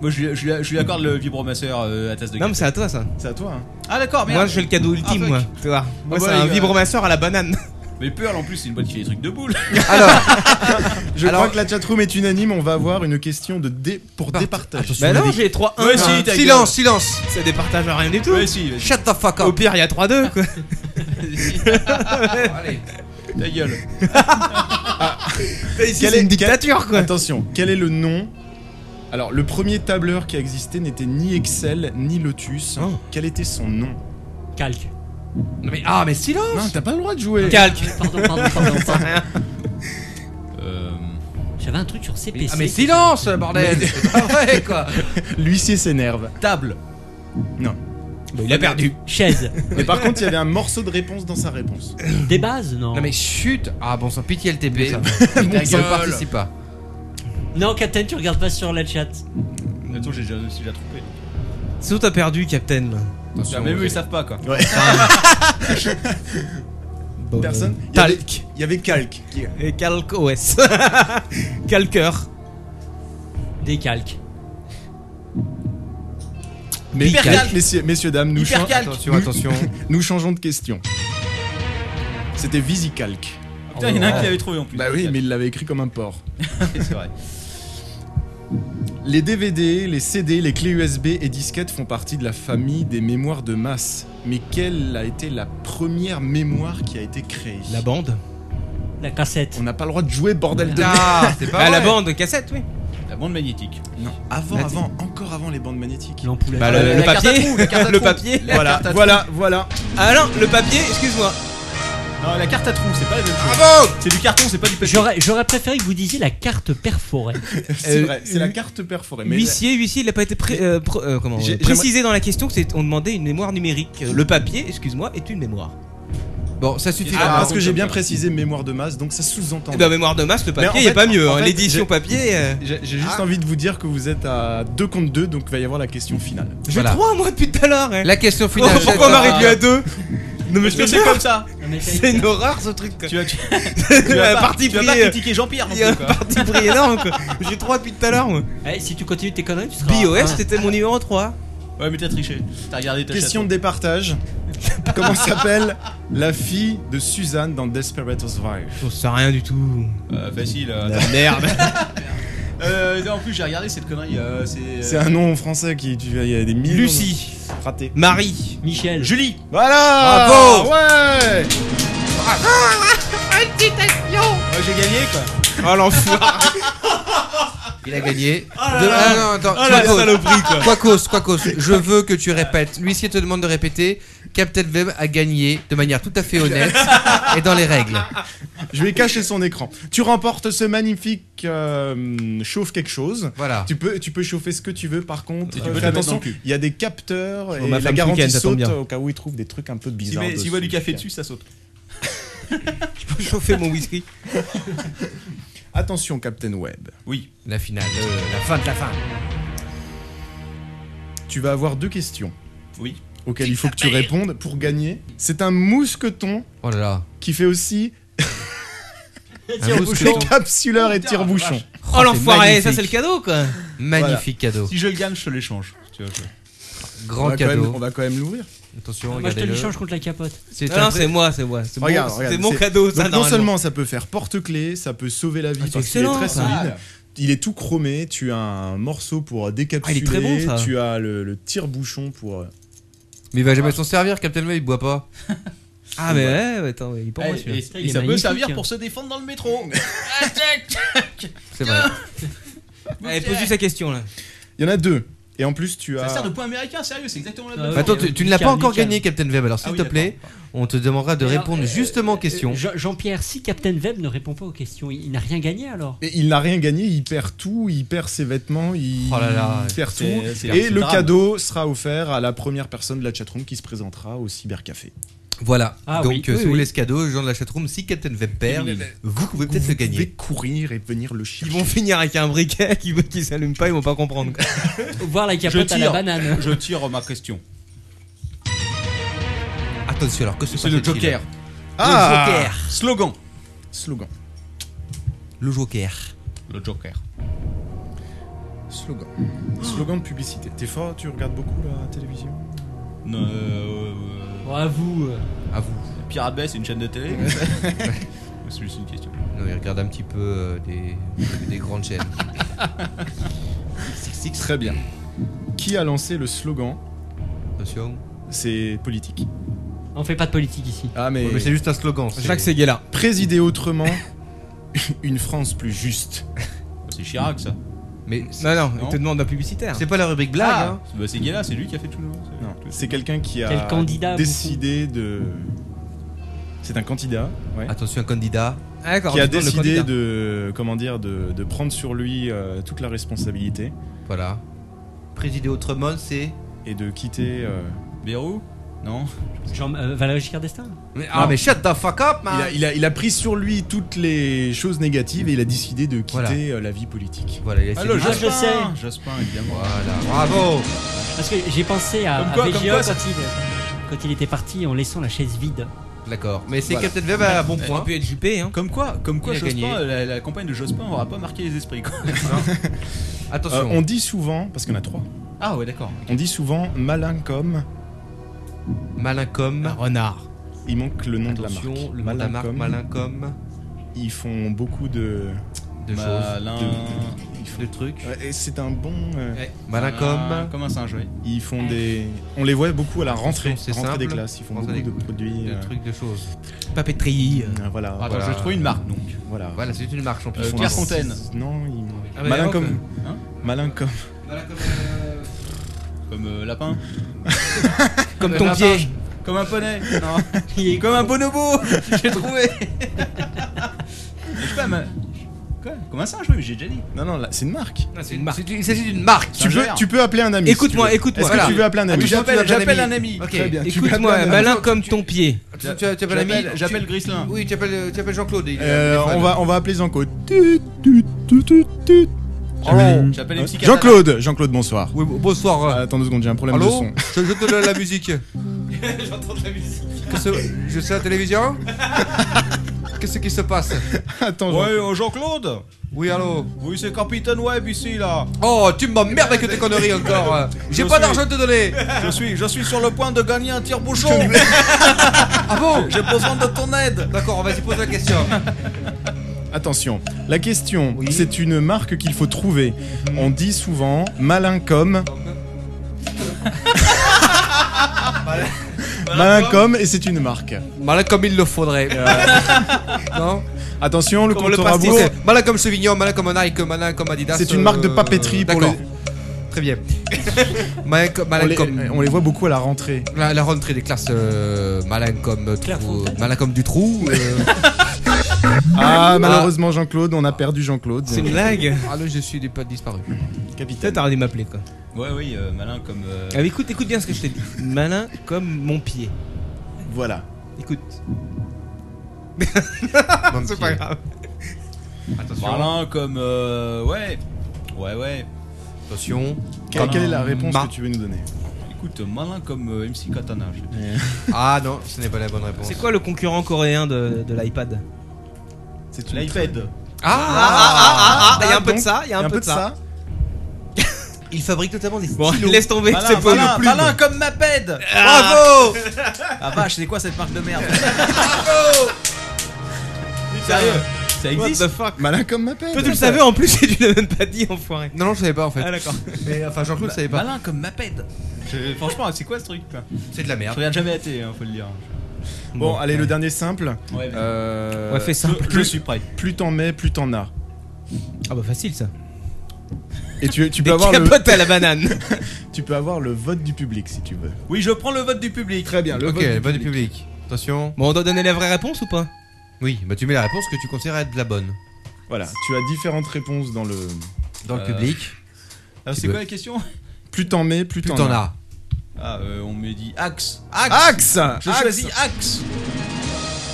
[SPEAKER 3] Moi je, lui- je lui- je lui accorde le vibromasseur euh, à tasse de
[SPEAKER 2] Non,
[SPEAKER 3] café.
[SPEAKER 2] mais c'est à toi ça.
[SPEAKER 6] C'est à toi. hein.
[SPEAKER 3] Ah d'accord, merde.
[SPEAKER 2] Moi, j'ai le cadeau ultime,
[SPEAKER 3] fuck.
[SPEAKER 2] moi. Tu vois. Moi,
[SPEAKER 3] bah
[SPEAKER 2] c'est
[SPEAKER 3] oui,
[SPEAKER 2] un
[SPEAKER 3] euh.
[SPEAKER 2] vibromasseur à la banane.
[SPEAKER 3] Mais Pearl en plus, c'est une boîte qui fait des trucs de boule.
[SPEAKER 5] Alors,
[SPEAKER 6] Je
[SPEAKER 5] Alors-
[SPEAKER 6] crois que la chatroom est unanime, on va avoir une question de dé... pour
[SPEAKER 5] Part-
[SPEAKER 6] départager.
[SPEAKER 5] Attention,
[SPEAKER 2] Bah
[SPEAKER 5] on a
[SPEAKER 2] non,
[SPEAKER 5] dit-
[SPEAKER 2] j'ai 3-1.
[SPEAKER 3] Ouais, si, t'as-
[SPEAKER 5] Silence, silence
[SPEAKER 2] Ça départage à rien du tout.
[SPEAKER 3] Ouais, si, vas-y.
[SPEAKER 5] Shut the fuck
[SPEAKER 2] Au
[SPEAKER 5] up
[SPEAKER 2] pire, il y a 3-2, quoi.
[SPEAKER 5] Allez.
[SPEAKER 3] ta gueule.
[SPEAKER 2] Ici,
[SPEAKER 6] Quelle
[SPEAKER 2] Ah. c'est
[SPEAKER 6] est-
[SPEAKER 2] une dictature, quoi.
[SPEAKER 6] Attention, quel est le nom Alors, le premier tableur qui a existé n'était ni Excel ni Lotus.
[SPEAKER 2] Oh.
[SPEAKER 6] Quel était son nom
[SPEAKER 4] Calque.
[SPEAKER 5] Mais, ah, mais silence
[SPEAKER 6] Non, t'as pas le droit de jouer.
[SPEAKER 2] Calque.
[SPEAKER 4] Pardon, pardon, pardon. pardon.
[SPEAKER 3] Euh,
[SPEAKER 4] J'avais un truc sur CPC.
[SPEAKER 5] Ah, mais silence, bordel C'est pas vrai, quoi
[SPEAKER 6] L'huissier s'énerve.
[SPEAKER 3] Table.
[SPEAKER 6] Non.
[SPEAKER 3] il a perdu.
[SPEAKER 4] Chaise.
[SPEAKER 6] Mais par contre, il y avait un morceau de réponse dans sa réponse.
[SPEAKER 4] Des bases, non
[SPEAKER 5] Non mais chut Ah bon sang, pitié LTP
[SPEAKER 6] Mon
[SPEAKER 5] Putain, je
[SPEAKER 6] gueule.
[SPEAKER 5] participe pas.
[SPEAKER 4] Non, Captain, tu regardes pas sur la chat.
[SPEAKER 3] Attends, j'ai déjà, j'ai déjà trouvé.
[SPEAKER 2] C'est où t'as perdu, Captain
[SPEAKER 3] Ah, mais eux, ils savent pas quoi.
[SPEAKER 6] Ouais.
[SPEAKER 2] Bon,
[SPEAKER 6] Personne
[SPEAKER 2] euh,
[SPEAKER 6] Il y avait-
[SPEAKER 2] Talc.
[SPEAKER 6] Il y avait Calque. qui-
[SPEAKER 2] Et Calc OS. Calqueur.
[SPEAKER 4] Des calques.
[SPEAKER 6] Mais
[SPEAKER 2] Hyper
[SPEAKER 6] calque,
[SPEAKER 2] calque.
[SPEAKER 6] messieurs, messieurs, dames, nous,
[SPEAKER 2] Hyper
[SPEAKER 6] chan-
[SPEAKER 2] calque.
[SPEAKER 6] Attention,
[SPEAKER 2] Nous-
[SPEAKER 6] attention. nous changeons de question. C'était Visicalque.
[SPEAKER 3] Putain, il y en a un qui l'avait trouvé en plus.
[SPEAKER 6] Bah oui, mais il l'avait écrit comme un porc.
[SPEAKER 3] C'est vrai.
[SPEAKER 6] Les DVD, les CD, les clés USB et disquettes font partie de la famille des mémoires de masse. Mais quelle a été la première mémoire qui a été créée
[SPEAKER 2] La bande
[SPEAKER 4] La cassette.
[SPEAKER 6] On n'a pas le droit de jouer, bordel de
[SPEAKER 2] Ah,
[SPEAKER 6] merde
[SPEAKER 2] c'est pas
[SPEAKER 6] Bah,
[SPEAKER 2] la bande de cassette, oui.
[SPEAKER 3] La bande magnétique.
[SPEAKER 6] Non, avant,
[SPEAKER 2] La-
[SPEAKER 6] avant, encore avant les bandes magnétiques.
[SPEAKER 4] L'ampoule.
[SPEAKER 2] Bah, le,
[SPEAKER 3] la
[SPEAKER 2] le
[SPEAKER 3] carte à
[SPEAKER 2] papier,
[SPEAKER 3] trous, la carte à
[SPEAKER 2] le
[SPEAKER 3] trous.
[SPEAKER 2] papier.
[SPEAKER 3] La
[SPEAKER 6] voilà,
[SPEAKER 3] carte à
[SPEAKER 6] voilà, voilà.
[SPEAKER 2] Ah non, le papier, excuse-moi.
[SPEAKER 3] Non, la carte à trous, c'est pas la même chose.
[SPEAKER 2] Ah
[SPEAKER 5] Bravo
[SPEAKER 3] C'est du carton, c'est pas du papier.
[SPEAKER 4] J'aurais j'aurais préféré que vous disiez la carte perforée.
[SPEAKER 6] C'est
[SPEAKER 2] Euh,
[SPEAKER 6] vrai, c'est la
[SPEAKER 2] lui-
[SPEAKER 6] carte perforée. Mais
[SPEAKER 2] Huissier, huissier, il a pas été pré- euh, pro- euh, comment,
[SPEAKER 6] J'ai-
[SPEAKER 2] euh, précisé dans la question que c'est on demandait une mémoire numérique. Euh, Le papier, excuse-moi, est une mémoire.
[SPEAKER 5] Bon, ça suffit.
[SPEAKER 6] Ah,
[SPEAKER 5] là.
[SPEAKER 6] parce que j'ai bien précisé mémoire de masse, donc ça sous-entend.
[SPEAKER 2] Eh ben, mémoire de masse, le
[SPEAKER 6] Mais en
[SPEAKER 2] papier, il est
[SPEAKER 6] fait-
[SPEAKER 2] pas mieux.
[SPEAKER 6] en
[SPEAKER 2] hein.
[SPEAKER 6] fait,
[SPEAKER 2] L'édition
[SPEAKER 6] j'ai-
[SPEAKER 2] papier. euh,
[SPEAKER 6] J'ai j'ai juste
[SPEAKER 5] Ah.
[SPEAKER 6] envie de vous dire que vous êtes à 2 contre 2, donc il va y avoir la question finale.
[SPEAKER 2] J'ai
[SPEAKER 5] Voilà.
[SPEAKER 2] trois, moi, depuis tout à l'heure. hein.
[SPEAKER 5] La question
[SPEAKER 2] Oh,
[SPEAKER 5] finale.
[SPEAKER 2] pourquoi on m'a
[SPEAKER 5] Jacques.
[SPEAKER 2] réduit à deux Non, mais
[SPEAKER 3] Parce
[SPEAKER 2] je
[SPEAKER 3] que
[SPEAKER 2] te
[SPEAKER 3] c'est
[SPEAKER 2] jure,
[SPEAKER 3] comme ça.
[SPEAKER 2] c'est une horreur ce truc. quoi.
[SPEAKER 3] Tu vas, tu,
[SPEAKER 2] Il
[SPEAKER 3] tu
[SPEAKER 2] y a
[SPEAKER 3] vas
[SPEAKER 2] un
[SPEAKER 3] pas,
[SPEAKER 2] parti
[SPEAKER 3] tu vas
[SPEAKER 2] pris,
[SPEAKER 3] pas
[SPEAKER 2] euh,
[SPEAKER 3] critiquer Jean-Pierre non
[SPEAKER 2] Il y a un
[SPEAKER 3] plus, quoi.
[SPEAKER 2] parti pris énorme quoi. J'ai trois depuis tout à l'heure moi.
[SPEAKER 4] Eh, si tu continues tes conneries, tu seras.
[SPEAKER 2] BOS c'était mon numéro 3.
[SPEAKER 3] Ouais, mais t'as triché. T'as regardé ta
[SPEAKER 6] Question
[SPEAKER 3] chatte.
[SPEAKER 6] de départage. Comment s'appelle la fille de Suzanne dans Desperate Housewives
[SPEAKER 2] Je sais rien du tout.
[SPEAKER 3] Euh, facile. euh,
[SPEAKER 2] merde.
[SPEAKER 3] Euh, non, en plus, j'ai regardé cette connerie. euh, c'est.
[SPEAKER 6] C'est un nom français qui tu il y a des millions. de-
[SPEAKER 2] Lucie,
[SPEAKER 6] Raté.
[SPEAKER 2] Marie,
[SPEAKER 4] Michel.
[SPEAKER 3] Julie.
[SPEAKER 6] Voilà.
[SPEAKER 5] Bravo
[SPEAKER 6] Ouais.
[SPEAKER 3] Ouais, j'ai gagné quoi.
[SPEAKER 2] oh l'enfoiré,
[SPEAKER 5] Il a gagné. De- Ah, non, attends.
[SPEAKER 2] oh la
[SPEAKER 5] Quacos.
[SPEAKER 2] saloperie quoi.
[SPEAKER 5] Quacos, Quacos, je veux que tu répètes. L'huissier te demande de répéter. Captain Web a gagné de manière tout à fait honnête et dans les règles.
[SPEAKER 6] Je vais cacher son écran. Tu remportes ce magnifique euh, chauffe quelque chose.
[SPEAKER 5] Voilà.
[SPEAKER 6] Tu peux, tu peux chauffer ce que tu veux, par contre.
[SPEAKER 3] Et tu
[SPEAKER 6] euh,
[SPEAKER 3] peux
[SPEAKER 6] fais
[SPEAKER 3] te mettre dans
[SPEAKER 6] attention,
[SPEAKER 3] le cul.
[SPEAKER 6] il y a des capteurs
[SPEAKER 2] Oh,
[SPEAKER 6] et
[SPEAKER 2] ma
[SPEAKER 6] la
[SPEAKER 2] femme
[SPEAKER 6] garantie
[SPEAKER 2] Toucan, ça tombe
[SPEAKER 6] saute
[SPEAKER 2] bien.
[SPEAKER 6] au cas où il trouve des trucs un peu
[SPEAKER 3] S'il
[SPEAKER 6] bizarres.
[SPEAKER 3] met- s'il
[SPEAKER 6] dessus.
[SPEAKER 3] voit du café dessus, ça saute.
[SPEAKER 2] Je peux chauffer mon whisky.
[SPEAKER 6] Attention, Captain Web.
[SPEAKER 3] Oui.
[SPEAKER 5] La finale, euh, la fin de la fin.
[SPEAKER 6] Tu vas avoir deux questions
[SPEAKER 3] Oui.
[SPEAKER 6] auxquelles il faut que tu répondes pour gagner. C'est un mousqueton
[SPEAKER 5] Oh là là.
[SPEAKER 6] qui fait aussi
[SPEAKER 5] Un mousqueton.
[SPEAKER 6] capsuleur et tire-bouchon.
[SPEAKER 2] Oh l'enfoiré,
[SPEAKER 5] magnifique.
[SPEAKER 2] ça c'est le cadeau quoi.
[SPEAKER 5] Magnifique cadeau.
[SPEAKER 3] Si je le gagne, je te l'échange. Tu vois, je-
[SPEAKER 6] On
[SPEAKER 5] Grand
[SPEAKER 6] va quand même-
[SPEAKER 5] cadeau.
[SPEAKER 6] on va quand même l'ouvrir.
[SPEAKER 2] Ah,
[SPEAKER 5] Attention,
[SPEAKER 4] Moi, je te
[SPEAKER 5] regardez-le.
[SPEAKER 4] l'échange contre la capote.
[SPEAKER 5] C'est
[SPEAKER 2] Non,
[SPEAKER 5] un
[SPEAKER 2] non
[SPEAKER 5] vrai-
[SPEAKER 2] c'est moi, c'est moi. C'est mon,
[SPEAKER 6] Regarde,
[SPEAKER 2] c'est
[SPEAKER 6] regarde,
[SPEAKER 2] mon
[SPEAKER 6] c'est-
[SPEAKER 2] cadeau ça.
[SPEAKER 6] Donc non
[SPEAKER 2] normalement.
[SPEAKER 6] seulement ça peut faire porte-clé, ça peut sauver la vie
[SPEAKER 2] c'est
[SPEAKER 6] parce qu'il est très
[SPEAKER 2] excellent, ça.
[SPEAKER 6] solide. Il est tout chromé, tu as un morceau pour décapsuler,
[SPEAKER 2] Ah, il est très bon, ça.
[SPEAKER 6] tu as le, le tire-bouchon pour... euh,
[SPEAKER 5] Mais il va jamais s'en servir, Captain Web, il boit pas.
[SPEAKER 2] Ah mais ouais, ouais, attends, il est pour moi
[SPEAKER 3] Eh,
[SPEAKER 2] celui-là.
[SPEAKER 3] et-
[SPEAKER 4] il
[SPEAKER 3] et
[SPEAKER 4] est
[SPEAKER 3] ça peut
[SPEAKER 4] magnifique,
[SPEAKER 3] servir
[SPEAKER 4] hein.
[SPEAKER 3] pour se défendre dans le
[SPEAKER 2] Ah
[SPEAKER 3] métro.
[SPEAKER 5] C'est vrai.
[SPEAKER 2] Allez, pose lui Eh, sa question là.
[SPEAKER 6] Il y en a deux. Et en plus, tu
[SPEAKER 3] Ça
[SPEAKER 6] as...
[SPEAKER 3] sert de point américain, sérieux, c'est exactement la
[SPEAKER 4] Ah
[SPEAKER 3] même
[SPEAKER 4] ouais.
[SPEAKER 3] chose.
[SPEAKER 5] Attends, tu, tu ne l'as
[SPEAKER 4] Nickel,
[SPEAKER 5] pas encore
[SPEAKER 4] nickel.
[SPEAKER 5] gagné, Captain Web, alors s'il
[SPEAKER 3] Ah oui,
[SPEAKER 5] te plaît, on te demandera de
[SPEAKER 4] Mais alors,
[SPEAKER 5] répondre
[SPEAKER 4] euh,
[SPEAKER 5] justement aux questions.
[SPEAKER 4] Euh, Jean- Jean-Pierre, si Captain Web ne répond pas aux questions, il il n'a rien gagné alors
[SPEAKER 6] Et il n'a rien gagné, il perd tout, il perd ses vêtements, il,
[SPEAKER 5] Oh là là,
[SPEAKER 6] il perd tout.
[SPEAKER 3] c'est- c'est
[SPEAKER 6] Et
[SPEAKER 3] un
[SPEAKER 6] le
[SPEAKER 3] drame.
[SPEAKER 6] cadeau sera offert à la première personne de la chatroom qui se présentera au cybercafé.
[SPEAKER 5] Voilà,
[SPEAKER 4] Ah
[SPEAKER 5] donc
[SPEAKER 4] oui,
[SPEAKER 5] euh, si
[SPEAKER 4] oui,
[SPEAKER 5] vous
[SPEAKER 4] oui.
[SPEAKER 5] voulez ce cadeau, aux gens de la chatroom, si Captain Web perd, vous pouvez peut-être le
[SPEAKER 6] Vous pouvez
[SPEAKER 5] gagner.
[SPEAKER 6] courir et venir le chercher.
[SPEAKER 2] Ils vont finir avec un briquet qui qui s'allume pas, ils vont pas comprendre. quoi.
[SPEAKER 4] Voir la
[SPEAKER 3] Je
[SPEAKER 4] capote à la
[SPEAKER 3] tire.
[SPEAKER 4] banane.
[SPEAKER 3] Je tire ma question.
[SPEAKER 5] Attention, alors que ce
[SPEAKER 3] C'est le
[SPEAKER 5] passe-t-il
[SPEAKER 3] Joker.
[SPEAKER 6] Ah
[SPEAKER 2] Joker.
[SPEAKER 3] Slogan.
[SPEAKER 6] Slogan.
[SPEAKER 5] Le Joker.
[SPEAKER 3] Le Joker.
[SPEAKER 6] Slogan. Slogan de publicité. T'es fort, tu regardes beaucoup la télévision
[SPEAKER 3] Euh,
[SPEAKER 4] Bon, à vous. euh,
[SPEAKER 5] À vous.
[SPEAKER 3] Pirate Bay, c'est une chaîne de télé. Bah, C'est juste une question.
[SPEAKER 5] Non, il regarde un petit peu euh, des, des grandes chaînes.
[SPEAKER 6] Très bien. Qui a lancé le slogan
[SPEAKER 5] Attention.
[SPEAKER 6] C'est politique.
[SPEAKER 4] On fait pas de politique ici.
[SPEAKER 6] Ah mais,
[SPEAKER 5] Ouais, mais c'est juste un slogan. c'est-
[SPEAKER 2] Jacques Seguela.
[SPEAKER 6] présider autrement une France plus juste.
[SPEAKER 3] C'est Chirac, ça.
[SPEAKER 5] Mais c'est-
[SPEAKER 2] Non non,
[SPEAKER 3] Non.
[SPEAKER 2] il te demande un publicitaire.
[SPEAKER 5] c'est pas la rubrique blague, hein.
[SPEAKER 3] Bah, c'est Gala, c'est lui qui a fait tout le monde.
[SPEAKER 6] Non, c'est quelqu'un qui a
[SPEAKER 4] Quel candidat,
[SPEAKER 6] décidé de. C'est un candidat. Ouais.
[SPEAKER 5] Ah, Attention, un candidat.
[SPEAKER 2] Ah, d'accord,
[SPEAKER 6] qui a
[SPEAKER 2] tu parles de
[SPEAKER 6] décidé
[SPEAKER 2] candidat.
[SPEAKER 6] de, comment dire, de, de prendre sur lui euh, toute la responsabilité.
[SPEAKER 5] Voilà. Présider autrement, c'est.
[SPEAKER 6] Et de quitter. euh,
[SPEAKER 3] Bérou Non
[SPEAKER 4] Jean, euh, Valéry Giscard d'Estaing
[SPEAKER 5] ah, mais shut the fuck up, man.
[SPEAKER 6] il a, il a- il a pris sur lui toutes les choses négatives et il a décidé de quitter
[SPEAKER 5] Voilà.
[SPEAKER 6] euh, la vie politique.
[SPEAKER 5] Voilà, il a
[SPEAKER 3] Allô,
[SPEAKER 4] Ah, je
[SPEAKER 3] Jospin
[SPEAKER 4] sais.
[SPEAKER 3] Jospin, évidemment.
[SPEAKER 5] Voilà, bravo
[SPEAKER 4] Parce que j'ai pensé à,
[SPEAKER 3] Comme
[SPEAKER 4] à
[SPEAKER 3] quoi-
[SPEAKER 4] VGE
[SPEAKER 3] comme quoi, ça-
[SPEAKER 4] quand, il, quand il était parti en laissant la chaise vide.
[SPEAKER 5] D'accord.
[SPEAKER 3] Voilà.
[SPEAKER 2] point. pu être Juppé, hein.
[SPEAKER 3] Comme quoi, comme quoi
[SPEAKER 2] Il a
[SPEAKER 3] Jospin,
[SPEAKER 2] gagné.
[SPEAKER 3] la, la campagne de Jospin aura pas marqué les esprits. Quoi.
[SPEAKER 6] Euh, on dit souvent, parce qu'on a trois,
[SPEAKER 3] Ah ouais, d'accord.
[SPEAKER 6] on dit souvent malin comme.
[SPEAKER 5] Malin comme.
[SPEAKER 2] renard.
[SPEAKER 6] Il manque le nom
[SPEAKER 5] Attention,
[SPEAKER 6] de la marque.
[SPEAKER 5] le nom de la marque, malin comme.
[SPEAKER 6] Ils font beaucoup de.
[SPEAKER 3] Bah,
[SPEAKER 5] De choses.
[SPEAKER 3] Malin.
[SPEAKER 6] ils font-
[SPEAKER 5] Le truc.
[SPEAKER 6] Ouais, et c'est un bon. euh,
[SPEAKER 5] Malin comme.
[SPEAKER 3] Comme un singe, oui.
[SPEAKER 6] Ils font des. On les voit beaucoup à la rentrée,
[SPEAKER 5] Attention, c'est
[SPEAKER 6] rentrée des
[SPEAKER 5] simple.
[SPEAKER 6] classes. Ils font
[SPEAKER 5] Rentrée
[SPEAKER 6] beaucoup de
[SPEAKER 5] des-
[SPEAKER 6] produits.
[SPEAKER 5] de
[SPEAKER 6] euh,
[SPEAKER 5] trucs, de choses.
[SPEAKER 2] Papeterie. euh.
[SPEAKER 6] euh, Voilà.
[SPEAKER 5] Attends,
[SPEAKER 6] voilà.
[SPEAKER 5] je trouve une Euh,
[SPEAKER 3] marque, donc.
[SPEAKER 6] Voilà.
[SPEAKER 5] Voilà, c'est une marque, champion.
[SPEAKER 6] Ils font
[SPEAKER 3] Pierre
[SPEAKER 6] des-
[SPEAKER 3] Fontaine.
[SPEAKER 6] Non, ils-
[SPEAKER 5] Ah bah,
[SPEAKER 6] malin
[SPEAKER 5] hop.
[SPEAKER 6] comme.
[SPEAKER 3] Hein
[SPEAKER 6] malin comme.
[SPEAKER 3] Comme euh, lapin.
[SPEAKER 2] Comme
[SPEAKER 3] Euh,
[SPEAKER 2] ton
[SPEAKER 3] lapin.
[SPEAKER 2] pied.
[SPEAKER 3] Comme un poney. Non.
[SPEAKER 4] Il est
[SPEAKER 3] Comme un bonobo. J'ai trouvé. Je sais pas, mais- Quoi Comme un singe, oui, mais j'ai déjà dit.
[SPEAKER 6] Non, non, là, c'est une marque.
[SPEAKER 2] Ah, c'est une marque.
[SPEAKER 5] C'est- Il s'agit d'une marque.
[SPEAKER 6] Tu peux,
[SPEAKER 3] gère.
[SPEAKER 6] tu peux appeler un ami. si
[SPEAKER 2] Écoute-moi,
[SPEAKER 6] tu veux.
[SPEAKER 2] écoute-moi.
[SPEAKER 6] Est-ce
[SPEAKER 2] Voilà.
[SPEAKER 6] que tu veux appeler un ami
[SPEAKER 5] tu dois appeler
[SPEAKER 3] J'appelle
[SPEAKER 5] un
[SPEAKER 3] j'appelle un
[SPEAKER 5] ami.
[SPEAKER 3] ami.
[SPEAKER 5] Ok.
[SPEAKER 2] Ah,
[SPEAKER 6] Très bien. tu peux appeler un
[SPEAKER 2] Écoute-moi,
[SPEAKER 6] ami.
[SPEAKER 2] malin comme ton pied.
[SPEAKER 5] Tu, tu- tu appelles
[SPEAKER 3] J'appelle-
[SPEAKER 5] l'ami
[SPEAKER 3] J'appelle
[SPEAKER 5] tu-
[SPEAKER 3] Grislin.
[SPEAKER 5] Oui, tu appelles, tu appelles Jean-Claude. il-
[SPEAKER 6] Euh,
[SPEAKER 5] il est fan.
[SPEAKER 6] on, va, on va appeler Jean-Claude. Tut, tut, tut, tut, tut.
[SPEAKER 3] J'appelle- j'appelle les
[SPEAKER 6] Euh,
[SPEAKER 3] psychiatres.
[SPEAKER 6] Jean-Claude, Jean-Claude, bonsoir.
[SPEAKER 5] Oui, bon- bonsoir.
[SPEAKER 6] Ah, Attends deux secondes, j'ai un problème de
[SPEAKER 5] Allô
[SPEAKER 6] son.
[SPEAKER 5] je, je te donne la musique.
[SPEAKER 2] J'entends de la musique.
[SPEAKER 5] Qu'est-ce que- je sais la télévision Qu'est-ce qui se passe
[SPEAKER 6] Attends,
[SPEAKER 3] Ouais,
[SPEAKER 6] Jean-
[SPEAKER 3] euh, Jean-Claude
[SPEAKER 5] Oui, allô
[SPEAKER 3] Oui, c'est Capitaine Web ici, là.
[SPEAKER 5] Oh, tu m'emmerdes avec tes conneries encore. J'ai
[SPEAKER 3] Je
[SPEAKER 5] pas
[SPEAKER 3] suis-
[SPEAKER 5] d'argent à te donner.
[SPEAKER 3] Je suis, je suis sur le point de gagner un tire-bouchon.
[SPEAKER 5] Ah bon
[SPEAKER 3] J'ai besoin de ton aide.
[SPEAKER 5] D'accord, vas-y, pose la question.
[SPEAKER 6] Attention, la question, c'est une marque qu'il faut trouver. On dit souvent malin comme. malin comme, et c'est une marque.
[SPEAKER 5] Malin comme il le faudrait. non
[SPEAKER 6] Attention, le
[SPEAKER 5] Comme le
[SPEAKER 6] compte à
[SPEAKER 5] pastis.
[SPEAKER 6] rebours,
[SPEAKER 5] Malin comme Sauvignon, malin comme Nike, malin comme Adidas.
[SPEAKER 6] c'est une marque de
[SPEAKER 5] euh,
[SPEAKER 6] papeterie pour les.
[SPEAKER 5] d'accord. Très bien. malin comme.
[SPEAKER 6] On
[SPEAKER 5] Malin
[SPEAKER 6] les,
[SPEAKER 5] comme
[SPEAKER 6] on les voit beaucoup à la rentrée.
[SPEAKER 5] la, la rentrée des classes euh, malin comme. Trou, malin comme du trou. euh,
[SPEAKER 6] Ah, malheureusement, Jean-Claude, on a perdu Jean-Claude. euh,
[SPEAKER 2] C'est une blague.
[SPEAKER 5] Ah là, je suis des pas disparu.
[SPEAKER 2] Peut-être t'aurais dû m'appeler quoi.
[SPEAKER 3] Ouais, oui, euh, malin comme. euh,
[SPEAKER 2] Ah, mais écoute, écoute bien ce que je t'ai dit. Malin comme mon pied.
[SPEAKER 6] Voilà.
[SPEAKER 2] Écoute.
[SPEAKER 5] C'est pas grave.
[SPEAKER 3] Malin comme. euh, ouais. Ouais, ouais.
[SPEAKER 5] Attention.
[SPEAKER 6] Quelle, quelle est la réponse
[SPEAKER 5] Ma-
[SPEAKER 6] que tu veux nous donner
[SPEAKER 3] Écoute, malin comme euh, MC Katana. je sais pas.
[SPEAKER 5] Ah non, ce n'est pas la bonne réponse.
[SPEAKER 2] C'est quoi le concurrent coréen de, de l'iPad
[SPEAKER 6] C'est une-
[SPEAKER 3] L'iPad.
[SPEAKER 5] Ah ah ah ah
[SPEAKER 2] Il y a un peu de
[SPEAKER 6] donc,
[SPEAKER 2] ça, il y a un peu de ça.
[SPEAKER 5] Il fabrique totalement des
[SPEAKER 2] Bon, laisse tomber,
[SPEAKER 3] Malin,
[SPEAKER 2] c'est pas
[SPEAKER 3] malin,
[SPEAKER 2] le plus.
[SPEAKER 3] malin comme ma pède.
[SPEAKER 5] Bravo
[SPEAKER 3] Ah vache, c'est quoi cette marque de merde Oh Sérieux Ça existe
[SPEAKER 2] What the fuck
[SPEAKER 6] Malin comme ma pelle.
[SPEAKER 2] Toi tu le savais en plus et tu l'as même pas dit enfoiré.
[SPEAKER 5] Non non, je savais pas en fait.
[SPEAKER 2] Ah d'accord.
[SPEAKER 5] Mais enfin Jean-Claude savait pas.
[SPEAKER 3] Malin comme ma pède. Je- Franchement, c'est quoi ce truc quoi
[SPEAKER 5] C'est de la
[SPEAKER 3] Je
[SPEAKER 5] merde.
[SPEAKER 3] regarde jamais la télé, hein, faut le dire.
[SPEAKER 6] Bon, allez, le dernier simple.
[SPEAKER 3] Ouais, vas-y.
[SPEAKER 6] Euh,
[SPEAKER 2] Ouais, fais simple.
[SPEAKER 3] Je suis prêt.
[SPEAKER 6] Plus t'en mets, plus t'en as.
[SPEAKER 2] Ah bah facile ça.
[SPEAKER 6] Et tu, tu
[SPEAKER 2] Des
[SPEAKER 6] peux avoir le,
[SPEAKER 2] capotes à la banane.
[SPEAKER 6] tu peux avoir le vote du public si tu veux.
[SPEAKER 3] Oui, je prends le vote du public.
[SPEAKER 6] Très bien, le
[SPEAKER 5] Ok,
[SPEAKER 6] vote. du
[SPEAKER 5] vote du
[SPEAKER 6] public.
[SPEAKER 5] public. Attention.
[SPEAKER 2] Bon on doit donner la vraie réponse ou pas
[SPEAKER 5] Oui, bah tu mets la réponse que tu considères être la bonne.
[SPEAKER 6] Voilà, tu as différentes réponses dans le.
[SPEAKER 5] Dans le
[SPEAKER 3] Euh,
[SPEAKER 5] public,
[SPEAKER 3] Alors, c'est
[SPEAKER 5] Ouais.
[SPEAKER 3] quoi la question
[SPEAKER 6] Plus t'en mets, plus
[SPEAKER 5] plus
[SPEAKER 6] t'en
[SPEAKER 5] t'en
[SPEAKER 6] as.
[SPEAKER 5] as.
[SPEAKER 3] Ah, euh, on me dit Axe. Axe
[SPEAKER 6] Axe
[SPEAKER 3] Je
[SPEAKER 6] Axe
[SPEAKER 3] choisis Axe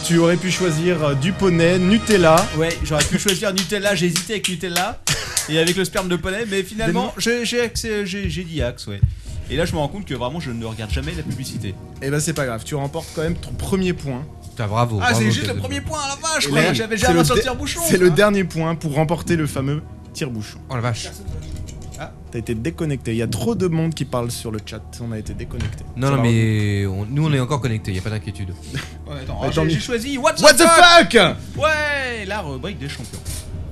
[SPEAKER 6] Tu aurais pu choisir euh, du poney, Nutella.
[SPEAKER 3] Ouais, j'aurais pu choisir Nutella, j'ai hésité avec Nutella et avec le sperme de poney, mais finalement, j'ai j'ai accès- j'ai- j'ai dit Axe, ouais. Et là, je me rends compte que vraiment, je ne regarde jamais la publicité.
[SPEAKER 6] Et bah, c'est pas grave, tu remportes quand même ton premier point.
[SPEAKER 5] Putain, bravo.
[SPEAKER 3] Ah,
[SPEAKER 5] bravo,
[SPEAKER 3] c'est juste
[SPEAKER 5] t'es-
[SPEAKER 3] le premier point, la vache,
[SPEAKER 6] Et
[SPEAKER 3] quoi.
[SPEAKER 6] là,
[SPEAKER 3] J'avais
[SPEAKER 6] c'est
[SPEAKER 3] déjà
[SPEAKER 6] le
[SPEAKER 3] un sortir
[SPEAKER 6] dé-
[SPEAKER 3] tire-bouchon.
[SPEAKER 6] C'est le dernier point pour remporter le fameux tire-bouchon.
[SPEAKER 5] Oh la vache.
[SPEAKER 6] T'as été déconnecté, il y a trop de monde qui parle sur le chat, on a été déconnecté.
[SPEAKER 5] Non, non, mais on- nous on est encore connectés, y a pas d'inquiétude.
[SPEAKER 3] Ouais, attends,
[SPEAKER 6] Bah,
[SPEAKER 3] ah,
[SPEAKER 6] tant
[SPEAKER 3] j'ai-
[SPEAKER 6] mieux.
[SPEAKER 3] j'ai choisi What's
[SPEAKER 6] What
[SPEAKER 3] Up
[SPEAKER 6] the fuck
[SPEAKER 3] Ouais, la rubrique des champions.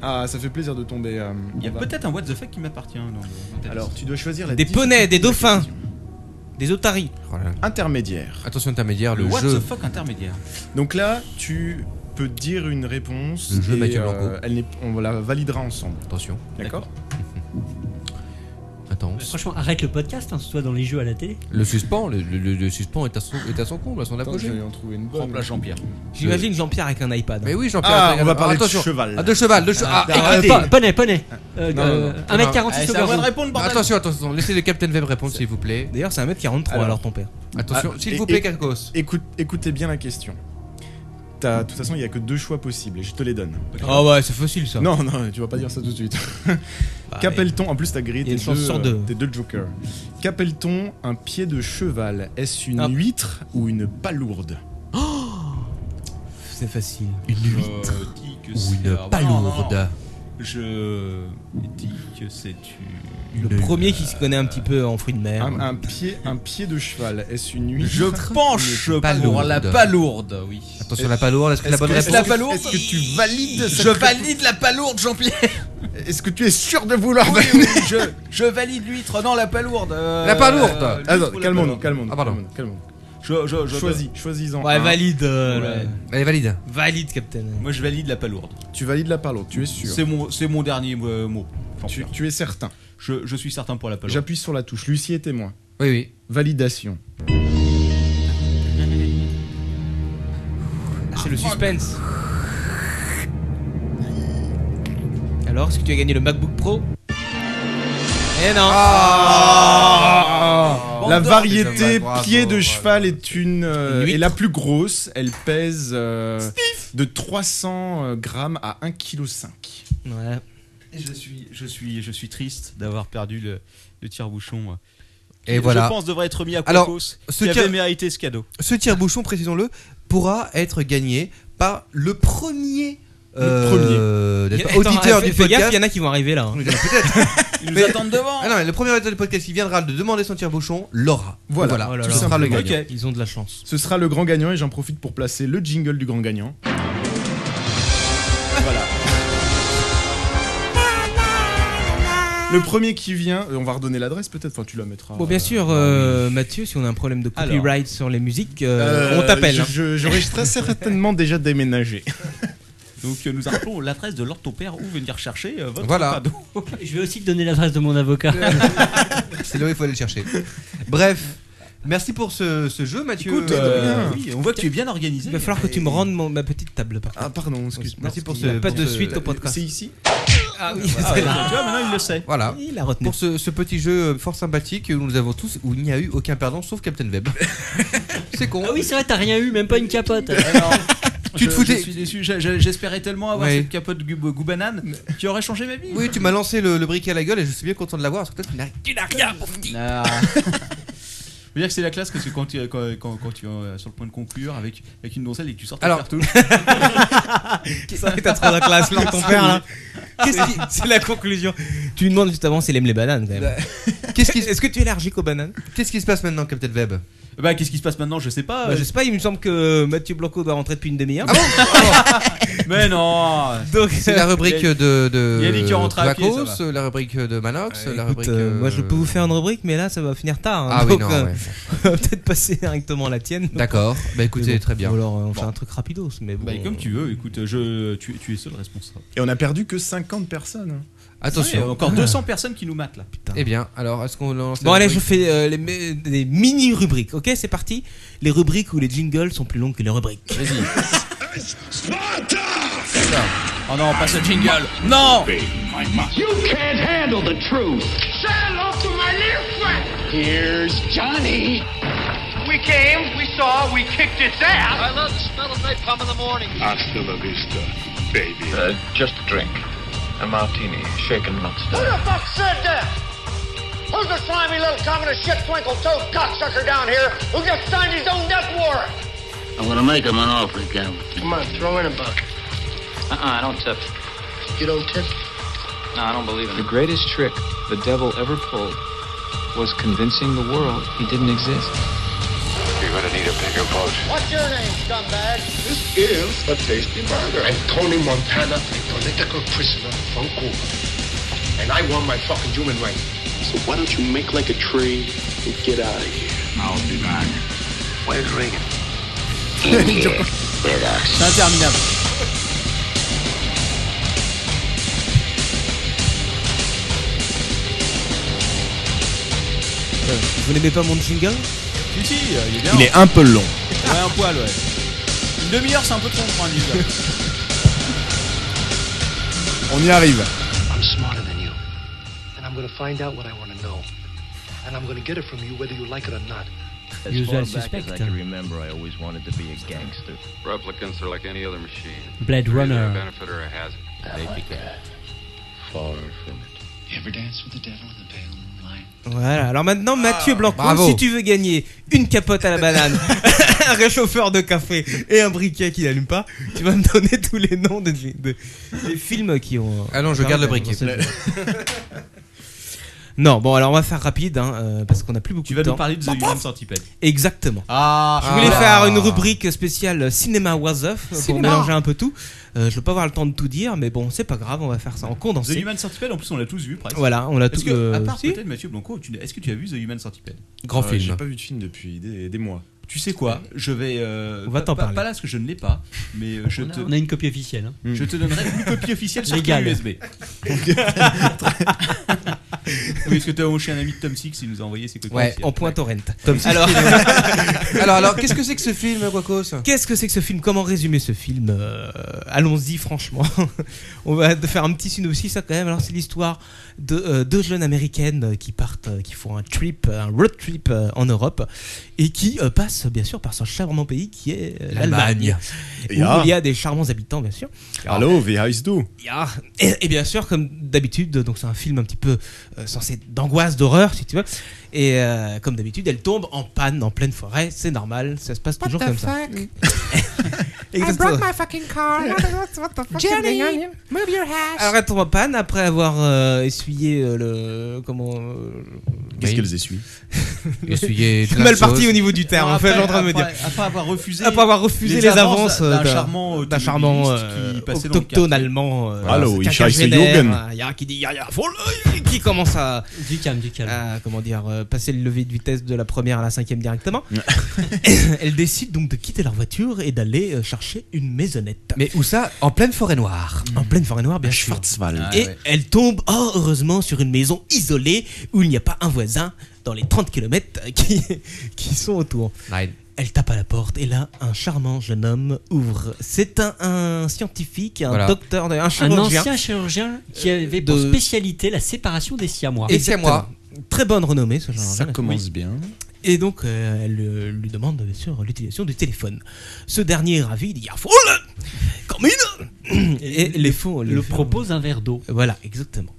[SPEAKER 6] Ah, ça fait plaisir de tomber. euh,
[SPEAKER 3] Il y a
[SPEAKER 6] on va-
[SPEAKER 3] peut-être un What the fuck qui m'appartient. dans le- dans ta
[SPEAKER 6] Alors,
[SPEAKER 3] liste.
[SPEAKER 6] tu dois choisir la
[SPEAKER 2] Des
[SPEAKER 6] difficulté
[SPEAKER 2] poneys, des
[SPEAKER 6] de la
[SPEAKER 2] dauphins.
[SPEAKER 6] question.
[SPEAKER 2] Des otaries.
[SPEAKER 5] Oh là là.
[SPEAKER 6] Intermédiaire.
[SPEAKER 5] Attention intermédiaire, le,
[SPEAKER 3] le What
[SPEAKER 5] jeu.
[SPEAKER 3] the fuck intermédiaire.
[SPEAKER 6] Donc là, tu peux dire une réponse.
[SPEAKER 5] Le jeu
[SPEAKER 6] et,
[SPEAKER 5] Michael
[SPEAKER 6] euh,
[SPEAKER 5] Blanco.
[SPEAKER 6] elle n'est- on la validera ensemble.
[SPEAKER 5] Attention.
[SPEAKER 6] D'accord
[SPEAKER 5] Attends.
[SPEAKER 4] Franchement, arrête le podcast, toi dans les jeux à la télé.
[SPEAKER 5] Le suspens, le, le- le- le suspens est à son, est à son comble, à son apogée.
[SPEAKER 6] j'allais en trouver une bonne.
[SPEAKER 5] Remplace Jean-Pierre.
[SPEAKER 2] J'imagine Jean-Pierre avec un iPad.
[SPEAKER 5] Euh. Mais oui, Jean-Pierre.
[SPEAKER 6] Ah,
[SPEAKER 5] avec un- attention. Ah, de cheval, de cheval. Ah, écoutez.
[SPEAKER 4] Poney, poney.
[SPEAKER 5] Non, non,
[SPEAKER 4] euh,
[SPEAKER 5] non. Ah, c'est à moi de
[SPEAKER 4] répondre, bordel.
[SPEAKER 5] Attention, attention, laissez le Captain Web répondre, s'il vous plaît.
[SPEAKER 2] D'ailleurs, c'est 1m43 alors, ton père.
[SPEAKER 5] Attention,
[SPEAKER 6] Ah,
[SPEAKER 5] s'il
[SPEAKER 6] et-
[SPEAKER 5] vous plaît,
[SPEAKER 6] et-
[SPEAKER 5] Carcos.
[SPEAKER 6] écoute- écoutez bien la question. T'as- De toute façon, il n'y a que deux choix possibles et je te les donne.
[SPEAKER 2] Ah ouais, c'est facile, ça.
[SPEAKER 6] Non, non, tu vas pas dire ça tout de suite. Qu'appelle-t-on En plus, t'as grillé
[SPEAKER 2] Bah, il y a
[SPEAKER 6] tes
[SPEAKER 2] une chance
[SPEAKER 6] deux,
[SPEAKER 2] sur
[SPEAKER 6] euh,
[SPEAKER 2] deux.
[SPEAKER 6] tes deux jokers. Qu'appelle-t-on un pied de cheval Est-ce
[SPEAKER 2] Ah.
[SPEAKER 6] une huître ou une palourde
[SPEAKER 2] C'est facile.
[SPEAKER 5] Une
[SPEAKER 3] huître ou une palourde. Je dis que c'est une.
[SPEAKER 2] Le premier qui se connaît un petit peu en fruits de mer.
[SPEAKER 6] un, un pied, un pied de cheval, est-ce une huître
[SPEAKER 3] Je penche
[SPEAKER 6] ou une
[SPEAKER 3] pour la palourde, oui.
[SPEAKER 5] Attention, la palourde, est-ce que la bonne
[SPEAKER 6] est-ce
[SPEAKER 5] réponse-
[SPEAKER 6] que- Est-ce que tu valides cette
[SPEAKER 3] Je
[SPEAKER 6] réponse
[SPEAKER 3] valide la palourde, Jean-Pierre.
[SPEAKER 6] Est-ce que tu es sûr de vouloir
[SPEAKER 3] oui, je, je valide l'huître, non la palourde. euh,
[SPEAKER 6] La palourde.
[SPEAKER 3] euh, l'huître
[SPEAKER 6] Attends,
[SPEAKER 3] ou la
[SPEAKER 6] calmons-nous,
[SPEAKER 3] palourde.
[SPEAKER 6] calmons-nous,
[SPEAKER 3] Ah, pardon.
[SPEAKER 6] calmons-nous, calmons-nous.
[SPEAKER 3] Je, je, je
[SPEAKER 6] Choisis, choisis-en.
[SPEAKER 5] Ah.
[SPEAKER 2] Ouais,
[SPEAKER 6] un.
[SPEAKER 2] valide. euh,
[SPEAKER 6] Ouais.
[SPEAKER 2] le-
[SPEAKER 5] Allez, valide.
[SPEAKER 2] Valide, Captain.
[SPEAKER 3] Moi, je valide la palourde.
[SPEAKER 6] Tu valides la palourde, tu es sûr
[SPEAKER 3] C'est mon, c'est mon dernier euh, mot.
[SPEAKER 6] Tu, tu es certain
[SPEAKER 5] hein.
[SPEAKER 3] je, je suis certain pour la palourde.
[SPEAKER 6] J'appuie sur la touche. Lucie est témoin.
[SPEAKER 5] Oui, oui.
[SPEAKER 6] Validation.
[SPEAKER 2] Ah, c'est le suspense. Alors, est-ce que tu as gagné le MacBook Pro Eh non
[SPEAKER 5] Ah.
[SPEAKER 6] la
[SPEAKER 2] Bande de-
[SPEAKER 6] variété
[SPEAKER 2] Bravo,
[SPEAKER 6] pied de
[SPEAKER 2] bravo.
[SPEAKER 6] cheval est une euh,
[SPEAKER 2] Une huître.
[SPEAKER 6] est la plus grosse. Elle pèse euh, de 300 euh, grammes à 1,5 kg.
[SPEAKER 2] Ouais.
[SPEAKER 3] Et Je suis, je suis, je suis triste d'avoir perdu le, le tire-bouchon. euh,
[SPEAKER 5] Et
[SPEAKER 3] qui,
[SPEAKER 5] voilà.
[SPEAKER 3] Je pense devrait être remis à
[SPEAKER 5] Alors,
[SPEAKER 3] Quacos,
[SPEAKER 5] ce
[SPEAKER 3] qui avait
[SPEAKER 5] tire-
[SPEAKER 3] mérité ce cadeau.
[SPEAKER 5] Ce tire-bouchon, précisons-le, pourra être gagné par le premier.
[SPEAKER 2] Le
[SPEAKER 5] euh,
[SPEAKER 2] premier.
[SPEAKER 5] d'être
[SPEAKER 2] Attends,
[SPEAKER 5] auditeur
[SPEAKER 2] fais-
[SPEAKER 5] du
[SPEAKER 2] fais gaffe,
[SPEAKER 5] podcast.
[SPEAKER 2] il y en a qui vont arriver, là.
[SPEAKER 5] Oui, Peut-être.
[SPEAKER 3] Ils
[SPEAKER 2] nous attendent devant.
[SPEAKER 5] Ah non, mais le premier auditeur du podcast qui viendra de demander son tire-bouchon l'aura.
[SPEAKER 6] Voilà,
[SPEAKER 5] voilà.
[SPEAKER 6] Oh là
[SPEAKER 5] Ce
[SPEAKER 6] là.
[SPEAKER 5] sera le
[SPEAKER 6] Ok.
[SPEAKER 5] gagnant.
[SPEAKER 2] Ils ont de la chance.
[SPEAKER 6] Ce sera le grand gagnant et j'en profite pour placer le jingle du grand gagnant. Voilà. Le premier qui vient, euh, on va redonner l'adresse peut-être, enfin tu la mettras.
[SPEAKER 2] Bon, bien sûr, euh, Mathieu, si on a un problème de copyright sur les musiques, euh,
[SPEAKER 6] Euh,
[SPEAKER 2] on t'appelle.
[SPEAKER 6] je-
[SPEAKER 2] hein.
[SPEAKER 6] je- J'aurais très certainement déjà déménagé.
[SPEAKER 3] Donc euh, nous appelons l'adresse de Lord ton père ou venir chercher euh, votre
[SPEAKER 5] Voilà.
[SPEAKER 3] cadeau.
[SPEAKER 4] Je vais aussi te donner l'adresse de mon avocat.
[SPEAKER 5] C'est là où il faut aller le chercher. Bref, merci pour ce, ce jeu, Mathieu.
[SPEAKER 3] Écoute, euh, oui, on voit que tu es bien organisé.
[SPEAKER 5] Ah.
[SPEAKER 2] Il va falloir que tu me rendes mon- ma petite table. Par contre.
[SPEAKER 6] Ah pardon, excuse-moi.
[SPEAKER 5] Merci pour
[SPEAKER 2] Il n'y
[SPEAKER 5] ce.
[SPEAKER 2] a pas
[SPEAKER 5] pour
[SPEAKER 2] de
[SPEAKER 5] ce-
[SPEAKER 2] suite au podcast.
[SPEAKER 6] C'est ici
[SPEAKER 2] Ah oui,
[SPEAKER 3] Ah ouais,
[SPEAKER 2] c'est
[SPEAKER 3] tu
[SPEAKER 2] là.
[SPEAKER 3] vois, maintenant il le sait.
[SPEAKER 5] Voilà.
[SPEAKER 2] Il a retenu.
[SPEAKER 5] Pour ce, ce petit jeu euh, fort sympathique où nous avons tous, où il n'y a eu aucun perdant sauf Captain Web. C'est con.
[SPEAKER 4] Ah oui, c'est vrai, t'as rien eu, même pas une capote.
[SPEAKER 5] Tu te
[SPEAKER 3] Je-
[SPEAKER 5] foutais-
[SPEAKER 3] Je suis déçu. J'a- j'a- J'espérais tellement avoir
[SPEAKER 5] Ouais.
[SPEAKER 3] cette capote gou- goût banane qui aurait changé ma vie.
[SPEAKER 5] Oui, tu m'as lancé le, le briquet à la gueule et je suis bien content de l'avoir. parce que toi, tu n'as-
[SPEAKER 3] Ah. Je veux dire que c'est la classe parce que quand tu, quand, quand- quand tu es euh, sur le point de conclure avec, avec une donzelle et que tu sors ta
[SPEAKER 5] Alors-
[SPEAKER 3] cartouche,
[SPEAKER 2] Ça, t'as trop la classe, là, ton père, là. Qu'est-ce qui- C'est la conclusion. Tu lui demandes juste avant s'il aime les bananes, quand même.
[SPEAKER 5] Qu'est-ce qui,
[SPEAKER 2] Est-ce que tu es allergique aux bananes
[SPEAKER 5] qu'est-ce qui se passe maintenant, Captain Web
[SPEAKER 3] bah qu'est-ce qui se passe maintenant Je sais pas.
[SPEAKER 2] Bah, Je sais pas, il me semble que Mathieu Blanco doit rentrer depuis une demi-heure.
[SPEAKER 3] Mais non
[SPEAKER 2] Donc,
[SPEAKER 5] Ah C'est la rubrique de. de
[SPEAKER 3] Yannick qui rentre à pied,
[SPEAKER 5] Dracos,
[SPEAKER 3] ça
[SPEAKER 5] la rubrique de Manox,
[SPEAKER 2] Écoute,
[SPEAKER 5] la rubrique.
[SPEAKER 2] euh,
[SPEAKER 5] euh,
[SPEAKER 2] Moi, je peux vous faire une rubrique, mais là, ça va finir tard. hein.
[SPEAKER 5] Ah oui,
[SPEAKER 2] Donc,
[SPEAKER 5] non,
[SPEAKER 2] euh,
[SPEAKER 5] ouais.
[SPEAKER 2] on va peut-être passer directement à la tienne.
[SPEAKER 5] D'accord. Bah
[SPEAKER 2] Mais
[SPEAKER 5] écoutez,
[SPEAKER 2] bon,
[SPEAKER 5] très bien.
[SPEAKER 2] Ou alors, euh, on fait un truc rapidos, mais bon.
[SPEAKER 3] Bah, comme tu veux, écoute, je, tu, tu es seul responsable.
[SPEAKER 6] Et on a perdu que 50 personnes. hein.
[SPEAKER 3] Ouais,
[SPEAKER 5] Attention.
[SPEAKER 3] encore 200 personnes qui nous matent là.
[SPEAKER 2] Putain.
[SPEAKER 5] Eh bien, alors, est-ce qu'on lance.
[SPEAKER 2] Bon
[SPEAKER 5] la
[SPEAKER 2] allez, je
[SPEAKER 5] rubrique
[SPEAKER 2] fais euh, les, me- des mini rubriques, ok C'est parti. Les rubriques où les jingles sont plus longues que les rubriques.
[SPEAKER 3] Vas-y. Oh non, pas ce jingle Non
[SPEAKER 13] You can't handle the truth. Say hello to my little friend. Here's Johnny. We came, we saw, we kicked its ass. I love the smell of napalm in the morning.
[SPEAKER 7] Hasta la vista, baby.
[SPEAKER 14] just a drink. A martini, shaken, not
[SPEAKER 13] Who the fuck said that? Who's the slimy little communist shit twinkle toed cocksucker down here who just signed his own death warrant?
[SPEAKER 14] I'm gonna make him an offer again.
[SPEAKER 13] Come on, throw in a buck.
[SPEAKER 14] Uh-uh, I don't tip.
[SPEAKER 13] You don't tip?
[SPEAKER 14] No, I don't believe in it. The greatest trick the devil ever pulled was convincing the world he didn't exist.
[SPEAKER 7] You're gonna need a bigger boat.
[SPEAKER 13] What's your name, scumbag?
[SPEAKER 7] This is a tasty burger. I'm Tony Montana, a political prisoner from Cuba. And I want my fucking human right. So why don't you make like a tree and get out of here? I'll be back. Where's Reagan?
[SPEAKER 3] C'est interminable.
[SPEAKER 2] Vous n'aimez pas mon jingle
[SPEAKER 3] Si, si, il est bien.
[SPEAKER 6] Il est un peu long.
[SPEAKER 3] Ouais, un poil, ouais. Une demi-heure, c'est un peu trop, pour un jingle.
[SPEAKER 6] On y arrive.
[SPEAKER 13] I'm smarter than you, and I'm going to find out what I want to know, and I'm going to get it from you whether you like it or not.
[SPEAKER 15] As
[SPEAKER 13] Usual
[SPEAKER 15] far back as I
[SPEAKER 13] suspect.
[SPEAKER 15] can remember, I always wanted to be a gangster.
[SPEAKER 16] Replicants are like any other machine.
[SPEAKER 4] Blade
[SPEAKER 16] They're either
[SPEAKER 4] Runner.
[SPEAKER 16] A benefit or a hazard. They become far from
[SPEAKER 13] You ever dance with the devil in the pale moonlight?
[SPEAKER 2] Voilà, alors maintenant
[SPEAKER 5] Ah,
[SPEAKER 2] Mathieu Blanc,
[SPEAKER 13] bravo.
[SPEAKER 2] si tu veux gagner une capote à la banane, un réchauffeur de café et un briquet qui n'allume pas, tu vas me donner tous les noms de- de- des films qui ont.
[SPEAKER 5] Ah non, je garde le briquet.
[SPEAKER 2] non, bon, alors on va faire rapide hein, euh, parce qu'on n'a plus beaucoup
[SPEAKER 3] Tu
[SPEAKER 2] de
[SPEAKER 3] vas
[SPEAKER 2] temps.
[SPEAKER 3] nous parler de The Human Centipede.
[SPEAKER 2] Exactement.
[SPEAKER 3] Ah,
[SPEAKER 2] je voulais
[SPEAKER 3] ah.
[SPEAKER 2] faire une rubrique spéciale Cinéma Was Off pour
[SPEAKER 3] Cinéma.
[SPEAKER 2] mélanger un peu tout. Euh, je vais pas avoir le temps de tout dire, mais bon, c'est pas grave, on va faire ça en
[SPEAKER 3] The
[SPEAKER 2] condensé.
[SPEAKER 3] Human Centipede, en plus, on l'a tous vu presque.
[SPEAKER 2] Voilà, on l'a
[SPEAKER 3] Est-ce
[SPEAKER 2] tous-
[SPEAKER 3] que,
[SPEAKER 2] euh,
[SPEAKER 3] À part
[SPEAKER 2] si.
[SPEAKER 3] peut-être Mathieu Blanco, tu- est-ce que tu as vu The Human Centipede
[SPEAKER 6] Euh, J'ai pas vu de film depuis des, des mois.
[SPEAKER 3] Tu sais quoi Je vais. euh,
[SPEAKER 6] On va
[SPEAKER 3] pas-
[SPEAKER 6] t'en
[SPEAKER 3] pas-
[SPEAKER 6] parler.
[SPEAKER 3] Pas là parce que je ne l'ai pas, mais euh, je
[SPEAKER 4] On a-
[SPEAKER 3] te.
[SPEAKER 4] on a une copie officielle, hein.
[SPEAKER 3] Je te donnerai une copie officielle sur clé
[SPEAKER 4] Légale.
[SPEAKER 3] USB. oui, parce que tu as chez un ami de Tom Six, il nous a envoyé ses copies
[SPEAKER 2] Ouais,
[SPEAKER 3] officielles.
[SPEAKER 2] en point torrent.
[SPEAKER 3] Tom Six.
[SPEAKER 2] alors,
[SPEAKER 5] alors, alors, qu'est-ce que c'est que ce film, Quacos
[SPEAKER 2] Qu'est-ce que c'est que ce film Comment résumer ce film Euh, Allons-y, franchement. On va de- faire un petit synopsis, ça, quand même. Alors, c'est l'histoire de euh, deux jeunes américaines euh, qui partent, euh, qui font un trip, euh, un road trip euh, en Europe et qui euh, passent, bien sûr, par ce charmant pays qui est euh, l'Allemagne.
[SPEAKER 6] L'Allemagne.
[SPEAKER 2] Où
[SPEAKER 6] Ya.
[SPEAKER 2] il y a des charmants habitants, bien sûr.
[SPEAKER 6] Allô, wie heißt du
[SPEAKER 2] Ya. Et, et bien sûr, comme d'habitude, donc c'est un film un petit peu euh, censé d'angoisse, d'horreur, si tu veux. Et euh, comme d'habitude, elle tombe en panne en pleine forêt. C'est normal, ça se passe toujours
[SPEAKER 12] the
[SPEAKER 2] comme ça. Exactement.
[SPEAKER 12] fucking car. What the fuck
[SPEAKER 2] Jenny,
[SPEAKER 12] move your hash.
[SPEAKER 2] Alors elle tombe en panne après avoir euh, essuyé euh, le comment.
[SPEAKER 6] Qu'est-ce qu'elles
[SPEAKER 2] essuient
[SPEAKER 5] Essuyé plein de
[SPEAKER 2] Mal parti
[SPEAKER 5] choses.
[SPEAKER 2] au niveau du terme.
[SPEAKER 3] Non,
[SPEAKER 2] en fait,
[SPEAKER 3] après-
[SPEAKER 2] j'ai en train de me dire.
[SPEAKER 3] après- après avoir refusé-
[SPEAKER 2] Après avoir refusé
[SPEAKER 3] les
[SPEAKER 2] les, avances
[SPEAKER 3] avances d'un
[SPEAKER 2] euh,
[SPEAKER 3] charmant
[SPEAKER 2] d'un charmant
[SPEAKER 3] automobiliste qui
[SPEAKER 2] euh,
[SPEAKER 3] passait dans le
[SPEAKER 2] autochtone
[SPEAKER 3] quartier.
[SPEAKER 2] allemand. euh,
[SPEAKER 6] Allô,
[SPEAKER 2] c'est
[SPEAKER 6] ich
[SPEAKER 2] quelqu'un
[SPEAKER 6] heiße
[SPEAKER 2] vénère,
[SPEAKER 6] Jürgen.
[SPEAKER 2] euh, Il y a un qui dit il y a- il y a faut le- qui commence à du calme, du calme. comment dire euh, passer le levier de vitesse de la première à la cinquième directement. Elle décide donc de quitter leur voiture et d'aller euh, chercher une maisonnette.
[SPEAKER 5] Mais Ah, où ça En pleine forêt noire.
[SPEAKER 2] En pleine forêt noire, bien sûr.
[SPEAKER 5] Schwarzwald.
[SPEAKER 2] Et elle tombe, oh, heureusement, sur une maison isolée où il n'y a pas un voisin dans les 30 km qui, qui sont autour.
[SPEAKER 5] Ah
[SPEAKER 2] Elle tape à la porte et là, un charmant jeune homme ouvre. C'est un, un scientifique, un
[SPEAKER 5] Voilà.
[SPEAKER 2] docteur, un
[SPEAKER 4] Un
[SPEAKER 2] Ah, chirurgien.
[SPEAKER 4] ancien chirurgien qui avait pour
[SPEAKER 2] De-
[SPEAKER 4] spécialité la séparation des siamois.
[SPEAKER 2] Et c'est moi. Très bonne renommée, ce
[SPEAKER 5] Ah,
[SPEAKER 2] genre
[SPEAKER 4] Ça commence
[SPEAKER 6] bien.
[SPEAKER 2] Et donc, euh, elle euh, lui demande bien sûr l'utilisation du téléphone. Ce dernier ravi, il dit Ah, foule Comme une Et les faux.
[SPEAKER 4] le propose
[SPEAKER 2] un verre d'eau. Voilà, exactement.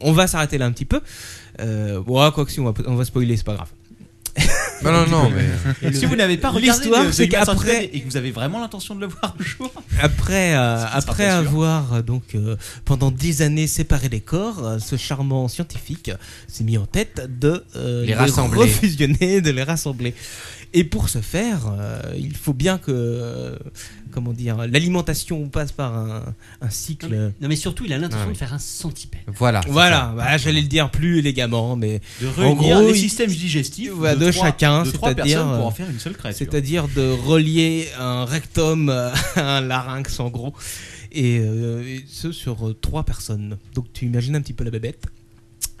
[SPEAKER 2] On va s'arrêter là un petit peu. Euh, bon, ah, quoi que si, on va, on va spoiler, c'est pas grave.
[SPEAKER 5] Non, non, non, mais-
[SPEAKER 2] Et le-
[SPEAKER 3] Si vous n'avez pas regardé
[SPEAKER 2] l'histoire,
[SPEAKER 3] The
[SPEAKER 2] c'est
[SPEAKER 3] Human Centipede
[SPEAKER 2] qu'après
[SPEAKER 3] et que vous avez vraiment l'intention de le voir un jour,
[SPEAKER 2] après, euh,
[SPEAKER 3] Ce qui sera
[SPEAKER 2] après
[SPEAKER 3] pas sûr.
[SPEAKER 2] avoir euh, donc euh, pendant dix années séparé les corps, euh, ce charmant scientifique s'est mis en tête de euh,
[SPEAKER 5] Les rassembler.
[SPEAKER 2] refusionner, de les rassembler. Et pour ce faire, euh, il faut bien que euh, comment dire, l'alimentation passe par un, un cycle.
[SPEAKER 4] Non, mais- non, mais surtout, il a l'intention
[SPEAKER 2] Ah oui.
[SPEAKER 4] de faire un centipède.
[SPEAKER 2] Voilà,
[SPEAKER 4] c'est
[SPEAKER 2] voilà.
[SPEAKER 4] ça.
[SPEAKER 2] bah, j'allais le dire plus élégamment, mais
[SPEAKER 3] de
[SPEAKER 2] en
[SPEAKER 3] réunir
[SPEAKER 2] gros,
[SPEAKER 3] les
[SPEAKER 2] il-
[SPEAKER 3] systèmes digestifs
[SPEAKER 2] Ouais, de,
[SPEAKER 3] trois-
[SPEAKER 2] chacun,
[SPEAKER 3] de trois
[SPEAKER 2] c'est-à-dire
[SPEAKER 3] personnes pour
[SPEAKER 2] euh,
[SPEAKER 3] en faire une seule créature.
[SPEAKER 2] C'est-à-dire de relier un rectum euh, à un larynx en gros, et, euh, et ce sur euh, trois personnes. Donc tu imagines un petit peu la bébête.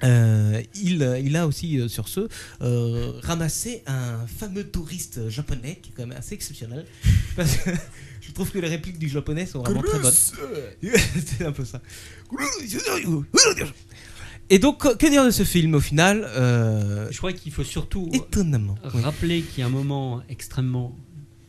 [SPEAKER 2] Euh, il, euh, il a aussi euh, sur ce euh, ramassé un fameux touriste japonais qui est quand même assez exceptionnel parce que je trouve que les répliques du japonais sont vraiment très bonnes. C'est un peu ça. Et donc que- que dire de ce film au final Euh,
[SPEAKER 4] Je crois qu'il faut surtout
[SPEAKER 2] étonnamment oui.
[SPEAKER 4] rappeler qu'il y a un moment extrêmement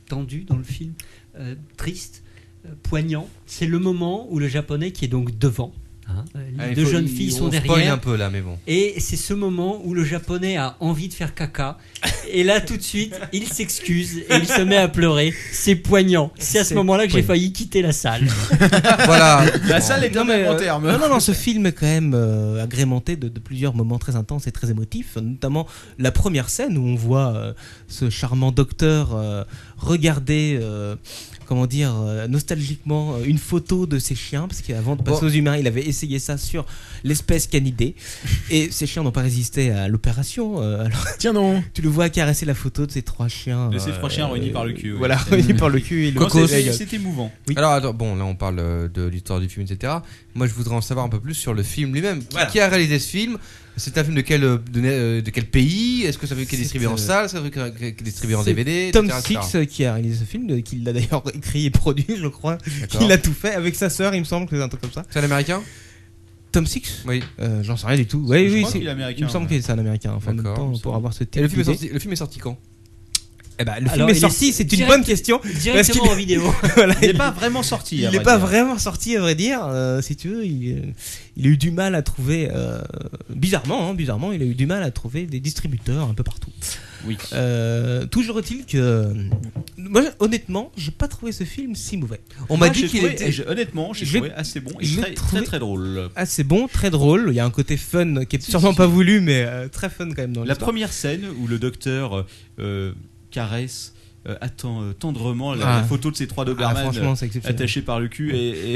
[SPEAKER 4] tendu dans le film, euh, triste, euh, poignant. C'est le moment où le japonais qui est donc devant, hein, euh, les
[SPEAKER 5] Ah, il
[SPEAKER 4] deux
[SPEAKER 5] faut-
[SPEAKER 4] jeunes
[SPEAKER 5] il-
[SPEAKER 4] filles
[SPEAKER 5] on
[SPEAKER 4] sont
[SPEAKER 5] spoil
[SPEAKER 4] derrière.
[SPEAKER 5] un peu, là, mais bon.
[SPEAKER 4] Et c'est ce moment où le japonais a envie de faire caca. et là tout de suite, il s'excuse et il se met à pleurer. C'est poignant. C'est à ce
[SPEAKER 2] C'est
[SPEAKER 4] moment-là que j'ai
[SPEAKER 2] poignant.
[SPEAKER 4] failli quitter la salle.
[SPEAKER 2] voilà.
[SPEAKER 3] Bah,
[SPEAKER 4] Non, mais, euh,
[SPEAKER 2] Non, non, non, ce film est quand même euh, agrémenté de, de plusieurs moments très intenses et très émotifs, notamment la première scène où on voit euh, ce charmant docteur euh, regarder, euh, comment dire, euh, nostalgiquement euh, une photo de ses chiens, parce qu'avant de passer
[SPEAKER 5] Bon.
[SPEAKER 2] aux humains, il avait essayé ça sur l'espèce canidée, et ses chiens n'ont pas résisté à l'opération. euh, alors,
[SPEAKER 6] Tiens non
[SPEAKER 2] Tu le vois caresser la photo de ces trois chiens. euh,
[SPEAKER 3] De ces trois chiens réunis par le cul, oui.
[SPEAKER 2] Voilà,
[SPEAKER 3] C'est-
[SPEAKER 2] réunis par le cul. et le-
[SPEAKER 3] Cocos. c'est- c'est émouvant.
[SPEAKER 5] Alors attends, bon là on parle euh, de l'histoire du film, etc. Moi je voudrais en savoir un peu plus sur le film lui-même. Qui, qui a réalisé ce film C'est un film de quel, euh, de, euh, de quel pays Est-ce que ça veut qu'il est distribué en salle Ça veut qu'il est distribué en
[SPEAKER 2] C'est
[SPEAKER 5] DVD
[SPEAKER 2] Tom
[SPEAKER 5] etc., etc.
[SPEAKER 2] Six euh, qui a réalisé ce film, euh, qui l'a d'ailleurs écrit et produit, je crois.
[SPEAKER 5] D'accord.
[SPEAKER 2] Il a tout fait avec sa sœur, il me semble que c'est un truc comme ça.
[SPEAKER 5] C'est un américain
[SPEAKER 2] Tom Six Euh,
[SPEAKER 5] Oui.
[SPEAKER 2] J'en sais rien du tout. Oui,
[SPEAKER 5] Je
[SPEAKER 2] oui,
[SPEAKER 5] crois
[SPEAKER 2] c'est-
[SPEAKER 5] qu'il est américain,
[SPEAKER 2] Il me semble
[SPEAKER 5] ouais.
[SPEAKER 2] que c'est un américain. Enfin, en même
[SPEAKER 5] D'accord, il
[SPEAKER 2] temps,
[SPEAKER 5] me semble.
[SPEAKER 2] pour avoir ce
[SPEAKER 5] Et le film est
[SPEAKER 2] type
[SPEAKER 5] sorti- le film est sorti quand
[SPEAKER 2] Eh ben, le
[SPEAKER 5] Alors,
[SPEAKER 2] film
[SPEAKER 5] il
[SPEAKER 2] est
[SPEAKER 5] est
[SPEAKER 2] sorti, c'est une
[SPEAKER 5] direct-
[SPEAKER 2] bonne question. parce
[SPEAKER 5] directement
[SPEAKER 2] qu'il-
[SPEAKER 5] en vidéo.
[SPEAKER 2] Voilà,
[SPEAKER 3] Il n'est pas vraiment sorti, hein, bah,
[SPEAKER 2] Il
[SPEAKER 3] à
[SPEAKER 2] n'est
[SPEAKER 3] vrai
[SPEAKER 2] pas
[SPEAKER 3] dire.
[SPEAKER 2] vraiment sorti, à vrai dire. Euh, si tu veux, il, euh, il a eu du mal à trouver. euh, bizarrement, hein, bizarrement, il a eu du mal à trouver des distributeurs un peu partout. Euh,
[SPEAKER 3] Oui.
[SPEAKER 2] toujours est-il que. Moi, honnêtement, j'ai pas trouvé ce film si mauvais.
[SPEAKER 3] On
[SPEAKER 2] Moi,
[SPEAKER 3] m'a dit
[SPEAKER 2] j'ai
[SPEAKER 3] qu'il
[SPEAKER 2] trouvé-
[SPEAKER 3] était- j'ai- honnêtement, j'ai
[SPEAKER 2] je-
[SPEAKER 3] trouvé assez bon et
[SPEAKER 2] je l'ai
[SPEAKER 3] très- très, très drôle.
[SPEAKER 2] Assez bon, très drôle. Il y a un côté fun qui est sûrement pas voulu, mais euh, très fun quand même dans
[SPEAKER 3] La
[SPEAKER 2] l'histoire.
[SPEAKER 3] première scène où le docteur euh, euh, caresse euh, attend euh, tendrement la,
[SPEAKER 2] Ah.
[SPEAKER 3] la photo de ces trois
[SPEAKER 2] Ah,
[SPEAKER 3] Doberman
[SPEAKER 2] franchement, c'est
[SPEAKER 3] euh,
[SPEAKER 2] exceptionnel.
[SPEAKER 3] attachés par le cul et, et-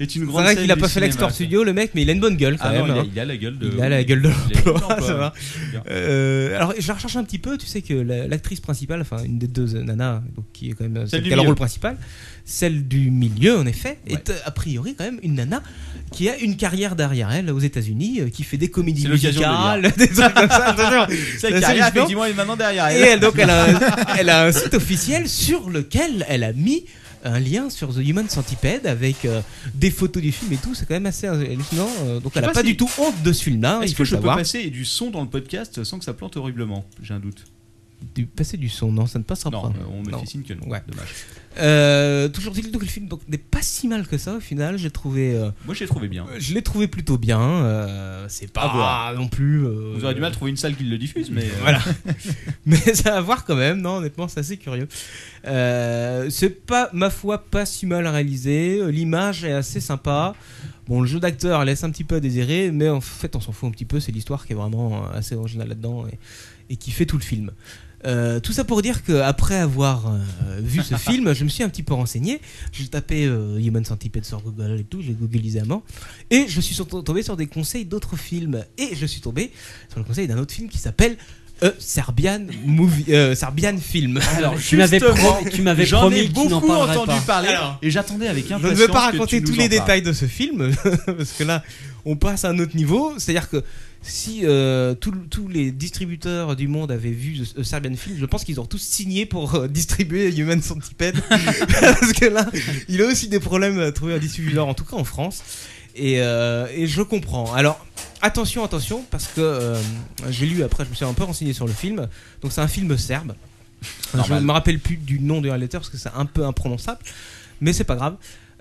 [SPEAKER 3] est une
[SPEAKER 2] C'est
[SPEAKER 3] grande
[SPEAKER 2] vrai
[SPEAKER 3] scène
[SPEAKER 2] qu'il a
[SPEAKER 3] du
[SPEAKER 2] pas fait
[SPEAKER 3] cinéma,
[SPEAKER 2] l'Axtor
[SPEAKER 3] ça.
[SPEAKER 2] Studio, le mec, mais il a une bonne gueule quand
[SPEAKER 3] Ah non,
[SPEAKER 2] même.
[SPEAKER 3] il a-
[SPEAKER 2] hein.
[SPEAKER 3] il a la gueule de-
[SPEAKER 2] Il a la gueule de
[SPEAKER 3] il hein. a une
[SPEAKER 2] l'emploi,
[SPEAKER 3] bonne
[SPEAKER 2] ça
[SPEAKER 3] gueule.
[SPEAKER 2] va.
[SPEAKER 3] Bien.
[SPEAKER 2] Euh, alors, je la recherche un petit peu. Tu sais que la- l'actrice principale, enfin une des deux euh, nanas, donc, qui est quand même euh,
[SPEAKER 3] Celle
[SPEAKER 2] celle
[SPEAKER 3] du
[SPEAKER 2] qui a le
[SPEAKER 3] milieu.
[SPEAKER 2] rôle principal, celle du milieu en effet, est euh, a priori quand même une nana qui a une carrière derrière elle aux États-Unis, euh, qui fait des comédies
[SPEAKER 3] C'est l'occasion de
[SPEAKER 2] musicales,
[SPEAKER 3] le dire.
[SPEAKER 2] des trucs comme ça. attention.
[SPEAKER 3] Sa
[SPEAKER 2] C'est
[SPEAKER 3] carrière,
[SPEAKER 2] hallucinant.
[SPEAKER 3] effectivement, elle est maintenant derrière elle.
[SPEAKER 2] Et elle, donc, elle a, un- elle a un site officiel sur lequel elle a mis un lien sur The Human Centipede avec euh, des photos du film et tout. C'est quand même assez hallucinant. euh, Donc,
[SPEAKER 3] Je sais
[SPEAKER 2] elle a
[SPEAKER 3] pas
[SPEAKER 2] pas
[SPEAKER 3] si-
[SPEAKER 2] du tout honte de ce film-là. il
[SPEAKER 3] Est-ce que
[SPEAKER 2] faut
[SPEAKER 3] je
[SPEAKER 2] le
[SPEAKER 3] peux
[SPEAKER 2] savoir.
[SPEAKER 3] passer du son dans le podcast sans que ça plante horriblement J'ai un doute.
[SPEAKER 2] du, passer du son. Non, ça ne passera
[SPEAKER 3] Non,
[SPEAKER 2] pas.
[SPEAKER 3] euh, on me
[SPEAKER 2] hein. Non.
[SPEAKER 3] fait signe que non.
[SPEAKER 2] Ouais.
[SPEAKER 3] Dommage.
[SPEAKER 2] Euh, toujours dit que le film donc, n'est pas si mal que ça au final. J'ai trouvé. euh,
[SPEAKER 3] Moi, j'ai trouvé bien.
[SPEAKER 2] euh, Je l'ai trouvé plutôt bien. euh, c'est
[SPEAKER 3] À
[SPEAKER 2] pas
[SPEAKER 3] voir.
[SPEAKER 2] non plus. euh,
[SPEAKER 3] Vous aurez du mal à trouver une salle qui le diffuse, mais. euh,
[SPEAKER 2] voilà. mais ça va voir quand même. Non, honnêtement, c'est assez curieux. Euh, c'est pas, ma foi, pas si mal réalisé. Euh, L'image est assez sympa. Bon, le jeu d'acteur laisse un petit peu à désirer, mais en fait, on s'en fout un petit peu. C'est l'histoire qui est vraiment euh, assez originale là-dedans et, et qui fait tout le film. Euh, tout ça pour dire qu'après avoir euh, vu ce film, je me suis un petit peu renseigné. J'ai tapé euh, Human Centipede sur Google et tout, j'ai googlisé à mort. Et je suis surtout tombé sur des conseils d'autres films. Et je suis tombé sur le conseil d'un autre film qui s'appelle euh, Serbian, Movie, euh, Serbian Film.
[SPEAKER 4] Alors, tu m'avais
[SPEAKER 2] Justement,
[SPEAKER 4] promis- tu m'avais
[SPEAKER 2] j'en
[SPEAKER 4] promis
[SPEAKER 2] ai
[SPEAKER 4] que tu n'en
[SPEAKER 2] beaucoup
[SPEAKER 4] parlerais
[SPEAKER 2] entendu
[SPEAKER 4] pas.
[SPEAKER 2] parler.
[SPEAKER 4] Alors,
[SPEAKER 3] et j'attendais avec
[SPEAKER 2] Je ne
[SPEAKER 3] impatience.
[SPEAKER 2] vais pas
[SPEAKER 3] que
[SPEAKER 2] raconter
[SPEAKER 3] tu
[SPEAKER 2] tous
[SPEAKER 3] nous
[SPEAKER 2] les
[SPEAKER 3] en parles.
[SPEAKER 2] détails de ce film, parce que là, on passe à un autre niveau. C'est-à-dire que si euh, tout- tous les distributeurs du monde avaient vu ce- ce Serbian Film, je pense qu'ils ont tous signé pour euh, distribuer Human Centipede. parce que là, il a aussi des problèmes à trouver un distributeur, en tout cas en France. Et, euh, et je comprends. Alors, attention, attention, parce que euh, j'ai lu après, je me suis un peu renseigné sur le film. Donc, c'est un film serbe. Je
[SPEAKER 3] Normal.
[SPEAKER 2] me rappelle plus du nom du réalisateur parce que c'est un peu imprononçable, mais c'est pas grave.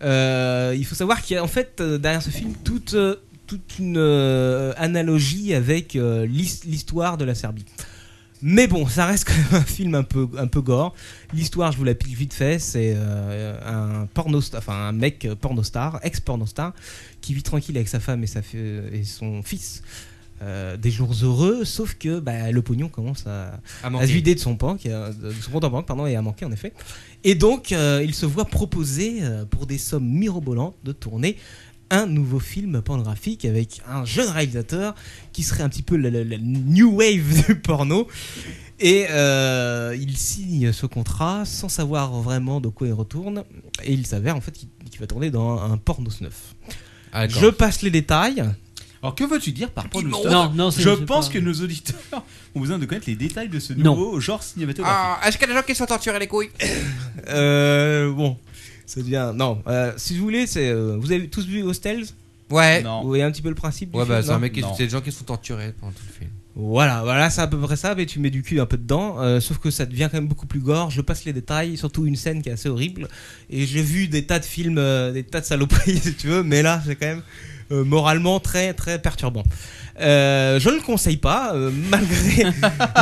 [SPEAKER 2] Euh, il faut savoir qu'il y a en fait euh, derrière ce film toute, euh, toute une euh, analogie avec euh, l'his- l'histoire de la Serbie. Mais bon, ça reste quand même un film un peu, un peu gore. L'histoire, je vous la pique vite fait, c'est euh, un porno, enfin un mec euh, pornostar, ex pornostar, qui vit tranquille avec sa femme et, sa fi- et son fils. euh, des jours heureux, sauf que bah, le pognon commence à,
[SPEAKER 5] À
[SPEAKER 2] à,
[SPEAKER 5] manquer.
[SPEAKER 2] se vider de son banque, euh, de son compte en banque, pardon, et à manquer en effet. Et donc, euh, il se voit proposer euh, pour des sommes mirobolantes de tourner un nouveau film pornographique avec un jeune réalisateur qui serait un petit peu la, la- la new wave du porno. Et euh, il signe ce contrat sans savoir vraiment de quoi il retourne. Et il s'avère en fait qu'il qu'il va tourner dans un porno snuff.
[SPEAKER 5] Ah, d'accord.
[SPEAKER 2] Je passe les détails.
[SPEAKER 3] Alors que veux-tu dire par porno
[SPEAKER 2] Non,
[SPEAKER 3] star
[SPEAKER 2] non, non, c'est-
[SPEAKER 3] Je
[SPEAKER 2] c'est
[SPEAKER 3] pense
[SPEAKER 2] pas-
[SPEAKER 3] que nos auditeurs ont besoin de connaître les détails de ce nouveau genre cinématographique.
[SPEAKER 5] Ah, est-ce qu'il y a des gens qui sont torturés les couilles
[SPEAKER 2] Euh, bon, ça devient. Non, euh, si vous voulez, c'est. euh, vous avez tous vu Hostels
[SPEAKER 5] Ouais.
[SPEAKER 3] Non.
[SPEAKER 2] Vous voyez un petit peu le principe du
[SPEAKER 5] Ouais,
[SPEAKER 2] film,
[SPEAKER 5] bah, c'est un
[SPEAKER 2] non
[SPEAKER 5] mec qui. C'est des gens qui sont torturés pendant tout le film.
[SPEAKER 2] Voilà, voilà, c'est à peu près ça, mais tu mets du cul un peu dedans, euh, sauf que ça devient quand même beaucoup plus gore, je passe les détails, surtout une scène qui est assez horrible, et j'ai vu des tas de films, euh, des tas de saloperies si tu veux, mais là c'est quand même euh, moralement très très perturbant. Euh, je ne le conseille pas, euh, malgré,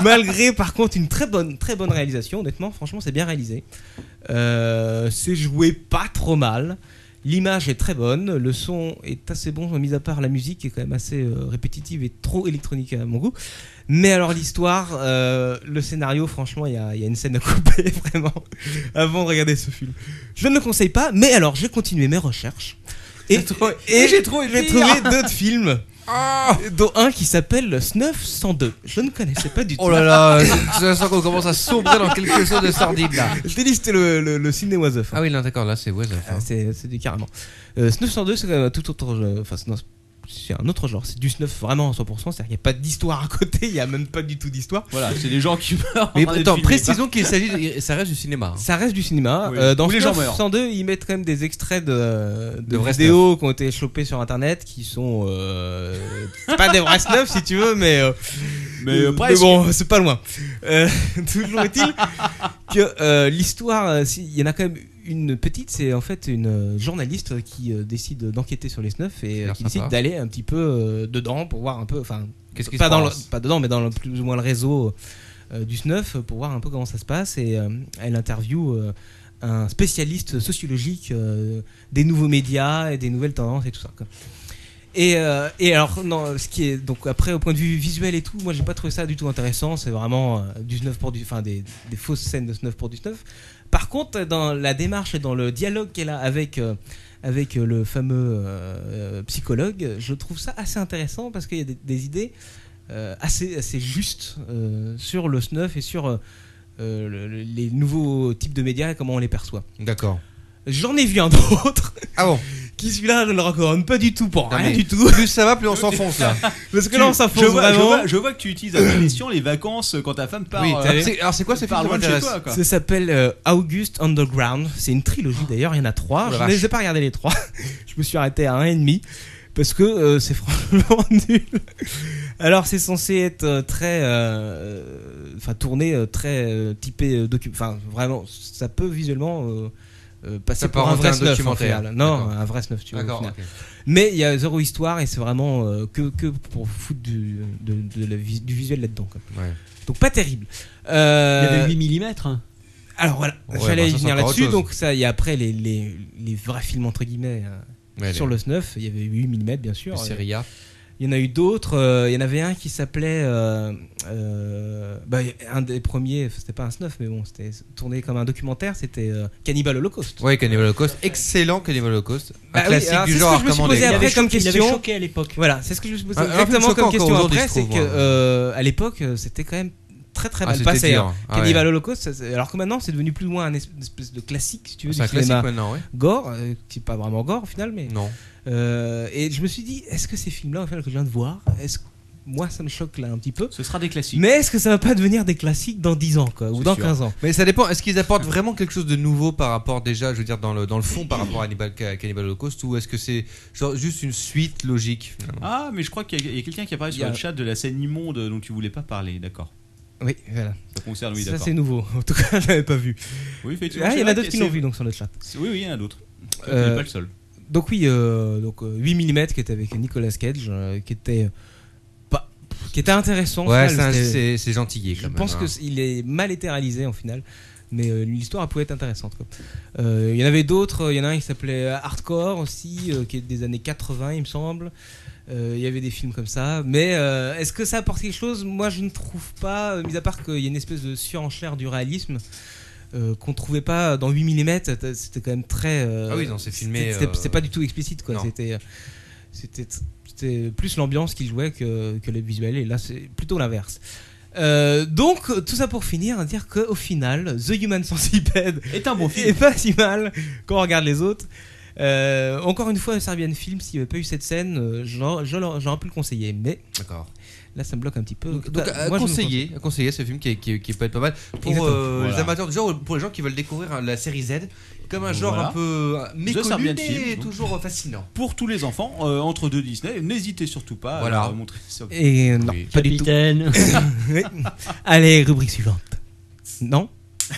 [SPEAKER 2] malgré par contre une très bonne, très bonne réalisation, honnêtement, franchement c'est bien réalisé. Euh, c'est joué pas trop mal. L'image est très bonne, le son est assez bon, mis à part la musique qui est quand même assez euh, répétitive et trop électronique à mon goût. Mais alors l'histoire, euh, le scénario, franchement, il y a, il y a une scène à couper vraiment avant de regarder ce film. Je ne le conseille pas, mais alors j'ai continué mes recherches et, et j'ai trouvé, Ah. d'autres films. dont un qui s'appelle Snuff 102. Je ne connaissais pas du tout.
[SPEAKER 5] Oh là là, ça sent qu'on commence à sombrer dans quelque chose de sordide là.
[SPEAKER 2] Je t'ai dit, c'était le, le, le ciné was
[SPEAKER 5] Ah oui, non, d'accord, là c'est Wazef.
[SPEAKER 2] Euh, Ah, c'est c'est du carrément. Euh, Snuff 102, c'est quand même un tout autre jeu. Enfin, c'est- non, c'est un autre genre. C'est du snuff vraiment à 100%, c'est-à-dire qu'il n'y a pas d'histoire à côté, il n'y a même pas du tout d'histoire.
[SPEAKER 3] Voilà, c'est des gens qui meurent.
[SPEAKER 2] Mais
[SPEAKER 3] en train d'être
[SPEAKER 2] attends,
[SPEAKER 3] filmés.
[SPEAKER 2] précisons qu'il s'agit, de- ça reste du cinéma. hein. Ça reste du cinéma.
[SPEAKER 3] Oui.
[SPEAKER 2] Euh, dans
[SPEAKER 3] Où les gens
[SPEAKER 2] Snuff
[SPEAKER 3] meurent.
[SPEAKER 2] 102, ils mettent quand même des extraits de, de
[SPEAKER 5] De vrais
[SPEAKER 2] vidéos qui ont été chopés sur internet qui sont euh, pas des vrais snuff si tu veux, mais. euh,
[SPEAKER 3] Mais, euh, presque.
[SPEAKER 2] bon, c'est pas loin. Euh, toujours est-il que euh, l'histoire, euh, si- il y en a quand même une petite, c'est en fait une euh, journaliste qui euh, décide d'enquêter sur les snuffs et euh, qui
[SPEAKER 5] sympa.
[SPEAKER 2] décide d'aller un petit peu euh, dedans pour voir un peu. Enfin,
[SPEAKER 5] Qu'est-ce qui
[SPEAKER 2] pas
[SPEAKER 5] se
[SPEAKER 2] dans le-
[SPEAKER 5] passe
[SPEAKER 2] pas dedans, mais dans le, plus ou moins le réseau euh, du SNUF euh, pour voir un peu comment ça se passe. Et euh, elle interview euh, un spécialiste sociologique euh, des nouveaux médias et des nouvelles tendances et tout ça. quoi. Et, euh, et alors, non, ce qui est donc après au point de vue visuel et tout, moi j'ai pas trouvé ça du tout intéressant. C'est vraiment euh, du snuff pour du, enfin des, des fausses scènes de snuff pour du snuff. Par contre, dans la démarche et dans le dialogue qu'elle a avec euh, avec euh, le fameux euh, euh, psychologue, je trouve ça assez intéressant parce qu'il y a des, des idées euh, assez assez justes euh, sur le snuff et sur euh, euh, le- le- les nouveaux types de médias et comment on les perçoit.
[SPEAKER 5] D'accord.
[SPEAKER 2] J'en ai vu un autre. Ah bon Qui celui-là, je ne le recommande pas du tout pour
[SPEAKER 5] Non,
[SPEAKER 2] rien
[SPEAKER 5] mais
[SPEAKER 2] du tout.
[SPEAKER 5] plus ça va, plus on s'enfonce, là.
[SPEAKER 2] Parce que
[SPEAKER 3] Tu-
[SPEAKER 2] là, on s'enfonce
[SPEAKER 3] je vois,
[SPEAKER 2] vraiment.
[SPEAKER 3] Je vois, je vois que tu utilises à l'émission les vacances quand ta femme part.
[SPEAKER 2] Oui,
[SPEAKER 3] euh,
[SPEAKER 2] t'as vu C'est- alors, c'est quoi ce
[SPEAKER 3] part
[SPEAKER 2] film qui
[SPEAKER 3] loin de chez
[SPEAKER 2] m'intéresse
[SPEAKER 3] toi, quoi.
[SPEAKER 2] Ça s'appelle euh, August Underground. C'est une trilogie d'ailleurs, il y en a trois.
[SPEAKER 3] Oh la
[SPEAKER 2] je ne les ai
[SPEAKER 3] vache.
[SPEAKER 2] pas regardés les trois. je me suis arrêté à un et demi parce que euh, c'est franchement nul. Alors c'est censé être euh, très, euh, enfin tourné euh, très euh, typé euh, docu- Enfin vraiment, ça peut visuellement. euh, euh, passer
[SPEAKER 5] Ça peut
[SPEAKER 2] pour un
[SPEAKER 5] rendre
[SPEAKER 2] vrai
[SPEAKER 5] un
[SPEAKER 2] snuff en
[SPEAKER 5] documentaire.
[SPEAKER 2] final. Non,
[SPEAKER 5] D'accord.
[SPEAKER 2] un vrai snuff, tu vois. au
[SPEAKER 5] D'accord,
[SPEAKER 2] final.
[SPEAKER 5] ok.
[SPEAKER 2] Mais il y a zéro histoire et c'est vraiment euh, que, que pour foutre du, de, de la vis- du visuel là-dedans. quoi. Donc pas terrible. Euh,
[SPEAKER 4] Il y avait 8 mm.
[SPEAKER 2] Alors voilà,
[SPEAKER 4] Ouais,
[SPEAKER 2] j'allais
[SPEAKER 4] bah, ça,
[SPEAKER 2] y
[SPEAKER 4] c'est
[SPEAKER 2] venir
[SPEAKER 4] encore
[SPEAKER 2] là-dessus.
[SPEAKER 4] autre chose.
[SPEAKER 2] Donc ça, il y a après les, les, les vrais films entre guillemets euh,
[SPEAKER 5] Ouais,
[SPEAKER 2] sur
[SPEAKER 5] les-
[SPEAKER 2] le snuff. Il y avait 8 mm bien sûr.
[SPEAKER 5] Les séries A.
[SPEAKER 2] Il y en a eu d'autres. euh, Il y en avait un qui s'appelait. euh, euh, bah, un des premiers, c'était pas un snuff, mais bon, c'était tourné comme un documentaire. C'était euh, Cannibal Holocaust.
[SPEAKER 5] Ouais, Cannibal Holocaust, excellent Cannibal Holocaust. Un
[SPEAKER 2] Bah oui,
[SPEAKER 5] classique
[SPEAKER 2] alors,
[SPEAKER 5] du
[SPEAKER 2] c'est ce
[SPEAKER 5] genre
[SPEAKER 2] que je me suis
[SPEAKER 5] recommandé.
[SPEAKER 2] posé après comme
[SPEAKER 4] il avait
[SPEAKER 2] question.
[SPEAKER 4] choqué à l'époque.
[SPEAKER 2] Voilà, c'est ce que je me suis posé
[SPEAKER 5] Un- un peu
[SPEAKER 2] exactement
[SPEAKER 5] choquant
[SPEAKER 2] comme question
[SPEAKER 5] encore aujourd'hui,
[SPEAKER 2] après,
[SPEAKER 5] je
[SPEAKER 2] c'est
[SPEAKER 5] trouve,
[SPEAKER 2] que
[SPEAKER 5] hein.
[SPEAKER 2] euh, à l'époque, euh, c'était quand même très très
[SPEAKER 5] Ah,
[SPEAKER 2] mal
[SPEAKER 5] c'était
[SPEAKER 2] passé.
[SPEAKER 5] dur.
[SPEAKER 2] hein.
[SPEAKER 5] Ah ouais.
[SPEAKER 2] Cannibal Holocaust, ça, c'est- alors que maintenant, c'est devenu plus ou moins un es- une espèce de classique, si tu veux,
[SPEAKER 5] Oh, C'est un
[SPEAKER 2] du
[SPEAKER 5] classique
[SPEAKER 2] cinéma
[SPEAKER 5] maintenant, ouais.
[SPEAKER 2] gore, euh, qui est pas vraiment gore au final, mais
[SPEAKER 5] Non.
[SPEAKER 2] Euh, et je me suis dit, est-ce que ces films-là, au final, que je viens de voir, est-ce que- moi, ça me choque là un petit peu.
[SPEAKER 3] Ce sera des classiques.
[SPEAKER 2] Mais est-ce que ça va pas devenir des classiques dans 10 ans, quoi, ou dans 15 ans
[SPEAKER 5] Mais ça dépend. Est-ce qu'ils apportent vraiment quelque chose de nouveau par rapport déjà, je veux dire, dans le, dans le fond par rapport à Cannibal, à Cannibal Holocaust ou est-ce que c'est genre juste une suite logique finalement
[SPEAKER 3] Ah, mais je crois qu'il y a, il y a quelqu'un qui apparaît
[SPEAKER 2] Il y
[SPEAKER 3] sur
[SPEAKER 2] a-
[SPEAKER 3] le chat de la scène immonde dont tu voulais pas parler, d'accord.
[SPEAKER 2] Oui, voilà.
[SPEAKER 3] Ça concerne, oui,
[SPEAKER 2] Ça,
[SPEAKER 3] d'accord.
[SPEAKER 2] c'est nouveau. En tout cas, je l'avais pas vu.
[SPEAKER 3] Oui, effectivement.
[SPEAKER 2] Ah, il y
[SPEAKER 3] c'est
[SPEAKER 2] en a
[SPEAKER 3] vrai
[SPEAKER 2] d'autres
[SPEAKER 3] que
[SPEAKER 2] qui l'ont
[SPEAKER 3] c'est-
[SPEAKER 2] vu, donc, sur le chat.
[SPEAKER 3] c'est- Oui, oui, il y en a d'autres. Tu
[SPEAKER 2] Euh,
[SPEAKER 3] n'es pas le seul.
[SPEAKER 2] Donc oui, euh, donc euh, 8 mm qui était avec Nicolas Cage, euh, qui était pas, qui était intéressant. au
[SPEAKER 5] Ouais,
[SPEAKER 2] final,
[SPEAKER 5] c'est un-
[SPEAKER 2] c'était-
[SPEAKER 5] c'est- c'est gentillé,
[SPEAKER 2] Je
[SPEAKER 5] quand même,
[SPEAKER 2] pense
[SPEAKER 5] hein.
[SPEAKER 2] que c- il est mal été réalisé en final, mais euh, l'histoire elle pouvait être intéressante. quoi. Euh, Il y en avait d'autres. euh, Il y en a un qui s'appelait Hardcore aussi, euh, qui est des années 80, il me semble. Euh, Il y avait des films comme ça, mais euh, est-ce que ça apporte quelque chose Moi, je ne trouve pas, euh, mis à part qu'il y a une espèce de surenchère du réalisme euh, qu'on trouvait pas dans 8 mm. C'était quand même très euh,
[SPEAKER 5] Ah oui, non, c'est filmé,
[SPEAKER 2] c'était- c'était-
[SPEAKER 5] euh,
[SPEAKER 2] C'était pas du tout explicite, quoi.
[SPEAKER 5] non.
[SPEAKER 2] C'était, euh, c'était, c'était plus l'ambiance qu'il jouait que, que le visuel. Et là, c'est plutôt l'inverse. Euh, donc, tout ça pour finir, dire qu'au final, The Human Centipede
[SPEAKER 3] est un bon
[SPEAKER 2] film. Et pas si mal quand on regarde les autres. Euh, encore une fois, Serbian Film, s'il n'y avait pas eu cette scène, euh, j'aurais j'aurais- j'aurais pu le conseiller. Mais
[SPEAKER 5] D'accord.
[SPEAKER 2] là, ça me bloque un petit peu.
[SPEAKER 5] Donc,
[SPEAKER 2] Bah,
[SPEAKER 3] euh,
[SPEAKER 5] à
[SPEAKER 2] moi, je me
[SPEAKER 5] conseiller, à conseiller ce film qui, est- qui, est- qui peut être pas mal pour
[SPEAKER 2] Exactement.
[SPEAKER 5] euh,
[SPEAKER 2] Voilà.
[SPEAKER 5] les amateurs du genre, ou pour les gens qui veulent découvrir hein, la série Z comme un genre
[SPEAKER 3] Voilà.
[SPEAKER 5] un peu euh,
[SPEAKER 3] The
[SPEAKER 5] méconnu
[SPEAKER 3] Serbian
[SPEAKER 5] mais
[SPEAKER 3] Film, donc.
[SPEAKER 5] toujours fascinant.
[SPEAKER 3] Pour tous les enfants, euh, entre deux Disney, n'hésitez surtout pas euh,
[SPEAKER 5] Voilà.
[SPEAKER 3] à leur montrer ça.
[SPEAKER 2] Et non,
[SPEAKER 3] Oui.
[SPEAKER 2] pas du tout. Oui. Allez, rubrique suivante. Non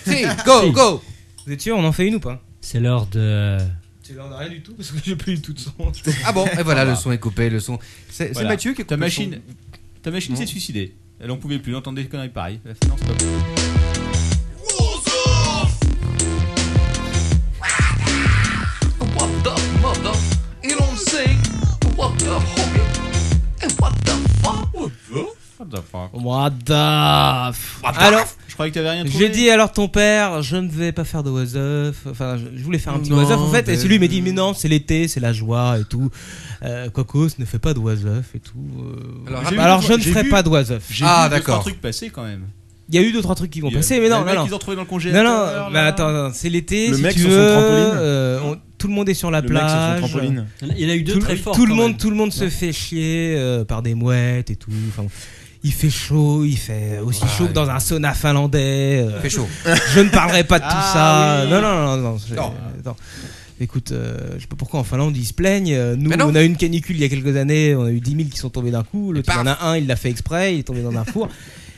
[SPEAKER 5] Si, go, go
[SPEAKER 2] Vous êtes sûr, on en fait une ou pas
[SPEAKER 4] C'est l'heure de.
[SPEAKER 2] C'est l'heure de rien du tout parce que j'ai plus du tout de son.
[SPEAKER 5] Ah bon, et voilà, le son est coupé, le son. C'est c'est
[SPEAKER 3] Voilà.
[SPEAKER 5] Mathieu qui a coupé
[SPEAKER 3] ta
[SPEAKER 5] le
[SPEAKER 3] machine,
[SPEAKER 5] son.
[SPEAKER 3] ta machine
[SPEAKER 5] Non.
[SPEAKER 3] s'est suicidée. Elle en pouvait plus, entendre des conneries pareilles. Elle a fait, non, c'est pas possible.
[SPEAKER 13] What the mother? You don't say what the hobby? And what the fuck? What the?
[SPEAKER 3] What the fuck
[SPEAKER 2] What the f-
[SPEAKER 3] What the
[SPEAKER 2] Alors,
[SPEAKER 3] f- Je croyais que t'avais rien trouvé.
[SPEAKER 2] J'ai dit alors ton père, je ne vais pas faire de was up. Enfin, je je voulais faire un petit
[SPEAKER 5] Non,
[SPEAKER 2] was up en fait,
[SPEAKER 3] ben
[SPEAKER 5] mais-
[SPEAKER 2] et celui m'a dit mais non, c'est l'été, c'est la joie et tout. Euh, Cocos ne fait pas de was up et tout. Euh,
[SPEAKER 3] J'ai
[SPEAKER 2] bah,
[SPEAKER 3] vu
[SPEAKER 2] alors,
[SPEAKER 3] deux,
[SPEAKER 2] je
[SPEAKER 3] trois-
[SPEAKER 2] ne
[SPEAKER 3] j'ai
[SPEAKER 2] ferai
[SPEAKER 3] vu-
[SPEAKER 2] pas Ah, de was up.
[SPEAKER 3] J'ai vu deux, trois trucs passer quand même.
[SPEAKER 2] Il y a eu deux trois trucs qui vont
[SPEAKER 3] Il y a-
[SPEAKER 2] passer, mais
[SPEAKER 3] il y a
[SPEAKER 2] non,
[SPEAKER 3] le
[SPEAKER 2] non,
[SPEAKER 3] mec
[SPEAKER 2] non.
[SPEAKER 3] qu'ils ont retrouvé dans le
[SPEAKER 2] Non, bah,
[SPEAKER 3] congélateur,
[SPEAKER 2] non,
[SPEAKER 3] là.
[SPEAKER 2] mais attends, attends, c'est l'été.
[SPEAKER 3] Le
[SPEAKER 2] si
[SPEAKER 3] mec
[SPEAKER 2] tu
[SPEAKER 3] sur son
[SPEAKER 2] veux,
[SPEAKER 3] trampoline.
[SPEAKER 2] euh, on- tout le monde est sur la
[SPEAKER 6] Le mec sur son
[SPEAKER 2] plage.
[SPEAKER 6] trampoline.
[SPEAKER 4] Il y en a eu deux
[SPEAKER 2] Tout-
[SPEAKER 4] très forts,
[SPEAKER 2] Tout le
[SPEAKER 4] quand
[SPEAKER 2] monde,
[SPEAKER 4] même.
[SPEAKER 2] tout le monde se
[SPEAKER 4] Ouais.
[SPEAKER 2] fait chier euh, par des mouettes et tout. Enfin, bon. il fait chaud, il fait aussi chaud que dans un sauna finlandais. euh,
[SPEAKER 5] Il fait chaud.
[SPEAKER 2] Je ne parlerai pas de tout
[SPEAKER 5] Ah,
[SPEAKER 2] ça.
[SPEAKER 5] oui.
[SPEAKER 2] Non, non, non, non. je-
[SPEAKER 5] Non.
[SPEAKER 2] euh, non. Écoute, euh, je sais pas pourquoi en Finlande ils se plaignent. Euh, Nous,
[SPEAKER 5] Mais non.
[SPEAKER 2] on a eu une canicule il y a quelques années, on a eu 10 000 qui sont tombés d'un coup. L'autre, il y en a un, il l'a fait exprès, il est tombé dans un four.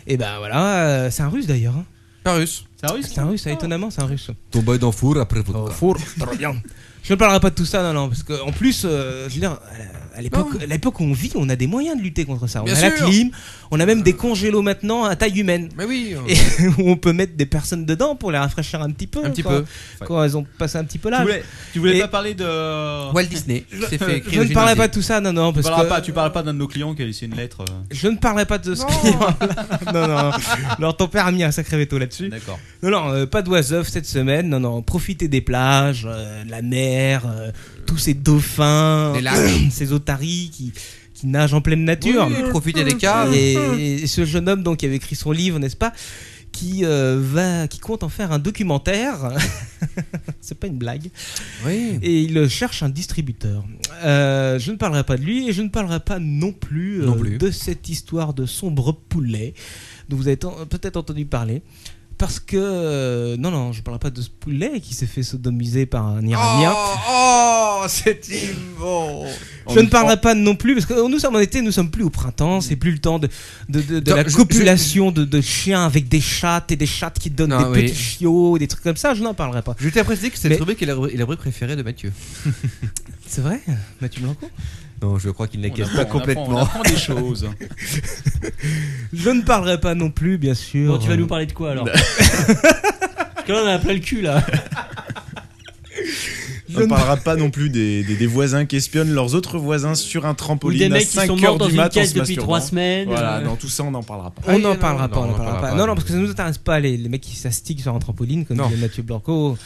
[SPEAKER 2] Et ben voilà, euh, c'est un russe d'ailleurs. hein.
[SPEAKER 5] C'est un russe.
[SPEAKER 3] C'est un hein. russe.
[SPEAKER 2] C'est un russe,
[SPEAKER 5] Oh.
[SPEAKER 2] étonnamment, c'est un russe.
[SPEAKER 5] Tombé dans le four après vous.
[SPEAKER 2] Au four, très bien. Je ne parlerai pas de tout ça, non, non, parce qu'en plus, euh, je veux dire, à la- à l'époque- à l'époque où on vit, on a des moyens de lutter contre ça. On
[SPEAKER 5] Bien
[SPEAKER 2] a la
[SPEAKER 5] sûr.
[SPEAKER 2] clim, on a même des congélos maintenant à taille humaine.
[SPEAKER 5] Mais oui.
[SPEAKER 2] Et où on peut mettre des personnes dedans pour les rafraîchir un petit peu.
[SPEAKER 5] Un petit
[SPEAKER 2] quand,
[SPEAKER 5] peu.
[SPEAKER 2] Quand elles ont passé un petit peu
[SPEAKER 3] Tu
[SPEAKER 2] l'âge.
[SPEAKER 3] voulais, tu voulais
[SPEAKER 2] Et-
[SPEAKER 3] pas parler de
[SPEAKER 2] Walt Disney,
[SPEAKER 3] Je-
[SPEAKER 2] s'est fait
[SPEAKER 3] je ne parlerai
[SPEAKER 2] cryogéniser.
[SPEAKER 3] pas de tout ça, non, non,
[SPEAKER 2] Tu
[SPEAKER 3] parce
[SPEAKER 2] parleras
[SPEAKER 3] que
[SPEAKER 2] pas-
[SPEAKER 3] tu parles pas d'un de nos clients qui a laissé une lettre. euh.
[SPEAKER 2] Je ne parlerai pas de ce client-là. Non, non. Alors, ton père a mis un sacré veto là-dessus.
[SPEAKER 3] D'accord.
[SPEAKER 2] Non, non, euh, pas d'oiseuf cette semaine. Non, non, profitez des plages, euh, de la mer, euh, tous ces dauphins,
[SPEAKER 5] Des lacs.
[SPEAKER 2] ces otaries qui, qui nagent en pleine nature.
[SPEAKER 5] Oui, profitez des caves.
[SPEAKER 2] Et, et ce jeune homme, donc, qui avait écrit son livre, n'est-ce pas qui, euh, va, qui compte en faire un documentaire. C'est pas une blague.
[SPEAKER 5] Oui.
[SPEAKER 2] Et il cherche un distributeur. Euh, je ne parlerai pas de lui et je ne parlerai pas non plus, euh,
[SPEAKER 5] Non plus.
[SPEAKER 2] de cette histoire de sombre poulet dont vous avez en- peut-être entendu parler. Parce que. euh, non, non, je ne parlerai pas de ce poulet qui s'est fait sodomiser par un
[SPEAKER 3] oh.
[SPEAKER 2] Iranien.
[SPEAKER 5] Oh, oh, c'est immonde.
[SPEAKER 2] Je ne parlerai pas non plus, parce que oh, nous sommes en été, nous sommes plus au printemps, c'est plus le temps de, de, de- de
[SPEAKER 5] Non,
[SPEAKER 2] la
[SPEAKER 5] je-
[SPEAKER 2] copulation de, de chiens avec des chattes et des chattes qui donnent
[SPEAKER 5] Non,
[SPEAKER 2] des
[SPEAKER 5] oui.
[SPEAKER 2] petits chiots, des trucs comme ça, je n'en parlerai pas.
[SPEAKER 5] Je t'ai précisé que c'est
[SPEAKER 2] Mais-
[SPEAKER 5] le rubrique et la rubrique- la rubrique préférée de Mathieu.
[SPEAKER 2] C'est vrai Mathieu Blanco
[SPEAKER 5] Non, je crois qu'il ne la
[SPEAKER 2] On
[SPEAKER 5] cache
[SPEAKER 2] apprend-
[SPEAKER 5] pas
[SPEAKER 2] on
[SPEAKER 5] complètement.
[SPEAKER 2] apprend- on apprend des choses. Je ne parlerai pas non plus, bien sûr.
[SPEAKER 4] Bon, tu vas nous parler de quoi alors Parce que là, on a plein le cul là.
[SPEAKER 6] On ne parlera pas non plus des, des- des voisins qui espionnent leurs autres voisins sur un trampoline
[SPEAKER 4] Ou des mecs
[SPEAKER 6] à
[SPEAKER 4] qui
[SPEAKER 6] 5
[SPEAKER 4] sont
[SPEAKER 6] heures
[SPEAKER 4] morts dans
[SPEAKER 6] du
[SPEAKER 4] une
[SPEAKER 6] mat en
[SPEAKER 4] caisse
[SPEAKER 6] se
[SPEAKER 4] depuis
[SPEAKER 6] masturbant.
[SPEAKER 4] trois semaines.
[SPEAKER 6] Voilà,
[SPEAKER 4] Euh,
[SPEAKER 6] non, tout ça, on n'en parlera pas.
[SPEAKER 2] On n'en parlera pas, on
[SPEAKER 6] n'en
[SPEAKER 2] n'en parlera pas. Non, non, parce que ça nous intéresse pas, les, les mecs qui s'astiquent sur un trampoline, comme
[SPEAKER 6] Non.
[SPEAKER 2] disait Mathieu Blanco.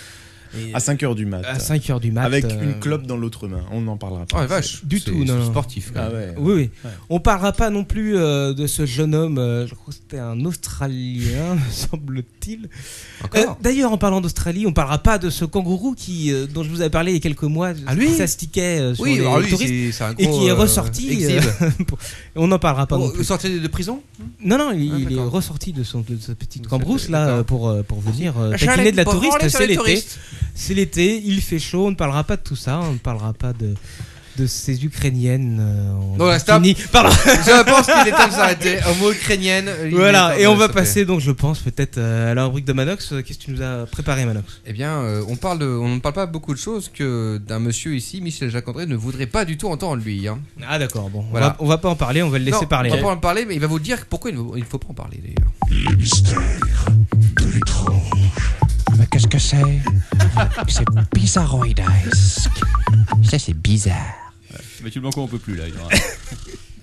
[SPEAKER 2] Et-
[SPEAKER 6] À 5 heures du mat.
[SPEAKER 2] À 5 heures du mat.
[SPEAKER 6] Avec
[SPEAKER 2] euh,
[SPEAKER 6] une clope dans l'autre main. On n'en parlera
[SPEAKER 5] hein.
[SPEAKER 6] pas.
[SPEAKER 2] Ah, la vache. Du
[SPEAKER 6] C'est-
[SPEAKER 2] tout,
[SPEAKER 6] c'est
[SPEAKER 2] non.
[SPEAKER 6] sportif,
[SPEAKER 5] Euh,
[SPEAKER 6] quand
[SPEAKER 2] Ah
[SPEAKER 6] même.
[SPEAKER 2] ouais. Oui, oui.
[SPEAKER 6] Ouais.
[SPEAKER 2] On parlera pas non plus euh, de ce jeune homme, euh, je crois que c'était un Australien, me semble-t-il. Euh, D'ailleurs, en parlant d'Australie, on parlera pas de ce kangourou qui, euh, dont je vous avais parlé il y a quelques mois, qui s'astiquait euh, sur
[SPEAKER 5] Oui,
[SPEAKER 2] les
[SPEAKER 5] alors lui,
[SPEAKER 2] touristes
[SPEAKER 5] c'est- c'est un
[SPEAKER 2] et
[SPEAKER 5] gros,
[SPEAKER 2] qui est
[SPEAKER 5] euh,
[SPEAKER 2] ressorti.
[SPEAKER 5] exhibe.
[SPEAKER 2] bon, on n'en parlera pas.
[SPEAKER 5] Oh,
[SPEAKER 2] non plus.
[SPEAKER 5] sorti de prison
[SPEAKER 2] Non, non, il, il est ressorti de, son, de sa petite cambrousse là euh, pour, euh, pour venir euh,
[SPEAKER 5] J'allais
[SPEAKER 2] taquiner de la
[SPEAKER 5] pas
[SPEAKER 2] touriste.
[SPEAKER 5] branler sur
[SPEAKER 2] C'est
[SPEAKER 5] les
[SPEAKER 2] l'été.
[SPEAKER 5] touristes.
[SPEAKER 2] C'est l'été, il fait chaud, on ne parlera pas de tout ça, on ne parlera pas de, de ces Ukrainiennes. euh, en
[SPEAKER 5] Non, là, stop.
[SPEAKER 2] bikini. Pardon.
[SPEAKER 5] Je pense qu'il est temps de s'arrêter. Un mot ukrainienne. euh, il est
[SPEAKER 2] Voilà,
[SPEAKER 5] temps
[SPEAKER 2] et
[SPEAKER 5] de
[SPEAKER 2] on va
[SPEAKER 5] s'arrêter.
[SPEAKER 2] passer donc, je pense, peut-être euh, à la rubrique de Manox. Euh, Qu'est-ce que tu nous as préparé, Manox
[SPEAKER 5] Eh bien, euh, on parle, de- on ne parle pas beaucoup de choses que d'un monsieur ici, Michel Jacques-André, ne voudrait pas du tout entendre lui. hein.
[SPEAKER 2] Ah, d'accord, bon. on
[SPEAKER 5] Voilà.
[SPEAKER 2] va- On, va, pas en parler, on va le laisser
[SPEAKER 5] Non,
[SPEAKER 2] parler.
[SPEAKER 5] On va pas en parler, mais il va vous dire pourquoi il ne il ne faut pas en parler d'ailleurs.
[SPEAKER 17] Mais qu'est-ce que c'est C'est bizarroidesque. Ça, c'est bizarre.
[SPEAKER 3] Mathieu Blanco, on peut plus là. il aura-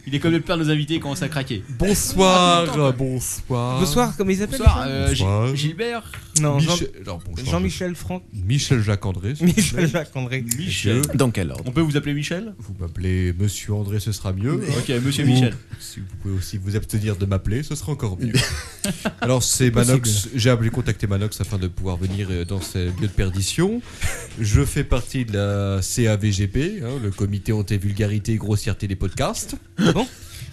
[SPEAKER 3] Il est comme le père de nos invités, il commence à craquer.
[SPEAKER 5] Bonsoir, bonsoir.
[SPEAKER 2] Bonsoir, Euh, comment ils appellent
[SPEAKER 3] Bonsoir,
[SPEAKER 2] les gens
[SPEAKER 3] euh, Gi-
[SPEAKER 5] Bonsoir.
[SPEAKER 3] Gilbert.
[SPEAKER 2] Non, Jean-
[SPEAKER 5] Michel- non, bonsoir.
[SPEAKER 2] Jean-Michel Franck.
[SPEAKER 5] Michel Jacques-André. s'il vous plaît.
[SPEAKER 2] Michel Jacques-André.
[SPEAKER 3] Michel.
[SPEAKER 6] Dans quel ordre
[SPEAKER 3] On peut vous appeler Michel
[SPEAKER 18] Vous m'appelez Monsieur André, ce sera mieux.
[SPEAKER 3] Ok,
[SPEAKER 18] hein.
[SPEAKER 3] Monsieur
[SPEAKER 18] Ou,
[SPEAKER 3] Michel.
[SPEAKER 18] Si vous pouvez aussi vous abstenir de m'appeler, ce sera encore mieux. Alors c'est Manox, j'ai appelé contacté Manox afin de pouvoir venir euh, dans ce lieu de perdition. Je fais partie de la CAVGP, hein, le comité anti-vulgarité et grossièreté des podcasts.
[SPEAKER 2] Bon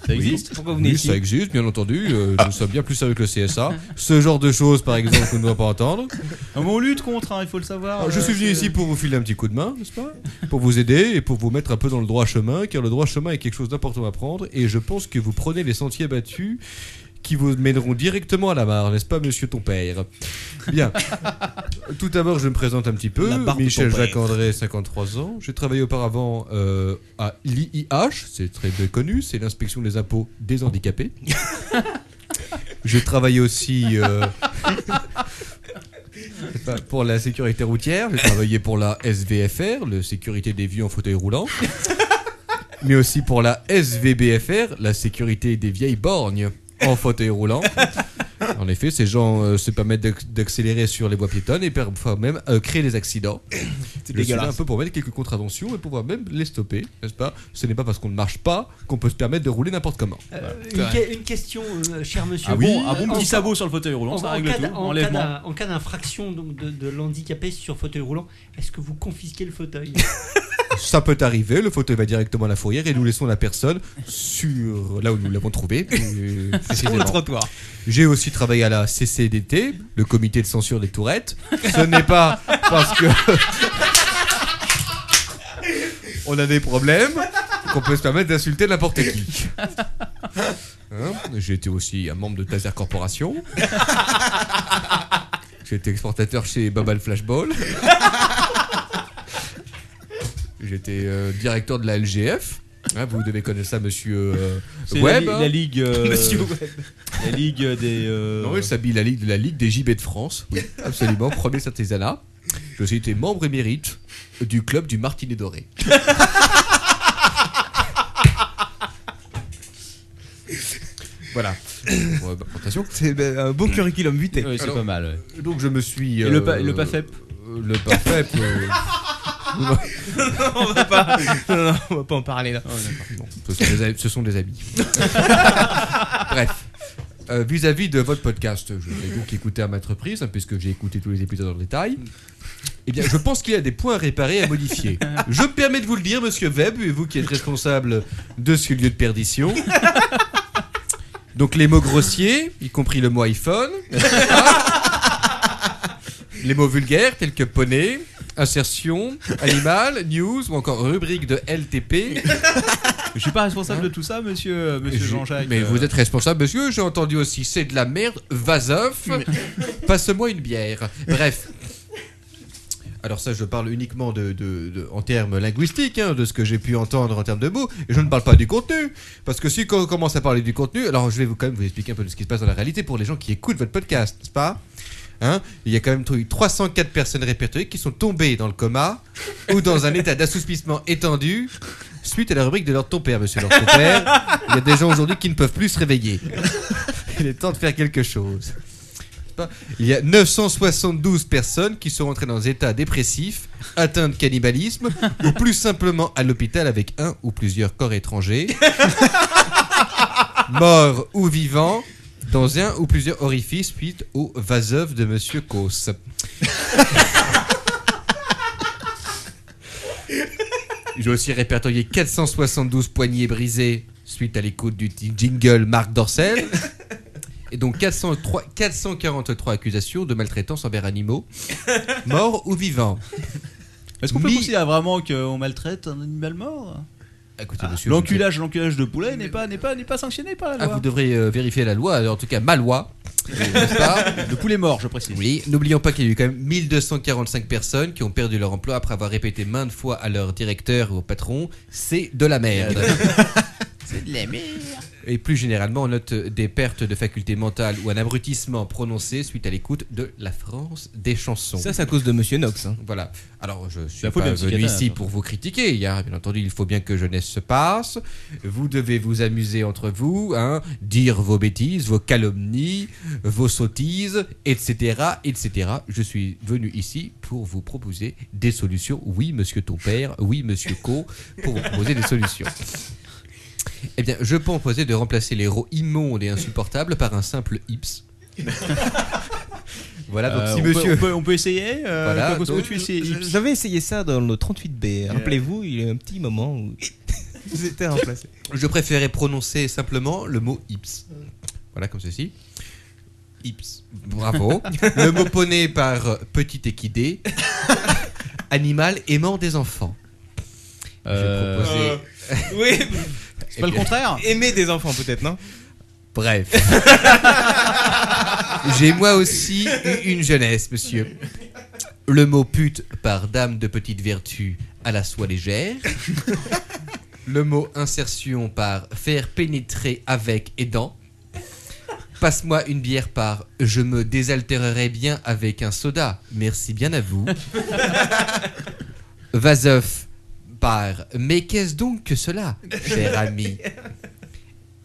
[SPEAKER 3] Ça existe Pourquoi vous venez
[SPEAKER 18] Oui,
[SPEAKER 3] ici
[SPEAKER 18] ça existe, bien entendu. euh, Nous sommes bien plus sérieux que le CSA. Ce genre de choses, par exemple, qu'on ne doit pas entendre.
[SPEAKER 3] Non, mais on lutte contre, hein, il faut le savoir.
[SPEAKER 2] Ah,
[SPEAKER 18] Alors, je
[SPEAKER 3] euh,
[SPEAKER 18] suis venu
[SPEAKER 3] c'est-
[SPEAKER 18] ici pour vous filer un petit coup de main, n'est-ce pas Pour vous aider et pour vous mettre un peu dans le droit chemin, car le droit chemin est quelque chose d'important à prendre, et je pense que vous prenez les sentiers battus qui vous mèneront directement à la mare, n'est-ce pas, monsieur ton père Bien. Tout d'abord, je me présente un petit peu.
[SPEAKER 5] La barre de
[SPEAKER 18] Michel
[SPEAKER 5] ton père.
[SPEAKER 18] Jacques-André, 53 ans. J'ai travaillé auparavant euh, à l'IIH, c'est très bien connu, c'est l'inspection des impôts des handicapés. J'ai travaillé aussi euh, c'est pas pour la sécurité routière, j'ai travaillé pour la SVFR, le sécurité des vieux en fauteuil roulant, mais aussi pour la SVBFR, la sécurité des vieilles borgnes en fauteuil roulant. Alors,
[SPEAKER 5] En effet, ces gens euh, se permettent d'ac- d'accélérer sur les voies piétonnes et parfois même euh, créer des accidents. Je suis là
[SPEAKER 19] dégueulasse.
[SPEAKER 5] un peu pour mettre quelques contraventions et pouvoir même les stopper, n'est-ce pas Ce n'est pas parce qu'on ne marche pas qu'on peut se permettre de rouler n'importe comment.
[SPEAKER 4] Euh, une,
[SPEAKER 5] Voilà.
[SPEAKER 4] que- une question, euh, cher monsieur.
[SPEAKER 5] Ah oui,
[SPEAKER 4] Bon,
[SPEAKER 5] un bon
[SPEAKER 4] euh,
[SPEAKER 5] petit
[SPEAKER 4] en-
[SPEAKER 5] sabot sur le fauteuil roulant,
[SPEAKER 4] en-
[SPEAKER 5] ça
[SPEAKER 4] en
[SPEAKER 5] règle
[SPEAKER 4] cas
[SPEAKER 5] tout,
[SPEAKER 4] d'a- En cas
[SPEAKER 5] enlèvement.
[SPEAKER 4] d'a- en cas d'infraction donc, de, de l'handicapé sur fauteuil roulant, est-ce que vous confisquez le fauteuil
[SPEAKER 5] Ça peut arriver, le fauteuil va directement à la fourrière et nous laissons la personne sur là où nous l'avons trouvé. euh, précisément.
[SPEAKER 2] trottoir.
[SPEAKER 5] J'ai aussi travaillé à la CCDT, le comité de censure des tourettes. Ce n'est pas parce que on a des problèmes qu'on peut se permettre d'insulter n'importe qui. Hein J'ai été aussi un membre de Taser Corporation. J'ai été exportateur chez Babal Flashball. J'étais euh, directeur de la LGF. Hein, vous devez connaître ça, monsieur euh,
[SPEAKER 3] C'est
[SPEAKER 5] Webb.
[SPEAKER 3] la,
[SPEAKER 5] hein.
[SPEAKER 3] la ligue. euh,
[SPEAKER 5] Monsieur Webb.
[SPEAKER 3] La ligue des. euh,
[SPEAKER 5] Non, il s'habille la ligue, de la ligue des JB de France. Oui, absolument. Premier artisanat. J'ai aussi été membre émérite du club du Martinet Doré. voilà. Bon, bah, présentation.
[SPEAKER 2] C'est bah, un beau curriculum vitae.
[SPEAKER 5] Ouais, c'est pas mal, ouais. Donc je me suis.
[SPEAKER 3] Et le pa- le PAFEP
[SPEAKER 5] euh, Le PAFEP. euh,
[SPEAKER 2] on va pas, non, non, on va pas en parler là.
[SPEAKER 5] Bon, ce sont des, ce sont des amis. Bref. Euh, Vis-à-vis de votre podcast, je l'ai donc écouté à maintes reprises, hein, puisque j'ai écouté tous les épisodes en détail. Eh bien, je pense qu'il y a des points à réparer, à modifier. Je me permets de vous le dire, monsieur Webb, et vous qui êtes responsable de ce lieu de perdition. Donc, les mots grossiers, y compris le mot iPhone, etc. les mots vulgaires tels que poney, insertion, animal, news ou encore rubrique de LTP.
[SPEAKER 3] Je suis pas responsable de tout ça, monsieur, euh, monsieur
[SPEAKER 5] Je-
[SPEAKER 3] Jean-Jacques.
[SPEAKER 5] Mais
[SPEAKER 3] euh,
[SPEAKER 5] vous êtes responsable, monsieur. J'ai entendu aussi. C'est de la merde. Vasoff. Passe-moi une bière. Bref. Alors ça, je parle uniquement de, de- de- en termes linguistiques, hein, de ce que j'ai pu entendre en termes de mots, et je ne parle pas du contenu, parce que si on commence à parler du contenu, alors je vais vous, quand même vous expliquer un peu de ce qui se passe dans la réalité pour les gens qui écoutent votre podcast, n'est-ce pas Hein Il y a quand même eu 304 personnes répertoriées qui sont tombées dans le coma ou dans un état d'assoupissement étendu suite à la rubrique de leur ton père, monsieur leur ton père. Il y a des gens aujourd'hui qui ne peuvent plus se réveiller. Il est temps de faire quelque chose. Pas- Il y a 972 personnes qui sont rentrées dans des états dépressifs, atteintes de cannibalisme, ou plus simplement à l'hôpital avec un ou plusieurs corps étrangers, morts ou vivants, dans un ou plusieurs orifices suite au vaseuve de Monsieur Cos. J'ai aussi répertorié 472 poignées brisées suite à l'écoute du ti- jingle Marc Dorcel. Et donc 403 443 accusations de maltraitance envers animaux, morts ou vivants.
[SPEAKER 3] Est-ce qu'on peut considérer vraiment qu'on maltraite un animal mort
[SPEAKER 5] Écoutez,
[SPEAKER 3] Ah,
[SPEAKER 5] monsieur,
[SPEAKER 3] L'enculage, l'enculage de poulet n'est pas, n'est pas, n'est pas sanctionné par la
[SPEAKER 5] Ah,
[SPEAKER 3] loi.
[SPEAKER 5] vous devrez euh, vérifier la loi, en tout cas ma loi. N'est-ce pas
[SPEAKER 3] Le poulet mort, je précise.
[SPEAKER 5] Oui, n'oublions pas qu'il y a eu quand même 1245 personnes qui ont perdu leur emploi après avoir répété maintes fois à leur directeur ou au patron c'est de la merde.
[SPEAKER 20] C'est de la merde.
[SPEAKER 5] Et plus généralement, on note des pertes de facultés mentales ou un abrutissement prononcé suite à l'écoute de la France des chansons.
[SPEAKER 2] Ça, c'est à cause de Monsieur Nox. hein.
[SPEAKER 5] Voilà. Alors, je suis
[SPEAKER 2] La faute
[SPEAKER 5] pas
[SPEAKER 2] d'un
[SPEAKER 5] venu
[SPEAKER 2] psychiatre,
[SPEAKER 5] ici
[SPEAKER 2] surtout.
[SPEAKER 5] pour vous critiquer. Il y a, bien entendu, il faut bien que jeunesse se passe. Vous devez vous amuser entre vous, hein, dire vos bêtises, vos calomnies, vos sottises, etc., etc. Je suis venu ici pour vous proposer des solutions. Oui, monsieur ton père. Oui, monsieur Co. Pour vous proposer des solutions. Eh bien, je peux proposer de remplacer les rots immondes et insupportables par un simple hips. voilà, donc
[SPEAKER 3] Euh,
[SPEAKER 5] si
[SPEAKER 3] on peut-
[SPEAKER 5] monsieur.
[SPEAKER 3] on peut- on peut essayer, euh, Coco, est-ce que
[SPEAKER 2] donc,
[SPEAKER 3] tu essayes
[SPEAKER 2] j- J'avais essayé ça dans le 38B. Rappelez-vous, il y a eu un petit moment où c'était remplacé.
[SPEAKER 5] Je préférais prononcer simplement le mot hips. Voilà, comme ceci. Hips. Bravo. le mot poney par euh, petit équidé. Animal aimant des enfants.
[SPEAKER 3] Euh,
[SPEAKER 5] Je proposais-
[SPEAKER 2] Oui.
[SPEAKER 5] C'est pas le contraire
[SPEAKER 2] Aimer des enfants, peut-être, non
[SPEAKER 5] Bref. J'ai moi aussi eu une jeunesse, monsieur. Le mot pute par dame de petite vertu à la soie légère. Le mot insertion par faire pénétrer avec et dans. Passe-moi une bière par je me désaltérerai bien avec un soda. Merci bien à vous. Vasoff par mais qu'est-ce donc que cela, cher ami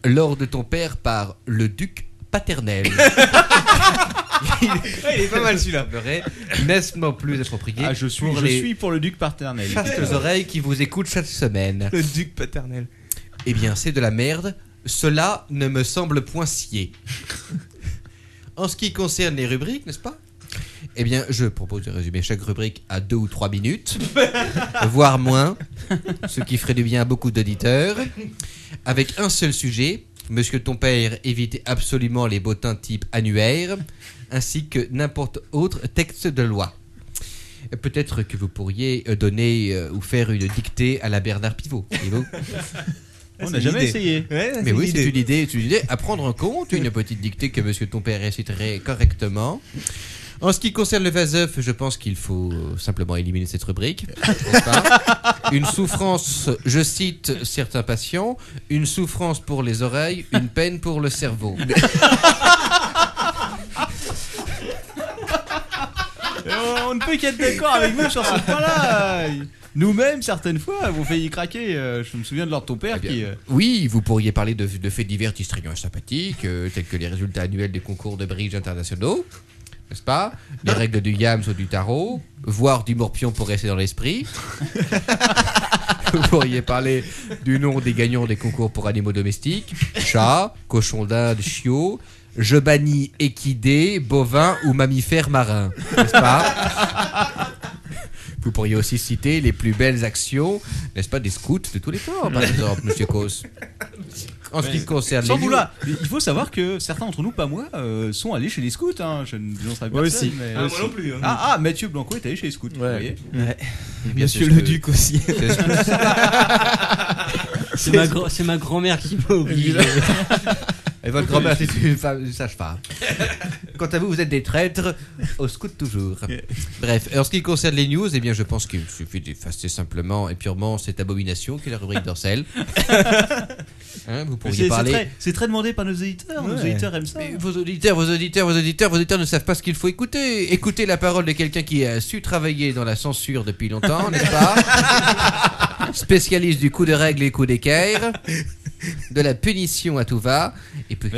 [SPEAKER 5] Lors de ton père par le duc paternelle. il, est, il est pas mal celui-là. Vrai, N'est-ce plus être prié
[SPEAKER 3] Ah, je suis-
[SPEAKER 5] pour
[SPEAKER 3] je
[SPEAKER 5] les
[SPEAKER 3] suis pour le duc paternel.
[SPEAKER 5] Chastes oreilles qui vous écoutent chaque semaine.
[SPEAKER 2] Le duc paternel.
[SPEAKER 5] Eh bien, c'est de la merde. Cela ne me semble point scié. en ce qui concerne les rubriques, n'est-ce pas Eh bien, je propose de résumer chaque rubrique à deux ou trois minutes, voire moins, ce qui ferait du bien à beaucoup d'auditeurs, avec un seul sujet. Monsieur ton père évite absolument les bottins type annuaire, ainsi que n'importe autre texte de loi. Peut-être que vous pourriez euh, donner euh, ou faire une dictée à la Bernard Pivot. voyez-vous.
[SPEAKER 3] On n'a jamais essayé. Ouais, c'est
[SPEAKER 5] Mais
[SPEAKER 3] une
[SPEAKER 5] oui, c'est
[SPEAKER 3] idée.
[SPEAKER 5] une idée, c'est une idée à prendre en compte, une petite dictée que monsieur ton père réciterait correctement. En ce qui concerne le Vaseuf, je pense qu'il faut simplement éliminer cette rubrique. n'est-ce pas une souffrance, je cite certains patients, une souffrance pour les oreilles, une peine pour le cerveau.
[SPEAKER 3] Euh, on ne peut qu'être d'accord avec vous sur ce point-là. Euh, Nous-mêmes, certaines fois, vous fait y craquer. Euh, Je me souviens de leur ton
[SPEAKER 5] Ah,
[SPEAKER 3] père qui. euh,
[SPEAKER 5] Eh Oui, vous pourriez parler de, de faits divers distrayants et sympathiques, euh, tels que les résultats annuels des concours de bridge internationaux, n'est-ce pas Les règles du yams ou du tarot, voire du morpion pour rester dans l'esprit. vous pourriez parler du nom des gagnants des concours pour animaux domestiques, chat, cochon d'Inde, chiot, je bannis équidé, bovin ou mammifère marin, n'est-ce pas Vous pourriez aussi citer les plus belles actions, n'est-ce pas, des scouts de tous les corps, par exemple, monsieur Cos. En ce qui
[SPEAKER 3] mais-
[SPEAKER 5] concerne
[SPEAKER 3] Sans
[SPEAKER 5] les
[SPEAKER 3] vouloir, mais il faut savoir que certains d'entre nous, pas moi, euh, sont allés chez les scouts. hein. Je ne j'en serais
[SPEAKER 6] Moi
[SPEAKER 3] personne,
[SPEAKER 6] aussi.
[SPEAKER 3] mais-
[SPEAKER 6] Ah, moi non plus, hein.
[SPEAKER 3] Ah, ah, Mathieu Blanco est allé chez les scouts. vous voyez.
[SPEAKER 2] Ouais.
[SPEAKER 3] Eh bien,
[SPEAKER 2] Monsieur
[SPEAKER 3] c'est ce
[SPEAKER 2] le
[SPEAKER 3] que-
[SPEAKER 2] duc aussi.
[SPEAKER 3] c'est ce que-
[SPEAKER 4] C'est ma, grand- c'est ma grand-mère qui m'a obligé.
[SPEAKER 5] Et votre grand-mère, c'est une femme, une sage-femme. Quant à vous, vous êtes des traîtres, au scout toujours. Bref, en ce qui concerne les news, eh bien, je pense qu'il suffit d'effacer simplement et purement cette abomination qui est la rubrique d'Orcel. Hein, vous
[SPEAKER 3] C'est-
[SPEAKER 5] pourriez
[SPEAKER 3] c'est
[SPEAKER 5] parler.
[SPEAKER 3] très- C'est très demandé par nos éditeurs. Nos
[SPEAKER 5] Ouais.
[SPEAKER 3] éditeurs aiment ça.
[SPEAKER 5] Mais vos auditeurs, vos auditeurs, vos auditeurs, vos auditeurs ne savent pas ce qu'il faut écouter. Écoutez la parole de quelqu'un qui a su travailler dans la censure depuis longtemps, n'est-ce pas Spécialiste du coup de règle et coup d'équerre, de la punition à tout va, et peut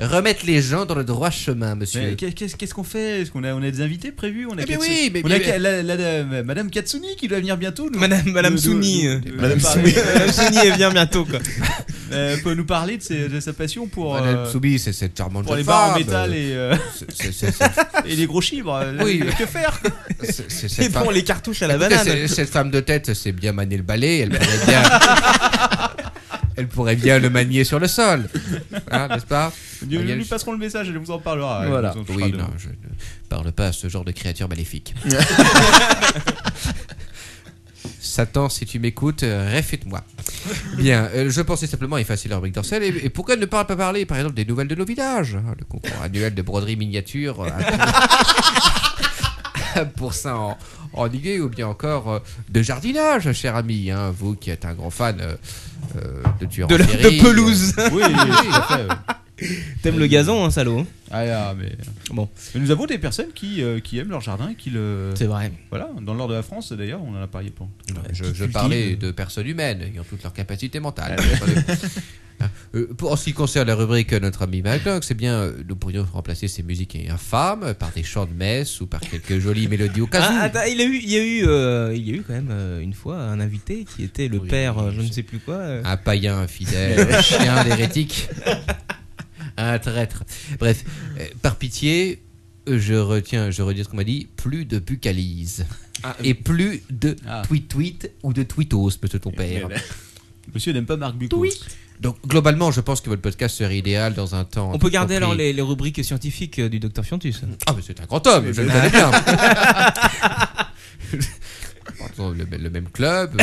[SPEAKER 5] remettre les gens dans le droit chemin,
[SPEAKER 3] Mais
[SPEAKER 5] monsieur.
[SPEAKER 3] qu'est- Qu'est-ce qu'est-ce qu'on fait Est-ce qu'on a, on a des invités prévus on a
[SPEAKER 5] Eh bien
[SPEAKER 3] Katsu-
[SPEAKER 5] oui, mais-
[SPEAKER 3] on a
[SPEAKER 5] mais-
[SPEAKER 3] Ka- la- la- la- Madame Katsuni qui doit venir bientôt. nous-
[SPEAKER 2] Madame- Madame
[SPEAKER 3] nous- nous-
[SPEAKER 2] Souni,
[SPEAKER 3] nous-
[SPEAKER 2] euh,
[SPEAKER 3] nous-
[SPEAKER 2] Madame
[SPEAKER 3] nous parler.
[SPEAKER 2] Souni. Madame Souni, elle vient bientôt, quoi.
[SPEAKER 3] Euh, peut nous parler de, ses- de sa passion pour.
[SPEAKER 5] Madame
[SPEAKER 3] euh,
[SPEAKER 5] Souni, c'est cette charmante
[SPEAKER 3] Pour les
[SPEAKER 5] jeune
[SPEAKER 3] barres en
[SPEAKER 5] femme,
[SPEAKER 3] métal et.
[SPEAKER 5] euh,
[SPEAKER 3] euh,
[SPEAKER 5] c'est- c'est- c'est- c'est-
[SPEAKER 3] et les gros chibres. euh,
[SPEAKER 5] Oui.
[SPEAKER 3] Que faire
[SPEAKER 5] C'est- c'est cette femme- Écoutez,
[SPEAKER 3] Écoutez,
[SPEAKER 5] c'est- Cette femme de tête, c'est bien manier le balai, elle pourrait bien, elle pourrait bien le manier sur le sol, Hein, n'est-ce pas
[SPEAKER 3] Nous,
[SPEAKER 5] Manier
[SPEAKER 3] nous
[SPEAKER 5] le-
[SPEAKER 3] lui passerons le message et elle vous en parlera. Elle
[SPEAKER 5] Voilà.
[SPEAKER 3] vous en touchera
[SPEAKER 5] Oui,
[SPEAKER 3] demain.
[SPEAKER 5] non, je ne parle pas à ce genre de créature maléfique. Satan, si tu m'écoutes, euh, réfute-moi. Bien, euh, je pensais simplement effacer leur rubrique d'Orcel. Et, et pourquoi ne pas pas parler, par exemple, des nouvelles de nos villages hein, Le concours annuel de broderie miniature euh, à- pour ça en, en ligué, ou bien encore euh, de jardinage, cher ami. hein, vous qui êtes un grand fan euh, euh, de tueurs
[SPEAKER 2] De
[SPEAKER 5] en
[SPEAKER 2] la-
[SPEAKER 5] série,
[SPEAKER 2] de pelouse.
[SPEAKER 5] euh, oui, oui, oui, tout à fait, oui.
[SPEAKER 2] T'aimes le gazon, hein, salaud.
[SPEAKER 3] Ah, là, mais.
[SPEAKER 2] Bon.
[SPEAKER 3] Mais nous avons des personnes qui, euh, qui aiment leur jardin et qui le.
[SPEAKER 2] C'est vrai.
[SPEAKER 3] Voilà, dans le nord de la France d'ailleurs, on en a parlé pendant.
[SPEAKER 5] Je, je parlais de personnes humaines ayant toutes leurs capacités mentales. Je parlais- Hein. Euh, pour, en ce qui concerne la rubrique euh, Notre ami McDonald's, c'est bien, euh, nous pourrions remplacer ces musiques infâmes euh, par des chants de messe ou par quelques jolies mélodies au cas où.
[SPEAKER 2] Ah, attends, il y a eu, il y a eu, euh, il y a eu quand même euh, une fois un invité qui était le père, euh, je ne sais plus quoi. euh.
[SPEAKER 5] Un païen infidèle, un chien d'hérétique, un traître. Bref, euh, par pitié, euh, je retiens, je redis ce qu'on m'a dit, plus de bucalise.
[SPEAKER 3] Ah,
[SPEAKER 5] et
[SPEAKER 3] oui.
[SPEAKER 5] plus de
[SPEAKER 3] Ah.
[SPEAKER 5] tweet-tweet ou de tweetos, monsieur ton père.
[SPEAKER 3] mais là- Monsieur n'aime pas Marc Bucos.
[SPEAKER 5] Donc globalement, je pense que votre podcast serait idéal dans un temps.
[SPEAKER 2] On peut garder
[SPEAKER 5] compris.
[SPEAKER 2] alors les, les rubriques scientifiques euh, du docteur Fiantus.
[SPEAKER 5] Ah, mais c'est un grand homme, je le connais bien. Pardon, le, le même club.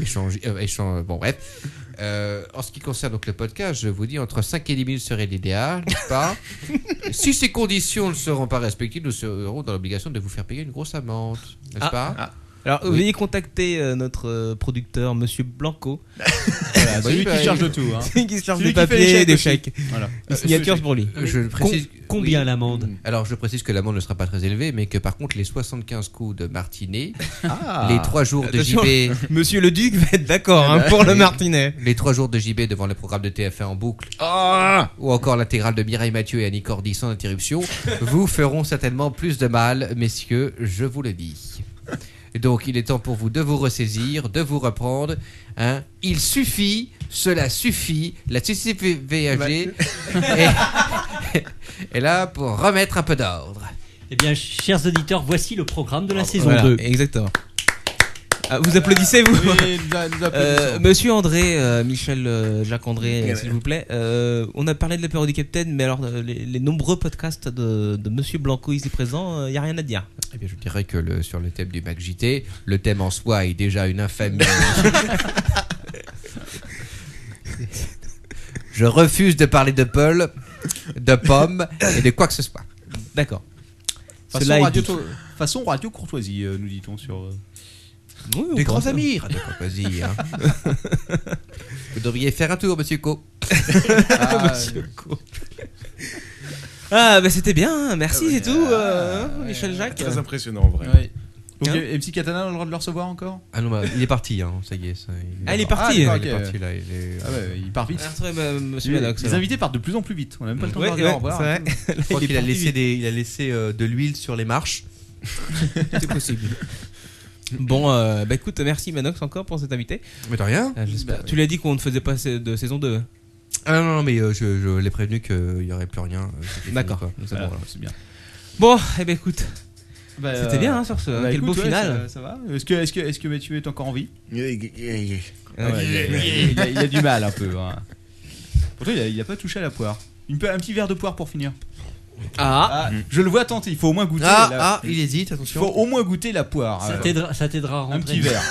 [SPEAKER 5] échange, euh, échange- bon bref. Euh, en ce qui concerne donc le podcast, je vous dis entre 5 et 10 minutes serait l'idéal, n'est-ce pas Si ces conditions ne seront pas respectées, nous serons dans l'obligation de vous faire payer une grosse amende, n'est-ce
[SPEAKER 2] Ah.
[SPEAKER 5] pas
[SPEAKER 2] Ah. Alors, veuillez contacter euh, notre euh, producteur, Monsieur Blanco.
[SPEAKER 3] Voilà, celui
[SPEAKER 5] bah,
[SPEAKER 3] qui charge de tout, hein.
[SPEAKER 2] Celui qui se charge
[SPEAKER 3] Celui
[SPEAKER 2] des
[SPEAKER 3] qui fait les
[SPEAKER 2] papiers et
[SPEAKER 3] chèques
[SPEAKER 2] des
[SPEAKER 3] aussi.
[SPEAKER 2] chèques.
[SPEAKER 3] Voilà.
[SPEAKER 2] Une signature pour lui.
[SPEAKER 5] Je précise.
[SPEAKER 2] Com- combien
[SPEAKER 5] oui.
[SPEAKER 2] l'amende
[SPEAKER 5] Alors, je précise que l'amende ne sera pas très élevée, mais que par contre, les 75 coups de martinet,
[SPEAKER 2] Ah.
[SPEAKER 5] les 3 jours de
[SPEAKER 2] Attention,
[SPEAKER 5] JB.
[SPEAKER 2] Monsieur le Duc va être d'accord, hein, pour le martinet.
[SPEAKER 5] Les 3 jours de JB devant le programme de TF1 en boucle.
[SPEAKER 2] Ah.
[SPEAKER 5] Ou encore l'intégrale de Mireille Mathieu et Annie Cordy sans interruption, vous feront certainement plus de mal, messieurs, je vous le dis. Donc, il est temps pour vous de vous ressaisir, de vous reprendre. hein. Il suffit, cela suffit, la CCVAG. Et, et là, pour remettre un peu d'ordre.
[SPEAKER 4] Eh bien, chers auditeurs, voici le programme de la saison
[SPEAKER 2] Ah, Voilà,
[SPEAKER 4] 2.
[SPEAKER 2] Exactement. Ah, vous applaudissez, vous
[SPEAKER 4] Oui, nous a- nous applaudissons.
[SPEAKER 2] Euh, Monsieur André, euh, Michel, euh, Jacques André,
[SPEAKER 4] Ouais.
[SPEAKER 2] s'il vous plaît. euh, on a parlé de la période du Capitaine, mais alors, euh, les, les nombreux podcasts de, de Monsieur Blanco ici présent, il n'y a rien à dire.
[SPEAKER 5] Eh bien, je dirais que le- sur le thème du Mac JT, le thème en soi est déjà une infamie. je refuse de parler de Paul, de Pomme et de quoi que ce soit.
[SPEAKER 2] D'accord.
[SPEAKER 3] Façon radio, façon radio courtoisie, euh, nous dit-on sur. euh,
[SPEAKER 5] Des grands amis, Radio Courtoisie. Ah, hein. Vous devriez faire un tour, monsieur Co. Ah,
[SPEAKER 2] Monsieur Co. Ah, bah c'était bien, merci, c'est tout, euh, Michel Jacques.
[SPEAKER 6] Très impressionnant, en vrai.
[SPEAKER 3] Ouais. Donc,
[SPEAKER 2] Hein
[SPEAKER 3] euh, MC Katana a le droit de le recevoir encore
[SPEAKER 5] Ah non, bah, il est parti, hein, ça y est. ça,
[SPEAKER 2] Ah, il est parti.
[SPEAKER 5] d'accord,
[SPEAKER 3] Ah,
[SPEAKER 5] il est
[SPEAKER 3] ok.
[SPEAKER 5] parti, là. Il est...
[SPEAKER 3] Ah ouais, il part vite.
[SPEAKER 2] On a retrouvé, euh, monsieur
[SPEAKER 3] Les-
[SPEAKER 2] Maddox,
[SPEAKER 3] les
[SPEAKER 2] alors.
[SPEAKER 3] invités partent de plus en plus vite. On n'a même pas le temps
[SPEAKER 2] Ouais,
[SPEAKER 3] de
[SPEAKER 2] ouais,
[SPEAKER 3] leur dire au revoir.
[SPEAKER 2] c'est vrai.
[SPEAKER 5] Je crois
[SPEAKER 2] Il est
[SPEAKER 5] qu'il a
[SPEAKER 2] parti
[SPEAKER 5] laissé,
[SPEAKER 2] vite.
[SPEAKER 5] des, il a laissé euh, de l'huile sur les marches.
[SPEAKER 2] C'est possible. Bon, euh, bah écoute, merci Manox encore pour cet invité.
[SPEAKER 5] Mais de rien.
[SPEAKER 2] Ah, j'espère.
[SPEAKER 5] Bah,
[SPEAKER 2] tu l'as dit qu'on ne faisait pas sa- de saison 2.
[SPEAKER 5] Ah non, non, non, mais euh, je, je l'ai prévenu qu'il n'y aurait plus rien. euh, c'était fini,
[SPEAKER 2] D'accord.
[SPEAKER 5] quoi. Donc, c'est bon,
[SPEAKER 2] Voilà,
[SPEAKER 5] voilà.
[SPEAKER 3] c'est bien.
[SPEAKER 2] Bon, eh ben écoute.
[SPEAKER 3] Bah,
[SPEAKER 2] C'était
[SPEAKER 3] euh,
[SPEAKER 2] bien hein, sur ce.
[SPEAKER 3] bah,
[SPEAKER 2] Quel
[SPEAKER 3] écoute,
[SPEAKER 2] beau
[SPEAKER 3] ouais,
[SPEAKER 2] final.
[SPEAKER 3] Ça, ça va Est-ce que, est que, est que Mathieu est encore en vie
[SPEAKER 2] Ah
[SPEAKER 3] Ouais,
[SPEAKER 2] ouais.
[SPEAKER 3] il, a, il a- il a du mal un peu. hein. Pourtant, il a, il a pas touché à la poire. Une pe- un petit verre de poire pour finir.
[SPEAKER 2] Ah.
[SPEAKER 3] Je le vois tenter. Il faut au moins goûter.
[SPEAKER 5] Ah,
[SPEAKER 3] la-
[SPEAKER 5] ah, il hésite, attention.
[SPEAKER 3] Il faut au moins goûter la
[SPEAKER 2] Ah,
[SPEAKER 3] poire.
[SPEAKER 4] Ça
[SPEAKER 3] euh,
[SPEAKER 4] t'aidera- ça t'aidera à rentrer.
[SPEAKER 3] Un petit verre.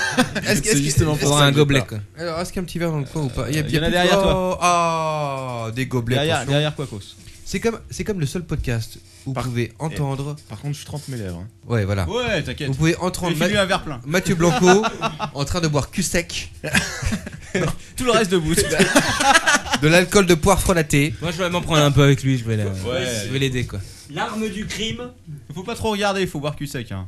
[SPEAKER 5] Est-ce que- est-ce que- est-ce que-
[SPEAKER 3] quoi.
[SPEAKER 5] Alors, est-ce qu'il y a un petit verre dans le coin ou pas
[SPEAKER 3] Il y en a
[SPEAKER 5] plus-
[SPEAKER 3] derrière
[SPEAKER 5] Oh,
[SPEAKER 3] toi.
[SPEAKER 5] Ah, des gobelets.
[SPEAKER 3] Derrière-
[SPEAKER 5] attention.
[SPEAKER 3] derrière Quacos.
[SPEAKER 5] C'est comme, c'est comme le seul podcast où vous pouvez entendre.
[SPEAKER 6] Par contre, je trempe mes lèvres. hein.
[SPEAKER 5] Ouais, voilà.
[SPEAKER 3] Ouais, t'inquiète.
[SPEAKER 5] Vous pouvez entendre
[SPEAKER 3] Mais file-lui un verre plein.
[SPEAKER 5] Mathieu Blanco en train de boire cul sec.
[SPEAKER 3] Tout le reste debout.
[SPEAKER 5] de l'alcool de poire frelaté.
[SPEAKER 2] Moi je vais m'en prendre un peu avec lui, je vais la- je vais l'aider quoi.
[SPEAKER 4] L'arme du crime.
[SPEAKER 3] Faut pas trop regarder, faut boire cul sec. Hein.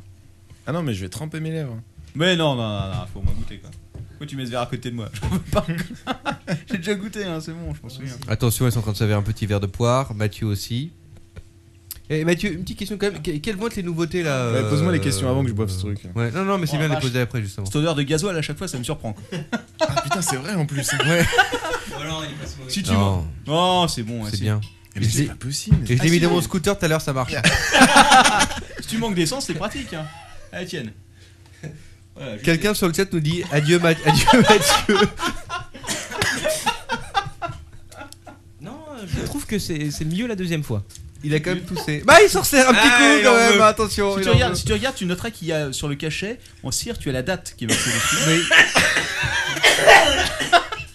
[SPEAKER 6] Ah non, mais je vais tremper mes lèvres.
[SPEAKER 3] Mais non, non, non, non, faut au moins goûter quoi. Pourquoi tu mets ce verre à côté de moi J'en veux pas. J'ai déjà goûté, hein, c'est bon, je m'en souviens.
[SPEAKER 5] Attention, ils sont en train de servir un petit verre de poire. Mathieu aussi. Et Mathieu, une petite question quand même. Que- Quelles vont être les nouveautés là
[SPEAKER 6] Ouais, pose-moi les
[SPEAKER 5] euh,
[SPEAKER 6] questions avant que je boive ce truc.
[SPEAKER 5] Ouais, non, non, mais c'est
[SPEAKER 3] Oh,
[SPEAKER 5] bien de
[SPEAKER 3] la
[SPEAKER 5] les
[SPEAKER 3] vache.
[SPEAKER 5] poser après justement.
[SPEAKER 3] Cette odeur de gasoil à chaque fois, ça me surprend. quoi.
[SPEAKER 6] Ah putain, c'est vrai en plus.
[SPEAKER 5] Ouais.
[SPEAKER 3] Si tu
[SPEAKER 5] Non.
[SPEAKER 3] m'en- Oh, c'est bon, hein,
[SPEAKER 5] C'est bien.
[SPEAKER 6] Mais
[SPEAKER 5] Je
[SPEAKER 6] c'est
[SPEAKER 5] l'ai-
[SPEAKER 6] pas possible.
[SPEAKER 5] Et je l'ai
[SPEAKER 3] Ah,
[SPEAKER 5] mis
[SPEAKER 3] si,
[SPEAKER 5] dans mon
[SPEAKER 3] oui.
[SPEAKER 5] scooter tout à l'heure, ça marche.
[SPEAKER 3] Si tu manques d'essence, c'est pratique. Hein. Allez, tienne. Voilà, je-
[SPEAKER 5] Quelqu'un sur le chat nous dit adieu, Ma- adieu Mathieu.
[SPEAKER 2] Non, euh, je trouve que c'est c'est mieux la deuxième fois.
[SPEAKER 5] Il a quand même toussé. Bah, il s'en sert un petit
[SPEAKER 2] Ah,
[SPEAKER 5] coup
[SPEAKER 2] il
[SPEAKER 5] quand
[SPEAKER 2] en
[SPEAKER 5] même,
[SPEAKER 2] veut.
[SPEAKER 5] attention.
[SPEAKER 3] Si
[SPEAKER 5] il
[SPEAKER 3] tu,
[SPEAKER 5] en
[SPEAKER 3] regardes,
[SPEAKER 5] veut.
[SPEAKER 3] si tu regardes, tu noteras qu'il y a sur le cachet, en cire, tu as la date qui est marquée dessus.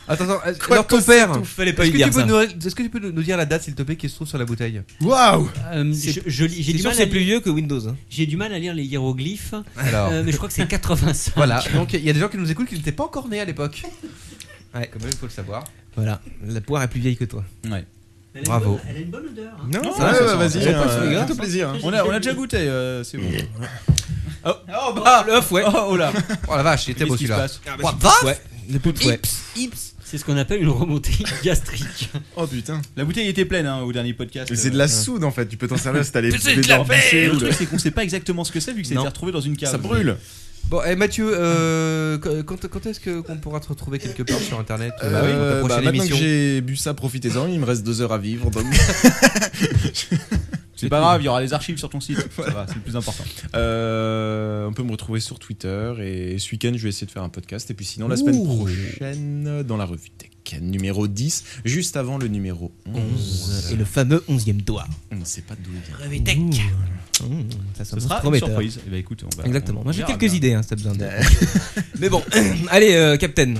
[SPEAKER 5] Attends, attends, euh, alors ton père,
[SPEAKER 2] fallait pas
[SPEAKER 5] est-ce
[SPEAKER 2] lui
[SPEAKER 5] que, tu
[SPEAKER 2] dire
[SPEAKER 5] peux
[SPEAKER 2] ça.
[SPEAKER 5] nous, est-ce que tu peux nous nous dire la date s'il te plaît qui se trouve sur la bouteille
[SPEAKER 6] Waouh
[SPEAKER 4] Euh, je- je lis- J'ai
[SPEAKER 2] C'est
[SPEAKER 4] du,
[SPEAKER 2] sûr
[SPEAKER 4] mal
[SPEAKER 2] que
[SPEAKER 4] à
[SPEAKER 2] c'est plus
[SPEAKER 4] lire-
[SPEAKER 2] vieux que Windows. hein.
[SPEAKER 4] j'ai du mal à lire les hiéroglyphes,
[SPEAKER 2] Ah.
[SPEAKER 5] Alors.
[SPEAKER 4] euh, mais je crois que c'est 85.
[SPEAKER 5] Voilà, donc il y a des gens qui nous écoutent qui n'étaient pas encore nés à l'époque. Ouais, quand même, il faut le savoir.
[SPEAKER 2] Voilà, la poire est plus vieille que toi.
[SPEAKER 3] Ouais.
[SPEAKER 4] Elle a une
[SPEAKER 5] Bravo.
[SPEAKER 4] bonne- Elle a une bonne odeur. hein.
[SPEAKER 2] Non,
[SPEAKER 6] Ouais,
[SPEAKER 2] ça va,
[SPEAKER 6] ouais,
[SPEAKER 2] ça sent- ça
[SPEAKER 6] vas-y,
[SPEAKER 2] sent pas
[SPEAKER 6] hein,
[SPEAKER 2] le
[SPEAKER 6] tout
[SPEAKER 2] gaz.
[SPEAKER 6] plaisir. hein.
[SPEAKER 3] On a, on a déjà goûté, euh, c'est bon. Oh, oh,
[SPEAKER 2] Ah,
[SPEAKER 3] bah,
[SPEAKER 2] le œuf, ouais.
[SPEAKER 3] oh, oh là.
[SPEAKER 5] Oh la vache, il était
[SPEAKER 3] Qu'est-ce
[SPEAKER 5] beau
[SPEAKER 3] qui se
[SPEAKER 5] celui-là.
[SPEAKER 3] passe
[SPEAKER 2] Ah, bah,
[SPEAKER 5] What
[SPEAKER 2] c'est-
[SPEAKER 5] the f-
[SPEAKER 2] ouais. Le pute, ouais.
[SPEAKER 4] C'est ce qu'on appelle une remontée gastrique.
[SPEAKER 6] Oh putain.
[SPEAKER 3] La bouteille était pleine hein, au dernier podcast.
[SPEAKER 6] Mais c'est de la soude en fait. Tu peux t'en servir si t'as les
[SPEAKER 3] C'est
[SPEAKER 6] les
[SPEAKER 3] de la
[SPEAKER 6] dents bouchées
[SPEAKER 3] merde.
[SPEAKER 6] ou
[SPEAKER 3] Le
[SPEAKER 6] le-
[SPEAKER 3] truc, c'est qu'on sait pas exactement ce que c'est vu que ça a
[SPEAKER 2] Non.
[SPEAKER 3] été retrouvé dans une cave.
[SPEAKER 6] Ça brûle.
[SPEAKER 5] Bon, et Mathieu, euh, quand, quand- quand est-ce que- qu'on pourra te retrouver quelque part sur internet euh,
[SPEAKER 6] Euh,
[SPEAKER 5] pour ta
[SPEAKER 6] bah,
[SPEAKER 5] prochaine
[SPEAKER 6] maintenant que
[SPEAKER 5] émission
[SPEAKER 6] j'ai bu ça, profitez-en. Il me reste deux heures à vivre. donc-
[SPEAKER 3] C'est pas grave, il y aura les archives sur ton site. Ça va, c'est le plus important.
[SPEAKER 6] Euh, on peut me retrouver sur Twitter et ce week-end je vais essayer de faire un podcast et puis sinon la semaine prochaine dans la revue Tech numéro 10 juste avant le numéro 11
[SPEAKER 2] Et le fameux 11ème doigt.
[SPEAKER 6] on ne sait pas d'où il vient
[SPEAKER 2] Mmh, ça
[SPEAKER 3] Ce
[SPEAKER 2] sonne
[SPEAKER 3] sera une
[SPEAKER 2] prometteur.
[SPEAKER 3] surprise. Eh ben, écoute, on va-
[SPEAKER 2] Exactement.
[SPEAKER 3] on
[SPEAKER 2] Moi j'ai
[SPEAKER 3] verra
[SPEAKER 2] quelques
[SPEAKER 3] bien.
[SPEAKER 2] idées, hein, si t'as besoin de. Mais bon, allez, euh, Captain.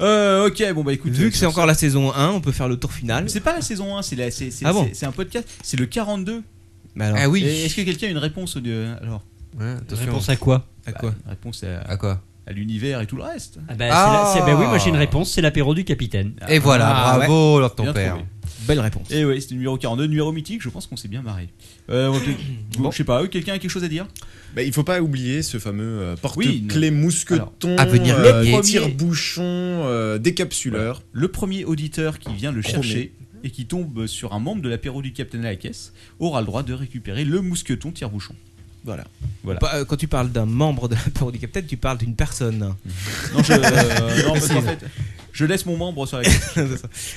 [SPEAKER 3] Euh, ok, bon bah écoute.
[SPEAKER 2] Vu
[SPEAKER 3] euh,
[SPEAKER 2] que c'est encore la saison 1, on peut faire le tour final.
[SPEAKER 3] C'est pas la saison 1, c'est la- c'est- c'est-
[SPEAKER 2] Ah bon
[SPEAKER 3] c'est- c'est un podcast, c'est le 42.
[SPEAKER 2] Mais alors,
[SPEAKER 5] Ah oui.
[SPEAKER 3] Et Est-ce que quelqu'un a une réponse au- de- Alors, bah,
[SPEAKER 5] Ouais, attention.
[SPEAKER 4] Réponse à quoi
[SPEAKER 5] À
[SPEAKER 2] Bah.
[SPEAKER 5] quoi
[SPEAKER 3] Réponse à,
[SPEAKER 5] à quoi
[SPEAKER 3] À l'univers et tout le reste.
[SPEAKER 4] Ah bah, c'est la- c'est- bah oui, moi j'ai une réponse, c'est l'apéro du capitaine.
[SPEAKER 2] Ah.
[SPEAKER 5] Et voilà, bravo,
[SPEAKER 3] ouais.
[SPEAKER 5] Lord ton
[SPEAKER 3] Bien
[SPEAKER 5] père.
[SPEAKER 3] trouvé.
[SPEAKER 2] Belle réponse.
[SPEAKER 3] Et oui, c'était numéro 42, numéro mythique, je pense qu'on s'est bien marré. Euh, ok. Bon, je sais pas, euh, quelqu'un a quelque chose à dire
[SPEAKER 6] Bah, il faut pas oublier ce fameux euh,
[SPEAKER 3] Oui,
[SPEAKER 6] porte-clé
[SPEAKER 3] non.
[SPEAKER 6] mousqueton,
[SPEAKER 3] Alors, à venir,
[SPEAKER 6] euh,
[SPEAKER 3] les premiers-
[SPEAKER 6] tire-bouchon, euh, décapsuleur.
[SPEAKER 3] Le premier auditeur qui vient le
[SPEAKER 6] Premier.
[SPEAKER 3] chercher et qui tombe sur un membre de l'apéro du capitaine à la caisse aura le droit de récupérer le mousqueton tire-bouchon.
[SPEAKER 6] Voilà.
[SPEAKER 3] Voilà.
[SPEAKER 2] Pas- euh, Quand tu parles d'un membre de la Tour du Capitaine, tu parles d'une personne.
[SPEAKER 3] Non, je, euh, non, parce
[SPEAKER 2] Précise.
[SPEAKER 3] qu'en fait, je laisse mon membre sur la caisse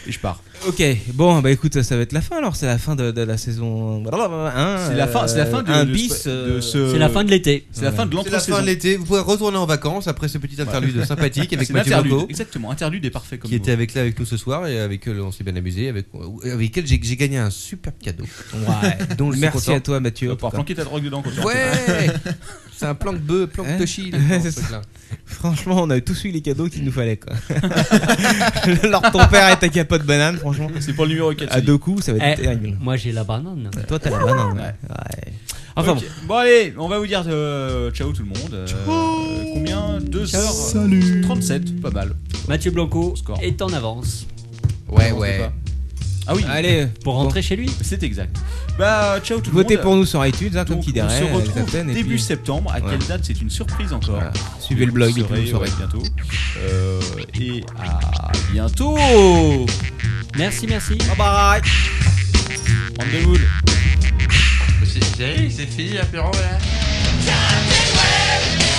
[SPEAKER 3] et je pars.
[SPEAKER 2] Ok, bon, bah écoute, ça va être la fin alors, c'est la fin de, de la saison. hein,
[SPEAKER 3] C'est la fin, c'est la fin de,
[SPEAKER 2] Euh, un
[SPEAKER 3] de-
[SPEAKER 2] bis.
[SPEAKER 3] de
[SPEAKER 2] euh,
[SPEAKER 3] ce- C'est la fin de
[SPEAKER 5] C'est la
[SPEAKER 3] l'entre-saison.
[SPEAKER 5] fin de l'été. Vous pouvez retourner en vacances après ce petit interlude
[SPEAKER 3] Voilà.
[SPEAKER 5] sympathique avec
[SPEAKER 3] Ah, C'est
[SPEAKER 5] Mathieu
[SPEAKER 3] l'interlude,
[SPEAKER 5] Bocco,
[SPEAKER 3] Exactement, interlude est parfait comme
[SPEAKER 5] qui
[SPEAKER 3] mot.
[SPEAKER 5] était avec là avec nous ce soir et avec euh, on s'est bien amusé avec euh, avec lequel j'ai j'ai gagné un superbe cadeau.
[SPEAKER 2] Ouais.
[SPEAKER 5] Dont je suis
[SPEAKER 2] Merci
[SPEAKER 5] content.
[SPEAKER 2] à toi, Mathieu.
[SPEAKER 3] Euh,
[SPEAKER 5] On va pouvoir
[SPEAKER 2] En tout
[SPEAKER 3] planquer ta drogue dedans, quand tu rentres.
[SPEAKER 5] Ouais. C'est un planque bœuf, planque
[SPEAKER 2] Hein
[SPEAKER 5] de chili.
[SPEAKER 2] Ouais, c'est ça. Franchement, on a tous eu les cadeaux qu'il nous fallait. Quoi. Alors, ton père est à capot de banane, franchement.
[SPEAKER 3] C'est pour le numéro 4.
[SPEAKER 2] À deux coups, ça va être
[SPEAKER 4] Eh,
[SPEAKER 2] terrible.
[SPEAKER 4] Moi j'ai la banane.
[SPEAKER 2] Toi, t'as la banane. Ouais. Ouais. Enfin
[SPEAKER 3] Ok. bon. allez, on va vous dire euh, ciao tout le monde. Euh, combien 2 heures 37, pas mal.
[SPEAKER 4] Mathieu Blanco est en avance.
[SPEAKER 2] bon. Ouais,
[SPEAKER 3] ouais. Ah oui.
[SPEAKER 2] Allez,
[SPEAKER 4] Pour rentrer chez lui
[SPEAKER 3] C'est exact. Bah ciao tout
[SPEAKER 2] Votez
[SPEAKER 3] le monde.
[SPEAKER 2] pour nous sur iTunes, hein, comme
[SPEAKER 3] Donc,
[SPEAKER 2] qui dirait.
[SPEAKER 3] On se
[SPEAKER 2] euh,
[SPEAKER 3] retrouve
[SPEAKER 2] Captain, et
[SPEAKER 3] début
[SPEAKER 2] puis-
[SPEAKER 3] septembre. À
[SPEAKER 2] Ouais.
[SPEAKER 3] quelle date C'est une surprise encore.
[SPEAKER 2] Suivez le blog,
[SPEAKER 3] Vous
[SPEAKER 2] et puis vous
[SPEAKER 3] saurez,
[SPEAKER 2] saurez.
[SPEAKER 3] ouais, bientôt. Euh, et à bientôt.
[SPEAKER 4] Merci, merci.
[SPEAKER 2] Bye bye.
[SPEAKER 3] Prendre de boule.
[SPEAKER 16] C'est c'est fini l'apéro là